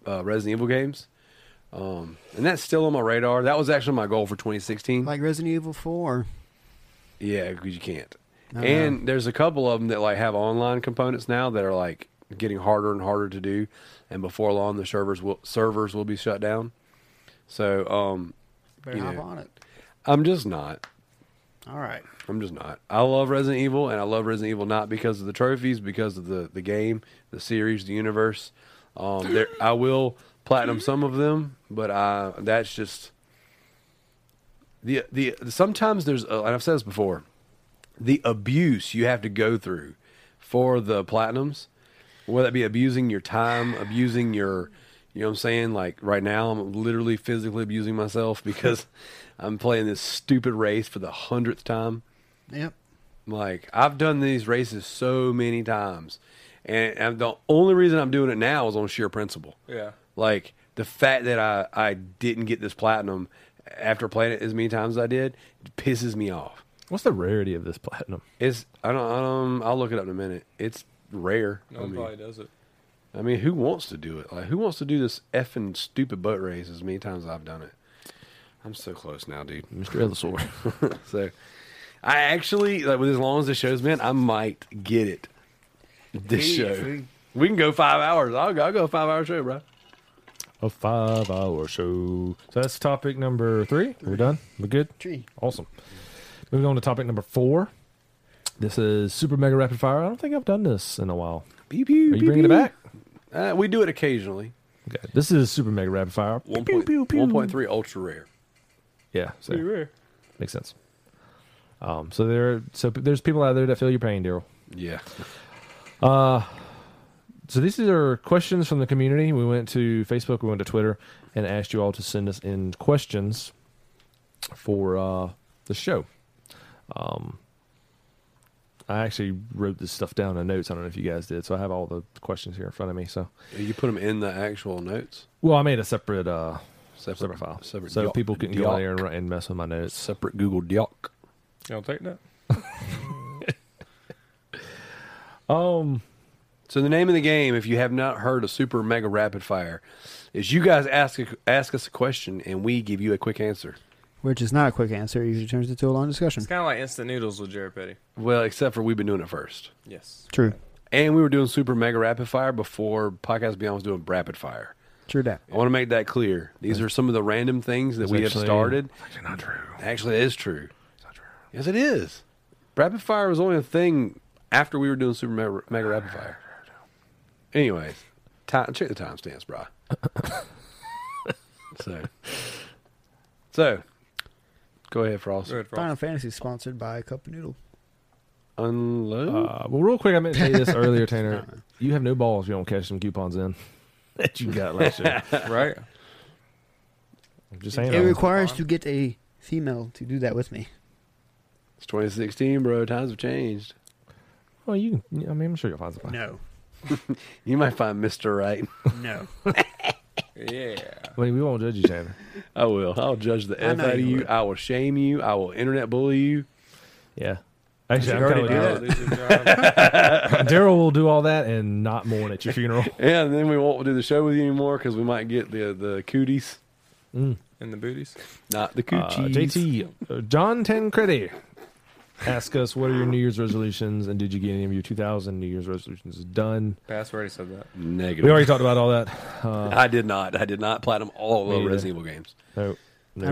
C: uh, Resident Evil games, um, and that's still on my radar. That was actually my goal for 2016.
B: like Resident Evil Four.
C: yeah, because you can't.
B: Uh-huh.
C: And there's a couple of them that like have online components now that are like getting harder and harder to do, and before long the servers will servers will be shut down. So um,
B: Better
C: You
B: hop
C: know.
B: on it.
C: I'm just not.
B: All right.
C: I'm just not. I love Resident Evil, and I love Resident Evil not because of the trophies, because of the the game, the series, the universe. Um, there, I will platinum some of them, but I that's just the the sometimes there's uh, and I've said this before, the abuse you have to go through for the platinums, whether it be abusing your time, abusing your you know what I'm saying? Like right now, I'm literally physically abusing myself because I'm playing this stupid race for the hundredth time.
B: Yep.
C: Like I've done these races so many times, and, and the only reason I'm doing it now is on sheer principle.
D: Yeah.
C: Like the fact that I I didn't get this platinum after playing it as many times as I did pisses me off.
A: What's the rarity of this platinum?
C: It's I don't I don't I'll look it up in a minute. It's rare.
D: No
C: I,
D: one
C: mean,
D: probably does it.
C: I mean, who wants to do it? Like who wants to do this effing stupid boat race as many times as I've done it? I'm so close now, dude.
A: Mr. Ellisor.
C: so I actually like with as long as the show's been, I might get it. This
B: Hey,
C: show.
B: hey.
C: We can go five hours. I'll go, I'll go five hour show, bro.
A: a five hour show. So that's topic number 3 three. We're done. We're good.
B: Tree.
A: Awesome. Moving on to topic number four. This is super mega rapid fire. I don't think I've done this in a while.
C: Pew, pew,
A: Are you
C: pew,
A: bringing it
C: pew.
A: back?
C: Uh, we do it occasionally.
A: Okay. This is super mega rapid fire.
C: One point
A: Pew, pew, pew.
C: one point three ultra rare.
A: Yeah. So
D: Pretty rare.
A: makes sense. Um. So there. So there's people out there that feel your pain, Daryl.
C: Yeah.
A: So these are questions from the community. We went to Facebook, we went to Twitter, and asked you all to send us in questions for uh, the show. Um, I actually wrote this stuff down in notes. I don't know if you guys did, so I have all the questions here in front of me. So,
C: You put them in the actual notes.
A: well, I made a separate uh,
C: Separate,
A: separate file,
C: Separate
A: so
C: doc-
A: people couldn't go
C: doc.
A: in there and, write- and mess with my notes.
C: Separate Google Doc.
D: You don't take that?
A: Um,
C: So the name of the game, if you have not heard of Super Mega Rapid Fire, is you guys ask a, ask us a question and we give you a quick answer.
B: Which is not a quick answer. It usually turns into a long discussion.
D: It's kind of like instant noodles with Jared Petty.
C: Well, except for we've been doing it first.
D: Yes.
B: True.
C: And we were doing super mega rapid fire before Podcast Beyond was doing rapid fire.
B: True that.
C: I want to make that clear. These are some of the random things that
A: It's
C: we
A: actually-
C: have started.
A: actually not true.
C: Actually, it is true. Yes, it is. Rapid fire was only a thing after we were doing super mega, mega rapid fire. Anyways, time, check the timestamps, brah. so, so go ahead, Frost.
D: Go ahead, Frost.
B: Final Fantasy is sponsored by Cup of Noodle.
C: Unload.
A: Uh, well, real quick, I meant to say this earlier, Tanner. You have no balls. if You don't cash some coupons in that you got last year.
D: right?
A: I'm just saying.
B: it
A: I was-
B: requires to get a female to do that with me.
C: It's 2016, bro. Times have changed.
A: Well, you can. I mean, I'm sure you'll find somebody.
B: No,
C: You might find Mister Right.
B: no.
D: Yeah.
A: I mean, we won't judge you, Tanner.
C: I will. I'll judge the
B: I
C: f
B: know
C: out of
B: you
C: you.
B: would.
C: I will shame you. I will internet bully you.
A: yeah. Actually,
B: You
A: I'm
B: already
A: kind
B: do
A: of
B: that?
D: I'll lose your job.
A: Daryl will do all that and not mourn at your funeral.
C: Yeah, and then we won't do the show with you anymore because we might get the the cooties,
A: Mm.
D: In the booties.
C: not the
A: Uh,
C: coochies.
A: JT, uh, John Tancredi, ask us what are your New Year's resolutions and did you get any of your 2000 New Year's resolutions done?
D: Bass already said that.
C: Negative.
A: We already talked about all that. Uh,
C: I did not. I did not platinum all
A: Me
C: of
A: either.
C: Resident Evil games.
A: no,
B: I
A: no.
B: don't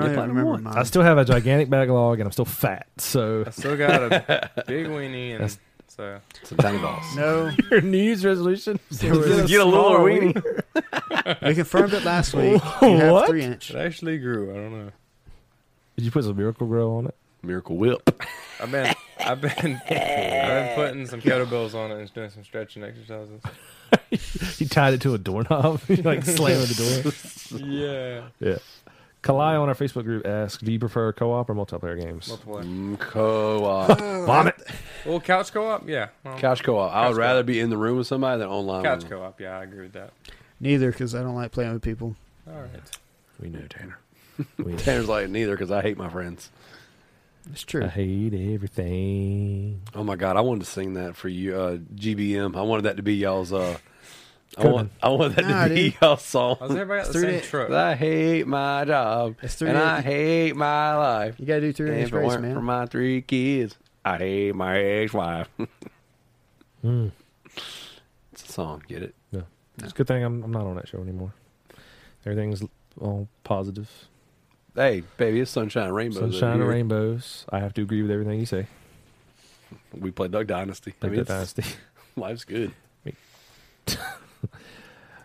B: even
C: platinum
B: remember
C: once.
B: mine.
A: I still have a gigantic backlog and I'm still fat, so
D: I still got a big weenie, and
A: That's-
D: so
C: Some tiny balls.
B: no,
A: your New Year's resolution.
B: There was-
C: Just get a little weenie.
B: we confirmed it last week. You have
A: What?
B: three inch.
D: it actually grew. I don't know.
A: Did you put some Miracle Grow on it?
C: Miracle Whip.
D: I've been, I've been, I've been putting some kettlebells on it and doing some stretching exercises.
A: You tied it to a doorknob, you like slamming the door.
D: Yeah.
A: Yeah. Kalai on our Facebook group asked, "Do you prefer co-op or multiplayer games?"
D: Multiple.
C: Mm, co-op.
A: Vomit.
D: Well, couch co-op. Yeah. Well,
C: Couch co-op. I
D: Couch
C: would
D: co-op.
C: rather be in the room with somebody than online.
D: couch
C: with them.
D: co-op. Yeah, I agree with that.
B: Neither, because I don't like playing with people.
D: All right.
A: We know
C: No, Tanner.
A: We know.
C: Tanner's like neither because I hate my friends.
B: It's true.
A: I hate everything.
C: Oh my god, I wanted to sing that for you, uh, GBM. I wanted that to be y'all's. Uh, I
A: Could've
C: want. I want that
B: Nah,
C: to be
B: dude.
C: y'all's song.
D: How's everybody got the
B: Through
D: same
B: it.
D: truck?
C: I hate my job
B: It's three
C: and I
B: inch.
C: hate my life.
B: You gotta do three
C: And
B: inch
C: if it
B: race,
C: weren't
B: man.
C: for my three kids, I hate my ex-wife. It's a song. Get it?
A: No. Hmm. It's a good thing I'm, I'm not on that show anymore. Everything's all positive.
C: Hey, baby, it's sunshine and rainbows. over
A: Sunshine and
C: here.
A: rainbows. I have to agree with everything you say.
C: We play Duck Dynasty. I
A: Like
C: mean,
A: that
C: it's-
A: dynasty.
C: life's good.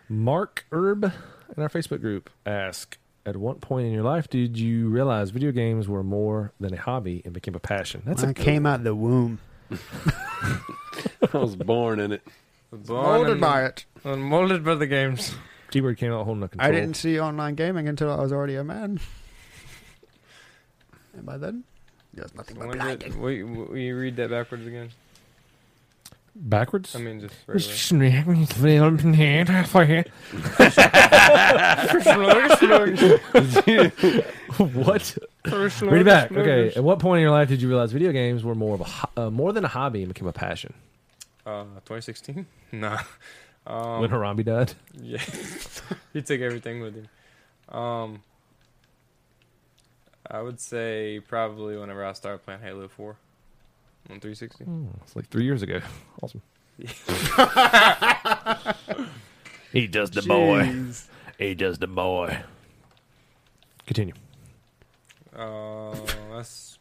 A: Mark Herb in our Facebook group asked, "At what point in your life did you realize video games were more than a hobby and became a passion?" That's
B: I
A: a good
B: came out the womb.
C: I was born in it.
D: Born
B: Molded
D: and-
B: by it.
D: and molded by the games.
A: keyword came out holding a control.
B: I didn't see online gaming until I was already a man. And by then, there's nothing but
D: When did-
B: blinding.
D: Wait, will you read that backwards again?
A: backwards.
D: I mean, just regular.
A: what? Read it back. Okay. At what point in your life did you realize video games were more of a ho- uh, more than a hobby and became a passion?
D: Uh, 2016? Nah. Um,
A: when Harambe died.
D: yeah. he took everything with him. Um, I would say probably whenever I started playing Halo 4 on 360.
A: It's like three years ago. Awesome. he does the
B: Jeez.
A: He does the boy. Continue.
D: Uh, that's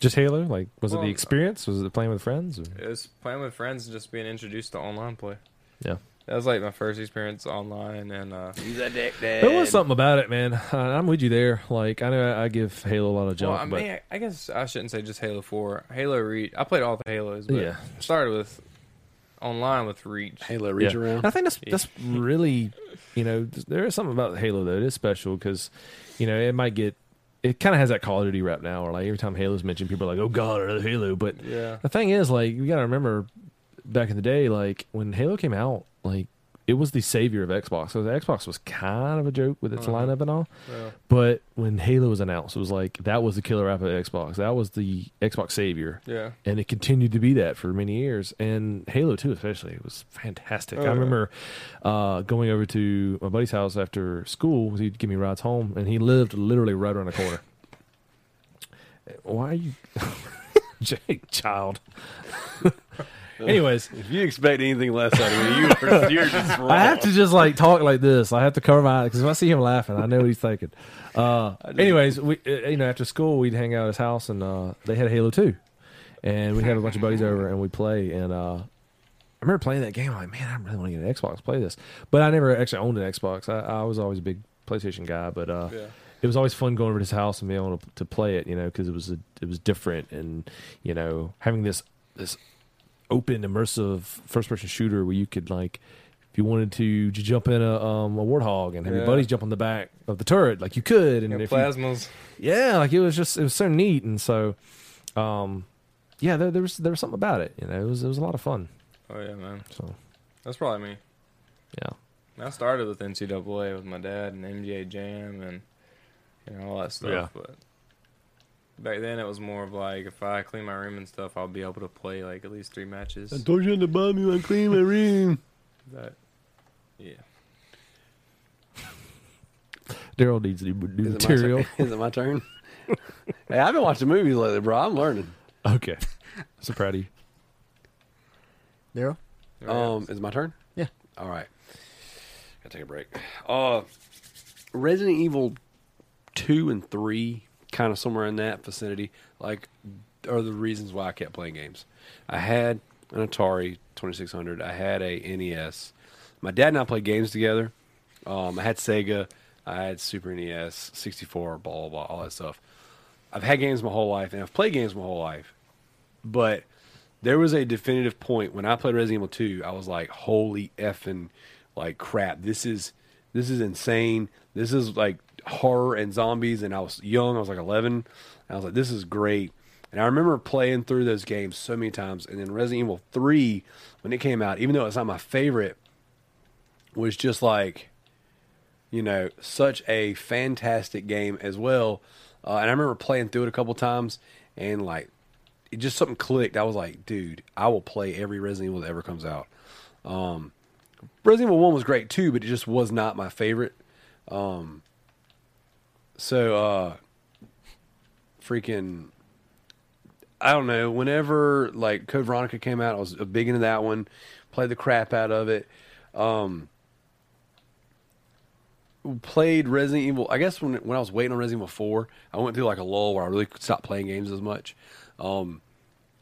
A: Just Halo? Like, was it
D: Well,
A: the experience? Was it playing with friends? Or?
D: it's playing with friends and just being introduced to online play.
A: Yeah.
D: That was like my first experience online, and uh,
C: He's a dick dad.
A: There was something about it, man. Uh, I'm with you there. Like, I know I, I give Halo a lot of junk,
D: well, I
A: but
D: mean, I- I guess I shouldn't say just Halo 4. Halo Reach. I played all the Halos, but
A: Yeah.
D: started with online with Reach.
C: Halo, reach
A: Yeah.
C: around.
A: I think that's that's really, you know, th- there is something about Halo though. It is special because, you know, it might get, it kind of has that Call of Duty rap now, or like every time Halo's mentioned, people are like, "Oh God, another Halo." But
D: Yeah.
A: the thing is, like, you got to remember, back in the day, like when Halo came out, like it was the savior of Xbox. So the Xbox was kind of a joke with its
D: Uh-huh.
A: lineup and all.
D: Well,
A: But when Halo was announced, it was like that was the killer app of Xbox. That was the Xbox savior
D: yeah.
A: and it continued to be that for many years. And Halo Two, especially, it was fantastic.
D: Oh,
A: I
D: yeah.
A: remember uh, going over to my buddy's house after school. He'd give me rides home, and he lived literally right around the corner. Why are you, Jake, child? Anyways,
C: If you expect anything less out of me, you are, you're just wrong.
A: I have to just like talk like this. I have to cover my eyes because if I see him laughing, I know what he's thinking. Uh, anyways, we uh, you know after school we'd hang out at his house and uh, they had Halo Two, and we had a bunch of buddies over and we play and uh, I remember playing that game. I'm like, man, I really want to get an Xbox, play this, but I never actually owned an Xbox. I, I was always a big PlayStation guy, but uh,
D: Yeah.
A: it was always fun going over to his house and being able to, to play it, you know, because it was a, it was different and you know having this this open immersive first person shooter where you could like you wanted to j- jump in a, um, a warthog and have
C: Yeah.
A: your buddies jump on the back of the turret, like you could, and
D: You know,
A: if you-
D: plasmas.
A: yeah, like it was just it was so neat, and so, um, yeah, there, there was there was something about it. You know, it was it was a lot of fun.
D: Oh yeah, man.
A: So
D: That's probably me.
A: yeah,
D: I started with NCAA with my dad and MGA Jam and you know all that stuff.
A: Yeah.
D: But back then it was more of like if I clean my room and stuff, I'll be able to play like at least three matches.
C: told you to bomb you and clean my room.
D: That, yeah.
A: Daryl needs new, new
C: Is it, my
A: material.
C: turn? Is it my turn? hey, I've been watching movies lately, bro. I'm learning.
A: Okay, so proud of you.
B: Daryl?
C: Um, is it my turn?
B: Yeah.
C: All right. Gotta take a break. Uh, Resident Evil two and three, kind of somewhere in that vicinity, like are the reasons why I kept playing games. I had an Atari twenty six hundred. I had a NES. My dad and I played games together. Um, I had Sega. I had Super NES, sixty four, blah blah blah, all that stuff. I've had games my whole life, and I've played games my whole life but there was a definitive point when I played Resident Evil 2, I was like, holy effing, like crap, this is this is insane. This is like horror and zombies, and I was young, I was like eleven, and I was like, this is great. And I remember playing through those games so many times, and then Resident Evil 3, when it came out, even though it's not my favorite, was just like you know, such a fantastic game as well. Uh, and I remember playing through it a couple times, and like, it just something clicked. I was like, dude, I will play every Resident Evil that ever comes out. Um, Resident Evil One was great too, but it just was not my favorite. Um, so, uh, freaking, I don't know. Whenever like Code Veronica came out, I was big into that one. Played the crap out of it. Um, played Resident Evil. I guess when when I was waiting on Resident Evil Four, I went through like a lull where I really stopped playing games as much. Um,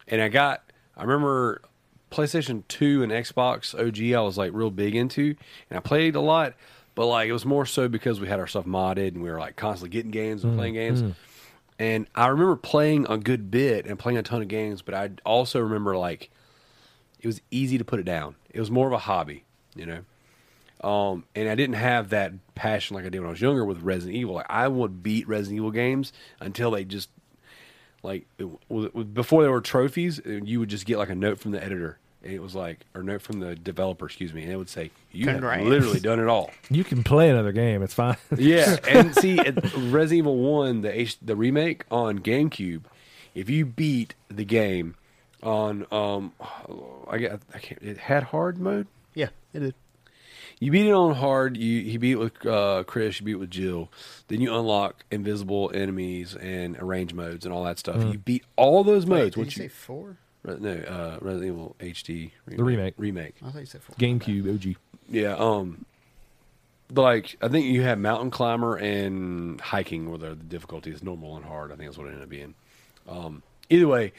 C: and I got I remember PlayStation Two and Xbox OG. I was like real big into, and I played a lot. But like it was more so because we had our stuff modded and we were like constantly getting games and playing games. And I remember playing a good bit and playing a ton of games, but I also remember like it was easy to put it down. It was more of a hobby, you know. Um, and I didn't have that passion like I did when I was younger with Resident Evil. Like I would beat Resident Evil games until they just like it, w- w- before there were trophies, uh, you would just get like a note from the editor, and it was like or note from the developer, excuse me, and it would say you have
B: Congrats."
C: literally done it all.
A: You can play another game. It's fine.
C: Yeah, and see, at Resident Evil One, the H, the remake on GameCube, if you beat the game on, um, I got, I can't, it had hard mode.
B: Yeah, it did.
C: You beat it on hard. You he beat it with uh, Chris. You beat it with Jill. Then you unlock invisible enemies and arrange modes and all that stuff. You beat all those
B: Wait,
C: modes.
B: did you
C: once
B: say
C: you,
B: four?
C: Re- no, uh, Resident Evil HD remake,
A: remake.
C: remake.
B: I thought you said four.
A: GameCube OG.
C: Yeah. Um. Like I think you have mountain climber and hiking where the the difficulty is normal and hard. I think that's what it ended up being. Um. Either way,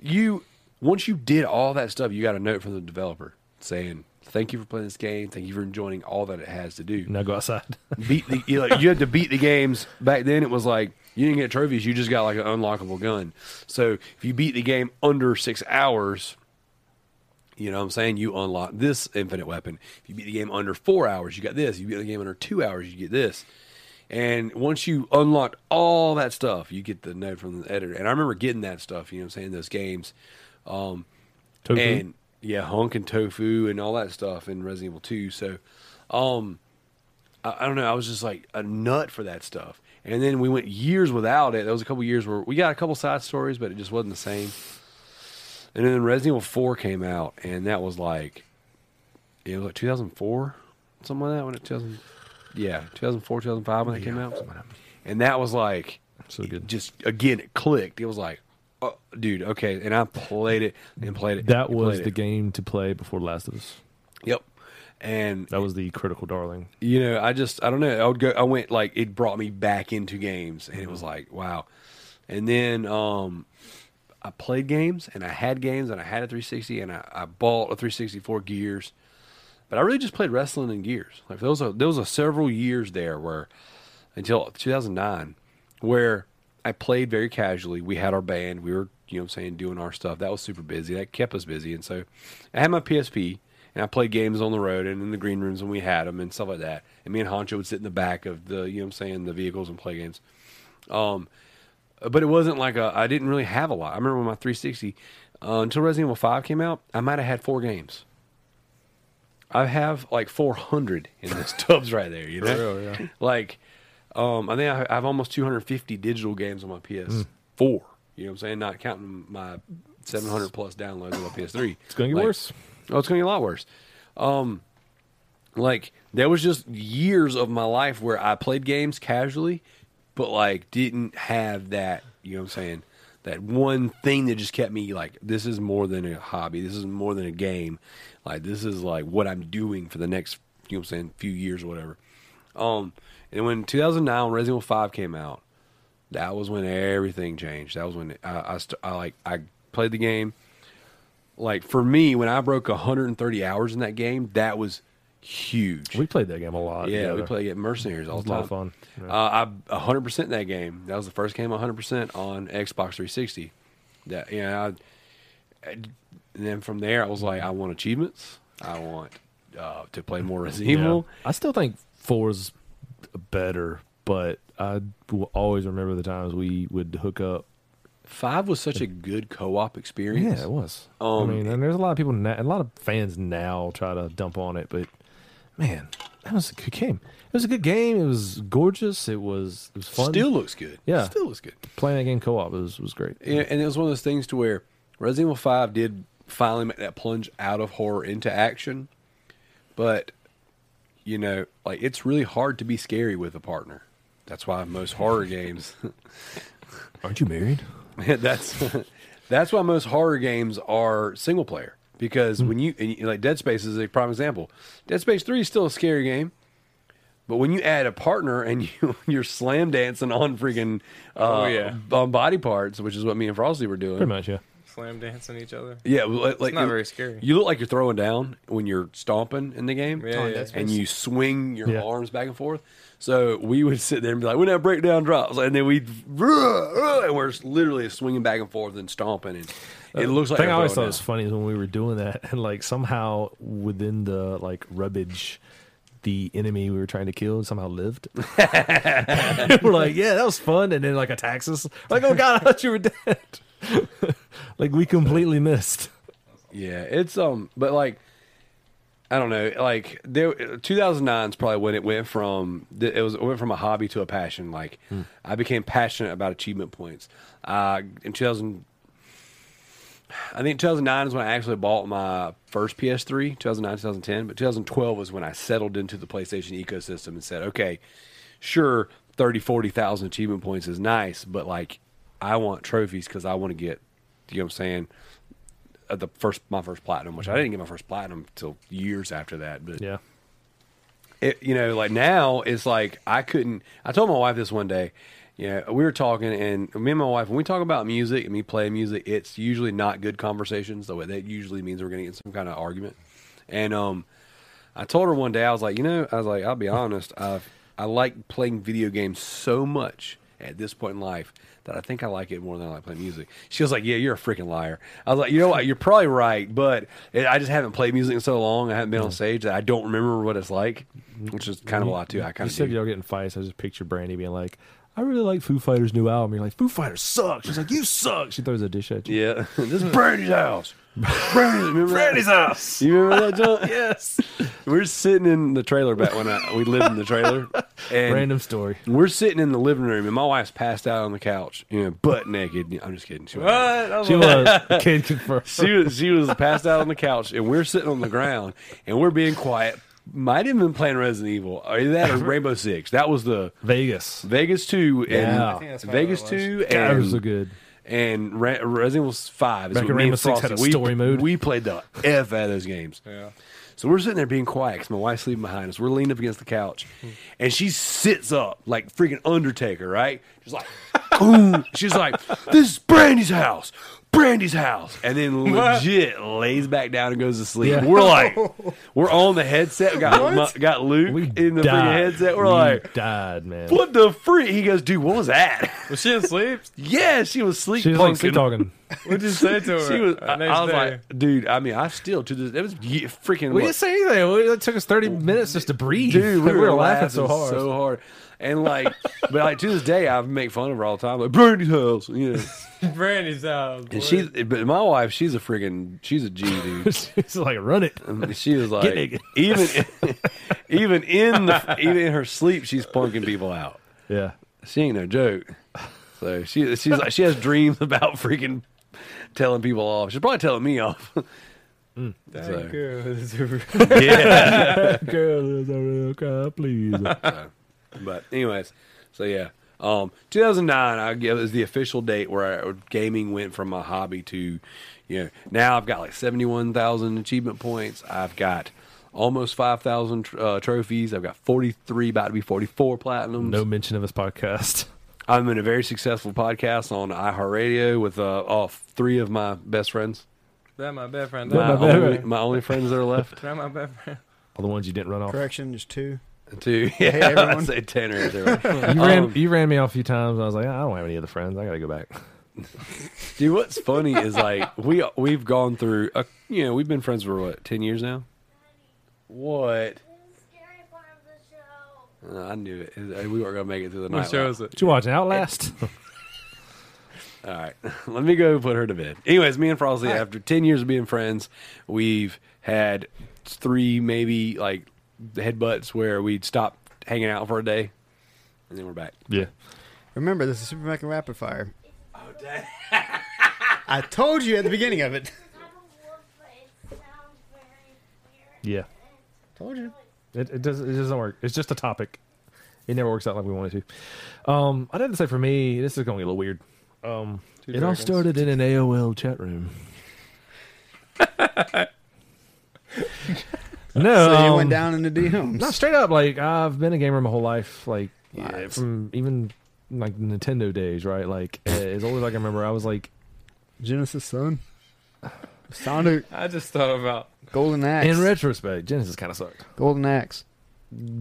C: you once you did all that stuff, you got a note from the developer saying. Thank you for playing this game. Thank you for enjoying all that it has to do.
A: Now go outside.
C: Beat the you, like, you had to beat the games. Back then, it was like you didn't get trophies; you just got like an unlockable gun. So if you beat the game under six hours, you know what I'm saying? You unlock this infinite weapon. If you beat the game under four hours, you got this. You beat the game under two hours, you get this. And once you unlocked all that stuff, you get the note from the editor. And I remember getting that stuff, you know what I'm saying, those games. Um,
A: Tofu.
C: and yeah, Hunk and Tofu and all that stuff in Resident Evil 2. So, um, I, I don't know. I was just like a nut for that stuff. And then we went years without it. There was a couple years where we got a couple side stories, but it just wasn't the same. And then Resident Evil 4 came out, and that was like, it was like 2004, something like that. When it 2000, yeah, 2004, 2005 when it came out, and that was like,
A: So
C: it
A: good.
C: Just again, it clicked. It was like, oh, dude, okay. And I played it and played it.
A: That
C: and
A: was
C: played
A: the
C: it.
A: game to play before Last of Us.
C: Yep. And
A: That was the critical darling.
C: you know, I just I don't know. I would go. I went like it brought me back into games, and it
A: Mm-hmm.
C: was like wow. And then um, I played games, and I had games, and I had a 360, and I, I bought a 364 Gears. But I really just played wrestling and Gears. Like those are those are several years there where until 2009 where I played very casually. We had our band. We were, you know what I'm saying, doing our stuff. That was super busy. That kept us busy. And so I had my PSP And I played games on the road and in the green rooms when we had them and stuff like that. And me and Honcho would sit in the back of the, you know what I'm saying, the vehicles and play games. Um, but it wasn't like a, I didn't really have a lot. I remember when my 360, uh, until Resident Evil 5 came out, I might have had four games. I have like 400 in those tubs right there, you know?
A: real, yeah.
C: Like, um, I think I I have almost 250 digital games on my PS4. You know what I'm saying? Not counting my 700 plus downloads on my PS3.
A: It's going to get
C: Like,
A: worse.
C: Oh, it's going to get a lot worse. Um, like there was just years of my life where I played games casually, but like didn't have that. You know what I'm saying? That one thing that just kept me like, this is more than a hobby. This is more than a game. Like this is like what I'm doing for the next, you know what I'm saying, few years or whatever. Um, and when 2009 Resident Evil 5 came out, that was when everything changed. That was when I, I, st- I like I played the game like for me when I broke 130 hours in that game, that was huge.
A: We played that game a lot.
C: yeah, we
A: together.
C: played at Mercenaries all
A: It was a
C: the time.
A: lot of fun. Yeah.
C: Uh, I 100% that game. That was the first game I 100% on Xbox 360. That you know, I, and then from there I was like, I want achievements. I want uh, to play more Resident
A: Yeah.
C: Evil.
A: I still think four's better, but I will always remember the times we would hook up.
C: Five was such a good co-op experience.
A: Yeah, it was.
C: Um,
A: I mean, and there's a lot of people, na- a lot of fans now try to dump on it, but man, that was a good game. It was a good game. It was gorgeous. It was it was fun.
C: Still looks good.
A: Yeah.
C: still looks good.
A: playing that game co-op was was great.
C: Yeah, and it was one of those things to where Resident Evil Five did finally make that plunge out of horror into action, but you know, like it's really hard to be scary with a partner. That's why most horror games.
A: Aren't you married?
C: that's that's why most horror games are single player because
D: Mm-hmm.
C: when you and you- like Dead Space is a prime example. Dead Space Three is still a scary game. But when you add a partner and you you're slam dancing on freaking uh,
D: Oh, yeah.
C: on body parts, which is what me and Frosty were doing,
A: Pretty much, yeah.
D: Slam dancing each other.
C: yeah, well, like, like
D: not
C: you-
D: very scary.
C: You look like you're throwing down when you're stomping in the game,
D: Yeah, yeah.
C: and you swing your
A: Yeah.
C: arms back and forth. So we would sit there and be like, "When that breakdown drops," and then we, would and we're literally swinging back and forth and stomping, and it looks like
A: Uh, thing I
C: we're
A: always thought
C: throwing
A: was
C: down.
A: funny is when we were doing that, and like somehow within the like rubbish, the enemy we were trying to kill somehow lived. we're like, yeah, that was fun, and then like attacks us. Like, oh god, I thought you were dead. like we completely missed.
C: Yeah, it's um, but like, I don't know, like there, 2009 is probably when it went from it was it went from a hobby to a passion. Like,
A: Hmm.
C: I became passionate about achievement points. Uh, in 2000, I think 2009 is when I actually bought my first PS3. 2009, 2010, but 2012 was when I settled into the PlayStation ecosystem and said, okay, sure, 30, 40,000 achievement points is nice, but like, I want trophies because I want to get, you know what I'm saying uh, the first my first platinum, which I didn't get my first platinum till years after that. But
A: Yeah,
C: it, you know, like now it's like I couldn't. I told my wife this one day. You know, we were talking, and me and my wife, when we talk about music and me playing music, it's usually not good conversations. So that usually means we're going to get some kind of argument. And um, I told her one day, I was like, you know, I was like, I'll be honest, I've I like playing video games so much at this point in life that I think I like it more than I like playing music. She was like, Yeah, you're a freaking liar. I was like, You know what? You're probably right, but it, I just haven't played music in so long. I haven't been on
A: Mm.
C: stage that I don't remember what it's like, which is kind of a lot too. I
A: you
C: kind of
A: said y'all getting fights. I just picture Brandy being like, I really like Foo Fighters' new album. You're like, Foo Fighters sucks. She's like, you suck. She throws a dish at you.
C: yeah. this is Brandy's house. Brandy's, remember Brandy's
A: house.
C: You remember that, John?
A: Yes.
C: We were sitting in the trailer back when I, we lived in the trailer. And
A: Random story.
C: We're sitting in the living room, and my wife's passed out on the couch, you know, butt naked. I'm just kidding. She
D: What?
C: was,
D: I was
A: She
D: like,
A: was kid confirmed.
C: she was she was passed out on the couch, and we're sitting on the ground, and we're being quiet. Might have been playing Resident Evil, or either that or Rainbow Six. That was the
A: Vegas.
C: Vegas Two
A: Yeah. I
C: and
A: think
B: that's probably
C: Vegas
B: what it was.
C: Two
A: That was so
C: and
A: good.
C: and Re- Resident Evil Five. is
A: Back
C: when
A: when
C: me and
A: Rainbow Six had
C: Frosty-
A: a story
C: we,
A: mode.
C: We played the f out of those games.
D: yeah.
C: So we're sitting there being quiet because my wife's sleeping behind us. We're leaned up against the couch, and she sits up like freaking Undertaker, right? She's like, "Ooh," she's like, "This is Brandy's house, Brandy's house," and then legit lays back down and goes to sleep.
A: Yeah.
C: We're like, we're on the headset. We got
B: What?
C: mu- got Luke
A: We
C: in the freaking
A: died.
C: headset. We're
A: We
C: like,
A: died, man.
C: "What the freak?" He goes, "Dude, what was that?"
D: Was she asleep?
C: yeah, she was sleep
A: She's like sleep
C: punking.
A: talking.
D: What did you say to her?
C: She was.
D: the
C: I,
D: next
C: I was
D: day?
C: like, dude. I mean, I still to this. It was ye- freaking.
A: We
C: what-
A: didn't say anything. We- It took us 30 minutes just to breathe.
C: dude,
A: we, were laughing, so hard.
C: so hard. And like, but like to this day, I make fun of her all the time. Like Brandy's house, you know.
D: Brandy's house.
C: And
D: boy.
C: she's, but my wife, she's a friggin', she's a G dude.
A: She's like, run it.
C: Um, She was
A: Get
C: like, even, even in the, even in her sleep, she's punking people out.
A: Yeah.
C: She ain't no joke. So she, she's like, she has dreams about freaking telling people off. She's probably telling me off.
D: That
C: so.
D: girl is a-
C: yeah.
A: Girl is a real car, please.
C: But anyways, so yeah, um, 2009 I give is the official date where I, gaming went from a hobby to, you know, now I've got like 71,000 achievement points. I've got almost 5,000 tr- uh, trophies. I've got 43, about to be 44 platinums.
A: no mention of his podcast.
C: I'm in a very successful podcast on iHeartRadio with uh, all three of my best friends.
D: that my best friend.
A: That
C: My,
A: my best
C: only,
A: friend.
C: my only friends that are left.
D: That my best friend.
A: All the ones you didn't run off.
B: Correction, there's two.
C: Two. Yeah, I
B: everyone.
C: say Tanner is there.
A: You ran,
C: Um,
A: you ran me off a few times, and I was like, I don't have any other friends. I got to go back.
C: Dude, what's funny is like we we've gone through, a, you know, we've been friends for what ten years now. What?
E: scary part of the show.
C: Uh, I knew it. We weren't gonna make it through the
D: What
C: night.
D: show is it?
A: Did you watch Outlast?
C: All right, let me go put her to bed. Anyways, me and Frosty, after ten years of being friends, we've had three maybe like headbutts where we'd stop hanging out for a day, and then we're back.
A: yeah.
B: Remember, this is Super Mac and Rapid Fire. Oh, dang. I told you at the beginning of it.
E: Not a wolf, but it sounds very
A: Yeah.
E: weird.
B: Told you.
A: It, it doesn't. It doesn't work. It's just a topic. It never works out like we want it to. Um, I'd have to say for me, this is going to get a little weird. Um, it all
D: dragons.
A: started in an AOL chat room. no,
B: So you
A: um,
B: went down in the DMs.
A: No, straight up. Like I've been a gamer my whole life. Like
C: Yeah,
A: from even like Nintendo days, right? Like uh, as old as I can remember, I was like
B: Genesis Sun. Sonic.
D: I just thought about
B: Golden Axe.
A: in retrospect, Genesis kind of sucked.
B: Golden Axe.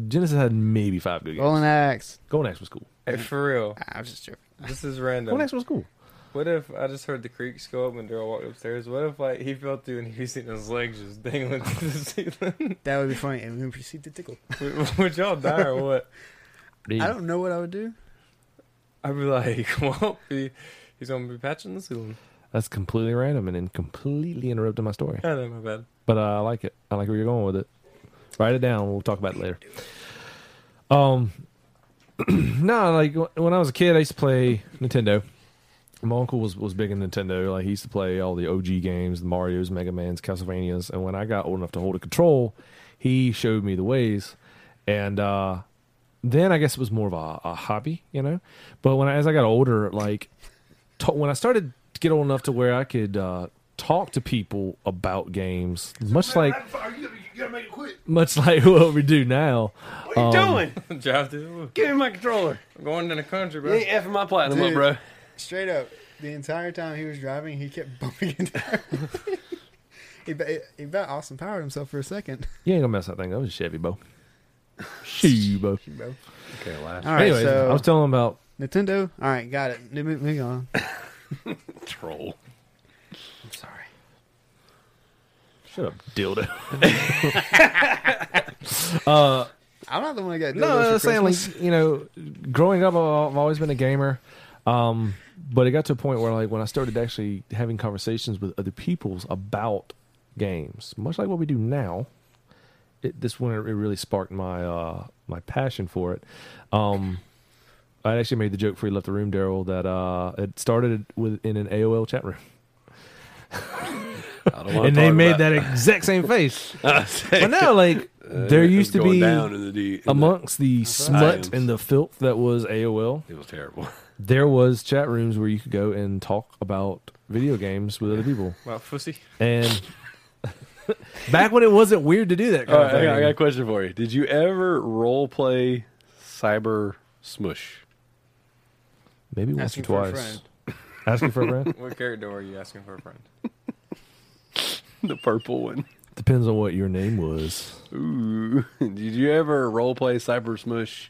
A: Genesis had maybe five good games.
B: Golden Axe.
A: Golden Axe was cool.
D: hey, for real.
B: I was just joking.
D: This is
A: Golden
D: random.
A: Axe was cool.
D: What if I just heard the creaks go up and Daryl walked upstairs? What if like he fell through and he was sitting his legs just dangling to the ceiling?
B: That would be funny. And we proceed to tickle.
D: would, would y'all die or what?
B: I don't know what I would do.
D: I'd be like, well, he, he's gonna be patching the ceiling.
A: That's completely random and then completely interrupted my story.
D: I know my bad.
A: But uh, I like it. I like where you're going with it. Write it down. We'll talk about it later. Um, no, like wh- when I was a kid, I used to play Nintendo. My uncle was was big in Nintendo. Like he used to play all the OG games, the Mario's, Mega Man's, Castlevanias. And when I got old enough to hold a control, he showed me the ways. And uh, then I guess it was more of a, a hobby, you know. But when I, as I got older, like to, when I started to get old enough to where I could uh, talk to people about games, much like
C: you gotta make it quit.
A: much like what we do now.
C: What are you doing?
D: Drive through.
C: Give me my controller.
D: I'm going to the country,
C: You
D: bro.
C: ain't effing my platinum up,
B: Dude.
C: bro.
B: Straight up, the entire time he was driving, he kept bumping into everything. he, about, he about Austin powered himself for a second.
A: You ain't gonna mess that thing. That was a Chevy, Bo. Chevy, Bo.
B: Bro.
C: Okay, last
B: All right,
A: Anyways,
B: so
A: I was telling him about
B: Nintendo. All right, got it. Mo- Moving on.
C: troll.
B: I'm sorry.
A: shut up, dildo.
B: I'm not the one that got
A: no, I
B: dildos
A: was
B: for
A: saying
B: Christmas.
A: like you know, growing up, I've I've always been a gamer. Um, but it got to a point where like when I started actually having conversations with other peoples about games, much like what we do now, it, this one it really sparked my uh my passion for it. Um, I actually made the joke before you left the room, Daryl, that uh it started with in an AOL chat room,
C: I don't wanna
A: and they
C: talk
A: made
C: about-
A: that exact same face.
C: I say-
A: but now, like there
C: it was
A: used to
C: Uh, going
A: be
C: down in the D, in the-
A: amongst the
C: Science.
A: smut and the filth that was AOL.
C: it was terrible.
A: there was chat rooms where you could go and talk about video games with other people
D: About fussy.
A: and back when it wasn't weird to do that kind
C: All
A: of
C: right, Uh, I
A: thing.
C: got, I got a question for you. Did you ever role play Cyber Smush?
A: maybe once or
B: Asking for a
A: twice asking for a friend
D: What character were you asking for a friend?
C: The purple one.
A: depends on what your name was
C: Ooh. Did you ever role play Cyber Smush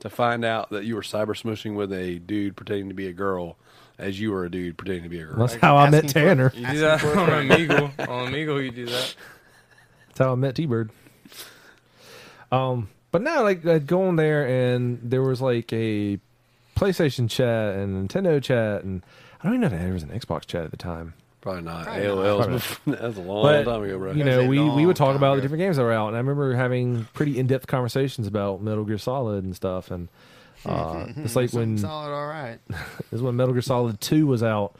C: to find out that you were cyber smushing with a dude pretending to be a girl as you were a dude pretending to be a girl.
A: That's how I met
B: Asking for-
A: Tanner.
D: You do that on Amigo. on Amigo, you do that.
A: That's how I met T Bird. Um, but no, like I'd go on there and there was like a PlayStation chat and Nintendo chat and I don't even know if there was an Xbox chat at the time.
C: Probably not.
B: Probably
C: AOL.
A: not.
C: 's been- that was a long
A: But,
C: time ago, bro.
A: You
B: That
A: know,
B: was a
A: we, we
B: long
A: would talk
B: time
A: about the
B: ago.
A: different games that were out, and I remember having pretty in depth conversations about Metal Gear Solid and stuff. And uh, it's like
B: Something
A: when
B: solid, all right.
A: is when Metal Gear Solid Two was out,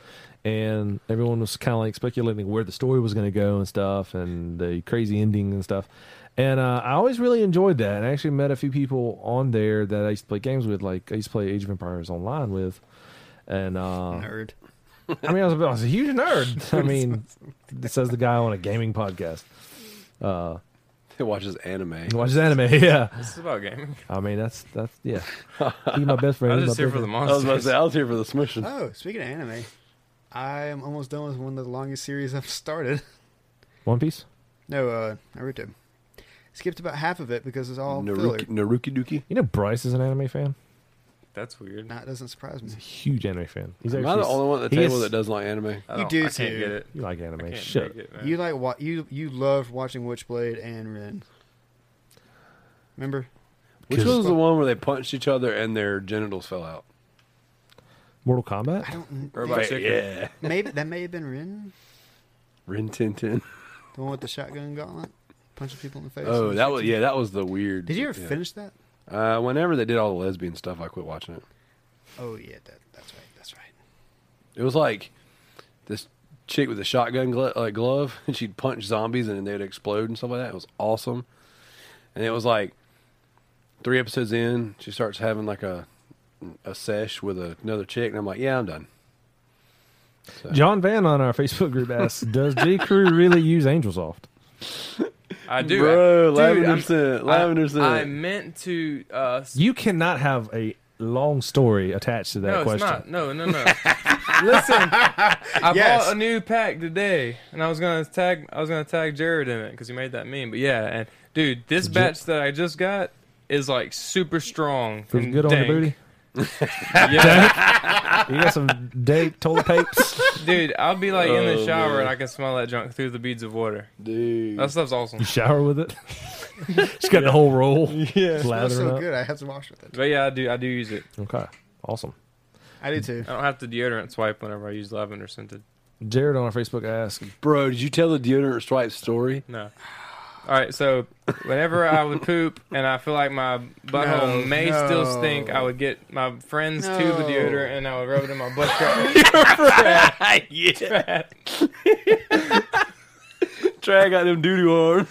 A: and everyone was kind of like speculating where the story was going to go and stuff, and the crazy ending and stuff. And uh, I always really enjoyed that. And I actually met a few people on there that I used to play games with. Like I used to play Age of Empires Online with, and uh,
B: Nerd.
A: I mean, I was, a- I was a huge nerd. I mean, it says the guy on a gaming podcast. Uh,
C: It watches anime.
A: he watches anime. Yeah,
D: This is about gaming.
A: I mean that's that's yeah. He's my best friend.
D: I was
A: he's
D: just
A: my
D: here
A: best
D: for the
A: friend.
C: I was about to
D: monsters.
C: say, I was here for the smushing.
B: Oh, speaking of anime, I am almost done with one of the longest series I've started.
A: One Piece.
B: No, uh, Naruto. Skipped about half of it because it's all filler.
C: Naruki, Naruki Duki.
A: You know, Bryce is an anime fan.
D: That's weird.
B: That doesn't surprise me.
A: He's a huge anime fan. He's
C: Am
A: actually
C: I the only one at the
A: he
C: table
A: is-
C: that doesn't like anime?
D: I
B: You
D: don't-
B: do
D: I can't
B: too.
D: get it.
A: You like anime?
D: I can't
A: Shut up.
D: dig it, man.
B: You like what you you loved watching Witchblade and Ren. Remember?
C: Which one was the one where they punched each other and their genitals fell out?
A: Mortal Kombat.
B: I don't.
D: Or about chicken.
C: Yeah.
B: Maybe that may have been Ren,
C: Rin Tin Tin.
B: the one with the shotgun gauntlet, punching people in the face.
C: Oh, that was yeah. That was the weird.
B: Did you ever
C: yeah.
B: finish that?
C: Uh, whenever they did all the lesbian stuff, I quit watching it.
B: Oh yeah, that, that's right. That's right.
C: It was like this chick with a shotgun glo- uh, glove, and she'd punch zombies, and then they'd explode and stuff like that. It was awesome. And it was like three episodes in, she starts having like a a sesh with a, another chick, and I'm like, yeah, I'm done.
A: John Van on our Facebook group asks, "Does J Crew really use Angelsoft?"
D: I do.
C: Bro,
D: Dude,
C: lavender
D: I'm-
C: scent,
D: I-
C: lavender scent.
D: I meant to. Uh, s-
A: You cannot have a long story attached to that
D: no, it's
A: question.
D: not. No, no, no. Listen, I
B: Yes.
D: bought a new pack today, and I was gonna tag. I was gonna tag Jared in it because he made that meme. But yeah, and dude, this
A: Did you-
D: batch that I just got is like super strong.
A: Feels
D: and
A: good on the
D: dank.
A: booty.
D: Yeah,
A: You got some dank toilet papes.
D: dude, I'll be like in the
C: Oh,
D: shower
C: man.
D: and I can smell that junk through the beads of water.
C: Dude.
D: That stuff's awesome.
A: You shower with it. She's got the whole roll. Yeah,
B: That's so good. I have to wash with it.
D: But yeah, I do. I do use it.
A: Okay, awesome.
B: I do too.
D: I don't have to deodorant swipe whenever I use lavender scented.
A: Jared on our Facebook asks,
C: Bro, did you tell the deodorant swipe story?
D: No. All right, so whenever I would poop and I feel like my butthole
B: No,
D: may
B: no.
D: still stink, I would get my friend's tube of
B: No.
D: deodorant and I would rub it in my butt crack. yeah.
C: Drag out them doody arms.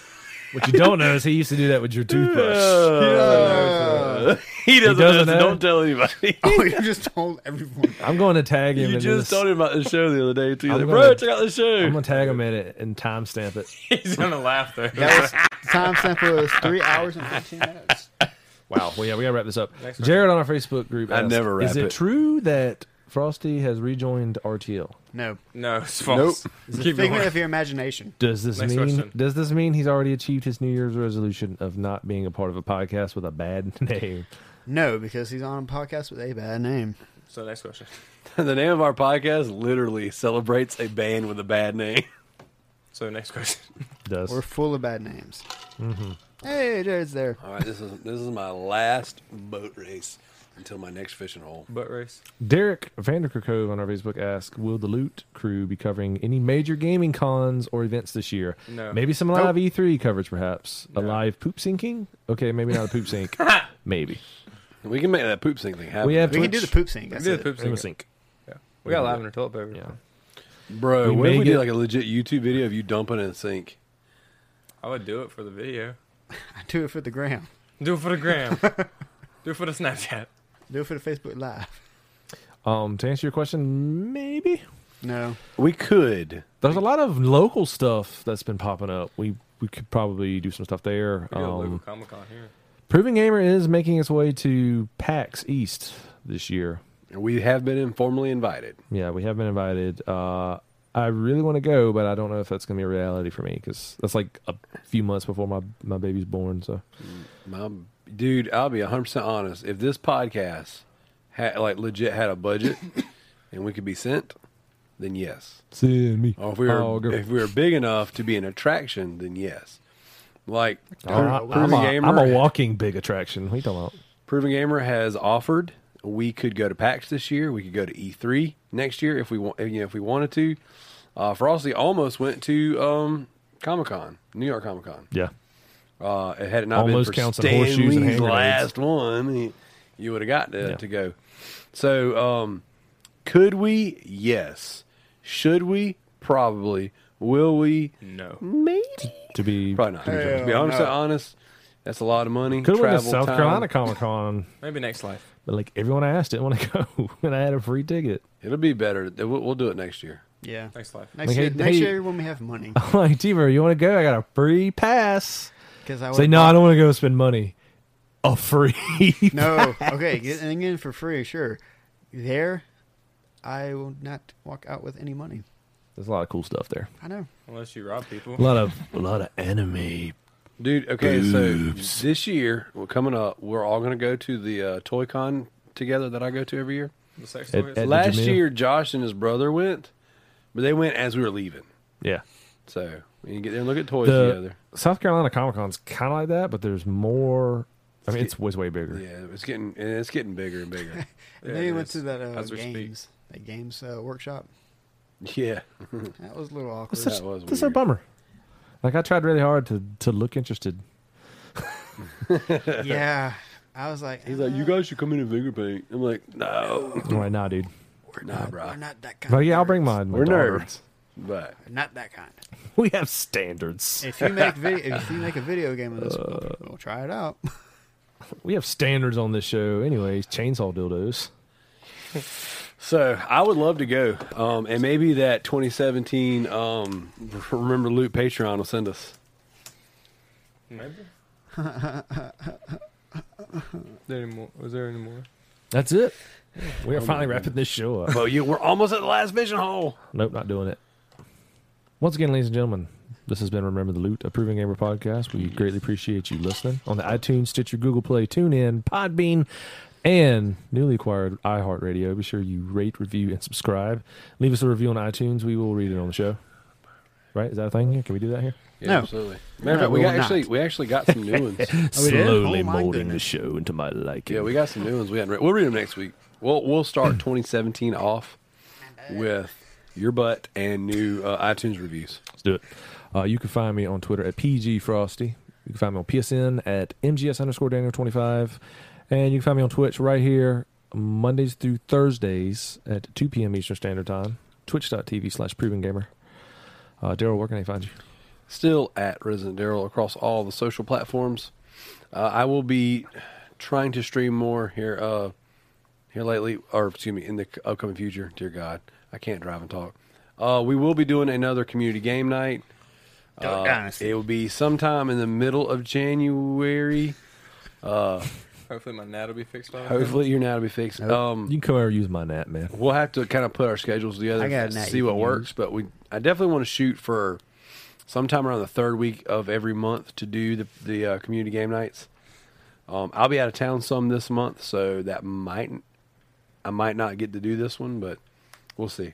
A: "What you don't know is he used to do that with your toothbrush."
B: Uh,
C: He doesn't,
A: He doesn't
C: know, so
A: know.
C: Don't tell anybody.
B: oh, you just told everyone.
A: I'm going to tag him.
C: you
A: in this.
C: just told him about the show the other day too.
A: I'm
C: Like,
A: gonna-
C: Bro, check out the show.
A: I'm gonna tag him in it and timestamp it.
D: He's gonna laugh though.
B: That was time sample was three hours and fifteen minutes.
A: Wow. Well, yeah, we gotta wrap this up.
D: Next
A: Jared on our Facebook group.
C: I
A: asked,
C: never wrap
A: Is it,
C: it.
A: true that Frosty has rejoined RTL?
B: No,
D: No, it's false. Keep
B: figment
D: going.
B: of your imagination.
A: Does this
D: Next
A: mean
D: question.
A: does this mean he's already achieved his New Year's resolution of not being a part of a podcast with a bad name?
B: No, because he's on a podcast with a bad name.
D: So next question.
C: the name of our podcast literally celebrates a band with a bad name.
D: So next question.
A: Does
B: We're full of bad names. Hey, Jared's there.
C: All right, this is this is my last boat race until my next fishing hole.
D: Butt race.
A: Derek Vanderkerkove on our Facebook asks, Will the Loot crew be covering any major gaming cons or events this year?
D: No.
A: Maybe some live E3 coverage, perhaps. A live poop sinking? Okay, maybe not a poop sink. maybe.
C: We can make that poop sink thing happen.
A: We have
B: We can do
A: Twitch.
B: the poop sink.
D: We
B: That's
D: did
B: it.
D: poop
A: Poop
D: sink.
A: sink.
D: Yeah. We got lavender toilet paper.
A: Yeah.
C: bro.
A: We
C: what
A: may
C: if we
A: get-
C: do like a legit YouTube video of you dumping in a sink?
D: I would do it for the video.
B: I do it for the gram.
D: Do it for the gram. do it for the Snapchat.
B: Do it for the Facebook Live.
A: Um, to answer your question, maybe.
B: No,
C: We could.
A: There's a lot of local stuff that's been popping up. We we could probably do some stuff there.
D: We do a local
A: Um,
D: Comic Con here.
A: Proving Gamer is making its way to PAX East this year.
C: We have been informally invited.
A: Yeah, we have been invited. Uh, I really want to go, but I don't know if that's going to be a reality for me because that's like a few months before my, my baby's born. So
C: My dude, I'll be 100% honest. If this podcast had like legit had a budget, and we could be sent, then yes.
A: Send me.
C: Or if we were
A: Oh, girl.
C: if we were big enough to be an attraction, then yes. Like
A: I'm,
C: Proven
A: I'm a,
C: Gamer,
A: I'm a walking big attraction. We talking about?
C: Proven Gamer has offered we could go to PAX this year. We could go to E3 next year if we want. You know, if we wanted to. Uh, Frosty almost went to um, Comic Con, New York Comic Con.
A: Yeah.
C: Uh, it had it not
A: Almost
C: been for
A: counts on
C: Stan
A: horseshoes and
C: Lee's
A: hand grenades.
C: last one, he- you would have got to,
A: Yeah.
C: to go. So, um, could we? Yes. Should we? Probably. Will we?
D: No.
C: Maybe.
A: To be
C: Probably not.
B: Hell
C: to be honest,
B: no.
C: honest, that's a lot of money.
A: Could have went to
C: travel
A: South
C: time.
A: Carolina Comic Con,
D: Maybe next life.
A: but like everyone I asked didn't want to go, and I had a free ticket.
C: It'll be better. We'll, we'll do it next year.
B: Yeah.
D: Next life.
B: Next,
A: Like,
B: year,
A: hey-
B: next
A: hey- Oh.
B: year when we have money,
A: I'm like, T-Bird, you want to go? I got a free pass.
B: because I
A: Say
B: would-
A: no, I don't want to go spend money. A free.
B: No, okay, getting in for free, sure. There, I will not walk out with any money.
A: There's a lot of cool stuff there.
B: I know.
D: Unless you rob people.
A: A lot of a lot of anime.
C: Dude, okay, so this year, we're coming up, we're all going to go to the uh, Toy Con together that I go to every year.
D: The sex
A: It-
D: toys.
A: it- At the
C: Last
A: Jamil?
C: year, Josh and his brother went, but they went as we were leaving.
A: Yeah.
C: So we can get there and look at toys
A: The
C: together.
A: South Carolina Comic Con's kind of like that, but there's more. I mean, it's way way bigger.
C: Yeah, it's getting and it's getting bigger and bigger.
B: And
D: Yeah,
B: then
D: it
B: we went
D: is.
B: to that uh,
D: As we speak.
B: games, that games uh, workshop.
C: yeah,
B: That was a little awkward.
A: That's such,
C: That was
A: that's a
C: weird.
A: bummer. Like I tried really hard to to look interested.
B: yeah, I was like,
C: he's like,
B: uh,
C: you guys should come in and finger paint. I'm like, no,
A: I'm like, nah, dude.
B: we're
C: nah,
B: not,
C: bro.
B: We're not that kind.
A: But Oh,
B: of
A: yeah, I'll
B: nerds.
A: bring mine. my
C: we're
A: daughter.
C: nerds, but
B: We're Not that kind.
A: We have standards.
B: If you make video, if you make a video game of this,
A: Uh,
B: we'll, we'll try it out.
A: We have standards on this show, anyways. Chainsaw dildos.
C: So I would love to go, um, and maybe that 2017 um, remember Loot Patreon will send us.
D: Maybe. there any more? Was there any more?
A: That's it. We
C: Oh
A: are finally wrapping this show up.
C: But you, we're almost at the last vision hole.
A: Nope, not doing it. Once again, ladies and gentlemen, this has been Remember the Loot, a Proven Gamer podcast. We greatly appreciate you listening on the iTunes, Stitcher, Google Play, TuneIn, Podbean, and newly acquired iHeartRadio. Be sure you rate, review, and subscribe. Leave us a review on iTunes. We will read it on the show. Right? Is that a thing here? Can we do that here?
C: Yeah,
B: No.
C: absolutely. Matter of
B: No,
C: fact, we
B: we
C: got
B: will
C: actually
B: not.
C: we actually got some new ones.
B: we did? Oh, my goodness.
A: show into my liking.
C: Yeah, we got some new ones. We hadn't read. We'll read them next week. We'll we'll start 2017 off with your butt and new uh, iTunes reviews.
A: Let's do it. Uh, you can find me on Twitter at PG Frosty. You can find me on PSN at MGS underscore Daniel 25. And you can find me on Twitch right here, Mondays through Thursdays at 2 p.m. Eastern Standard Time. Twitch.tv slash Proven Gamer. Uh, Daryl, where can they find you?
C: Still at Resident Daryl across all the social platforms. Uh, I will be trying to stream more here uh, here lately, or excuse me, in the c- upcoming future. Dear God, I can't drive and talk. Uh, we will be doing another community game night.
B: Dark
C: Uh,
B: Dynasty.
C: it will be sometime in the middle of January.
D: Hopefully my nat will be fixed by then.
C: Hopefully, your now to be fixed. Um,
A: You can come over and use my nap, man.
C: We'll have to kind of put our schedules together
B: I got E a
C: and
B: net
C: see
B: you
C: what
B: can
C: works, but we I definitely want to shoot for sometime around the third week of every month to do the the uh, community game nights. Um, I'll be out of town some this month, so that might I might not get to do this one, but we'll see.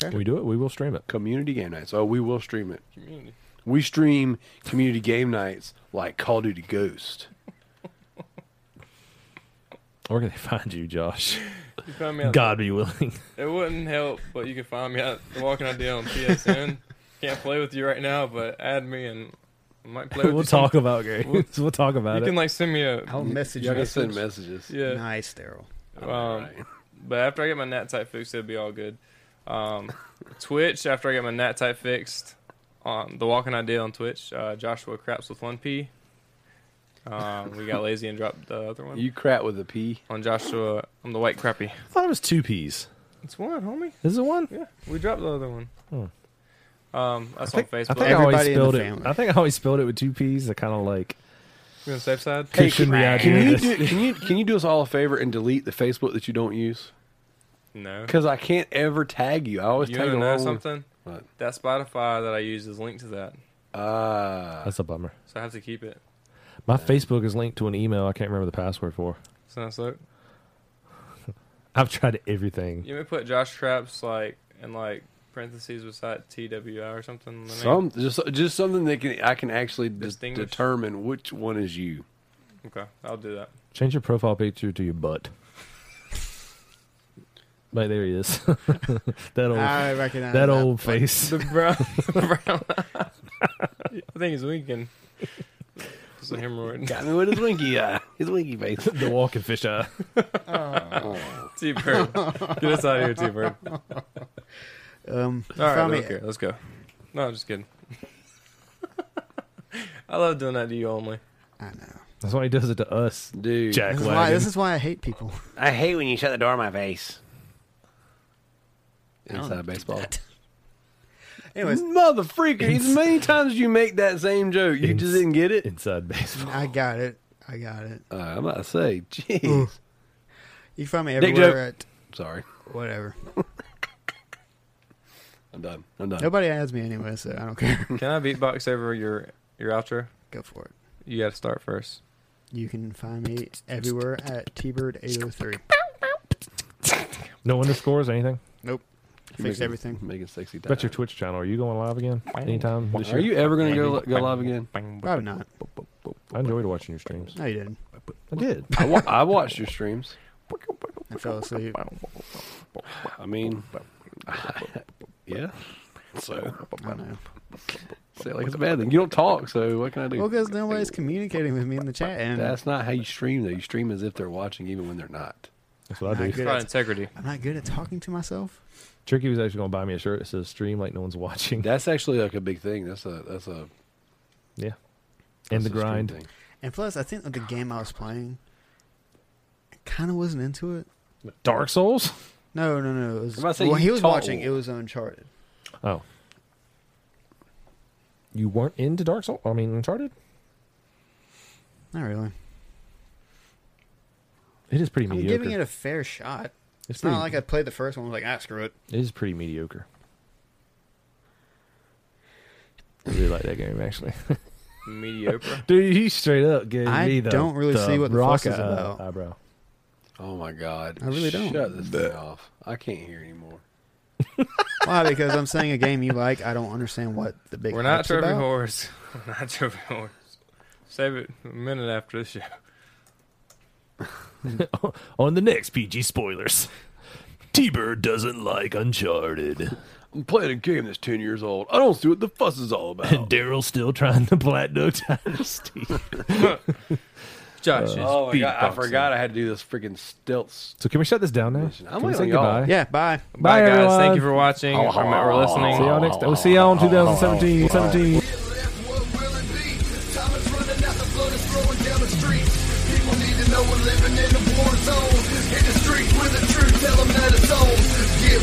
A: When we do it, we will stream it.
C: Community game nights. Oh, we will stream it.
D: Community.
C: We stream community game nights like Call of Duty Ghost.
A: Where can they find you, Josh?
D: You find me out
A: God be willing.
D: It wouldn't help, but you can find me at the Walking Idea on PSN. Can't play with you right now, but add me and I might play with
A: we'll
D: you. some-
A: talk about games. We'll talk about
D: You
A: it.
D: can like send me a
B: I'll message
C: Y'all
B: you.
C: can send messages.
D: yeah.
B: Nice, Daryl.
D: Um,
C: Right.
D: But after I get my nat type fixed, it'll be all good. Um, Twitch after I get my nat type fixed on the Walking Idea on Twitch. Uh, Joshua Craps with one P. Um, we got lazy and dropped the other one
C: You crap with a P.
D: on Joshua. I'm the white crappie.
A: I thought it was two P's.
D: It's one, homie.
A: Is it one?
D: Yeah, we dropped the other one. Um, that's
A: Hmm. I think,
D: on
A: I
D: Facebook.
A: think I always
B: Everybody in the
A: spelled it.
B: family.
A: I think I always spelled it with two P's. That kind of like
D: You on the safe side.
C: Hey,
A: cushion the
B: crap.
A: idea.
C: Can you,
A: that-
C: do, can you can you do us all a favor and delete the Facebook that you don't use?
D: No.
C: Because I can't ever tag you. I always
D: You
C: tag
D: wanna
C: along.
D: know
C: with-
D: something?
C: What?
D: That Spotify that I use is linked to that,
C: Ah,
A: That's a bummer.
D: so I have to keep it.
A: My Facebook is linked to an email I can't remember the password for.
D: So that's like,
A: I've tried everything.
D: You may put Josh Traps like in like parentheses beside TWI or something. on the name?
C: Some just just something that can I can actually dis-
D: Distinguish.
C: determine which one is you.
D: Okay, I'll do that.
A: Change your profile picture to your butt. But there he is. that old,
B: I recognize
A: that old face.
D: The brown, the brown. I think he's winking. It's a hemorrhoid.
C: Got me with his winky eye, his winky face.
A: the walking fish eye.
D: T Bird, get us out of here, T Bird. All
B: Um, you
D: right,
B: found me-
D: okay, let's go. No, I'm just kidding. I love doing that to you only.
B: I know.
A: That's why he does it to us,
C: Dude,
A: Jack
B: This is, why,
A: Wagon.
B: this is why I hate people.
C: I hate when you shut the door in my face.
B: I don't
C: Inside baseball.
B: Anyways,
C: Mother freaker, as many times as you make that same joke, you just
A: Ins-
C: didn't get it.
A: Inside baseball.
B: I got it. I got it.
C: Uh, I'm about to say, jeez.
B: You can find me
C: Dick
B: everywhere at
C: Sorry,
B: whatever.
C: I'm done. I'm done.
B: Nobody adds me anyway, so I don't care.
D: Can I beatbox over your your outro?
B: Go for it.
D: You got to start first.
B: You can find me everywhere at tbird803.
A: No underscores, anything?
B: I fixed everything.
C: Making sexy.
A: About your
C: time.
A: Twitch channel. Are you going live again? Anytime this
C: Are
A: year?
C: you ever gonna go go live again?
B: Probably not.
A: I enjoyed watching your streams.
B: No, you didn't.
A: I did.
C: I, wa- I watched your streams.
B: I fell asleep.
C: I mean, yeah. So
B: I know.
C: say it like it's a bad thing. You don't talk, so what can I do?
B: Well, because nobody's communicating with me in the chat, and
C: That's not how you stream though. You stream as if they're watching, even when they're not.
A: That's what I
B: Not
A: do.
B: good.
D: About integrity.
B: I'm not good at talking to myself.
A: Tricky was actually going to buy me a shirt that says stream like no one's watching.
C: That's actually like a big thing. That's a that's a
A: yeah.
C: that's
A: And the
C: a stream
A: grind.
C: thing.
B: And plus, I think that the game I was playing, I kind of wasn't into it.
A: Dark Souls?
B: No, no, no. It was,
C: I'm about to say
B: well,
C: you
B: he was
C: told.
B: watching. It was Uncharted.
A: Oh. You weren't into Dark Souls? I mean, Uncharted?
B: Not really.
A: It is pretty
B: I'm
A: mediocre.
B: giving it a fair shot.
A: it's
B: It's not
A: pretty,
B: like I played the first one. I was like, ah, screw it.
A: it is pretty mediocre. I really like that game, actually.
D: Mediocre.
A: Dude, he straight up gave
B: I
A: me the
B: don't really
A: the
B: see what the
A: rock
B: fuss is
A: eye-
B: about.
A: Eyebrow.
C: Oh my god!
B: I really don't.
C: Shut this thing off. I can't hear anymore.
B: Why? Because I'm saying a game you like. I don't understand what the big.
D: We're not
B: hype's
D: trophy
B: about.
D: whores. We're not trophy whores. Save it a minute after this show.
A: On the next PG spoilers, T Bird doesn't like Uncharted.
C: I'm playing a game that's ten years old. I don't see what the fuss is all about.
A: And Daryl's still trying to platinum dynasty.
D: Josh,
C: oh my god! I
A: Beatboxing.
C: forgot I had to do this freaking stealth.
A: so can we shut this down now?
C: Listen, I'm
A: Can we
C: waiting
A: say
C: on y'all.
A: goodbye?
B: Yeah. Bye.
A: Bye,
D: bye, guys. Thank
A: everyone.
D: you for watching or, or listening.
A: See y'all next. We'll see y'all in 2017. 17.
F: What will it be? Time is running out, the blood is flowing down the streets. People need to know we're living in a war zone. Hit the streets with the truth, tell them that it's on. Yeah,